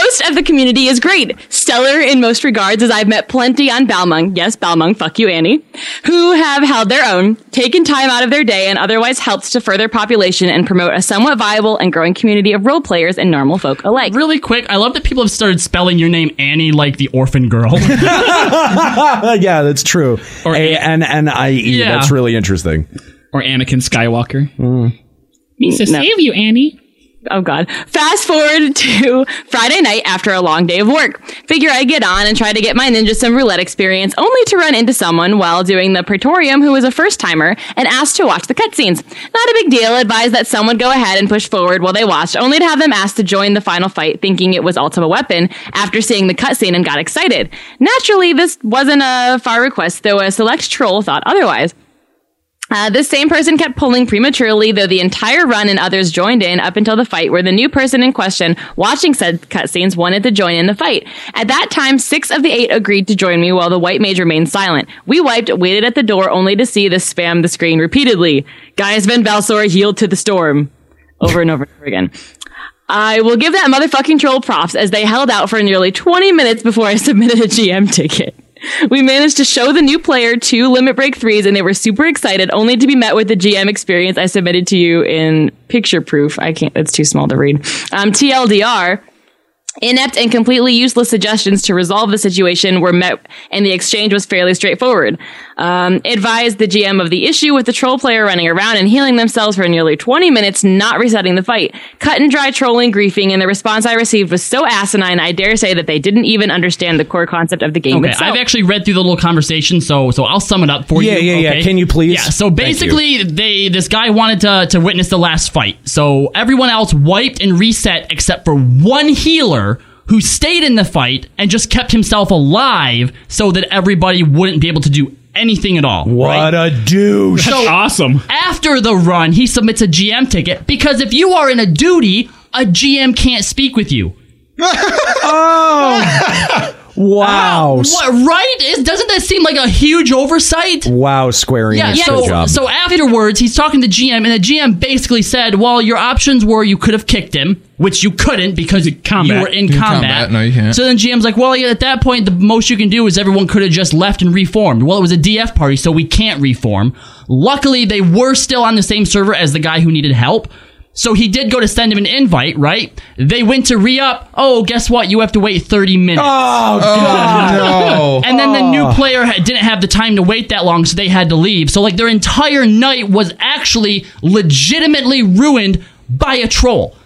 Speaker 11: Most of the community is great, stellar in most regards, as I've met plenty on Balmung. Yes, Balmung, fuck you, Annie. Who have held their own, taken time out of their day, and otherwise helped to further population and promote a somewhat viable and growing community of role players and normal folk alike.
Speaker 12: Really quick, I love that people have started spelling your name Annie like the orphan girl.
Speaker 9: Uh, yeah, that's true. A N N I E.
Speaker 12: Yeah.
Speaker 9: That's really interesting.
Speaker 10: Or Anakin Skywalker.
Speaker 11: Needs to No. save
Speaker 10: you, Annie.
Speaker 11: Oh God. Fast forward to Friday night after a long day of work. Figure I get on and try to get my ninja some roulette experience only to run into someone while doing the Praetorium who was a first timer and asked to watch the cutscenes. Not a big deal, advised that someone go ahead and push forward while they watched, only to have them asked to join the final fight thinking it was Ultima Weapon after seeing the cutscene and got excited. Naturally, this wasn't a far request, though a select troll thought otherwise. Uh, this same person kept pulling prematurely, though the entire run and others joined in up until the fight where the new person in question watching said cutscenes wanted to join in the fight. At that time, six of the eight agreed to join me while the white mage remained silent. We wiped, waited at the door only to see this spam the screen repeatedly. Guys, Van Balsor yield to the storm. Over and over and over again. I will give that motherfucking troll props as they held out for nearly 20 minutes before I submitted a GM ticket. We managed to show the new player two Limit Break 3s and they were super excited, only to be met with the GM experience I submitted to you in picture proof. I can't, it's too small to read. Um, TLDR. Inept and completely useless suggestions to resolve the situation were met, and the exchange was fairly straightforward. Um, advised the GM of the issue with the troll player running around and healing themselves for nearly 20 minutes, not resetting the fight. Cut and dry trolling, griefing, and the response I received was so asinine, I dare say that they didn't even understand the core concept of the game
Speaker 12: Okay,
Speaker 11: itself.
Speaker 12: I've actually read through the little conversation, so so I'll sum it up for
Speaker 9: Yeah,
Speaker 12: you.
Speaker 9: yeah, yeah.
Speaker 12: okay?
Speaker 9: Can you please?
Speaker 12: Yeah. So
Speaker 9: Thank
Speaker 12: basically, they this guy wanted to to witness the last fight. So everyone else wiped and reset except for one healer who stayed in the fight and just kept himself alive so that everybody wouldn't be able to do anything at all.
Speaker 9: What a douche.
Speaker 12: So After the run, he submits a GM ticket because if you are in a duty, a GM can't speak with you.
Speaker 9: oh. Wow.
Speaker 12: What, right? Is, doesn't that seem like a huge oversight?
Speaker 9: Wow, Square Enix.
Speaker 12: Yeah,
Speaker 9: good
Speaker 12: so,
Speaker 9: job.
Speaker 12: so afterwards, he's talking to GM, and the GM basically said, Well, your options were you could have kicked him, which you couldn't because you were in
Speaker 1: In
Speaker 12: combat.
Speaker 1: combat, no, you can't.
Speaker 12: So then GM's like, Well, yeah, at that point, the most you can do is everyone could have just left and reformed. Well, it was a DF party, so we can't reform. Luckily, they were still on the same server as the guy who needed help. So he did go to send him an invite, right? They went to re up. Oh, guess what? You have to wait 30 minutes.
Speaker 9: Oh,
Speaker 1: uh,
Speaker 9: God. no.
Speaker 12: And then the new
Speaker 9: Oh.
Speaker 12: player had, didn't have the time to wait that long, so they had to leave. So like their entire night was actually legitimately ruined by a troll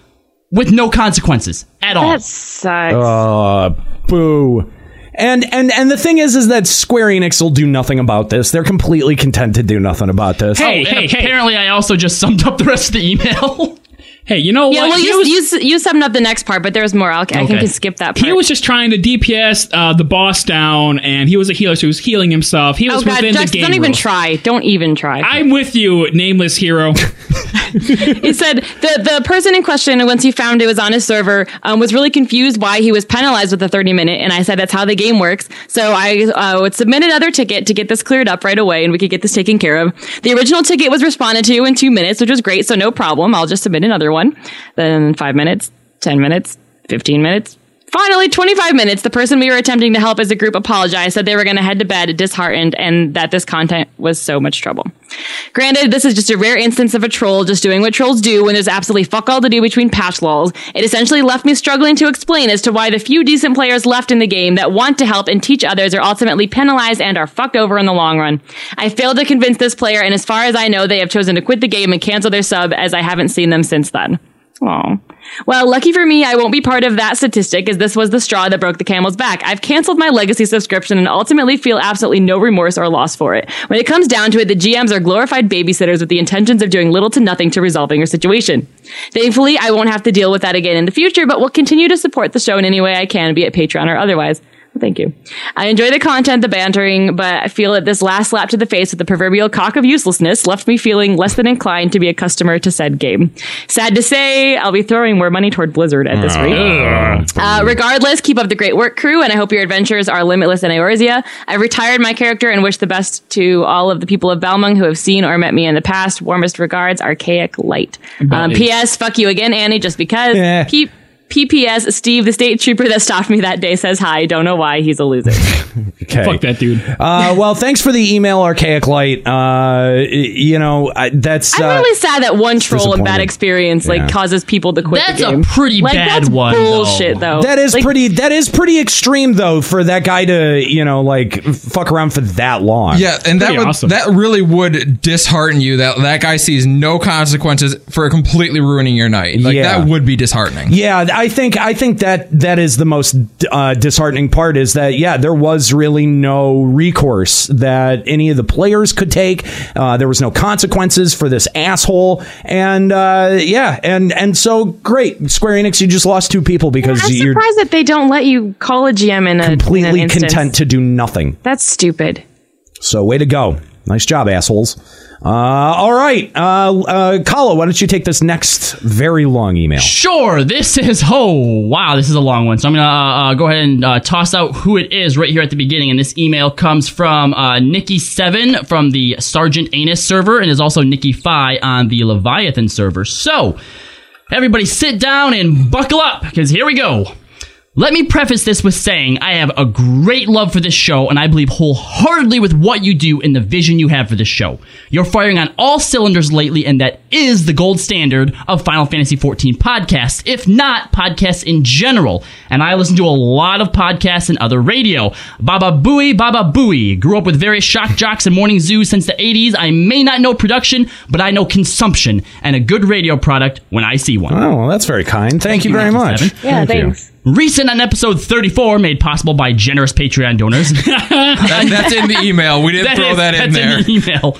Speaker 12: with no consequences at all.
Speaker 11: That sucks.
Speaker 9: Uh, boo. And and and the thing is, is that Square Enix will do nothing about this. They're completely content to do nothing about this.
Speaker 12: oh, and apparently I also just summed up the rest of the email.
Speaker 10: hey, you know
Speaker 11: yeah,
Speaker 10: what?
Speaker 11: well,
Speaker 10: He
Speaker 11: you,
Speaker 10: was-
Speaker 11: you, s- you summed up the next part, but there's more. I'll, I can
Speaker 10: Okay.
Speaker 11: just skip that part.
Speaker 10: He was just trying to DPS uh, the boss down, and he was a healer, so he was healing himself. He was
Speaker 11: oh, God,
Speaker 10: within
Speaker 11: Jax,
Speaker 10: the game.
Speaker 11: don't even
Speaker 10: rules.
Speaker 11: try. Don't even try.
Speaker 10: I'm with you, nameless hero.
Speaker 11: he said the, the person in question, once he found it was on his server, um, was really confused why he was penalized with the 30 minute. And I said, that's how the game works. So I uh, would submit another ticket to get this cleared up right away and we could get this taken care of. The original ticket was responded to in two minutes, which was great. So no problem. I'll just submit another one. Then five minutes, 10 minutes, 15 minutes. Finally, 25 minutes, the person we were attempting to help as a group apologized, said they were going to head to bed disheartened, and that this content was so much trouble. Granted, this is just a rare instance of a troll just doing what trolls do when there's absolutely fuck all to do between patch lols. It essentially left me struggling to explain as to why the few decent players left in the game that want to help and teach others are ultimately penalized and are fucked over in the long run. I failed to convince this player, and as far as I know, they have chosen to quit the game and cancel their sub, as I haven't seen them since then. Oh. Well, lucky for me, I won't be part of that statistic as this was the straw that broke the camel's back. I've canceled my legacy subscription and ultimately feel absolutely no remorse or loss for it. When it comes down to it, the GMs are glorified babysitters with the intentions of doing little to nothing to resolving your situation. Thankfully, I won't have to deal with that again in the future, but will continue to support the show in any way I can, be it Patreon or otherwise. Well, Thank you. I enjoy the content, the bantering, but I feel that this last slap to the face with the proverbial cock of uselessness left me feeling less than inclined to be a customer to said game. Sad to say, I'll be throwing more money toward Blizzard at this rate. Uh, regardless, keep up the great work, crew, and I hope your adventures are limitless in Eorzea. I've retired my character and wish the best to all of the people of Balmung who have seen or met me in the past. Warmest regards, Archaic Light. Um,
Speaker 24: Bye.
Speaker 11: P.S. Fuck you again, Annie, just because.
Speaker 24: Yeah.
Speaker 11: P- PPS, Steve, the state trooper that stopped me that day, says hi. Don't know why. He's a loser.
Speaker 9: Okay.
Speaker 10: Fuck that dude.
Speaker 9: Uh, well, thanks for the email, Archaic Light. Uh, y- you know I, that's.
Speaker 11: I'm
Speaker 9: uh,
Speaker 11: really sad that one troll and bad
Speaker 9: disappointing.
Speaker 11: experience like
Speaker 9: Yeah.
Speaker 11: causes people to quit.
Speaker 12: That's
Speaker 11: the
Speaker 12: a
Speaker 11: game.
Speaker 12: pretty
Speaker 11: like,
Speaker 12: bad
Speaker 11: that's
Speaker 12: one, though.
Speaker 11: Bullshit, though.
Speaker 9: That is
Speaker 11: Oh, Like,
Speaker 9: pretty. That is pretty extreme, though, for that guy to you know like fuck around for that long.
Speaker 1: Yeah, and that would that really would dishearten you that that guy sees no consequences for completely ruining your night. Like
Speaker 9: Yeah.
Speaker 1: that would be disheartening.
Speaker 9: Yeah, I think I think that that is the most uh, disheartening part is that yeah, there was really no recourse that any of the players could take. Uh, there was no consequences for this asshole, and uh, yeah, and and so great, Square Enix, you just lost two people because
Speaker 11: I'm
Speaker 9: you're
Speaker 11: surprised that they don't let you call a GM in a in an
Speaker 9: completely
Speaker 11: instance.
Speaker 9: content to do nothing.
Speaker 11: That's stupid.
Speaker 9: So way to go, nice job, assholes. Uh, all right, uh, uh, Kala, why don't you take this next very long email?
Speaker 12: Sure, this is, oh, wow, this is a long one. So I'm going to uh, uh, go ahead and uh, toss out who it is right here at the beginning. And this email comes from uh, Nikki7 from the Sergeant Anus server and is also Nikki Phi on the Leviathan server. So, everybody sit down and buckle up because here we go. Let me preface this with saying I have a great love for this show and I believe wholeheartedly with what you do and the vision you have for this show. You're firing on all cylinders lately and that is the gold standard of Final Fantasy XIV podcasts, if not podcasts in general. And I listen to a lot of podcasts and other radio. Baba Booey, Baba Booey. Grew up with various shock jocks and morning zoos since the 80s. I may not know production, but I know consumption and a good radio product when I see one.
Speaker 9: Oh, well, that's very kind. Thank, you very much.
Speaker 24: Yeah, thanks.
Speaker 12: Recent on episode 34, made possible by generous Patreon donors.
Speaker 1: That- that's in the email. We didn't throw that in
Speaker 12: that's
Speaker 1: there.
Speaker 12: the email.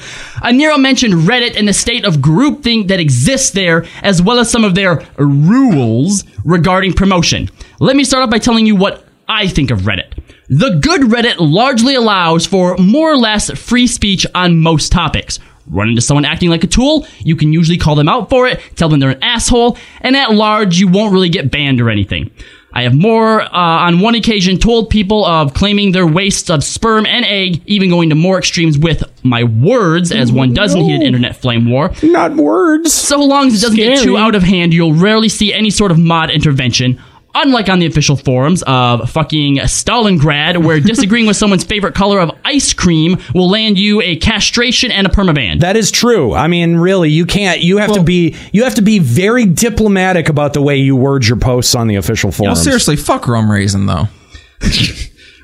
Speaker 12: Aniro mentioned Reddit and the state of groupthink that exists there, as well as some of their rules regarding promotion. Let me start off by telling you what I think of Reddit. The good Reddit largely allows for more or less free speech on most topics. Run into someone acting like a tool, you can usually call them out for it, tell them they're an asshole, and at large, you won't really get banned or anything. I have more uh, on one occasion told people of claiming their wastes of sperm and egg, even going to more extremes with my words, as one does in heated internet flame war.
Speaker 9: Not words.
Speaker 12: So long as it doesn't get too out of hand, you'll rarely see any sort of mod intervention. Unlike on the official forums of fucking Stalingrad, where disagreeing with someone's favorite color of ice cream will land you a castration and a permaban.
Speaker 9: That is true. I mean, really, you can't. You have to be. You have to be very diplomatic about the way you word your posts on the official forums.
Speaker 1: seriously, fuck rum raisin though.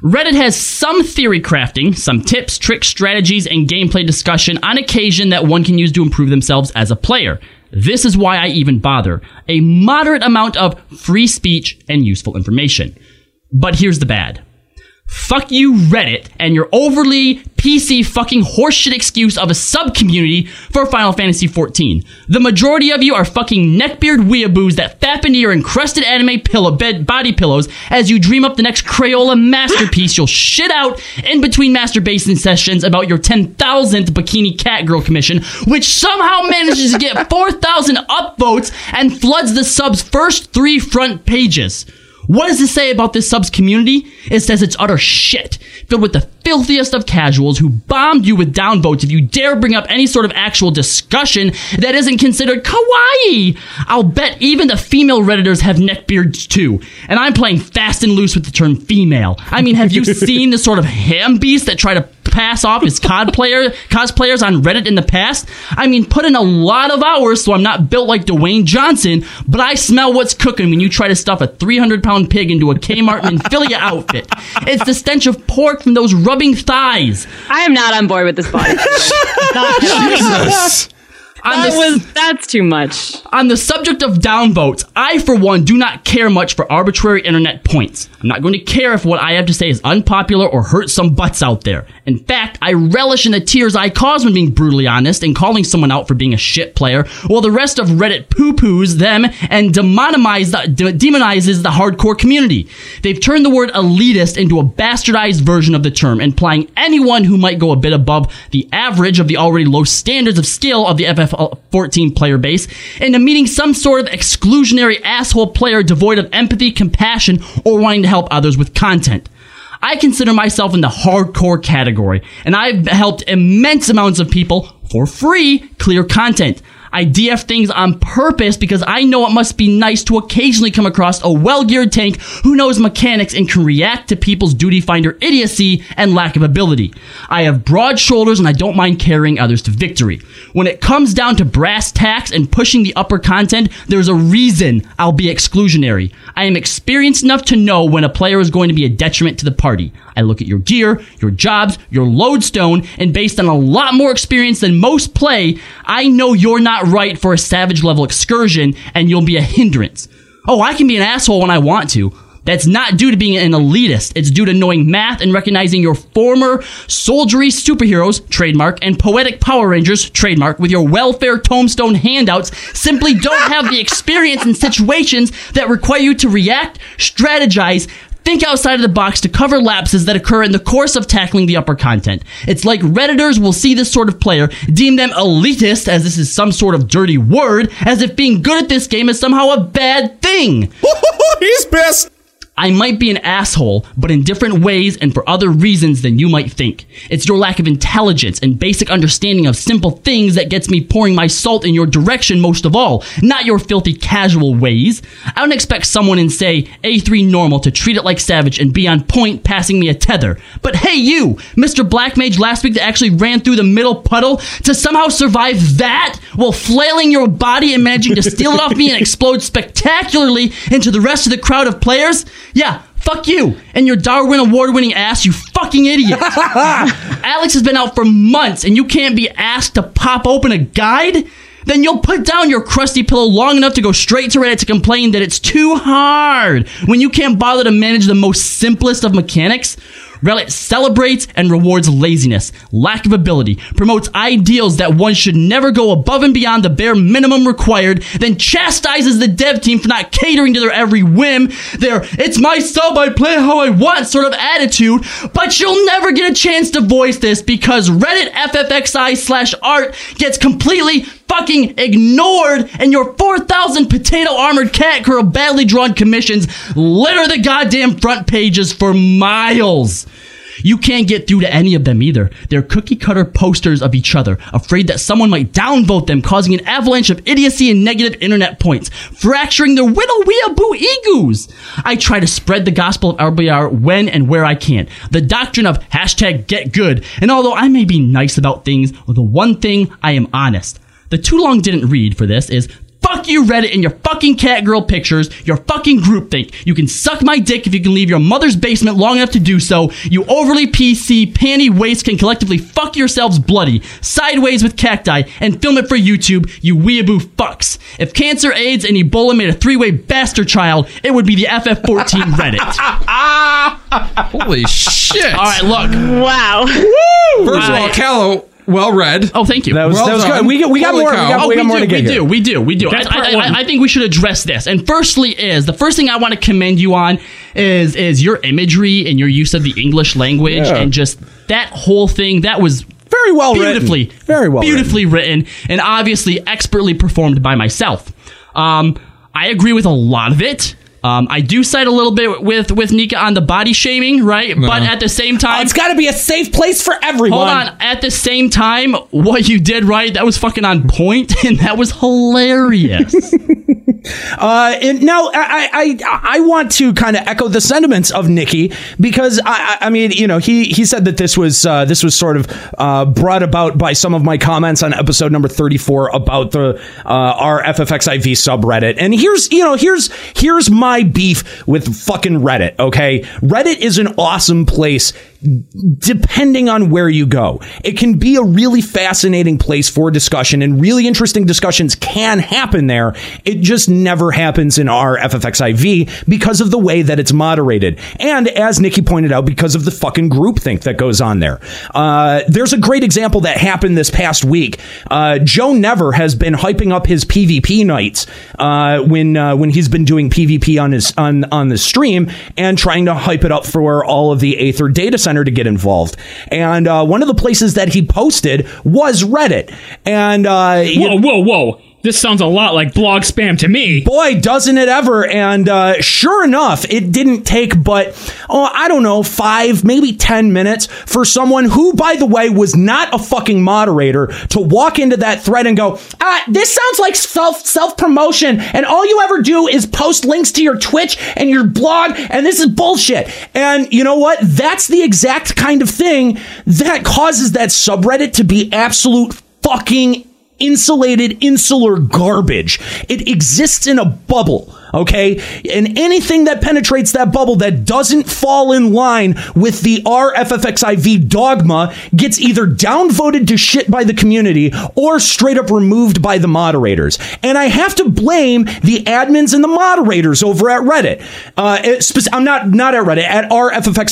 Speaker 12: Reddit has some theory crafting, some tips, tricks, strategies, and gameplay discussion on occasion that one can use to improve themselves as a player. This is why I even bother. A moderate amount of free speech and useful information. But here's the bad. Fuck you, Reddit, and your overly PC fucking horseshit excuse of a sub community for Final Fantasy XIV. The majority of you are fucking neckbeard weeaboos that fap into your encrusted anime pillow bed body pillows as you dream up the next Crayola masterpiece you'll shit out in between masturbation sessions about your 10,000th Bikini Cat Girl commission, which somehow manages to get 4,000 upvotes and floods the sub's first three front pages. What does it say about this sub's community? It says it's utter shit, filled with the filthiest of casuals who bombed you with downvotes if you dare bring up any sort of actual discussion that isn't considered kawaii. I'll bet even the female Redditors have neckbeards too, and I'm playing fast and loose with the term female. I mean, have you seen the sort of ham beasts that try to pass off as COD player cosplayers on Reddit in the past? I mean, put in a lot of hours, so I'm not built like Dwayne Johnson, but I smell what's cooking when you try to stuff a 300 pound pig into a Kmart Minfilia outfit. It's the stench of pork from those rubbing thighs.
Speaker 11: I am not on board with this body.
Speaker 12: Jesus.
Speaker 11: That was that's too much.
Speaker 12: On the subject of downvotes, I for one do not care much for arbitrary internet points. I'm not going to care if what I have to say is unpopular or hurts some butts out there. In fact, I relish in the tears I cause when being brutally honest and calling someone out for being a shit player, while the rest of Reddit poo-poos them and demonize the, de- demonizes the hardcore community. They've turned the word elitist into a bastardized version of the term, implying anyone who might go a bit above the average of the already low standards of skill of the FF14 player base into meeting some sort of exclusionary asshole player devoid of empathy, compassion, or wanting to help others with content. I consider myself in the hardcore category, and I've helped immense amounts of people for free clear content. I DF things on purpose because I know it must be nice to occasionally come across a well geared tank who knows mechanics and can react to people's duty finder idiocy and lack of ability. I have broad shoulders and I don't mind carrying others to victory. When it comes down to brass tacks and pushing the upper content, there's a reason I'll be exclusionary. I am experienced enough to know when a player is going to be a detriment to the party. I look at your gear, your jobs, your lodestone, and based on a lot more experience than most play, I know you're not right for a savage level excursion and you'll be a hindrance. Oh, I can be an asshole when I want to. That's not due to being an elitist. It's due to knowing math and recognizing your former soldiery superheroes, trademark, and poetic Power Rangers, trademark, with your welfare tombstone handouts simply don't have the experience in situations that require you to react, strategize, Think outside of the box to cover lapses that occur in the course of tackling the upper content. It's like Redditors will see this sort of player, deem them elitist, as this is some sort of dirty word, as if being good at this game is somehow a bad thing. He's pissed! I might be an asshole, but in different ways and for other reasons than you might think. It's your lack of intelligence and basic understanding of simple things that gets me pouring my salt in your direction most of all, not your filthy casual ways. I don't expect someone in, say, A3 normal to treat it like savage and be on point passing me a tether. But hey, you, Mr. Black Mage last week that actually ran through the middle puddle to somehow survive that while flailing your body and managing to steal it off me and explode spectacularly into the rest of the crowd of players? Yeah, fuck you and your Darwin Award winning ass, you fucking idiot. Alex has been out for months and you can't be asked to pop open a guide? Then you'll put down your crusty pillow long enough to go straight to Reddit to complain that it's too hard when you can't bother to manage the most simplest of mechanics? Reddit celebrates and rewards laziness, lack of ability, promotes ideals that one should never go above and beyond the bare minimum required, then chastises the dev team for not catering to their every whim, their it's my sub, I play how I want sort of attitude, but you'll never get a chance to voice this because Reddit FFXI slash art gets completely fucking ignored and your 4,000 potato armored cat girl badly drawn commissions litter the goddamn front pages for miles. You can't get through to any of them either. They're cookie cutter posters of each other, afraid that someone might downvote them, causing an avalanche of idiocy and negative internet points, fracturing their little weeaboo egos. I try to spread the gospel of RBR when and where I can. The doctrine of hashtag get good. And although I may be nice about things, the one thing I am honest. The too long didn't read for this is Fuck you, Reddit, and your fucking catgirl pictures, your fucking groupthink. You can suck my dick if you can leave your mother's basement long enough to do so. You overly PC, panty waste can collectively fuck yourselves bloody, sideways with cacti, and film it for YouTube, you weeaboo fucks. If cancer, AIDS, and Ebola made a three way bastard child, it would be the FF14 Reddit.
Speaker 1: Holy shit.
Speaker 12: All right, look.
Speaker 11: Wow.
Speaker 1: First of all, Callow, well read.
Speaker 12: Oh, thank you.
Speaker 9: That was- that was good. We get- we got
Speaker 1: Holy
Speaker 9: more- we
Speaker 1: cow.
Speaker 9: got-
Speaker 12: Oh,
Speaker 9: we
Speaker 12: we,
Speaker 9: got more
Speaker 12: do,
Speaker 9: to get
Speaker 12: we
Speaker 9: here.
Speaker 12: do, we do, we do. I,
Speaker 9: That's part
Speaker 12: I- I-
Speaker 9: one.
Speaker 12: I think we should address this. And firstly, is the first thing I want to commend you on is is your imagery and your use of the English language
Speaker 9: Yeah.
Speaker 12: and just that whole thing. That was
Speaker 9: very well
Speaker 12: beautifully,
Speaker 9: written. Very well
Speaker 12: beautifully written. and obviously expertly performed by myself. Um, I agree with a lot of it. Um, I do side a little bit with with Nika on the body shaming, right? But at the same time,
Speaker 9: Oh, it's got to be a safe place for everyone.
Speaker 12: Hold on. At the same time, what you did right, that was fucking on point, and that was hilarious.
Speaker 9: Uh, and now I, I- I, I want to kind of echo the sentiments of Nikki because I, I I mean, you know, he, he said that this was, uh, this was sort of, uh, brought about by some of my comments on episode number 34 about the, uh, our FFXIV subreddit. And here's, you know, here's, here's my beef with fucking Reddit. Okay. Reddit is an awesome place depending on where you go. It can be a really fascinating place for discussion and really interesting discussions can happen there. It just never happens in our FFXIV because of the way that it's moderated. And as Nikki pointed out, because of the fucking groupthink that goes on there. Uh, there's a great example that happened this past week. Uh, Joe Never has been hyping up his PvP nights uh, when uh, when he's been doing PvP on his on on the stream and trying to hype it up for all of the Aether data center to get involved. And uh, one of the places that he posted was Reddit. And uh, whoa,
Speaker 10: whoa, whoa! This sounds a lot like blog spam to me.
Speaker 9: Boy, doesn't it ever! And uh, sure enough, it didn't take but oh, I don't know, five maybe ten minutes for someone who, by the way, was not a fucking moderator to walk into that thread and go, ah, this sounds like self self promotion, and all you ever do is post links to your Twitch and your blog, and this is bullshit. And you know what? That's the exact kind of thing that causes that subreddit to be absolute fucking insulated insular garbage. It exists in a bubble, okay? And anything that penetrates that bubble that doesn't fall in line with the RFFXIV dogma gets either downvoted to shit by the community or straight up removed by the moderators. And I have to blame the admins and the moderators over at Reddit. Uh, it- spec- I'm not not at Reddit at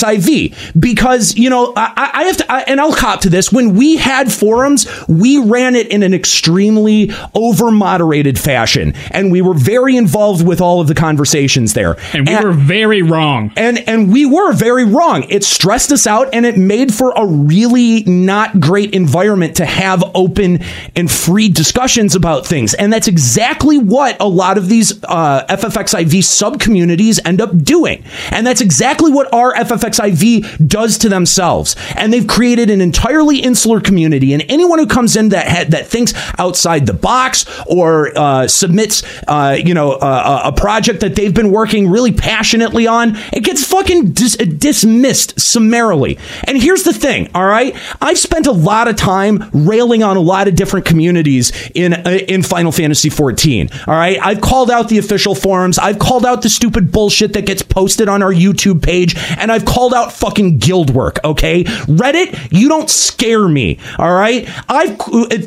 Speaker 9: RFFXIV because you know I, I- I have to I, and I'll cop to this. When we had forums, we ran it in an extremely over moderated fashion, and we were very involved with all all of the conversations there.
Speaker 10: And we were very wrong.
Speaker 9: And and we were very wrong. It stressed us out and it made for a really not great environment to have open and free discussions about things. And that's exactly what a lot of these uh, FFXIV subcommunities end up doing. And that's exactly what our FFXIV does to themselves. And they've created an entirely insular community. And anyone who comes in that ha- that thinks outside the box or uh, submits, uh, you know, uh, a a project that they've been working really passionately on, it gets fucking dis- dismissed summarily. And here's the thing, all right? I've spent a lot of time railing on a lot of different communities in uh, in Final Fantasy 14. All right, I've called out the official forums, I've called out the stupid bullshit that gets posted on our YouTube page, and I've called out fucking guild work. Okay, Reddit, you don't scare me. All right, I've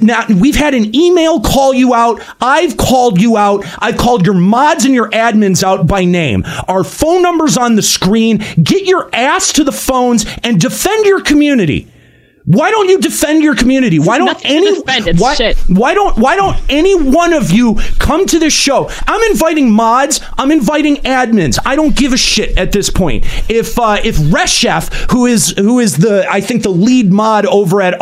Speaker 9: now we've had an email call you out. I've called you out. I've called your mods and your admins out by name. Our phone numbers on the screen. Get your ass to the phones and defend your community. Why don't you defend your community? Why don't any why, why don't why don't any one of you come to this show? I'm inviting mods. I'm inviting admins. I don't give a shit at this point. If uh, if Reshef, who is who is the I think the lead mod over at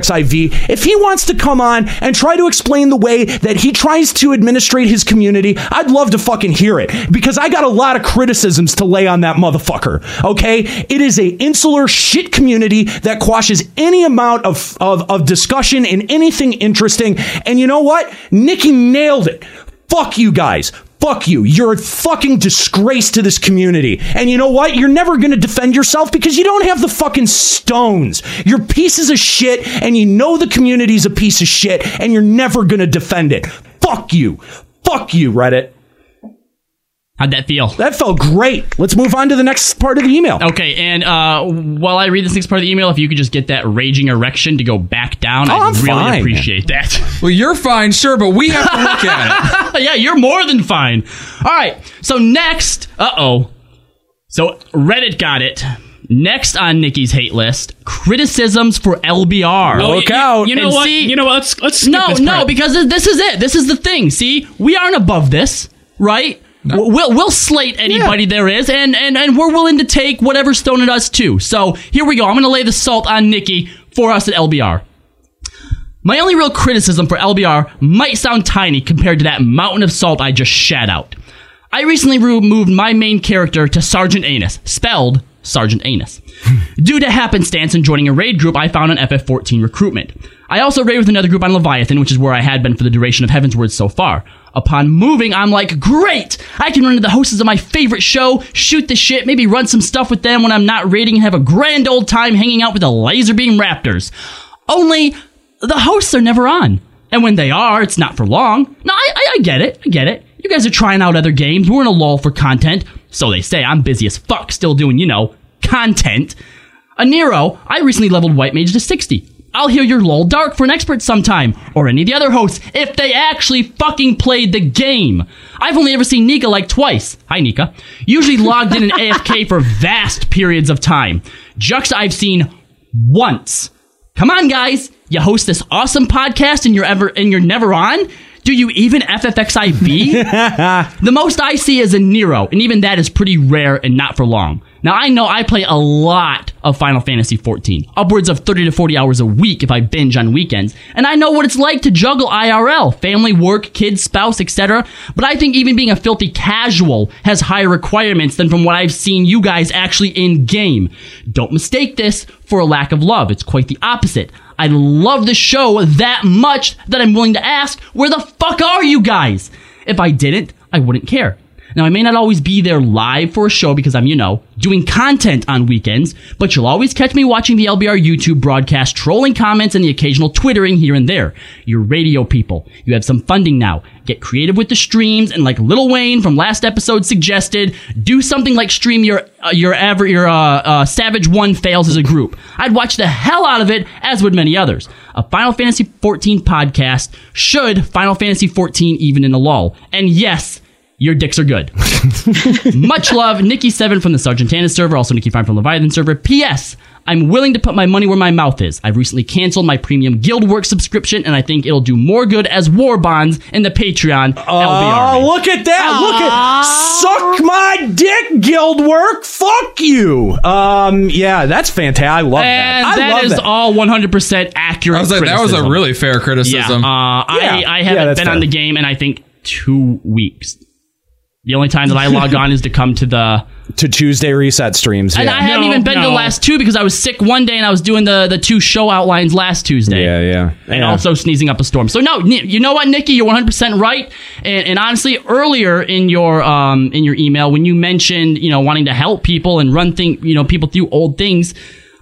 Speaker 9: RFFXIV, if he wants to come on and try to explain the way that he tries to administrate his community, I'd love to fucking hear it because I got a lot of criticisms to lay on that motherfucker. Okay, it is a insular shit community that quashes any amount of, of, of discussion and anything interesting. And you know what? Nikki nailed it. Fuck you guys. Fuck you. You're a fucking disgrace to this community. And you know what? You're never going to defend yourself because you don't have the fucking stones. You're pieces of shit and you know the community's a piece of shit and you're never going to defend it. Fuck you. Fuck you, Reddit.
Speaker 12: How'd that feel?
Speaker 9: That felt great. Let's move on to the next part of the email.
Speaker 12: Okay, and uh, while I read this next part of the email, if you could just get that raging erection to go back down,
Speaker 1: Oh,
Speaker 12: I'd
Speaker 1: I'm
Speaker 12: really
Speaker 1: fine.
Speaker 12: appreciate that.
Speaker 1: Well, you're fine, sure, but we have to look at it.
Speaker 12: yeah, you're more than fine. All right. So next, uh oh. So Reddit got it. Next on Nikki's hate list, criticisms for LBR.
Speaker 10: Oh, you- You know
Speaker 12: And
Speaker 10: what?
Speaker 12: see-
Speaker 10: you know what? Let's let's skip
Speaker 12: no,
Speaker 10: this
Speaker 12: no,
Speaker 10: part.
Speaker 12: because th- this is it. This is the thing. See, we aren't above this, right? W- We'll we'll slate anybody there is, and, and and we're willing to take whatever's thrown at us too. So here we go. I'm going to lay the salt on Nikki for us at LBR. My only real criticism for LBR might sound tiny compared to that mountain of salt I just shat out. I recently removed my main character to Sergeant Anus, spelled Sergeant Anus, due to happenstance and joining a raid group I found on FF14 recruitment. I also raided with another group on Leviathan, which is where I had been for the duration of Heaven's Word so far. Upon moving, I'm like, great! I can run into the hosts of my favorite show, shoot the shit, maybe run some stuff with them when I'm not raiding and have a grand old time hanging out with the laser beam raptors. Only, the hosts are never on. And when they are, it's not for long. No, I, I, I get it. I get it. You guys are trying out other games. We're in a lull for content. So they say I'm busy as fuck, still doing, you know, content. A Nero, I recently leveled White Mage to 60. I'll hear your lol dark for an expert sometime, or any of the other hosts, if they actually fucking played the game. I've only ever seen Nika like twice. Hi, Nika. Usually logged in and AFK for vast periods of time. Juxta, I've seen once. Come on, guys. You host this awesome podcast and you're ever and you're never on? Do you even FFXIV? the most I see is a Nero, and even that is pretty rare and not for long. Now I know I play a lot of Final Fantasy 14, upwards of 30 to 40 hours a week if I binge on weekends, and I know what it's like to juggle IRL, family, work, kids, spouse, etc. But I think even being a filthy casual has higher requirements than from what I've seen you guys actually in game. Don't mistake this for a lack of love. It's quite the opposite. I love the show that much that I'm willing to ask, where the fuck are you guys? If I didn't, I wouldn't care. Now, I may not always be there live for a show because I'm, you know, doing content on weekends, but you'll always catch me watching the LBR YouTube broadcast, trolling comments, and the occasional twittering here and there. You're radio people. You have some funding now. Get creative with the streams, and like Lil Wayne from last episode suggested, do something like stream your uh, your ever your uh, uh, Savage One fails as a group. I'd watch the hell out of it, as would many others. A Final Fantasy 14 podcast should Final Fantasy 14 even in the lull. And yes. Your dicks are good. Much love, Nikki7 from the Sargentana server, also Nikki5 from Leviathan server. P.S. I'm willing to put my money where my mouth is. I've recently canceled my premium Guildwork subscription, and I think it'll do more good as war bonds in the Patreon.
Speaker 9: Oh, look at that! Look at suck my dick, guild work. Fuck you. Um, yeah, that's fantastic. I love
Speaker 12: And
Speaker 9: that. I
Speaker 12: that
Speaker 9: love
Speaker 12: is
Speaker 9: that.
Speaker 12: all 100% accurate.
Speaker 9: I was like, that was a
Speaker 12: criticism.
Speaker 1: really fair criticism.
Speaker 12: Yeah, uh,
Speaker 1: Yeah.
Speaker 12: I, I
Speaker 1: Yeah,
Speaker 12: haven't
Speaker 1: that's
Speaker 12: been on
Speaker 1: fair.
Speaker 12: the game in I think two weeks. The only time that I log on is to come to the
Speaker 9: to Tuesday reset streams.
Speaker 12: and
Speaker 9: yeah.
Speaker 12: I haven't even been to the last two because I was sick one day and I was doing the, the two show outlines last Tuesday.
Speaker 9: Yeah, yeah.
Speaker 12: And also sneezing up a storm. So no, Ni- you know what, Nikki, you're 100 percent right. And, and honestly, earlier in your um in your email when you mentioned you know wanting to help people and run thing you know people through old things.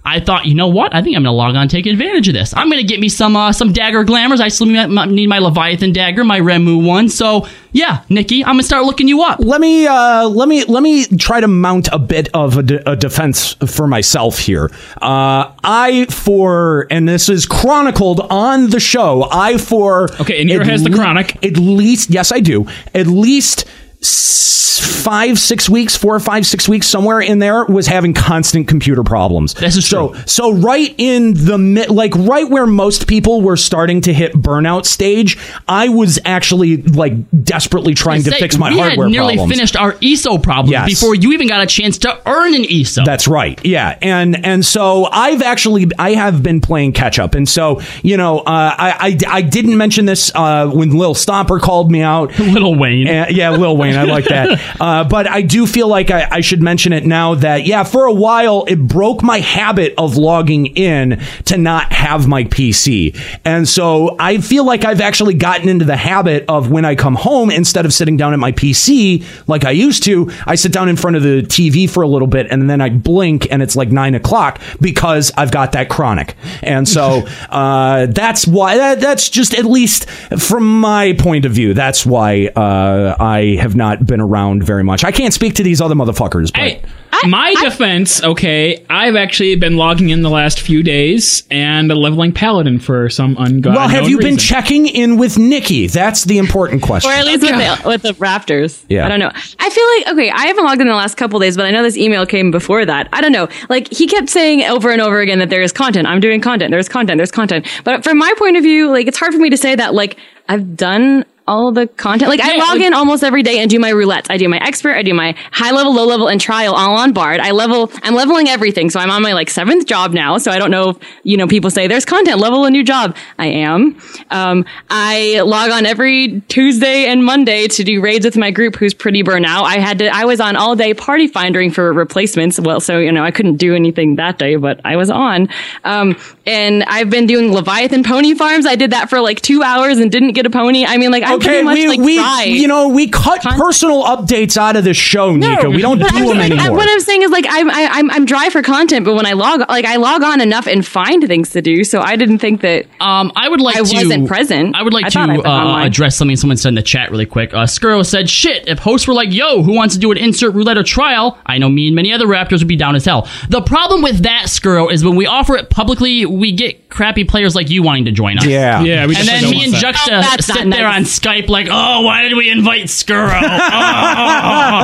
Speaker 12: I thought, you know what? I think I'm gonna log on, and take advantage of this. I'm gonna get me some uh, some dagger glamours. I still need my, need my Leviathan dagger, my Remu one. So yeah, Nikki, I'm gonna start looking you up.
Speaker 9: Let me uh, let me let me try to mount a bit of a, de- a defense for myself here. Uh, I for and this is chronicled on the show. I for okay,
Speaker 10: and here has the
Speaker 9: chronic. At least yes, I do. At least s- five six weeks, four or five six weeks somewhere in there was having constant computer problems. This is so so right in the mid, like right where most people were starting to hit burnout stage. I was actually like desperately trying to
Speaker 12: Say,
Speaker 9: fix my
Speaker 12: we
Speaker 9: hardware
Speaker 12: had nearly
Speaker 9: problems.
Speaker 12: finished our ESO problems
Speaker 9: Yes.
Speaker 12: before you even got a chance to earn an E ESO.
Speaker 9: That's right. Yeah, and and so I've actually I have been playing catch up, and so you know uh, I, I I didn't mention this uh, when Lil Stomper called me out.
Speaker 12: Lil Wayne,
Speaker 9: yeah, Lil Wayne. I like that, uh, but I do feel like I, I should mention it now that yeah, for a while it broke my habit of logging in to not have my PC, and so I feel like I've actually gotten into the habit of when I come home instead of sitting down at my PC like I used to, I sit down in front of the TV for a little bit and then I blink and it's like nine o'clock because I've got that chronic. And so uh, that's why, that, that's just at least from my point of view, that's why uh, I have not been around very much. I can't speak to these other motherfuckers, but.
Speaker 10: My defense, okay, I've actually been logging in the last few days and leveling paladin for some ungodly.
Speaker 9: well, have you been checking in with Nikki? That's the important question.
Speaker 11: Or at least with the, with the Raptors.
Speaker 9: Yeah.
Speaker 11: I don't know. I feel like, okay, I haven't logged in the last couple days, but I know this email came before that. I don't know. Like, he kept saying over and over again that there is content. I'm doing content. There's content. There's content. But from my point of view, like, it's hard for me to say that, like, I've done all the content. Like, I
Speaker 24: Yeah,
Speaker 11: log
Speaker 24: like-
Speaker 11: in almost every day and do my roulettes. I do my expert. I do my high level, low level, and trial all on Bard. I level, I'm leveling everything. So I'm on my, like, seventh job now. So I don't know if, you know, people say there's content, level a new job. I am. Um, I log on every Tuesday and Monday to do raids with my group who's pretty burnt out. I had to, I was on all day party finding for replacements. Well, so, you know, I couldn't do anything that day, but I was on. Um, and I've been doing Leviathan pony farms. I did that for like two hours and didn't get a pony. I mean, like, I pretty much
Speaker 9: we,
Speaker 11: like
Speaker 9: we
Speaker 11: tried.
Speaker 9: you know we cut personal updates out of the show, Nika. We don't do
Speaker 11: But I'm
Speaker 9: them
Speaker 11: just-
Speaker 9: anymore.
Speaker 11: I- What I'm saying is, like, I'm I, I'm I'm dry for content, but when I log, like, I log on enough and find things to do. So I didn't think that.
Speaker 12: Um, I would like
Speaker 11: I
Speaker 12: to-
Speaker 11: wasn't present.
Speaker 12: I would like to
Speaker 11: thought I've been
Speaker 12: uh,
Speaker 11: online.
Speaker 12: address something someone said in the chat really quick. Uh, Skuro said, "Shit! If hosts were like, yo, who wants to do an insert roulette or trial? I know me and many other Raptors would be down as hell." The problem with that, Skuro, is when we offer it publicly, we get crappy players like you wanting to join us.
Speaker 9: Yeah. Yeah, we
Speaker 12: and
Speaker 9: definitely
Speaker 12: then
Speaker 9: don't
Speaker 12: me and
Speaker 9: want that.
Speaker 12: Juxta
Speaker 9: Oh, that's
Speaker 12: sit
Speaker 9: not
Speaker 12: there
Speaker 9: nice.
Speaker 12: on Skype like, "Oh, why did we invite Skuro?"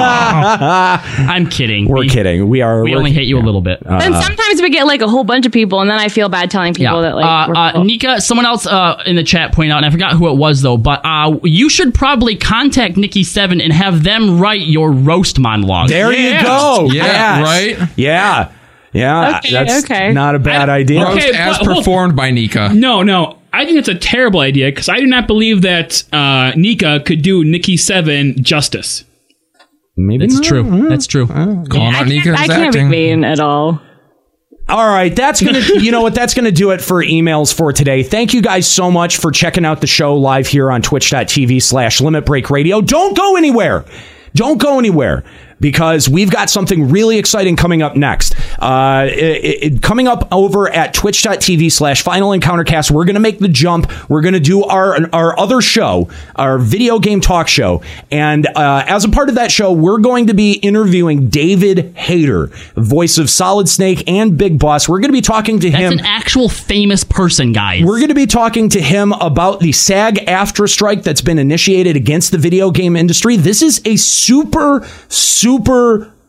Speaker 12: I'm kidding.
Speaker 9: We're kidding. We are.
Speaker 12: We only hate you a little bit.
Speaker 9: Uh,
Speaker 11: Then sometimes we get like a whole bunch of people, and then I feel bad telling people that like.
Speaker 12: uh,
Speaker 11: we're
Speaker 12: uh,
Speaker 11: full.
Speaker 12: Nika, someone else uh, in the chat pointed out, and I forgot who it was though, but uh, you should probably contact Nikki Seven and have them write your roast monologue.
Speaker 9: There you go. Yes. Yeah. Yeah.
Speaker 12: Okay,
Speaker 9: that's
Speaker 12: okay.
Speaker 9: not a bad idea.
Speaker 10: but hold-
Speaker 1: by Nika.
Speaker 10: No, no. I think it's a terrible idea because I do not believe that uh, Nika could do Nikki Seven justice.
Speaker 9: Maybe
Speaker 12: That's true. That's true.
Speaker 10: Calling out Nika
Speaker 11: I can't be mean at all.
Speaker 9: All right, that's gonna. you know what? That's gonna do it for emails for today. Thank you guys so much for checking out the show live here on Twitch.tv/slash Limit Break Radio. Don't go anywhere. Don't go anywhere. because we've got something really exciting coming up next. Uh, it- it- coming up over at twitch.tv slash final encountercast, we're going to make the jump. We're going to do our, our other show, our video game talk show. And uh, as a part of that show, we're going to be interviewing David Hayter, voice of Solid Snake and Big Boss. We're going to be talking to him.
Speaker 12: That's an actual famous person, guys.
Speaker 9: We're going to be talking to him about the SAG after strike that's been initiated against the video game industry. This is a super, super.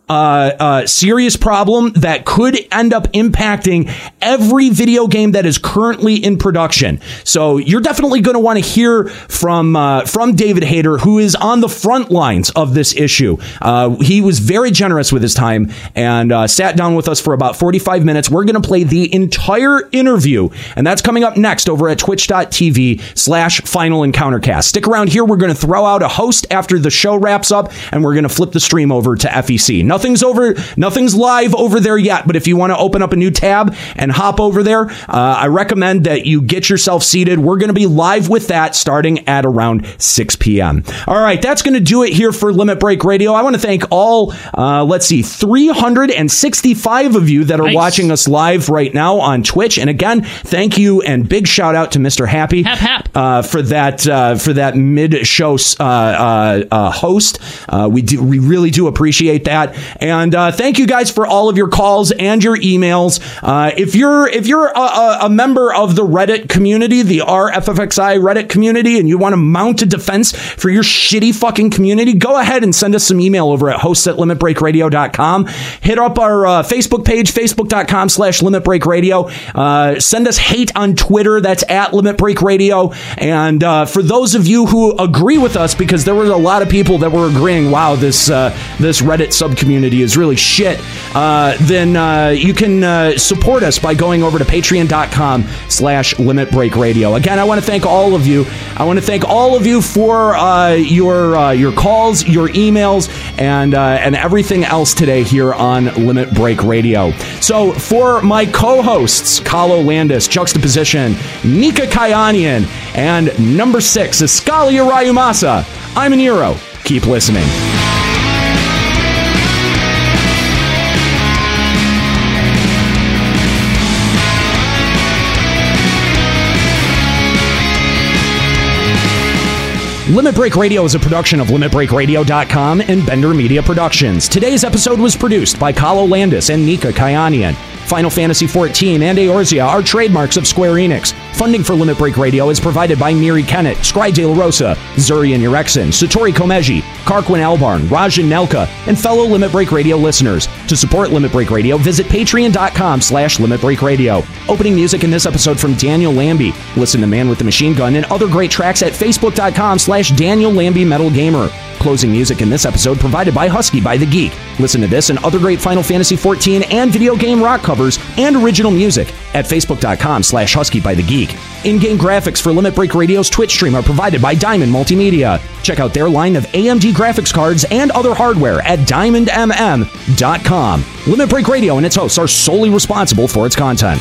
Speaker 9: Uh, uh, serious problem that could end up impacting every video game that is currently in production. So you're definitely going to want to hear from uh, from David Hayter, who is on the front lines of this issue. Uh, he was very generous with his time and uh, sat down with us for about 45 minutes. We're going to play the entire interview, and that's coming up next over at twitch.tv slash final encountercast. Stick around here. We're going to throw out a host after the show wraps up, and we're going to flip the stream over to FEC. Nothing's over, nothing's live over there yet, but if you want to open up a new tab and hop over there, uh, I recommend that you get yourself seated. We're going to be live with that starting at around 6 p.m. All right, that's going to do it here for Limit Break Radio. I want to thank all, uh, let's see, 365 of you that are
Speaker 5: Nice.
Speaker 9: watching us live right now on Twitch. And again, thank you and big shout out to Mr. Happy Uh, for that uh, for that mid show uh, uh, uh, host. Uh, we do we really do appreciate that. And uh, thank you guys for all of your calls and your emails. Uh, if you're if you're a, a, a member of the Reddit community, the RFFXI Reddit community, and you want to mount a defense for your shitty fucking community, go ahead and send us some email over at hosts at limitbreakradio.com. Hit up our uh, Facebook page, facebook.com slash limitbreakradio. Uh, send us hate on Twitter. That's at Limit Break Radio. And uh, for those of you who agree with us, because there was a lot of people that were agreeing, wow, this uh, this Reddit subcommunity is really shit, uh, then uh, you can uh, support us by going over to patreon.com slash Limit Break Radio. Again, I want to thank all of you. I want to thank all of you for uh, your uh, your calls, your emails, and uh, and everything else today here on Limit Break Radio. So for my co-hosts, Kahlo Landis, Juxtaposition, Nika Kayanian, and number six, Escalia Rayumasa, I'm an hero. Keep listening. Limit Break Radio is a production of LimitBreakRadio.com and Bender Media Productions. Today's episode was produced by Kahlo Landis and Nika Kayanian. Final Fantasy XIV and Eorzea are trademarks of Square Enix. Funding for Limit Break Radio is provided by Miri Kennett, Scry De La Rosa, Zurian Urexin, Satori Komeji, Karquin Albarn, Rajan Nelka, and fellow Limit Break Radio listeners. To support Limit Break Radio, visit patreon.com slash Limit Break Radio. Opening music in this episode from Daniel Lambie. Listen to Man with the Machine Gun and other great tracks at facebook.com slash Daniel Lambie Metal Gamer. Closing music in this episode provided by Husky by the Geek. Listen to this and other great Final Fantasy XIV and video game rock covers and original music at facebook.com slash Husky by the Geek. In-game graphics for Limit Break Radio's Twitch stream are provided by Diamond Multimedia. Check out their line of AMD graphics cards and other hardware at diamondmm.com. Limit Break Radio and its hosts are solely responsible for its content.